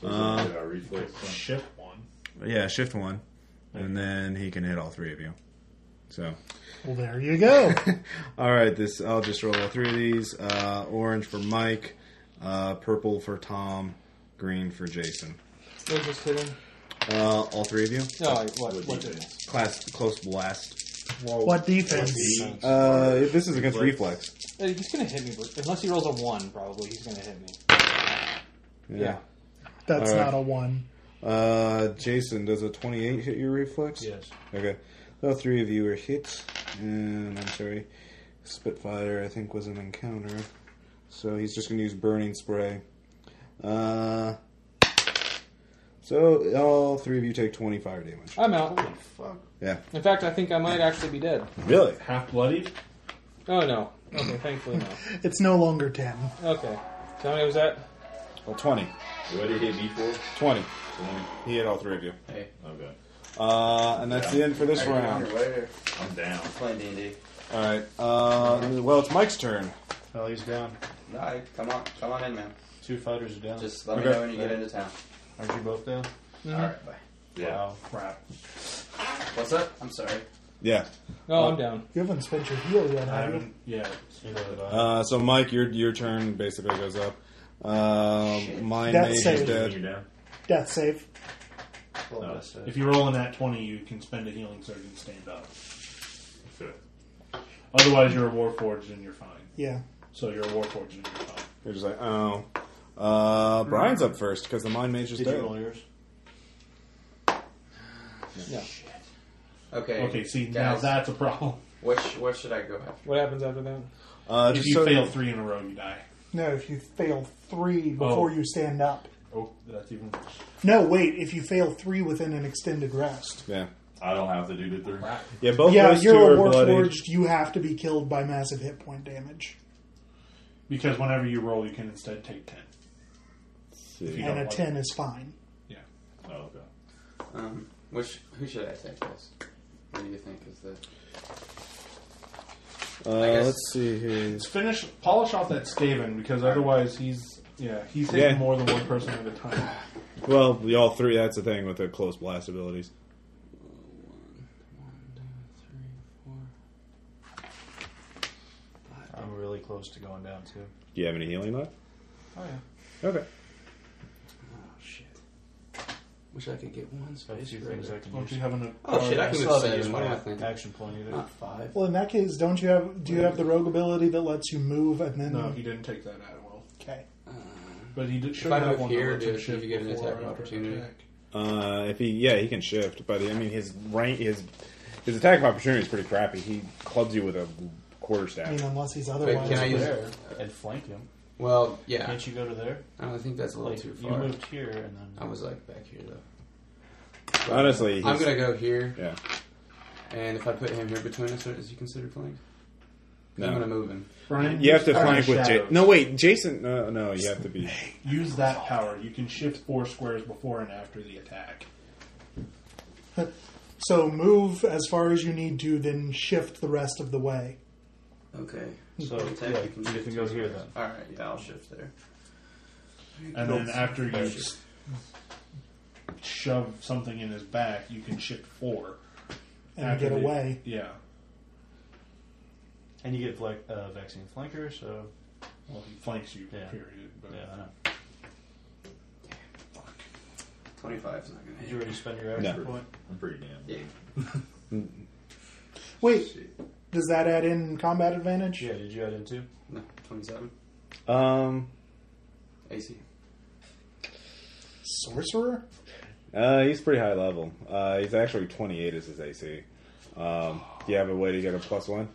E: Did I reflex something?
F: Shift one.
O: Yeah, shift one, and then he can hit all three of you. So,
D: Well, there you go.
O: all right, this I'll just roll all three of these: uh, orange for Mike, uh, purple for Tom, green for Jason.
C: No, just kidding.
O: Uh, all three of you.
C: No, I, what? what
O: Class close blast.
C: Whoa.
D: what defense?
B: Uh, this is against reflex.
C: Uh, He's gonna hit me, but unless he rolls a one, probably he's gonna hit me.
B: Yeah.
D: That's
B: all right.
D: not a one.
B: Uh, Jason, does a 28 hit your reflex?
I: Yes.
B: Okay. All three of you are hit. And I'm sorry. Spitfire, I think, was an encounter. So he's just going to use Burning Spray. Uh, so all three of you take 25 damage.
C: I'm out.
B: Yeah.
C: In fact, I think I might actually be dead.
B: Really?
F: Half bloodied?
C: Oh no. Okay, thankfully no.
D: It's no longer ten.
C: Okay. So how many was that?
B: Well, 20.
E: What did he hit me for?
B: 20. He hit all three of you.
E: Okay.
B: Uh, and that's the end for this round.
E: I'm down.
H: Playing D&D.
B: All right. Uh, well, it's Mike's turn.
I: Oh, he's down.
H: Alright, come on, come on in, man.
I: Two fighters are down.
H: Just let me
B: Okay.
H: know when you get into town.
I: Aren't you both down?
D: Mm-hmm.
H: Alright, bye.
I: Wow.
F: Crap.
H: What's up? I'm sorry.
B: Yeah.
C: No, I'm down.
D: You haven't spent your heal yet,
I: I
D: have you?
I: haven't.
F: Yeah.
I: Neither have I.
B: Uh, so Mike, your your turn basically goes up. Uh, mine
D: That
B: mage is
D: saved.
E: When
B: dead.
E: you're down?
D: Death save.
I: Well,
E: no.
I: that's it.
F: If you roll in that 20, you can spend a healing surge and stand up.
E: Good.
F: Otherwise, you're a Warforged and you're fine.
D: Yeah.
F: So you're a Warforged and you're fine.
B: You're just like, oh. Uh, Brian's up first because the mind mage is
I: Did you roll
B: dead.
I: yours?
C: Yeah.
H: Okay.
F: Okay, see, now
H: guys,
F: that's a problem.
H: What, sh- what should I go after?
C: What happens after that?
B: Uh,
F: If
B: just
F: you
B: so-
F: fail three in a row, you die.
D: No, if you fail three before
F: Oh.
D: you stand up.
F: Oh, that's even worse.
D: No, wait. If you fail three within an extended rest.
B: Yeah.
E: I don't have to do the three.
B: Yeah. Both
D: yeah,
B: those
D: you're
B: two
D: a
B: are bloody.
D: warforged. You have to be killed by massive hit point damage,
F: Because whenever you roll, you can instead take 10. If you
D: and
F: don't
D: a
F: like
D: ten is fine.
E: Oh, okay.
H: Um, which, who should I take this? What do you think is the... I
B: Uh,
H: guess-
B: let's see here.
F: Let's finish, polish off that Skaven, because otherwise he's, yeah, he's
B: Yeah.
F: hitting more than one person at a time.
B: Well, the- all three. That's the thing with the close blast abilities.
I: I'm really close to going down too.
B: Do you have any healing left?
C: Oh yeah.
B: Okay.
G: shit. Wish I could get one
I: Got a
G: space
I: few
G: for
I: things I
G: it.
I: can
F: Don't
I: use.
F: you have an
H: Oh, shit, I
I: I
H: can
I: still
H: move
I: haven't
H: seven.
I: used
H: What
I: my
H: do I think?
I: action point either.
G: Not five.
D: Well, in that case, don't you have? Do you have the rogue ability that lets you move and then?
F: No, he didn't take that out well.
D: Okay.
F: But he did, should
H: I
F: have
H: move
F: one
H: here,
F: that lets
H: do-
F: him
H: do
F: shift
H: you get an
F: before
H: attack
F: or after
H: opportunity?
F: attack.
B: Uh, if he, yeah, he can shift, but I mean his rank, his his attack of opportunity is pretty crappy. He clubs you with a quarter staff.
D: I mean, unless he's
H: Wait,
D: otherwise.
H: can I use...
I: There and flank him.
H: Well, yeah.
I: Can't you go to there?
H: I don't think that's a little
I: Like
H: too
I: you
H: far.
I: moved here and then.
H: I was uh, like back here though.
B: Honestly, he's,
H: I'm gonna go here,
B: yeah,
H: and if I put him here between us, is he considered flank? 'Cause I'm
B: No.
H: gonna move him.
F: Brian,
B: you have to
F: use
B: flank with
F: shadows.
B: Jason. No, wait, Jason. No, no, you have to be.
F: Use that power. You can shift four squares before and after the attack.
D: So move as far as you need to, then shift the rest of the way.
H: Okay.
I: So
H: I'll take-
I: yeah,
H: you can
I: you
H: shift
I: can go
H: two
I: here
H: squares.
I: then.
H: All right. Yeah, I'll shift there.
F: And then after you s- shove something in his back, you can shift four.
D: And
F: After
D: get
F: the-
D: away.
F: Yeah.
I: And you get like uh, vaccine flanker, so
F: Well, he flanks you,
I: Yeah.
F: period. But
I: yeah, I know.
H: Twenty-five is not gonna
I: Did
H: hit.
I: you already spend your action point?
E: I'm pretty damn.
H: Yeah.
D: Wait, does that add in combat advantage?
H: Yeah, did you add in two? No, 27.
B: Um,
H: AC.
D: Sorcerer?
B: uh, he's pretty high level. Uh, he's actually 28 is his AC. Um, do you have a way to get a plus one?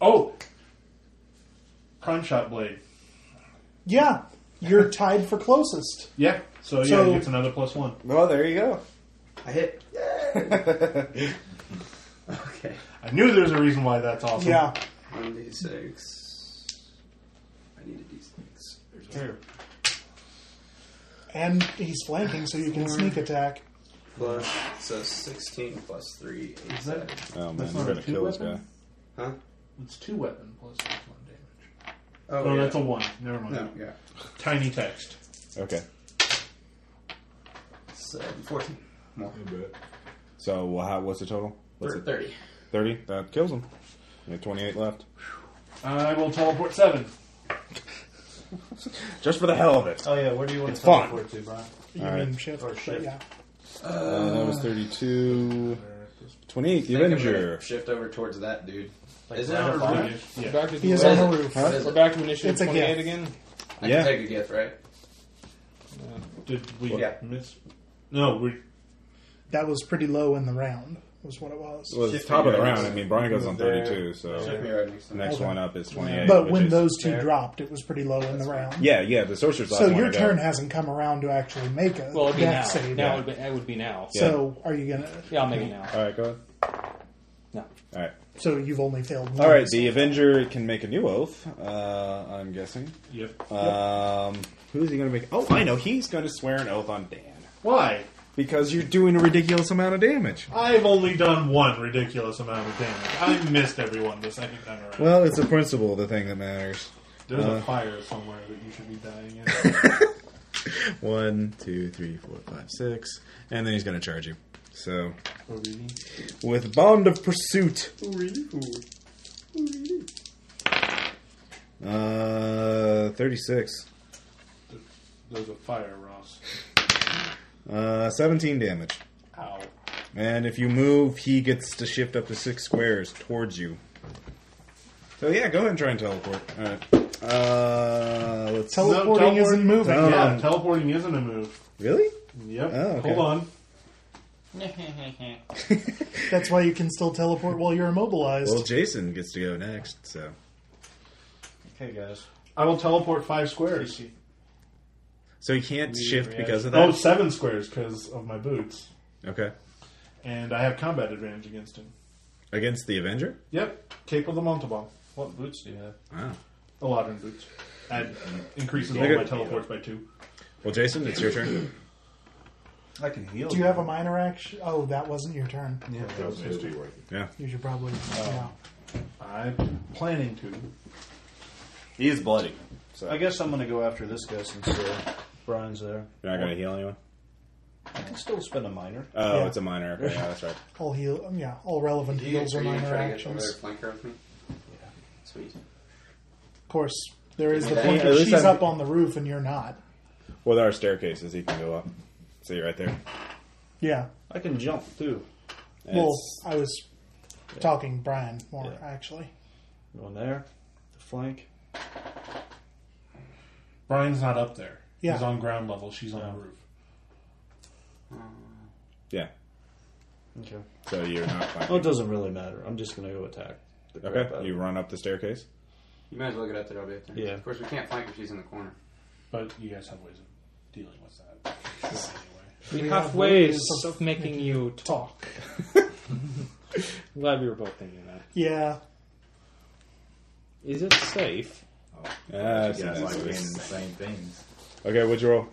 F: Oh, crime shot blade.
D: Yeah, you're tied for closest.
F: Yeah. So yeah,
D: So-
F: it gets another plus one.
B: Well, there you go.
H: I hit.
F: okay. I knew there was a reason why that's awesome.
D: Yeah.
H: 1d6. I need a d6. There's one.
D: And he's flanking, so you can sneak attack.
H: Plus, so 16 plus 3, 87.
B: Oh man,
F: That's
B: we're
F: not
B: gonna
F: a two
B: kill this guy.
F: weapon?
H: Huh?
F: It's two weapon plus one damage.
H: Oh,
F: no,
H: yeah.
F: that's a one. Never mind.
H: No, yeah.
F: Tiny text.
B: Okay,
H: So, 14. More.
B: so well, how, what's the total? What's it?
H: 30.
B: 30? That kills him. Only 28 left.
F: I will teleport seven.
B: Just for the hell of it.
J: Oh yeah, where do you want
B: It's
J: to
B: fun.
J: teleport to, Brian?
D: You
B: All right.
D: mean shift? but Yeah.
B: Uh, that was 32. 28, the
H: Think I'm gonna
B: Avenger.
H: Shift over towards that dude.
J: Like
H: Is it
J: right
H: on
J: up on
H: a
J: it?
H: roof?
F: Yeah.
A: Back to
D: He is
A: what is
D: on the
A: it?
D: roof.
H: Huh?
A: We're back to initiative
D: It's a
A: 28
D: gift.
A: again.
H: I
B: Yeah.
H: can take a gift, right?
F: Did we
H: Yeah.
F: miss? No, we.
D: That was pretty low in the round, was what it was.
B: Well, it's
H: Shift
B: top of the
H: figure.
B: round. I mean, Brian goes on
H: There.
B: 32, so
H: Shift me right next to
B: the
H: me.
B: next
D: Okay.
B: one up is 28.
D: but
B: which
D: when
B: is-
D: those two dropped, it was pretty low in the round.
B: Yeah, yeah, the Sorcerer's
D: So
B: Last one
D: your
B: I got.
D: turn hasn't come around to actually make a
C: Well, it'd be
D: death
C: now.
D: save.
C: Now it would be, it would be now.
B: Yeah.
D: So are you gonna?
C: Yeah, I'll make it now.
B: Alright, go ahead.
C: No.
B: Alright.
D: So you've only failed. Once.
B: Alright, the Avenger can make a new oath, uh, I'm guessing.
F: Yep.
B: Um, who's he going to make? Oh, I know. He's going to swear an oath on Dan.
F: Why?
B: Because you're doing a ridiculous amount of damage.
F: I've only done one ridiculous amount of damage. I missed everyone the second time around.
B: Well, it's the principle of the thing that matters.
F: There's
B: uh,
F: a fire somewhere that you should be dying in.
B: One, two, three, four, five, six. And then he's going to charge you. So.
F: Oh,
B: With Bond of Pursuit.
F: Oh.
B: Uh, 36.
F: There's a fire, Ross.
B: Uh, 17 damage.
F: Ow.
B: And if you move, he gets to shift up to six squares towards you. So yeah, go ahead and try and teleport. All right. Uh, let's
D: Teleporting
F: No,
D: isn't moving.
B: No.
F: yeah, teleporting isn't a move.
B: really.
F: Yep.
B: Oh, okay.
F: Hold on.
D: That's why you can still teleport while you're immobilized.
B: Well, Jason gets to go next. So
J: Okay, guys.
F: I will teleport five squares.
B: so he can't shift because of
F: Oh,
B: that.
F: seven squares because of my boots.
B: Okay.
F: And I have combat advantage against him.
B: Against the Avenger.
F: Yep. Cape of the Montalban.
J: What boots do you have?
B: Wow.
F: Aladdin boots. That increases all
B: Okay.
F: my teleports by two.
B: Well, Jason, it's your turn.
J: I can heal.
D: Do you have a minor action? Oh, that wasn't your turn.
F: Yeah, that was history worth it.
B: Yeah.
D: You should probably.
B: Oh.
F: I'm planning to.
B: He is bloody. So
J: I guess I'm going to go after this guy since uh, Brian's there.
B: you're not going to heal anyone.
J: I can still spend a minor.
B: Oh,
D: Yeah.
B: it's a minor. Okay, yeah, that's right.
D: yeah. all heal. um, Yeah, all relevant
H: Do you, are you
D: heals are
H: trying
D: minor
H: to get over there
D: actions.
H: flanker with me? Sweet.
D: Of course, there is the
H: Yeah,
D: point
B: at
D: that
B: least
D: she's
B: I'm-
D: up on the roof and you're not.
B: Well, there are staircases. He can go up. See right there.
D: Yeah.
J: I can jump too.
B: And
D: well,
B: it's-
D: I was talking Brian more
J: Yeah.
D: actually.
J: Going there, the flank.
F: Brian's not up there.
D: Yeah.
F: He's on ground level. She's on the roof.
B: yeah.
J: Okay.
B: So you're not. fine.
J: Oh, it doesn't really matter. I'm just going to go attack. the crap out of
B: Okay.
J: it.
B: You run up the staircase.
H: You might as well get up there. I'll be up there.
J: Yeah.
H: Of course, we can't flank if she's in the corner.
F: But you guys have ways of dealing with that. Anyway.
C: We,
D: We
C: have,
D: have
C: ways
D: ways
C: of making you talk. I'm glad we were both thinking that.
D: Yeah.
C: Is it safe?
B: Ah, I've
E: You
B: seen
E: guys
B: that
E: like being
B: movie.
E: the same things.
B: Okay, what'd you roll?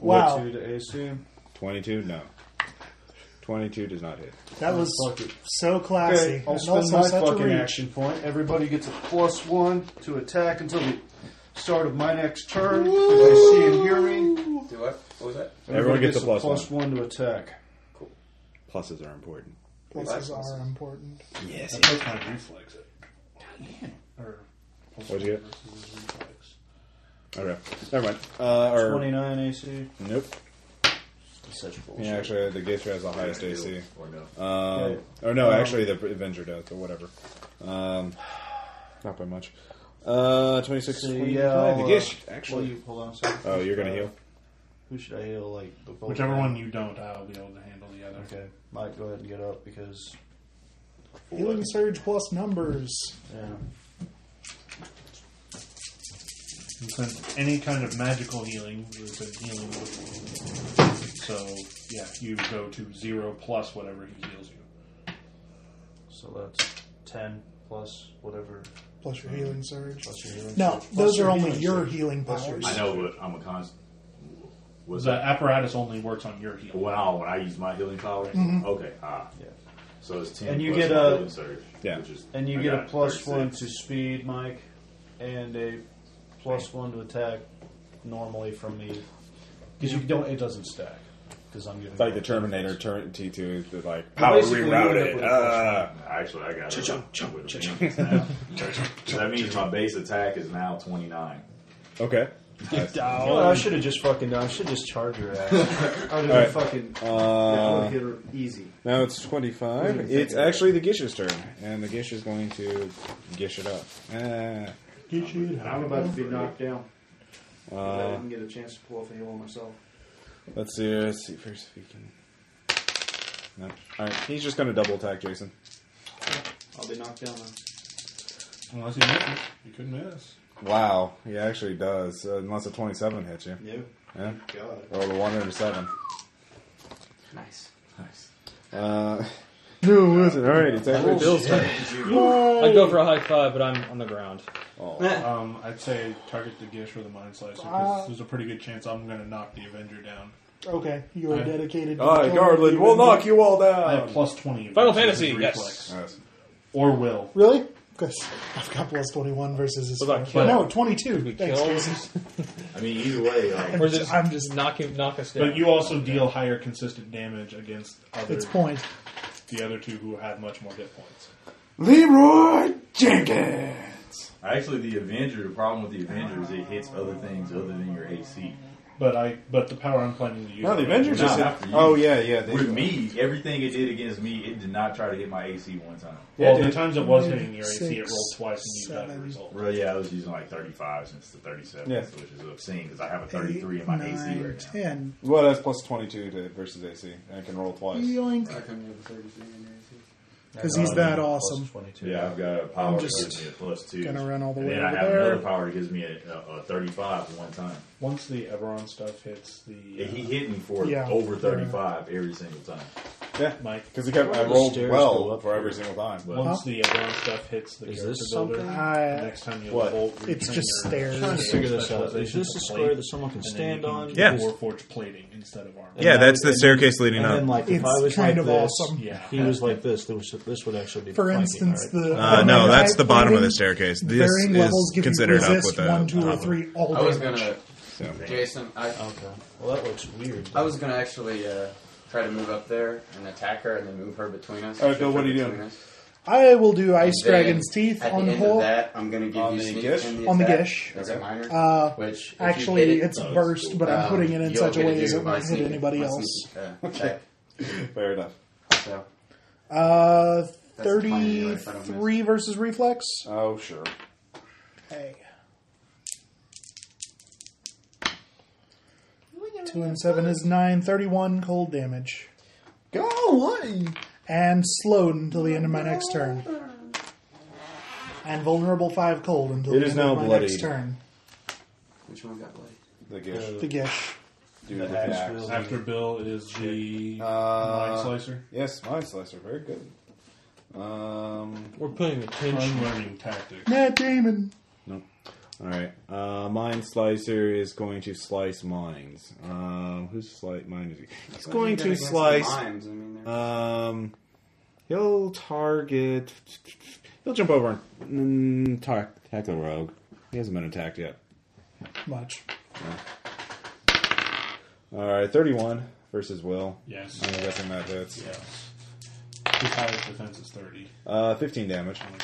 D: Wow,
J: 22 to AC.
B: 22? No. 22 does not hit.
D: that was
J: Fuck it.
D: so classy.
J: Okay, I'll
D: and
J: spend
D: also
J: my
D: such a
J: fucking
D: reach.
J: action point. Everybody gets a plus one to attack until the start of my next turn. If they see and hear me,
H: Do what? What was that?
B: Everyone gets a plus
J: one. to attack.
B: Pluses are important.
D: Pluses are important.
B: Yes.
F: That's my reflex. Or
B: What'd you get?
F: versus reflex.
B: Okay. Never mind. Uh, or,
J: 29 AC.
B: nope.
I: such bullshit.
B: Yeah, actually, the Gatra has the highest AC.
I: Or
B: no. Um, Or no, actually, the Avenger does, or whatever. Um, not by much. Uh, 26,
I: So,
B: 25.
I: yeah, I'll,
B: the
I: uh,
B: Gish, actually.
I: well, you- hold on a second.
B: Oh, you're going
J: Uh,
B: to heal?
F: Uh,
I: Who should I heal? Like the
F: Whichever one you don't, I'll be able to handle the other.
I: Okay, Mike, go ahead and get up because
D: Healing surge plus numbers.
I: yeah.
F: And since any kind of magical healing is a healing, so yeah, you go to zero plus whatever he heals you.
I: So that's ten plus whatever.
D: Plus your healing surge.
I: Plus your healing
D: No,
I: surge.
D: those
I: Plus
D: are
I: your
D: only
I: healing
D: your
I: surge.
D: healing
I: Plus your
D: powers.
E: I know, but I'm a constant. Was
F: The apparatus only works on your healing.
E: Wow, when I use my healing power.
I: Mhm.
E: Okay, ah, yeah. So it's ten.
I: And you
E: plus
I: get
E: my
I: a-
E: healing surge, which is-
I: and you
E: I
I: get a
E: got
I: plus
E: 36.
I: one to speed, Mike, and a plus one to attack normally from me because you don't. It doesn't stack because I'm giving.
B: It's like the Terminator turn T2 is like,
I: Well,
B: power
I: basically, you end up
B: rerouted.
I: with a
B: Uh,
E: Ah. Actually, I got
B: Cha-chum,
E: it. with the wings now. So That means my base attack is now 29.
B: okay.
I: Get down. You know what, I should have just fucking done. I should just charge your ass. I
B: All right.
I: would have fucking.
B: Uh,
I: I would hit her easy.
B: Now it's
I: What do you
B: 25.
I: think
B: It's
I: about
B: actually the Gish's turn, and the Gish is going to Gish it up. Ah.
G: And I'm about to be knocked down. But I
B: Uh,
G: didn't get a chance to pull off a heal on myself.
B: Let's see. Let's see first if he can. No. All right, he's just going to double attack Jason.
G: I'll be knocked down then.
F: Unless you miss it, you could miss.
B: Wow, he actually does. Uh, unless a 27 hits you.
G: Yeah.
B: Yeah.
G: God.
B: Roll a one and a seven.
G: Nice.
B: Nice. Uh, no, listen. All right, it's actually Bill's turn.
C: I'd go for a high five, but I'm on the ground.
F: Um, I'd say target the Gish or the Mind Slicer
D: Ah.
F: because there's a pretty good chance I'm going to knock the Avenger down.
D: Okay, you are
F: I-
D: dedicated. to
B: All right,
D: killing
B: Garland,
D: the
B: we'll
D: Avenger.
B: knock you all
F: I have
B: down.
F: plus 20.
C: Um, Final
F: versus
C: Fantasy,
F: the
C: yes.
B: Nice.
F: Or will.
D: Really? Because I've got plus twenty one versus his.
C: What about
D: four.
C: kill?
D: No, twenty two. Thanks,
C: kill?
D: Jason.
E: I mean, either way, like,
C: Or is it
D: I'm just.
C: knock him, knock us down?
F: But you also deal higher consistent damage against other,
D: It's point.
F: the other two who have much more hit points.
B: Leroy Jenkins.
E: actually, the Avenger. The problem with the Avenger is it hits other things other than your AC.
F: But I, but the power I'm planning to use.
B: No, the Avengers
E: No,
B: just. hit-
E: after you.
B: Oh yeah, yeah. they-
E: With me, everything it did against me, it did not try to hit my AC one time.
F: Well,
B: Yeah,
F: the
B: dude.
F: times it was hitting your AC, it
D: Six,
F: rolled twice and you got the
D: seven.
F: result.
E: Really, yeah, I was using like 35s instead of 37s,
B: Yeah.
E: which is obscene because I have a
D: Eight,
E: 33 in my AC
D: nine,
E: right now.
D: ten.
B: Well, that's plus 22 to versus AC. I can roll twice.
D: Yoink.
G: I couldn't have a 33 in there. too.
D: Because
F: Um,
D: he's that awesome.
I: Twenty two.
E: Yeah, I've got a power
D: I'm
E: that
D: just
E: gives me a plus two.
D: gonna run all the
E: and
D: way
E: then
D: over
E: I have
D: there.
E: another power that gives me a, a, a 35 one time.
F: Once the Everon stuff hits the
E: And
F: uh,
E: he hit me for
D: Yeah.
E: over 35 every single time.
B: Yeah,
F: Mike.
B: because he kept. I
I: The
B: rolled
I: stairs go
B: well
I: up
B: for every single time.
E: But
F: Once the Everon stuff hits the
I: Is
F: character
I: this
F: builder,
I: something?
D: I-
F: the next time you
B: What?
F: level,
D: It's
F: retrain
D: just
F: your
D: stairs.
I: Trying to
F: skill
I: figure this out. Is
F: specialization
I: this
F: to
I: a
F: plate,
I: square that someone can
F: and then
I: stand
F: you can
I: on?
F: do
O: Yeah.
F: Warforged plating instead of armor.
O: Yeah, that's the staircase leading
I: And
O: up.
I: then, like, if
D: It's
I: I was
D: kind
I: like
D: of
I: this,
D: awesome.
F: Yeah.
I: he was like this. This, this would actually be.
D: For
I: flanking,
D: instance,
I: all right?
D: the
O: Uh, no,
D: the
O: that's the bottom of
D: plating,
O: the staircase. This
D: Varying levels
O: is
D: give you
O: considered up
D: resist
O: with a.
D: one, two, or three all
H: I was
D: damage.
H: gonna,
O: So.
H: Jason. I
I: Okay. Well, that looks weird.
H: I was gonna actually uh, try to move up there and attack her, and then move her between us.
B: All right, Bill, what are you doing?
D: I will do Ice
H: Then,
D: Dragon's Teeth
H: At
D: on
H: the
D: the
H: end
D: hole.
H: of that, I'm gonna give
B: On
H: you
B: the
H: sneak
B: Gish?
H: in
D: On the
H: attack.
D: Gish.
H: That's a minor.
D: Uh,
H: which if you
D: Actually,
H: hit it,
D: it's
B: Oh,
D: burst, but I'm
H: um,
D: putting it in
H: you'll
D: such a
H: get to
D: way as
H: do
D: it
H: my
D: won't hit
H: sneak-
D: anybody
H: my
D: else.
H: sneak, uh, attack.
B: Fair enough.
H: So
D: Uh,
H: That's fine anyway, if I don't miss.
D: 33 versus Reflex.
B: Oh sure.
D: Okay. Two and seven is nine. 31 cold damage.
B: Go away.
D: And slowed until the end of my next turn. And vulnerable five cold until
B: It
D: the
B: is
D: end of
B: now
D: my
B: bloodied.
D: next turn.
H: which one got bloody?
B: The gish.
D: The Gish.
B: Dude with the axe.
F: After Bill is the
B: Uh,
F: Mind Slicer.
B: Yes, mind slicer. Very good. Um.
C: We're paying attention.
F: Unlearning tactics.
D: Matt Damon.
B: All right. Uh, mind slicer is going to slice mines. Um. Who's slice mine is he? He's going to slice.
H: Mimes, I mean, they're-
B: Um. He'll target. He'll jump over and mm, tar- attack the rogue. He hasn't been attacked yet.
D: Much.
B: All right, thirty-one versus Will.
F: Yes.
B: I'm guessing that hits.
F: Yes. His highest defense is 30
B: Uh, fifteen damage.
F: on a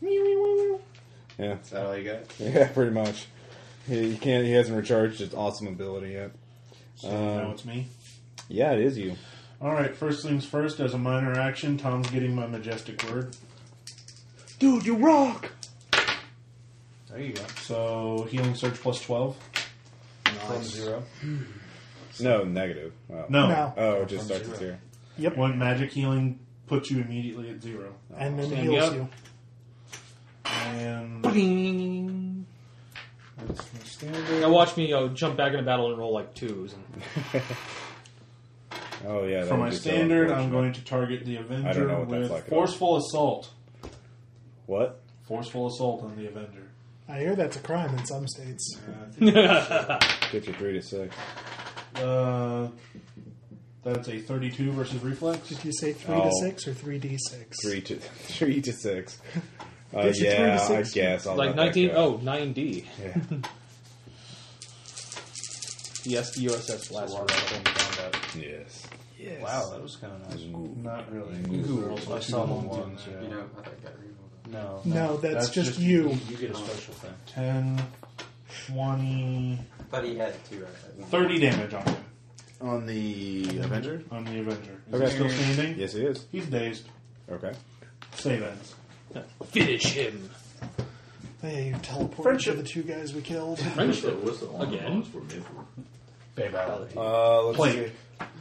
F: good day.
B: Yeah,
H: Is that all you got?
B: yeah, pretty much. He, he can't. He hasn't recharged his awesome ability yet.
F: So
B: Um,
F: now it's me.
B: Yeah, it is you.
F: All right. First things first. As a minor action, Tom's getting my majestic word.
B: Dude, you rock!
F: There you go. So healing surge plus twelve. From zero.
B: No, negative. Wow.
F: No. No.
B: Oh, it just starts at zero.
F: Yep. One magic healing puts you immediately at zero,
D: And then Stand heals up. you.
F: And That's my standard.
C: Now watch me uh, jump back into battle and roll like twos. And
B: Oh, yeah. that
F: For
B: would
F: my
B: be so
F: standard, I'm
B: unfortunate.
F: going to target the Avenger
B: I don't know what that's
F: with
B: like at
F: forceful assault.
B: What?
F: Forceful assault on the Avenger.
D: I hear that's a crime in some states.
B: Get your three to six.
F: Uh, that's a 32 versus reflex.
D: Did you say three to
B: Oh.
D: six or three d six?
B: Three to three to six. Uh,
D: Get you three to
B: yeah, I
D: six.
B: guess. I'll
C: like
B: let that
C: 19,
B: go.
C: oh, 9D.
B: Yeah.
C: yes, the USS Blast.
D: oh.
B: Yes.
C: Yes.
I: Wow, that was kind of nice. Not really.
F: Ooh.
I: I saw one once.
H: You
I: Yeah.
H: know, I thought that removed.
I: No,
D: No, that's just you.
I: You get a special thing.
F: 10, 20,
H: I thought he had two. I had
F: 30 damage on him.
B: On the Avenger?
F: On the Avenger. Is
B: Okay.
F: he still standing?
B: Yes, he is.
F: He's dazed.
B: Okay.
F: Save ends.
C: Finish him.
D: Hey, you teleported to the two guys we killed.
C: Friendship.
E: What's the on
C: Again.
E: for Midwood?
B: Uh, let's
F: Plate.
B: see.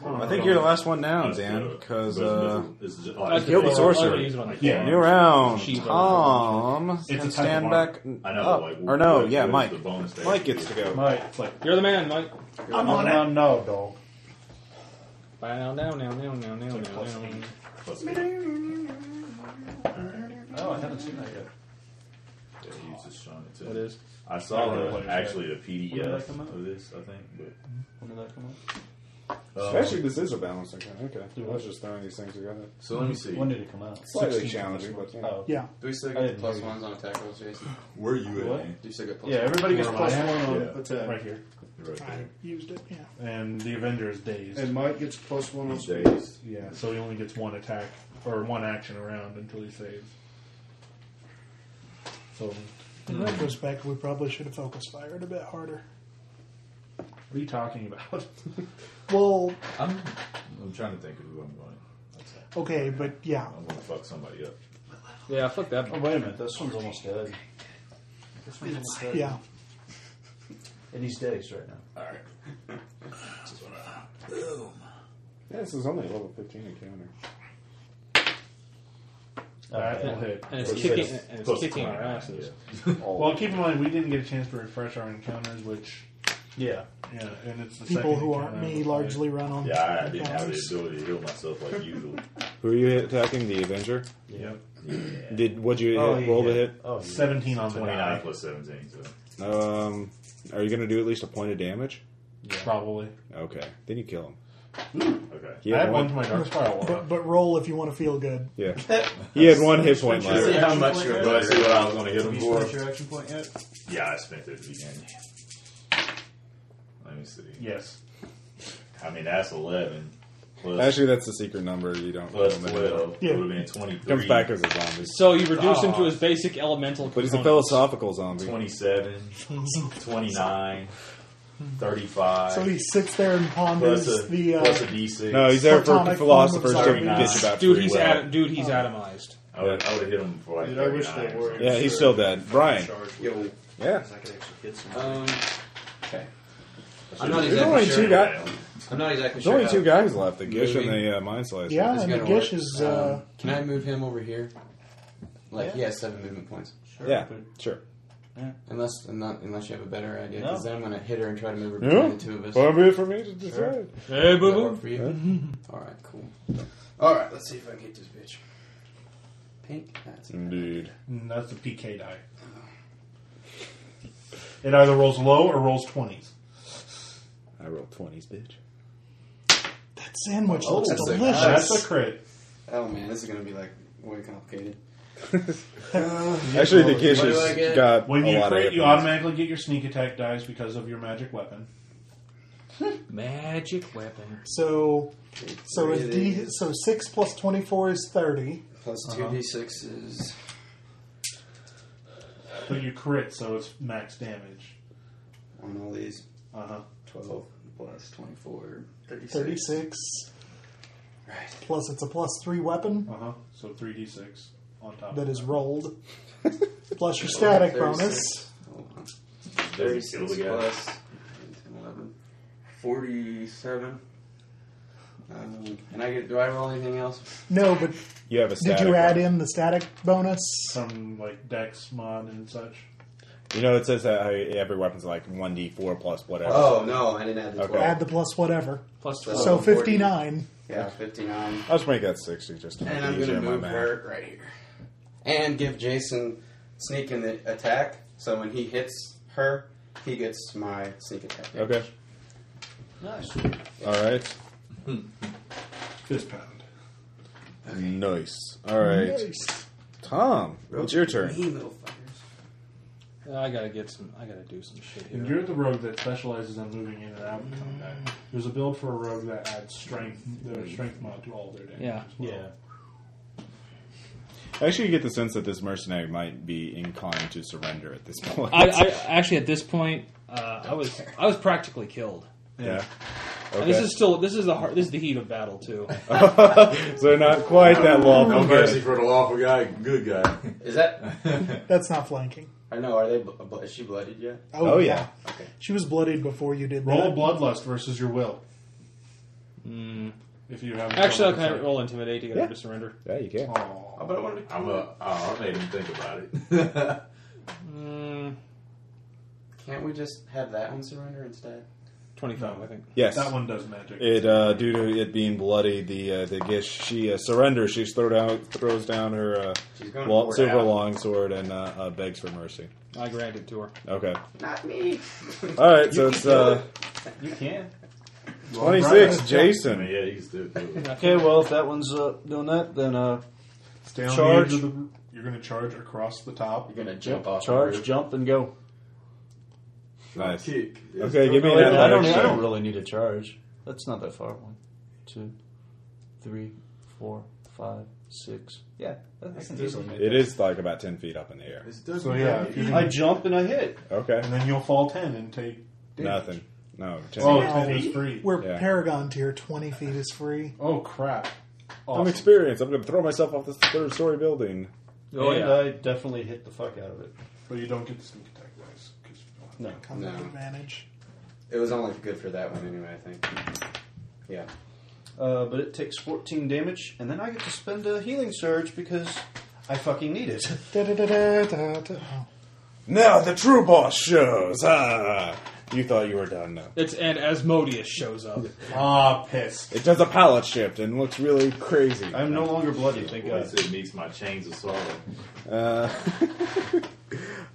B: I think you're the last one down, Dan, because uh, I killed the
C: Oh, I used it on
B: sorcerer.
C: the
F: Yeah.
B: New round.
C: Shiva.
B: Tom
F: a type
B: can
F: of
B: stand
F: armor.
B: back
E: I
C: Oh.
E: know,
B: up.
E: but, like,
B: or no,
E: what-
B: yeah,
E: what's
B: Mike.
E: the bonus there?
B: Mike gets to go.
I: Mike,
F: It's like,
C: You're the man, Mike.
F: I'm on
I: no,
F: it.
I: no, no.
C: Bow down, now, now, now, now, now, now,
F: plus
C: now.
F: eight.
E: Plus eight. Yeah,
I: Oh, I haven't seen that yet.
E: he was just showing it to
C: What
E: me.
C: is?
E: I saw
F: Not
E: the,
F: really.
E: actually the
I: When did
E: PDF
I: that come out?
E: of this, I think. But
I: When did that come out?
F: Oh.
E: Um,
B: Actually, this is a balancing kind. Okay, I was just throwing these things together.
E: So let me see.
I: When did it come out?
B: Slightly challenging, but yeah.
I: Oh,
D: Yeah.
H: Do we still
I: I
H: get the
I: didn't
H: plus
I: hear you.
H: ones on attack rolls, Jason?
E: Where are you
I: What?
E: at? man?
H: Do you still get plus
I: Oh. Yeah, everybody gets
F: Where am
I: plus
F: I
I: one
F: at?
I: on
E: Yeah.
I: attack.
F: Right here.
E: Right
D: I
E: there.
D: used it, yeah.
F: And the Avenger is dazed.
G: And Mike gets plus one on
E: He's
G: speed.
E: dazed.
F: yeah, so he only gets one attack or one action around until he saves. So, what
D: In retrospect, we probably should have focus fired a bit harder.
F: are you talking about?
D: Well,
E: I'm, I'm trying to think of who I'm going. That's it.
D: okay, but yeah.
E: I'm going to fuck somebody up.
C: Yeah, fuck that.
I: Oh, wait a minute. This one's almost dead. This one's almost dead.
D: Yeah.
I: And he's dazed right now.
B: Yeah, this is only a level 15 encounter.
F: That will hit.
C: And it's
B: Plus
C: kicking,
B: six.
C: and it's
E: Plus
C: kicking our
E: 29,
C: asses.
F: Well, keep in mind, we didn't get a chance to refresh our encounters, which,
I: Yeah.
F: yeah, and it's the
D: People
F: second
D: who aren't
F: encounter
D: me
F: I've played.
D: largely run on.
E: Yeah, I, I didn't have the
D: encounters.
E: ability to heal myself like usual.
B: Who are you attacking? The Avenger.
F: Yep.
B: Did what you hit,
I: yeah,
B: roll
I: yeah.
B: the hit?
I: Oh, yeah.
F: 17 on the
E: 29
F: die.
E: plus 17, so.
B: Um, are you going to do at least a point of damage?
F: Probably.
B: Okay, then you kill him.
E: Okay.
B: He
F: I
B: had
F: have one
B: one.
F: to my dark spiral.
D: But, but roll if you want to feel good.
B: Yeah, he had one hit point
H: Did you
B: left.
H: see how much you
E: Do I see what I was going to hit him for?
I: your action point yet?
E: Yeah, I spent it at the beginning. Let me see.
F: Yes.
E: I mean, that's 11. Plus,
B: Actually, that's the secret number. You don't.
E: plus
B: don't know.
E: 12.
D: Yeah.
E: would have been 23.
B: Comes back as a zombie,
C: So you reduce him to his basic elemental
B: but he's a
C: component.
B: philosophical zombie.
E: 27, 29, 35.
D: So he sits there and
E: plus
D: ponders
E: a,
D: the. Uh,
E: plus a D6.
B: No, he's there for
D: Platonic
B: philosophers to
D: form of
B: bitch about.
C: Dude,
B: free
C: he's
B: will.
C: at, dude, he's atomized.
E: I would, I would have hit him for like
G: Dude, I wish
E: 39
G: they
E: or
G: were.
E: something.
B: Yeah, he's still dead. Brian.
H: Yo,
B: Yeah.
J: I could actually hit some.
H: um, okay. I'm
E: should've-
H: not exactly
B: There's only
H: sure.
B: two guys.
H: I'm not exactly
B: There's
H: sure.
B: only
H: how-
B: two guys left. The Gish and
H: Moving.
B: the uh, Mind Slicer.
D: yeah,
H: It's
D: and the
H: gonna
D: Gish
H: work.
D: is.
H: Um,
D: Uh,
H: can I move him over here? Like he has seven movement points.
B: Yeah. Sure.
H: Unless I'm not, unless you have a better idea, because
I: No.
H: then I'm gonna hit her and try to move her
B: Yeah.
H: between the two of us.
B: Well, be it for me to decide.
C: Hey,
H: Does
C: boo
H: that
C: boo.
H: work for you? All right, cool. All right, let's see if I can hit this bitch. Pink. That's it.
B: Indeed.
F: Mm, That's the PK die. It either rolls low or rolls 20s.
B: I rolled twenties, bitch.
D: that sandwich
H: Oh,
D: looks
H: that's a-
D: delicious.
F: That's a crit.
H: Oh man, this is gonna be like way complicated.
B: Actually, the Gish
H: What do I get?
B: has got
F: When
B: a
F: you
B: lot
F: crit,
B: of.
F: you
B: hit points.
F: automatically get your sneak attack dice because of your magic weapon.
C: Magic weapon.
D: So, so is
H: It
D: D,
H: is.
D: so six plus twenty four is thirty.
H: Plus
D: Uh-huh.
H: two d6 is
F: But you crit, so it's max damage.
H: on all these
F: Uh huh.
H: 12
A: plus 24, 36.
D: 36. Plus, it's a plus three weapon
F: Uh huh. So 3d6 on top.
D: that is rolled. plus your static bonus.
E: 36 plus
H: 11. 47. Um, and I get, do I roll anything else?
D: No, but
B: You have a
D: did
B: static.
D: you add
B: one.
D: in the static bonus?
F: Some like dex mod and such.
B: You know, it says that how every weapon's like 1d4 plus whatever.
H: Oh, no, I didn't add the
B: Okay.
H: 12.
D: Add the plus whatever.
C: Plus
H: So,
D: So
H: 40.
D: 59.
H: Yeah, 59.
B: I'll just make that 60 just to make
H: And
B: it
H: I'm
B: easier
H: going to
B: on my
H: move
B: math.
H: her right here. And give Jason sneak in the attack. So when he hits her, he gets my sneak attack.
B: Okay.
H: Nice.
B: All right.
F: Fist pound.
B: Nice. All right.
D: Nice.
B: Tom, it's your turn.
H: Me, little fuckers.
C: I gotta get some. I gotta do some shit
F: And
C: here.
F: you're the rogue that specializes in moving in and out of combat. There's a build for a rogue that adds strength, their
B: Hmm.
F: strength mod to all their damage.
C: Yeah.
F: as well.
I: Yeah.
B: Actually, you get the sense that this mercenary might be inclined to surrender at this point.
C: I, I actually at this point, uh, I was I was practically killed.
B: yeah.
C: And this is still this is the hard, this is the heat of battle too.
B: so they're not quite that long.
E: No mercy
B: Okay.
E: for the lawful guy, good guy.
H: Is that?
D: That's not flanking.
H: I know. Are they? bl- bl- Is she blooded yet?
B: Oh, yeah.
H: Okay.
D: She was bloodied before you did
F: Roll
D: that.
F: bloodlust versus your will.
B: Hmm.
F: If you have
C: Actually, I kind of roll intimidate to get her to surrender.
B: Yeah, you can.
H: Oh, but I wanted to.
E: I'm a. Oh, I made him think about it.
C: Mm,
H: Can't we just have that one surrender instead?
C: Twenty five, I think.
B: Yes.
F: that one does magic.
B: It uh, due to it being bloody, the uh, the gish she uh, surrenders. She throw down, throws down her
H: She's
B: uh,
H: going
B: lo-
H: for it
B: silver
H: out.
B: longsword and uh, uh, begs for mercy.
C: I grant it to her.
B: Okay,
H: Not me.
B: all right. So it's uh,
I: You can.
B: twenty six.
E: I mean,
B: Jason,
E: yeah, he's still good.
I: Okay, well, if that one's uh, doing that, then uh,
F: Stay on
I: Charge.
F: the edge of the. You're going to charge across the top.
H: You're gonna jump off. the
I: charge,
H: roof.
I: jump, and go.
B: nice.
E: Kick.
B: Okay, give me
I: No,
B: an
I: I, don't,
B: athletics
I: I don't
B: check.
I: really need a charge. That's not that far. One, two, three, four, five, six. Yeah, that- I can easily make
B: It is like about ten feet up in the air.
E: It's doesn't
F: So, yeah, if you-
I: that. I jump and I hit.
B: Okay,
F: And then you'll fall 10 and take.
B: nothing. No, 10
F: Oh,
D: Yeah.
F: 10 is free.
D: We're
B: Yeah.
D: Paragon tier. 20 feet is free.
F: Oh, crap.
B: I'm
F: Awesome.
B: experienced. I'm going to throw myself off this third story building.
I: and
C: yeah.
I: Oh, I definitely hit the fuck out of it.
F: But you don't get the sneak attack dice. 'cause you don't have
I: No.
D: Come with
H: No.
D: advantage.
H: It was only good for that one anyway. I think. Yeah.
I: Uh, but it takes 14 damage, and then I get to spend a healing surge because I fucking need it.
D: Da, da, da, da, da, da. Oh.
B: Now the true boss shows. Ah, you thought you were done. No,
C: It's and Asmodeus shows up.
F: Ah, piss.
B: it does a pallet shift and looks really crazy.
I: I'm no longer bloody, thank
E: Boy,
I: God.
E: it meets my chains of sorrow.
B: Uh,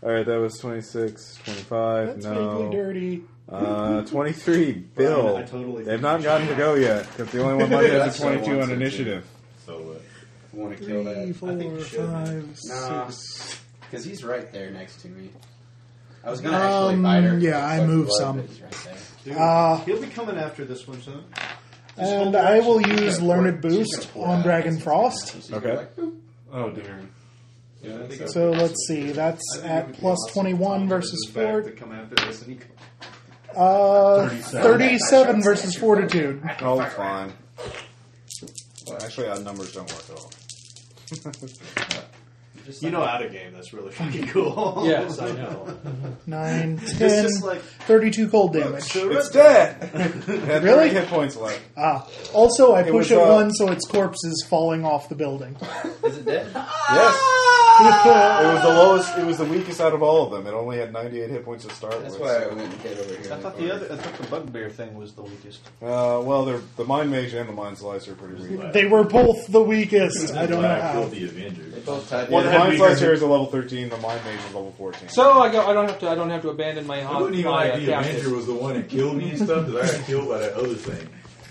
B: all right, that was 26, 25,
D: That's vaguely
B: no.
D: dirty.
B: Uh, 23, Bill.
I: I totally-
B: They've not gotten to go yet, because the only one left
H: Yeah,
B: has a
H: that's what I
B: 22 on
H: wanted to.
B: initiative.
E: So uh,
H: I want to kill that.
D: Three,
H: I think
D: four,
H: you should. man.
D: five,
H: Nah,
D: six.
H: because he's right there next to me. I was gonna actually bite her.
D: Um, yeah, I
H: But
D: moved
H: blood,
D: some.
H: but he's right there.
D: Ah.
I: He'll be coming after this one soon.
D: And I will use
H: She's gonna
D: Learned
H: pour- she's
D: Boost
H: gonna pour
D: on
H: out.
D: Dragon
H: She's gonna-
D: Frost.
H: she's gonna
B: Okay.
H: like, boop.
F: Oh, dear.
H: Yeah, I think I-
D: So let's see. That's at plus 21 versus 4.
H: come after this and he
D: Uh,
F: 37.
D: 37 versus Fortitude.
B: Oh, fine. Well, actually, our numbers don't work at all.
I: You know, out of game, that's really fucking cool.
C: yes, I know.
D: 9, 10,
I: It's just like
D: 32 cold damage.
B: It's dead! It had three
D: Really?
B: hit points left.
D: Ah. Also, I
B: was,
D: push it
B: uh,
D: one so its corpse is falling off the building.
H: Is it dead?
B: Yes! It was the lowest, it was the weakest out of all of them. It only had 98 hit points to start
H: That's
B: with.
H: why I went and get over here.
I: I thought the other, I thought the bugbear thing was the weakest.
B: Uh, well, they're, the Mind Mage and the Mind Slicer are pretty weak.
D: They were both the weakest. I don't know
E: I
D: how.
E: killed the Avenger.
H: They both tied
B: Well, the
H: together.
F: had
B: Mind
F: weaker
B: Slicer is a level 13, the Mind Mage is level 14.
C: So I go. I don't have to. I don't have to abandon my
E: I
C: haunt.
E: wouldn't even
C: my,
E: like
C: uh,
E: the
C: captive.
E: Avenger was the one that killed me and stuff because I got killed by that other thing.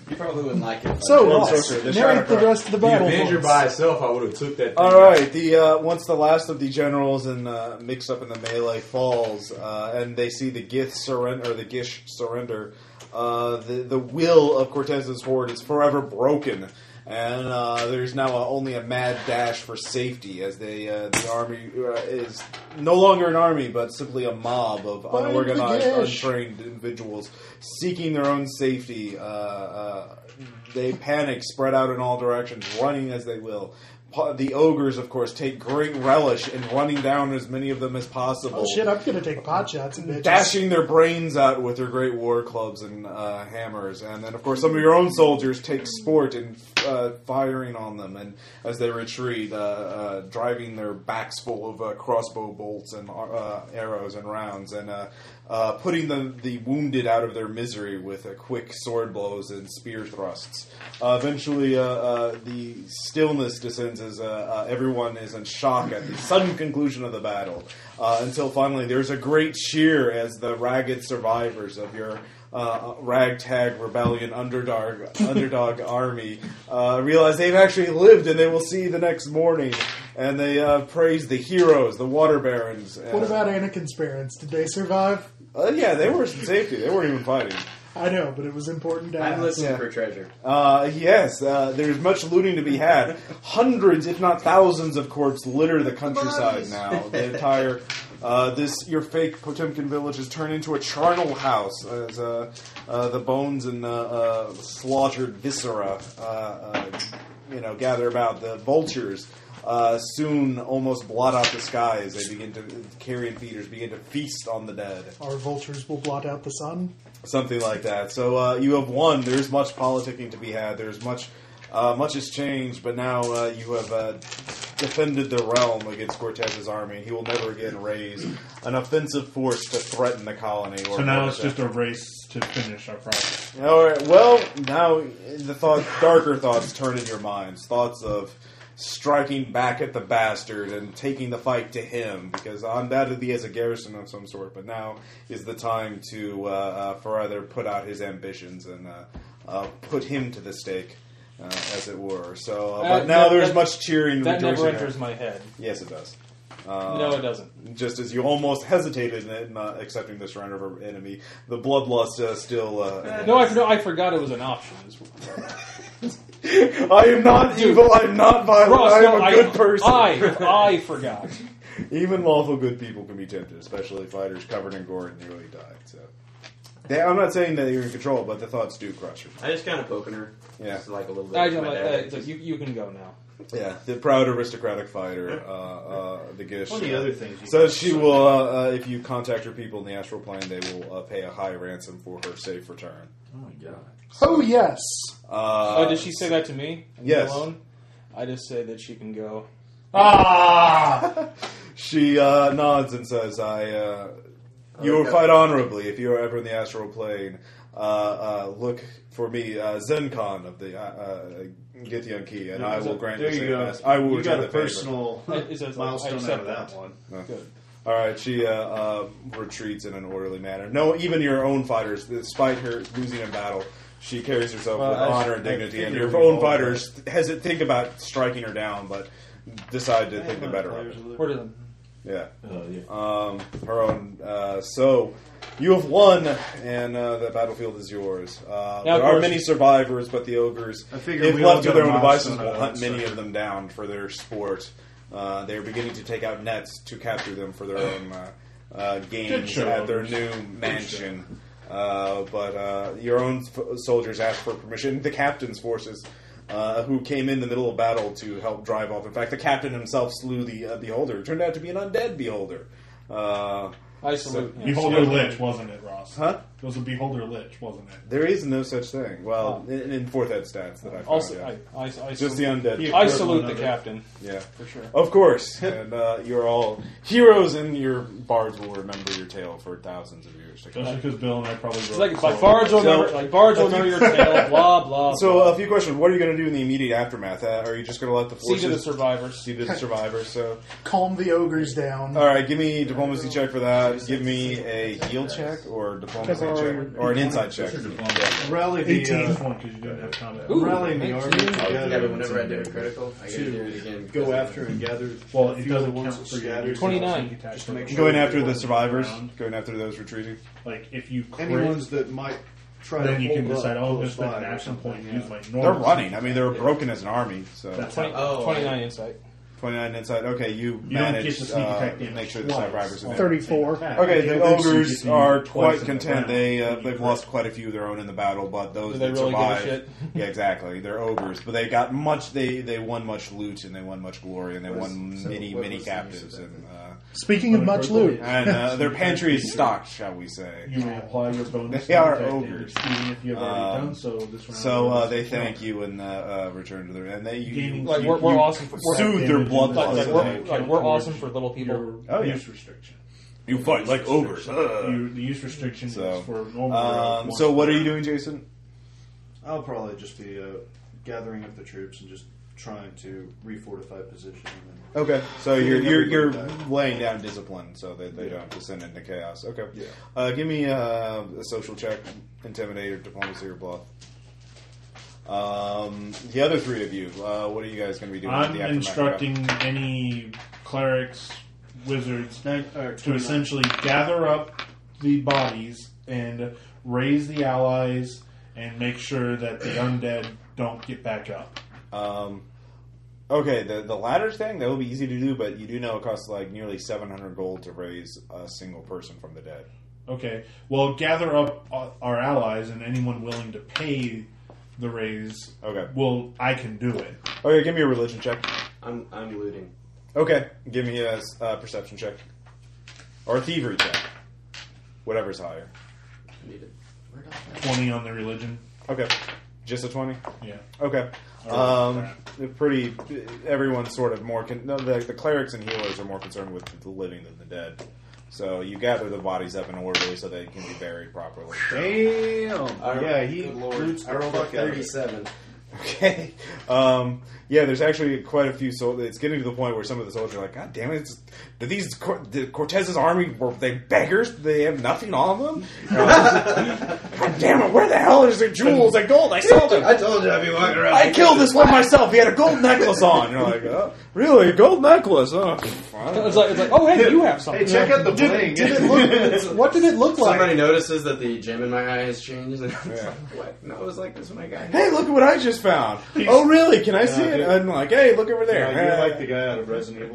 H: You probably wouldn't like it. if I
D: So,
H: did.
B: Well,
D: Ross,
B: so- so the
D: narrate the
B: Shadowcross-
D: rest of the
E: The
D: battle.
E: Avenger
D: for us.
E: by itself, I would have took that. Thing
B: All right. The uh, once the last of the generals and uh, mixed up in the melee falls, uh, and they see the Gith surrender, or the Gish surrender. Uh, the the will of Cortez's horde is forever broken and uh, there's now a, only a mad dash for safety as they uh, the army uh, is no longer an army but simply a mob of
D: Bind the
B: unorganized,
D: gash.
B: untrained individuals seeking their own safety. Uh, uh, they panic, spread out in all directions, running as they will. Pa- The ogres, of course, take great relish in running down as many of them as possible
D: Oh shit, I'm gonna take pot shots and bitches.
B: dashing their brains out with their great war clubs and uh, hammers, and then of course some of your own soldiers take sport in uh, firing on them, and as they retreat, uh, uh, driving their backs full of uh, crossbow bolts and uh, arrows and rounds, and uh, uh, putting the the wounded out of their misery with uh, quick sword blows and spear thrusts. Uh, eventually, uh, uh, the stillness descends as uh, uh, everyone is in shock at the sudden conclusion of the battle. Uh, until finally, there's a great cheer as the ragged survivors of your uh, ragtag rebellion underdog underdog army uh, realize they've actually lived, and they will see the next morning. And they uh, praise the heroes, the water barons.
D: What about Anakin's parents? Did they survive?
B: Uh, yeah, they were in safety. They weren't even fighting.
D: I know, but it was important to ask.
B: for treasure. Uh, yes, uh, there's much looting to be had. Hundreds, if not thousands, of corpses litter the countryside
A: Bodies.
B: now. The entire uh, this your fake Potemkin village has turned into a charnel house as uh, uh, the bones and uh, uh, slaughtered viscera, uh, uh, you know, gather about the vultures. Uh, soon, almost blot out the sky as they begin to carrion feeders begin to feast on the dead
D: Our vultures will blot out the sun.
B: something like that. So uh, you have won. There's much politicking to be had. There's much, uh, much has changed. But now uh, you have uh, defended the realm against Cortez's army. He will never again raise an offensive force to threaten the colony. Or
F: So now it's
B: Cortez.
F: just a race to finish our project.
B: All right. Well, now the thoughts, darker thoughts, turn in your minds. Thoughts of striking back at the bastard and taking the fight to him, because undoubtedly he has a garrison of some sort. But now is the time to uh, uh, for either put out his ambitions and uh, uh, put him to the stake, uh, as it were. So, uh,
C: Uh,
B: but now
C: that-
B: there's
C: that-
B: much cheering. and
C: that never
B: rejoicing.
C: enters my head.
B: Yes, it does. Uh,
C: No, it doesn't.
B: Just as you almost hesitated in not accepting the surrender of an enemy, the bloodlust uh, still. Uh,
C: No, I, no, I forgot it was an option.
B: I am not
C: Dude.
B: evil. I am not violent.
C: Ross,
B: I am
C: no,
B: a
C: I-
B: good person.
C: I- I forgot.
B: Even lawful good people can be tempted, especially fighters covered in gore and nearly died. So, they, I'm not saying that you're in control, but the thoughts do crush you.
H: I just kind of poking her.
B: Yeah.
H: Just like a little bit.
C: I
H: with
C: don't
H: my
C: like
H: dad.
C: that. So you, you can go now.
B: Yeah, the proud aristocratic fighter, uh, uh, the Gish.
I: One of the
B: uh,
I: other things you
B: So
I: can-
B: she will, uh, uh, if you contact her people in the astral plane, they will uh, pay a high ransom for her safe return.
E: Oh my god.
D: Oh yes.
B: Uh,
C: oh, did she say that to me? And me
B: yes.
C: Alone? I just say that she can go.
B: Ah! she uh, nods and says, "I. Uh, you will
C: Okay.
B: fight honorably if you are ever in the astral plane. Uh, uh, look for me, uh, Zencon of the uh, uh, Githyanki, and I will grant
I: There
B: you
I: you
B: safe
I: go.
B: pass. I will
I: You
B: return
I: got a
B: the favor.
I: personal
C: It says, like, I
I: milestone out
C: accept
I: of that
C: that.
I: one.
B: No.
C: Good.
B: All right, she uh, uh, retreats in an orderly manner. No, even your own fighters, despite her losing in battle, she carries herself
I: Well,
B: with
I: I-
B: honor and
I: I
B: dignity. And
I: figured
B: your
I: we
B: own
I: all-
B: fighters hesitate think about striking her down, but decide to think the better of it.
C: Where did
B: Yeah.
I: Uh,
E: Oh, yeah.
B: Um, her own. Uh, so you have won, and uh, the battlefield is yours. Uh,
C: Now, of
B: there are
C: course-
B: many survivors, but the ogres,
I: I figure
B: if
I: we all
B: left to
I: got a
B: their own devices,
I: milestone out
B: will
I: of
B: hunt
I: it,
B: many
I: so.
B: of them down for their sport. Uh, they are beginning to take out nets to capture them for their
C: Oh.
B: own uh, uh, games
F: show,
B: at their
F: ogres.
B: new mansion. Uh, but uh, your own f- soldiers asked for permission. The captain's forces, uh, who came in the middle of battle to help drive off. In fact, the captain himself slew the uh, beholder. It turned out to be an undead beholder. Uh,
C: I salute him.
F: Beholder Lich, wasn't it, Ross?
B: Huh?
F: It was a Beholder Lich, wasn't it?
B: There is no such thing. Well, in, in fourth ed stats that I found.
C: Also,
B: yeah.
C: I, I, I
B: just the
C: salute-
B: undead.
C: I salute the captain.
B: Yeah,
C: for sure.
B: Of course, and uh, you're all heroes, and your bards will remember your tale for thousands of years to come.
F: Especially because Bill and I probably wrote
C: It's like, like bards will
B: So-
C: remember, like bards will remember your tale. Blah blah.
B: So,
C: blah.
B: a few questions. What are you going to do in the immediate aftermath? Uh, are you just going to let the
C: See
B: forces
C: to the survivors.
B: See to the survivors. So,
D: Calm the ogres down.
B: all right, give me diplomacy check for that. Give me a heal check or diplomacy
D: Check
B: check
D: or-
B: or an insight check.
J: Rally the,
F: 18th
J: uh,
F: one because you didn't have combat.
J: Ooh, rallying the
F: 18.
J: army together.
H: Yeah, but whenever I do a critical, I get to do it
J: to
H: again.
J: go after and gather.
F: Well, it
J: fuel
F: doesn't
J: once
F: count
J: it's
F: for your-
J: scattered.
F: your
C: 29.
F: sneak attack
J: Just
F: for
J: make
F: the-
J: sure
B: Going
J: that
B: after
J: it
B: the
J: wasn't
B: survivors.
F: around.
B: Going after those retreating.
F: Like if you crit,
J: Any ones that might try
F: then
J: to
F: you can
J: hold up
F: decide, oh,
J: to a
F: this with an
J: five or
F: action point
J: something,
F: and use
J: yeah.
F: my
B: They're
F: normal.
B: running. I mean, they were broken as an army. So
F: That's
C: Twenty-
F: how-
B: uh,
C: oh, 29 insight.
B: Twenty-nine inside. Okay, you,
F: You don't
B: manage
F: get to sneak attack
B: uh,
F: damage
B: make sure the
F: twice.
B: survivors. are there.
D: 34.
B: Okay, the
D: Yeah, they've
B: ogres
D: sneaked
B: are
D: you
B: quite
D: twice in the
B: content.
D: round.
B: They uh, they've lost quite a few of their own in the battle, but those
C: Do they
B: that
C: really give a
B: survived,
C: shit?
B: yeah, exactly. They're ogres, but they got much. They they won much loot and they won much glory and they
G: What is-
B: won
G: so
B: many
G: what
B: many
G: was the use
B: captives
G: of that
B: and uh,
D: Speaking of much loot,
B: and uh, their pantry is stocked, shall we say?
F: You may apply your bonus.
B: They are
F: attack
B: ogres.
F: damage, Even if you have already
B: Um,
F: done so, this round.
B: so uh,
F: bonus
B: they
F: attack.
B: thank you and uh, uh, return to their and they you,
F: Gaining-
C: Like
F: you-
C: we're, we're
F: you
C: awesome. For, we're,
B: soothe their blood
C: like,
B: loss.
C: like, we're, like, we're awesome for little people.
F: Your
B: Oh, yeah.
F: use restriction.
B: You fight like ogres.
F: Restriction.
B: Ugh.
F: You, the use restriction
B: So,
F: is for normal.
B: Um,
F: rounds
B: so
F: once.
B: what are you doing, Jason?
G: I'll probably just be uh, gathering up the troops and just trying to refortify position. And then,
B: Okay, so you're you're, you're
G: Everybody died.
B: laying down discipline so that they don't descend into chaos. Okay,
G: Yeah.
B: Uh, give me uh, a social check, intimidate or diplomacy or bluff. Um, the other three of you, uh, what are you guys going to be doing? with
F: I'm
B: the aftermath?
F: instructing any clerics, wizards,
G: alright,
F: to essentially gather up the bodies and raise the allies and make sure that the undead don't get back up.
B: Um, okay, the the latter thing that will be easy to do, but you do know it costs like nearly seven hundred gold to raise a single person from the dead.
F: Okay. Well, gather up uh, our allies and anyone willing to pay the raise.
B: Okay.
F: Well, I can do it.
B: Okay, give me a religion check.
H: I'm I'm looting.
B: Okay, give me a uh, perception check or a thievery check, whatever's higher.
H: I need it. Where did I-
F: Twenty on the religion.
B: Okay, just a twenty.
F: Yeah.
B: Okay, um, pretty. Everyone's sort of more. Con- no, the, the clerics and healers are more concerned with the living than the dead. So you gather the bodies up in orderly so they can be buried properly.
J: Damn.
H: I-
J: yeah, he
H: good lord.
J: loots
H: I rolled
J: the
H: a
J: fuck out of it.
H: thirty-seven.
B: Okay. Um, yeah, there's actually quite a few. So it's getting to the point where some of the soldiers are like, "God damn it! It's, did these Cor- did Cortez's army were they beggars? Did They have nothing on them. God damn it! Where the hell is their jewels and gold? I saw them.
H: I told you I'd be walking around.
B: I killed this one myself. He had a gold necklace on. You're like, oh, really? A gold necklace? Oh, I don't know.
C: It's like, it's like, oh hey, you have something.
J: Hey, check out the bling.
D: what did it look like?
H: Somebody notices that the gem in my eye has changed, and I'm
B: Yeah.
H: like, "What? No, it was like this when I got
B: hey,
H: here."
B: look at what I just found. Oh, really? Can I see it? I'm like, hey, look over there. Uh,
G: you're like the guy out of Resident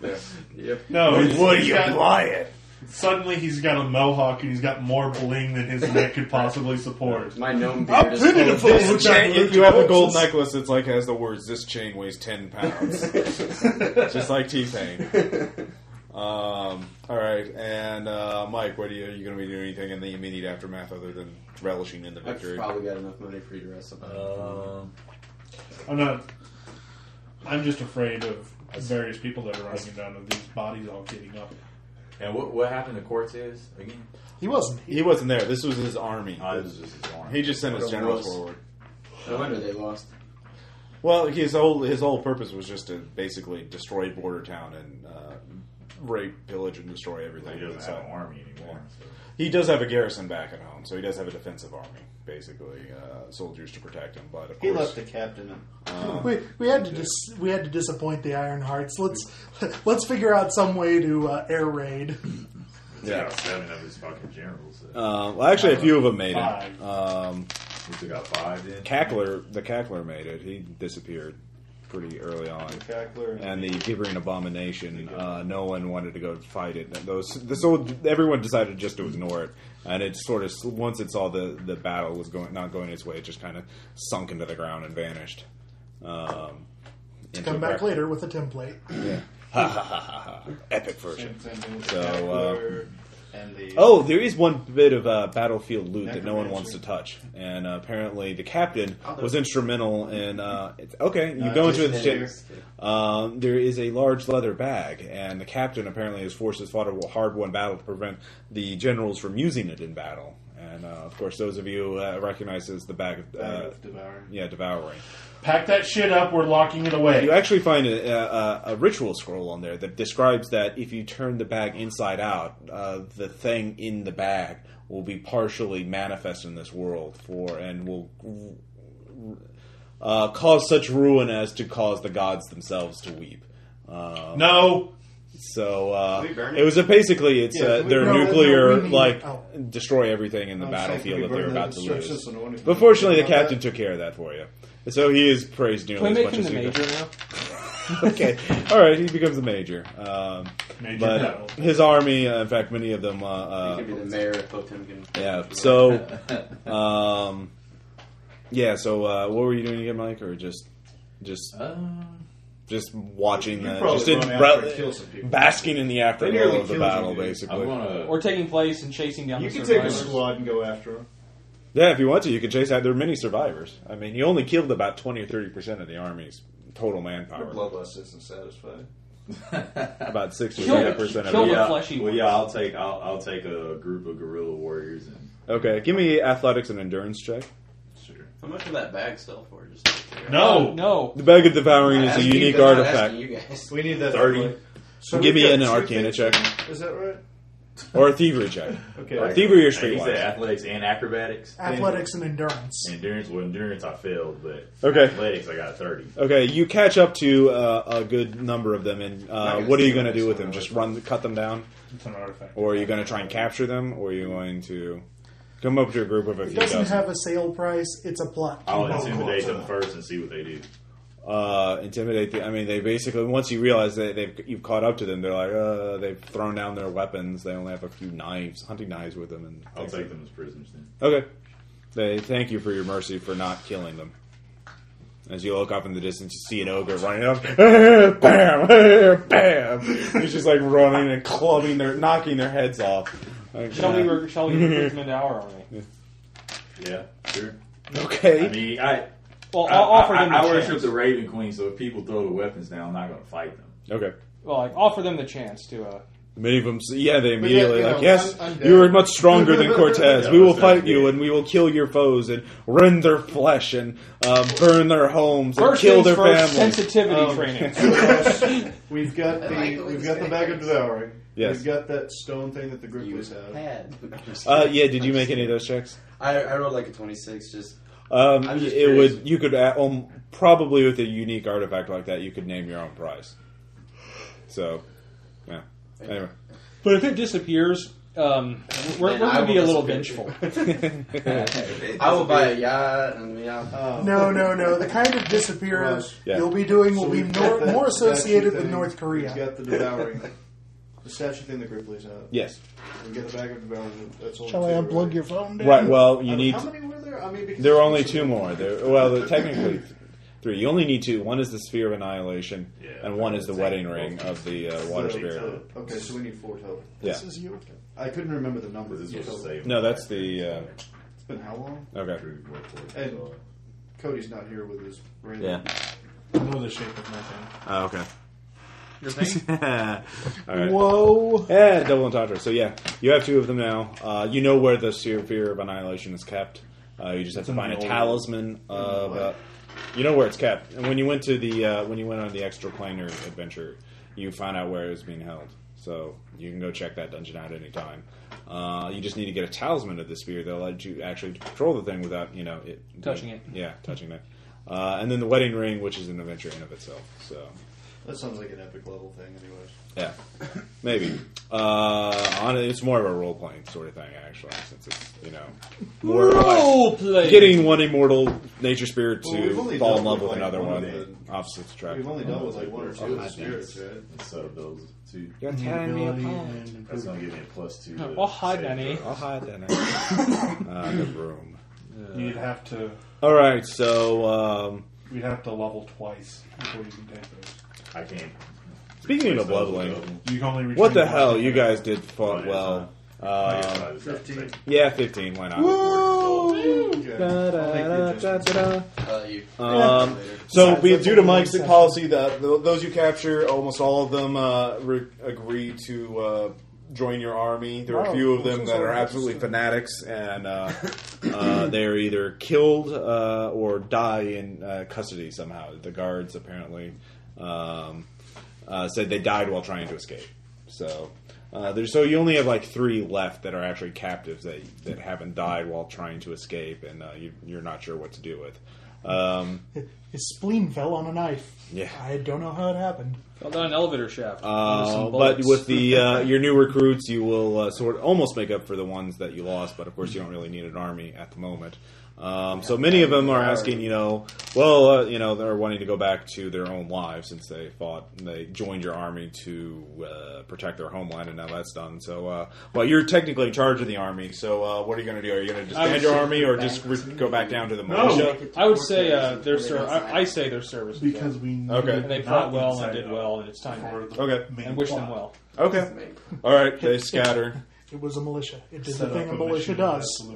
G: Evil.
H: Yep.
F: No, he's-
B: What are
F: he's
B: you
F: got-
B: lying?
F: Suddenly, he's got a mohawk and he's got more bling than his neck could possibly support.
H: My gnome beard is full of-
B: This chain- if you have a gold necklace that's like has the words "This chain weighs ten pounds," just like T Pain. Um, all right, and uh, Mike, what are you, are you going to be doing anything in the immediate aftermath other than relishing in the
H: I've
B: victory?
H: probably got enough money for you to rest up.
E: Um,
F: I'm not. I'm just afraid of various people that are running down of these bodies all getting up.
E: and what what happened to Cortez again?
D: He wasn't.
B: He wasn't there. This was his army.
E: I was just his arm.
B: He just sent his
H: What a
B: generals
H: wuss.
B: forward.
H: No wonder they lost.
B: Well, his whole his whole purpose was just to basically destroy border town and uh, rape, pillage, and destroy everything.
E: He doesn't
B: inside.
E: have an army anymore.
B: He does have a garrison back at home, so he does have a defensive army, basically uh, soldiers to protect him. But of
G: He left
B: course,
G: the captain. in.
D: We, we had to dis- we had to disappoint the Iron Hearts. Let's let's figure out some way to uh, air raid.
E: So. He took out seven of his fucking generals. Uh,
B: Uh, well, actually, a few of them made it.
F: Five.
B: Um,
E: he took out five then.
B: Cackler, the Cackler made it. He disappeared pretty early on.
G: Cackler and-
B: and the Gibbering Abomination. Uh, no one wanted to go fight it. Those, this old, everyone decided just to ignore it, and it sort of once it saw the the battle was going not going its way, it just kind of sunk into the ground and vanished. Um, into
D: Come
B: a
D: back
B: wreck.
D: later with a template.
B: Epic version.
G: Same thing with
B: So,
G: the
B: uh,
G: Cackler and the
B: Oh, there is one bit of uh, battlefield loot that no one
G: Necromancer.
B: wants to touch, and uh, apparently the captain was instrumenal in. Uh, it's, okay, you
G: Uh,
B: go into
G: Jason
B: the ship.
G: Edgar.
B: Um, there is a large leather bag, and the captain apparently his forces fought a hard-won battle to prevent the generals from using it in battle. And uh, of course, those of you who uh, recognize as the bag of,
G: Bag
B: uh,
G: of Devour.
B: yeah, devouring.
F: Pack that shit up. We're locking it away.
B: You actually find a, a, a ritual scroll on there that describes that if you turn the bag inside out, uh, the thing in the bag will be partially manifest in this world for and will uh, cause such ruin as to cause the gods themselves to weep. Uh,
F: no,
B: So uh,
H: We burn it?
B: it was a, basically it's
H: Yeah,
B: uh,
H: we
B: their
H: burn it.
B: nuclear
H: No, we mean-
B: like
H: oh.
B: destroy everything in the
H: I'm saying,
B: battlefield
H: we
B: that
H: burn
B: they're
H: the
B: about to
H: search
B: lose.
H: system, I wonder if
B: But
H: we
B: fortunately, the
H: know about
B: captain took care of that for you, so he is praised nearly
C: Can
B: as
C: we make
B: much
C: him
B: as
C: the
B: you.
C: major now?
B: okay, all right, he becomes a major. Um,
C: Major
B: but
C: general.
B: his army, uh, in fact, many of them. Uh, uh,
H: He can be the mayor of Potemkin.
B: Yeah. So, um, yeah. So, uh, what were you doing again, Mike, or just, just, just watching
H: Uh, You
B: the,
H: probably
B: just in
H: run
B: bra-
H: after and kill some people.
B: basking in the aftermath
H: nearly
B: of the
H: killed you,
B: battle,
H: dude.
B: basically.
H: I'm gonna-
C: Or taking place and chasing down
G: You
C: the
G: can take a
C: survivors.
G: squad and go after them.
B: Yeah, if you want to, you can chase out. There are many survivors. I mean, you only killed about twenty or thirty percent of the army's total
G: Your
B: manpower.
G: bloodlust isn't satisfied.
B: About sixty
G: Kill
B: or
G: the-
B: percent of
E: Well,
B: it.
E: yeah, Well, yeah, I'll take I'll, I'll take a group of guerrilla warriors and
B: Okay, give me athletics and endurance check.
H: How much of that bag sell for? Just
B: No.
C: Oh, no.
B: The bag of devouring is a
H: Asking-
B: unique
H: they're not
B: artifact.
H: asking you guys.
G: We need that
B: Thirty.
G: anyway. So
B: Give
G: we've
B: me
G: got
B: an
G: two
B: Arcana
G: things.
B: check
G: Is that right?
B: or a thievery check.
G: Okay.
B: Or thievery or
E: He said
B: streetwise.
E: athletics and acrobatics.
D: Athletics and endurance.
E: Endurance. Well, endurance I failed, but
B: Okay.
E: athletics I got a thirty.
B: Okay, you catch up to uh, a good number of them, and
E: Not
B: uh,
E: gonna
B: what are you
E: see
B: going to
E: them,
B: do with
E: so
B: them? Just run, cut them down,
F: It's an artifact.
B: or are you going to try and capture them, or are you going to come up to a group of a
D: It
B: few
D: doesn't
B: dozen?
D: have a sale price. It's a plot.
E: I'll
D: Keep on
E: intimidate
D: going.
E: them first and see what they do.
B: uh, intimidate. The, I mean, they basically once you realize that they've you've caught up to them, they're like uh, they've thrown down their weapons. They only have a few knives, hunting knives with them, and
E: I'll take them as prisoners then.
B: Okay. They thank you for your mercy for not killing them. As you look up in the distance, you see an ogre running up. Bam! Bam! He's just like running and clubbing their, knocking their heads off. Like, uh,
C: Shall we?
B: yeah.
C: re- Shall we recruit them into our army?
E: Yeah, sure.
B: Okay.
E: I mean, I.
C: Well,
E: I,
B: Uh,
C: I'll offer
E: I,
C: them
E: I,
C: the
E: I worship
C: chance.
E: the Raven Queen, so if people throw the weapons down, I'm not going to fight them.
B: Okay.
C: Well, like offer them the chance to. Uh,
B: Many of them, yeah, they immediately
C: you know,
B: like, yes,
C: I'm- I'm
B: you are
C: dead."
B: much stronger than Cortez.
E: Yeah,
B: we will
E: that's
B: fight
E: not
B: you,
E: good.
B: and we will kill your foes, and rend their flesh, and uh, burn their homes,
C: First
B: and kill their
C: things first,
B: families. Oh.
C: sensitivity training.
G: We've got the
H: I like the way
G: we've
H: you
G: got
H: say
G: the
H: it.
G: bag of devouring.
B: Yes.
G: We've got that stone thing that the Griffins have.
H: Had. I'm just
B: Uh,
H: kidding.
B: yeah, did you
H: I'm
B: make
H: just
B: any of those checks?
H: kidding. I, I rolled like a 26. Just
B: Um,
H: I'm just
B: it
H: curious.
B: would. You could add, um, probably with a unique artifact like that, you could name your own prize. So, yeah. Anyway,
C: but if it disappears, um, we're, we're
H: Then I
C: going to be
H: will
C: a little
H: disappear.
C: vengeful.
H: I will buy a yacht and yeah.
G: Um,
D: No, no, no. The kind of disappearance
B: Yeah.
D: you'll be doing will
G: So
D: be
G: we've
D: nor-
G: got that
D: more associated
G: statue
D: with
G: thing.
D: North Korea.
G: We've got the devouring, the statue thing the Griffins have.
B: yes.
G: We got the bag of devouring. That's only
D: Shall
G: two,
D: I
G: right?
D: unplug your phone? Dan?
B: Right. Well, you
G: I mean,
B: need.
G: How many were there? I mean, because
B: There are only two more. There. Well, there- technically, three. You only need two. One is the Sphere of Annihilation, and one is the Wedding Ring of the uh, Water
G: So,
B: Spirit.
G: Okay, so we need four total.
B: Yeah.
D: This is you.
G: I couldn't remember the numbers.
E: This is what's
G: It's
E: saved.
B: No, that's the.
G: been how long?
B: Uh, okay.
G: And Cody's not here with his brain.
B: Yeah.
F: I know the shape of nothing.
B: Oh, okay.
C: Your thing?
B: All right.
D: Whoa.
B: Yeah, Eh, double entendre. So yeah, you have two of them now. Uh, you know where the sphere fear of annihilation is kept. Uh, you just have to
F: in
B: find a
F: the old-
B: talisman of. Uh, you know where it's kept, and when you went to the uh, when you went on the extraplanar adventure, you found out where it was being held. So you can go check that dungeon out anytime. Uh, you just need to get a talisman of the sphere that'll let you actually control the thing without you know it
C: Touching it.
B: Yeah, touching it. Uh, and then the wedding ring, which is an adventure in of itself. So
G: That sounds like an epic level thing, anyways.
B: yeah, maybe. Uh, on it's more of a role playing sort of thing, actually, since it's you know more
C: Role
B: like
C: play.
B: getting one immortal nature spirit
G: Well,
B: to
G: we've only
B: fall
G: dealt
B: in love
G: with,
B: with
G: like,
B: another
G: one
B: one,
G: of the-
B: opposites attract.
G: We've only dealt with like one or two of the
B: hot
G: spirits, right?
E: Instead of those two,
B: You're tearing me
F: Ability
B: apart.
F: and
E: that's going to give me a plus two.
C: Well, hi, Danny.
B: I'll hide that. now. uh, the room.
F: You'd have to
B: All right, so um,
F: you'd have to level twice before you can take those.
E: I can't.
B: speaking of
E: Those
B: leveling,
F: You can only retrieve
B: what the
F: one
B: hell?
F: thing
B: You
F: at a
B: guys did fought
E: yeah,
B: well.
E: I
B: Um,
E: guess I just have to take-
B: yeah, fifteen. Why not? Da-da-da-da-da.
H: Uh, you.
B: Um, so, we, due to Mike's policy, the, the, those you capture, almost all of them uh, re- agree to uh, join your army. There are a
D: Wow.
B: few of them that are
D: Interesting.
B: absolutely fanatics, and uh, uh, they're either killed uh, or die in uh, custody somehow. The guards apparently um, uh, said they died while trying to escape. So. Uh, there's, so you only have like three left that are actually captives that that haven't died while trying to escape, and uh, you, you're not sure what to do with. Um,
D: His spleen fell on a knife.
B: Yeah.
D: I don't know how it happened.
C: Fell down an elevator shaft. Under
B: Uh,
C: some
B: but
C: bullets.
B: with the uh, your new recruits, you will uh, sort almost make up for the ones that you lost. But of course, you don't really need an army at the moment. Um, so many of them are asking, you know, well, uh, you know, they're wanting to go back to their own lives since they fought, and they joined your army to uh, protect their homeland, and now that's done. So, uh, well, you're technically in charge of the army. So, uh, what are you going to do? Are you going to disband your army, or just re- go back down to the militia?
C: I would say uh, their ser- I, I say their service
F: Because we
C: know
F: Okay.
C: and they fought well and did well, and it's time to
B: Okay.
C: and wish them well.
B: Okay. All right. They scatter.
D: It was a militia. It did
F: Set
D: the thing
F: up
D: a
F: a
D: militia
F: mission
D: does.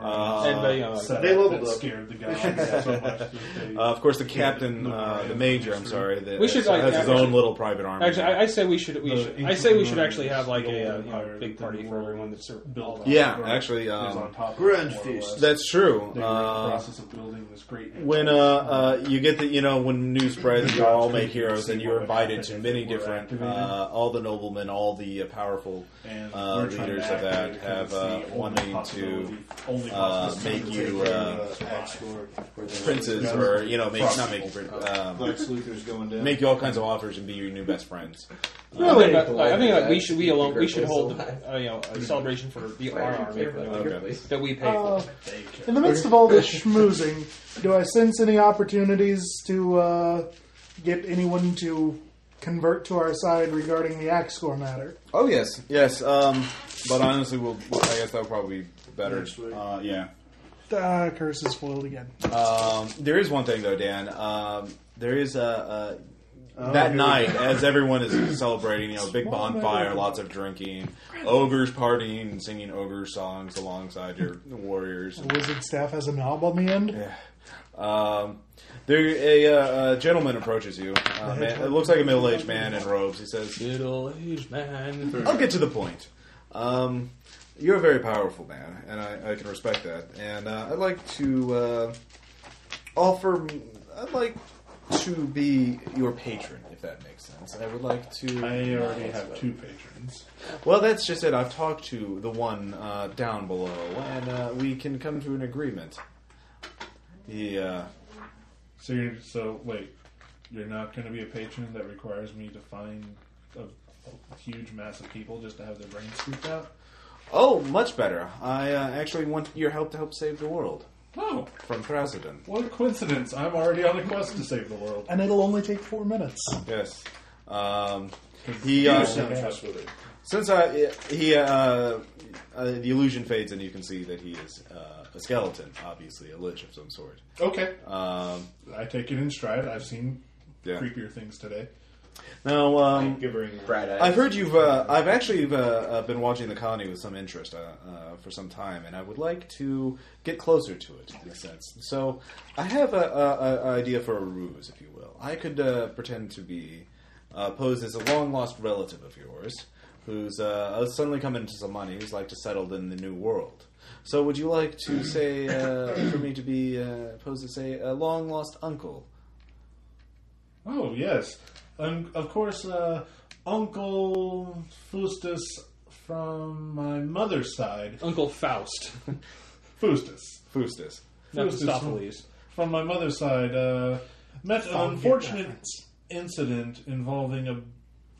B: Uh,
F: set
I: They
F: up
I: leveled
F: that
I: up.
F: scared the guy so much that they-
B: Uh, of course, the captain, uh, the major. I'm sorry, that
C: We should, like,
B: has his
C: actually-
B: own little private army.
C: Actually, I, I say we should. We
F: The
C: should I say we should
F: ancient
C: actually have like
F: Romans,
C: a uh,
F: the
C: you know,
F: old
C: big party for everyone that's ser-
F: built on
B: Yeah,
F: or
B: actually,
F: is
B: um,
F: on top of it,
I: grunge
F: more or
I: feast.
F: less.
B: That's true.
F: They were in the
B: Uh,
F: process of building this great.
B: when uh, uh, you get the, you know, when news spreads, you're all made heroes, and you're invited to many different, uh, all the noblemen, all the uh, powerful
F: And
B: uh,
F: we're trying to
B: leaders of that
F: activate it 'cause
B: have
F: it's the
B: uh,
F: only
B: wanting to
F: possibility- only
B: uh,
F: possibility
B: make
F: to
B: you
F: take
B: uh,
I: Uh, axe sword.
B: princes, or you know, make not make you prin- um,
I: Lex Luthor's going down.
B: make you all kinds of offers and be your new best friends.
C: I think, that- like, I think like, we should we alone we should hold uh, you know a celebration for the our army for the-
B: Okay.
C: that we pay
D: Uh,
C: for.
D: in the midst of all this schmoozing, do I sense any opportunities to uh, get anyone to convert to our side regarding the axe score matter?
B: Oh yes, yes. Um, but honestly, we'll, well, I guess that'll probably be better.
I: Next week.
B: Uh, yeah.
D: Ah, curse is foiled again.
B: Um, there is one thing though, Dan. Um, there is a, a
I: Oh,
B: that
I: here
B: night as everyone is celebrating, you know, big bonfire, lots of drinking, ogres partying, and singing ogre songs alongside your warriors.
D: The wizard staff has a knob on the end.
B: Um, there, a, uh, a gentleman approaches you. Uh, man, it looks like a middle-aged man in robes. He says,
C: Middle aged man.
B: I'll get to the point. Um, you're a very powerful man, and I, I can respect that. And uh, I'd like to uh, offer. I'd like to be your patron, if that makes sense. I would like to.
F: I already have two patrons.
B: Well, that's just it. I've talked to the one uh, down below, and uh, we can come to an agreement. The uh,
F: So you're so wait, you're not going to be a patron that requires me to find a, a huge mass of people just to have their brains scooped out.
B: oh, much better. I uh, actually want your help to help save the world
F: Oh,
B: from Thrasidon.
F: what a coincidence! I'm already on a quest to save the world.
D: And it'll only take four minutes.
B: Yes. Um, he uh,
I: Trust with it.
B: Since I, he, uh, uh, the illusion fades, and you can see that he is uh, a skeleton, obviously a lich of some sort.
F: Okay,
B: Um,
F: I take it in stride. I've seen
B: Yeah.
F: creepier things today.
B: now, um,
I: Gibbering.
H: Bright eyes.
B: I've heard you've. Uh, I've actually uh, uh, been watching the colony with some interest uh, uh, for some time, and I would like to get closer to it in a sense. So, I have a, a, a idea for a ruse, if you will. I could uh, pretend to be uh, posed as a long lost relative of yours, who's uh, suddenly come into some money, who's like to settle in the new world. So, would you like to say uh, for me to be uh, posed as say a long lost uncle?
F: Oh yes, um, of course, uh, Uncle Fustus from my mother's side.
C: Uncle Faust,
F: Fustus.
B: Fustus.
C: not
F: Faust is
C: Mistopheles.
F: from my mother's side, uh, met an
D: Found your
F: unfortunate
D: reference.
F: incident involving a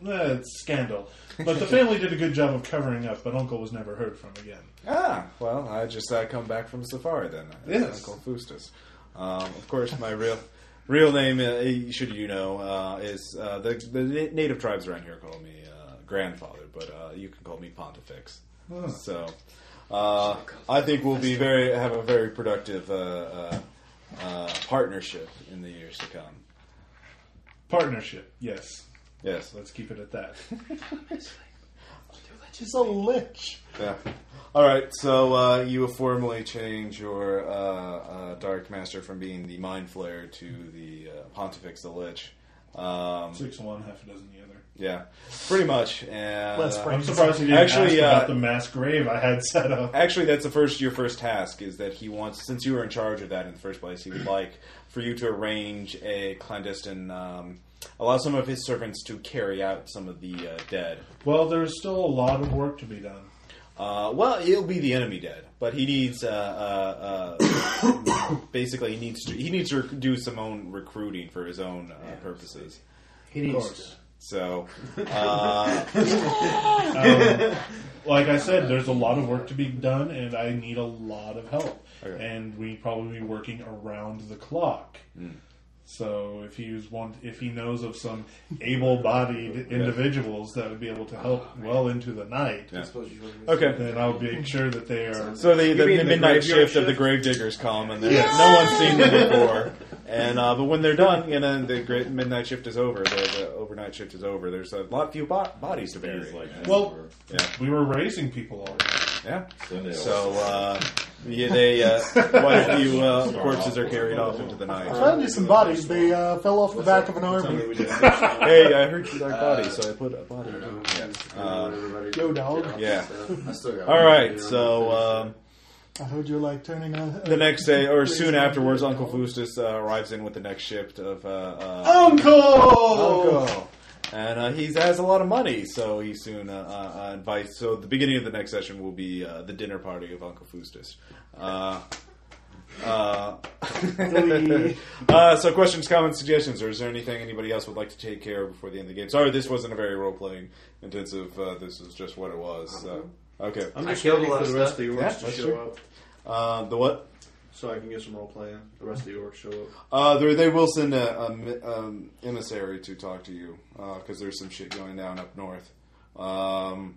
F: eh, it's scandal. But the family did a good job of covering up, but Uncle was never heard from again.
B: Ah, well, I just uh, come back from safari then. It's
F: Yes.
B: Uncle Fustus. Um, of course, my real real name, uh, should you know, uh, is uh, the, the na- native tribes around here call me uh, grandfather, but uh, you can call me Pontifex. So, uh, I think we'll be very have a very productive uh, uh, uh, partnership in the years to come.
F: Partnership, yes.
B: Yes.
F: Let's keep it at that.
D: She's a lich.
B: Yeah. All right. So uh, you formally change your uh, uh, Dark Master from being the Mind Flayer to the uh, Pontifex the Lich. Um,
F: Six of one, half a dozen the other.
B: yeah, pretty much. And
D: Less
B: uh,
D: brain.
F: I'm surprised you didn't
B: Actually,
F: ask
B: uh,
F: about the mass grave I had set up.
B: actually, that's the first your first task is that he wants, since you were in charge of that in the first place, he would like for you to arrange a clandestine. Um, Allow some of his servants to carry out some of the uh, dead.
F: Well, there's still a lot of work to be done.
B: Uh, well, it'll be the enemy dead, but he needs uh, uh, uh, basically he needs to he needs to rec- do some own recruiting for his own uh, purposes.
F: He Of needs course. to.
B: So, uh,
F: um, like I said, there's a lot of work to be done, and I need a lot of help. And we probably be working around the clock.
B: Mm.
F: So if he was one, if he knows of some able-bodied individuals that would be able to help well into the night,
B: Yeah. I suppose you would. Okay.
F: then I'll make sure that they are.
B: So the, the, midnight shift, of the grave diggers come, and they're- no one's seen them before. And uh, but when they're done, and then the great midnight shift is over, the, the overnight shift is over. There's a lot few bo- bodies to bury.
F: Well,
B: yeah.
F: we were raising people already.
B: Yeah.
F: Sunday
B: So uh, yeah, they uh, quite a few uh, corpses are carried off into the
D: I
B: night.
D: found you some bodies. They uh, fell off the back of an army.
B: hey, I heard you like bodies, so I put a body. Yeah. Uh,
D: Yo, dog.
B: Yeah.
D: I still got
B: All
D: one.
B: right. So. Um,
D: I heard you like turning on
B: The next day, or soon afterwards, Uncle Faustus uh, arrives in with the next shift of uh, uh,
D: Uncle!
B: Uncle, and uh, he has a lot of money, so he soon uh, uh, uh, invites. So the beginning of the next session will be uh, the dinner party of Uncle Faustus. Uh, uh, uh, so questions, comments, suggestions, or is there anything anybody else would like to take care of before the end of the game? Sorry, this wasn't a very role playing intensive. Uh, this is just what it was. So. Okay,
G: I'm just waiting for the rest of the orcs
B: Yeah,
G: to
B: that's
G: show
B: true.
G: up.
B: Uh, the what?
G: So I can get some role playing. The rest of the orcs show up.
B: Uh, they they will send a, a mi- um, emissary to talk to you because there's some shit going down up north, um,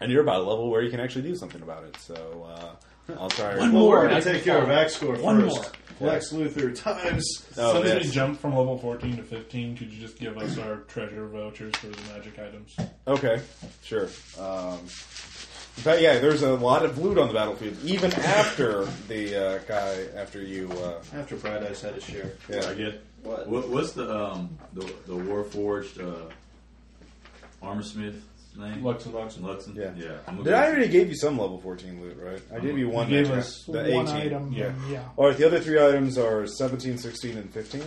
B: and you're about a level where you can actually do something about it. So uh, I'll try.
G: One more, Well, we're gonna and I take can care of follow. Axe Corps One first. more. Lex
F: Luthor times.
B: Oh,
F: Since
B: yes.
F: we jumped from level 14 to 15, could you just give us our treasure vouchers for the magic items?
B: Okay, sure. Um, but yeah, there's a lot of loot on the battlefield, even after the uh, guy, after you. Uh,
G: After Bright Eyes had his share.
B: Yeah.
E: I get.
G: What?
E: What? What's the um the the warforged uh, armor smith's name?
F: Luxon. Luxon.
E: Luxon.
B: Yeah.
E: Yeah. I'm gonna
B: Did
E: go-
B: I already gave you some level 14 loot, right? I gave you one.
F: You gave
B: extra-
F: us
B: the 18.
F: one item,
B: Yeah.
F: yeah.
B: All right, the other three items are 17, 16, and 15.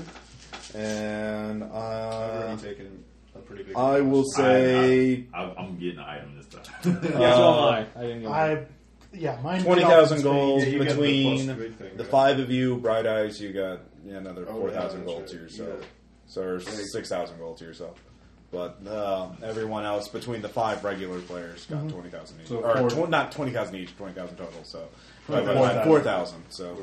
B: And uh,
G: I've already taken a pretty big.
B: I will say uh,
E: I, I, am getting an item this time.
B: Yeah, so am I. I
E: didn't
D: I, yeah, mine.
B: twenty thousand
D: fell off
B: gold
D: its face.
B: between the five of you. Bright eyes, you got yeah, another
D: Oh,
B: four thousand
D: yeah,
B: gold
D: that's
B: to
D: right.
B: yourself,
D: Yeah.
B: so or six thousand gold to yourself. But uh, everyone else between the five regular players got
D: Mhm.
B: twenty thousand each,
D: So
B: or
D: four-
B: tw- not twenty thousand each, twenty thousand total. So uh,
D: Four thousand.
B: four thousand. So.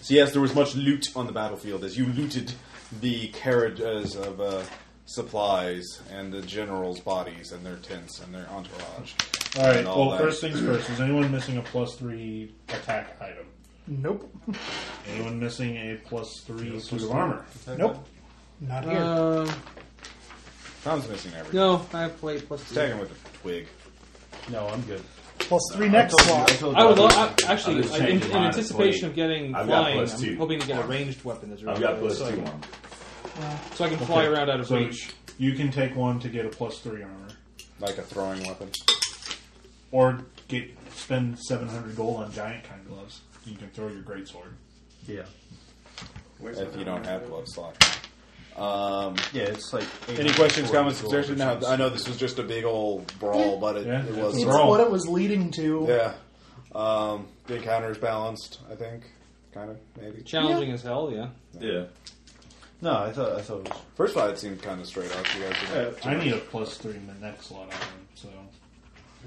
B: So yes, there was much loot on the battlefield as you looted the carriages of uh, supplies and the generals' bodies and their tents and their entourage.
F: All right.
B: and all
F: Well,
B: that.
F: first things first. Is anyone missing a plus three attack item?
D: Nope.
F: Anyone missing a plus three suit
D: plus
F: of
D: three.
F: armor?
D: Nope. Not here.
C: Um,
B: Tom's missing everything.
C: no, I played plus two.
B: Tag him with a twig.
I: No, I'm good.
D: Plus three
B: I
D: next
B: told you-
D: slot.
B: I told you
C: I would
B: I
C: love,
B: was-
C: I,
B: I
C: actually,
B: was
C: I, in,
B: changing
C: in
B: mine at 20.
C: anticipation of getting
E: I've got
C: flying,
E: plus
C: I'm
E: two.
C: hoping to get a ranged weapon. That's
E: I've got plus
C: so I
E: two
C: can-
E: armor.
C: So I can
F: Okay.
C: fly around out of
F: So
C: reach.
F: You can take one to get a plus three armor,
B: like a throwing weapon.
F: or get spend seven hundred gold on giant kind gloves. You can throw your great sword.
I: Yeah.
B: if you don't have glove slot. Um,
I: Yeah, it's like
B: any questions, comments,
I: 840
B: suggestions? Now, I know this was just a big old brawl, but it,
F: Yeah,
B: it
F: it's
B: was
D: It's
B: a brawl.
D: what it was leading to.
B: Yeah. Um, the encounter is balanced, I think. Kind of, maybe.
C: Challenging as hell, yeah.
E: Yeah.
B: No, I thought I thought it was. First fight seemed kind of straight up. You guys
G: Uh,
B: didn't-
F: I need a plus three in the next slot item. So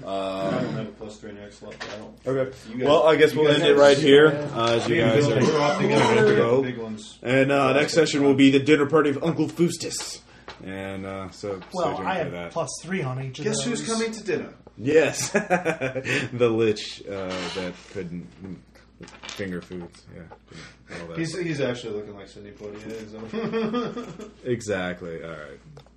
G: I don't
B: Um,
G: have a plus three next slot. I don't.
B: Okay.
G: You guys-
B: well, I guess
G: you
B: we'll
G: guys
B: end
G: have
B: it right
G: to-
B: here uh, as you
G: Yeah,
B: guys
G: we're off together.
B: are ready to go.
G: Big ones.
B: And uh, next session will be the dinner party of Uncle Faustus. And uh, so, stay
D: Well,
B: tuned
D: I
B: for
D: have
B: that.
D: plus three on each of
G: Guess
D: those.
G: who's coming to dinner?
B: Yes, the lich uh, that couldn't mm, finger foods. Yeah, all that.
G: He's, he's actually looking like Sidney Poitier. so-
B: exactly. All right.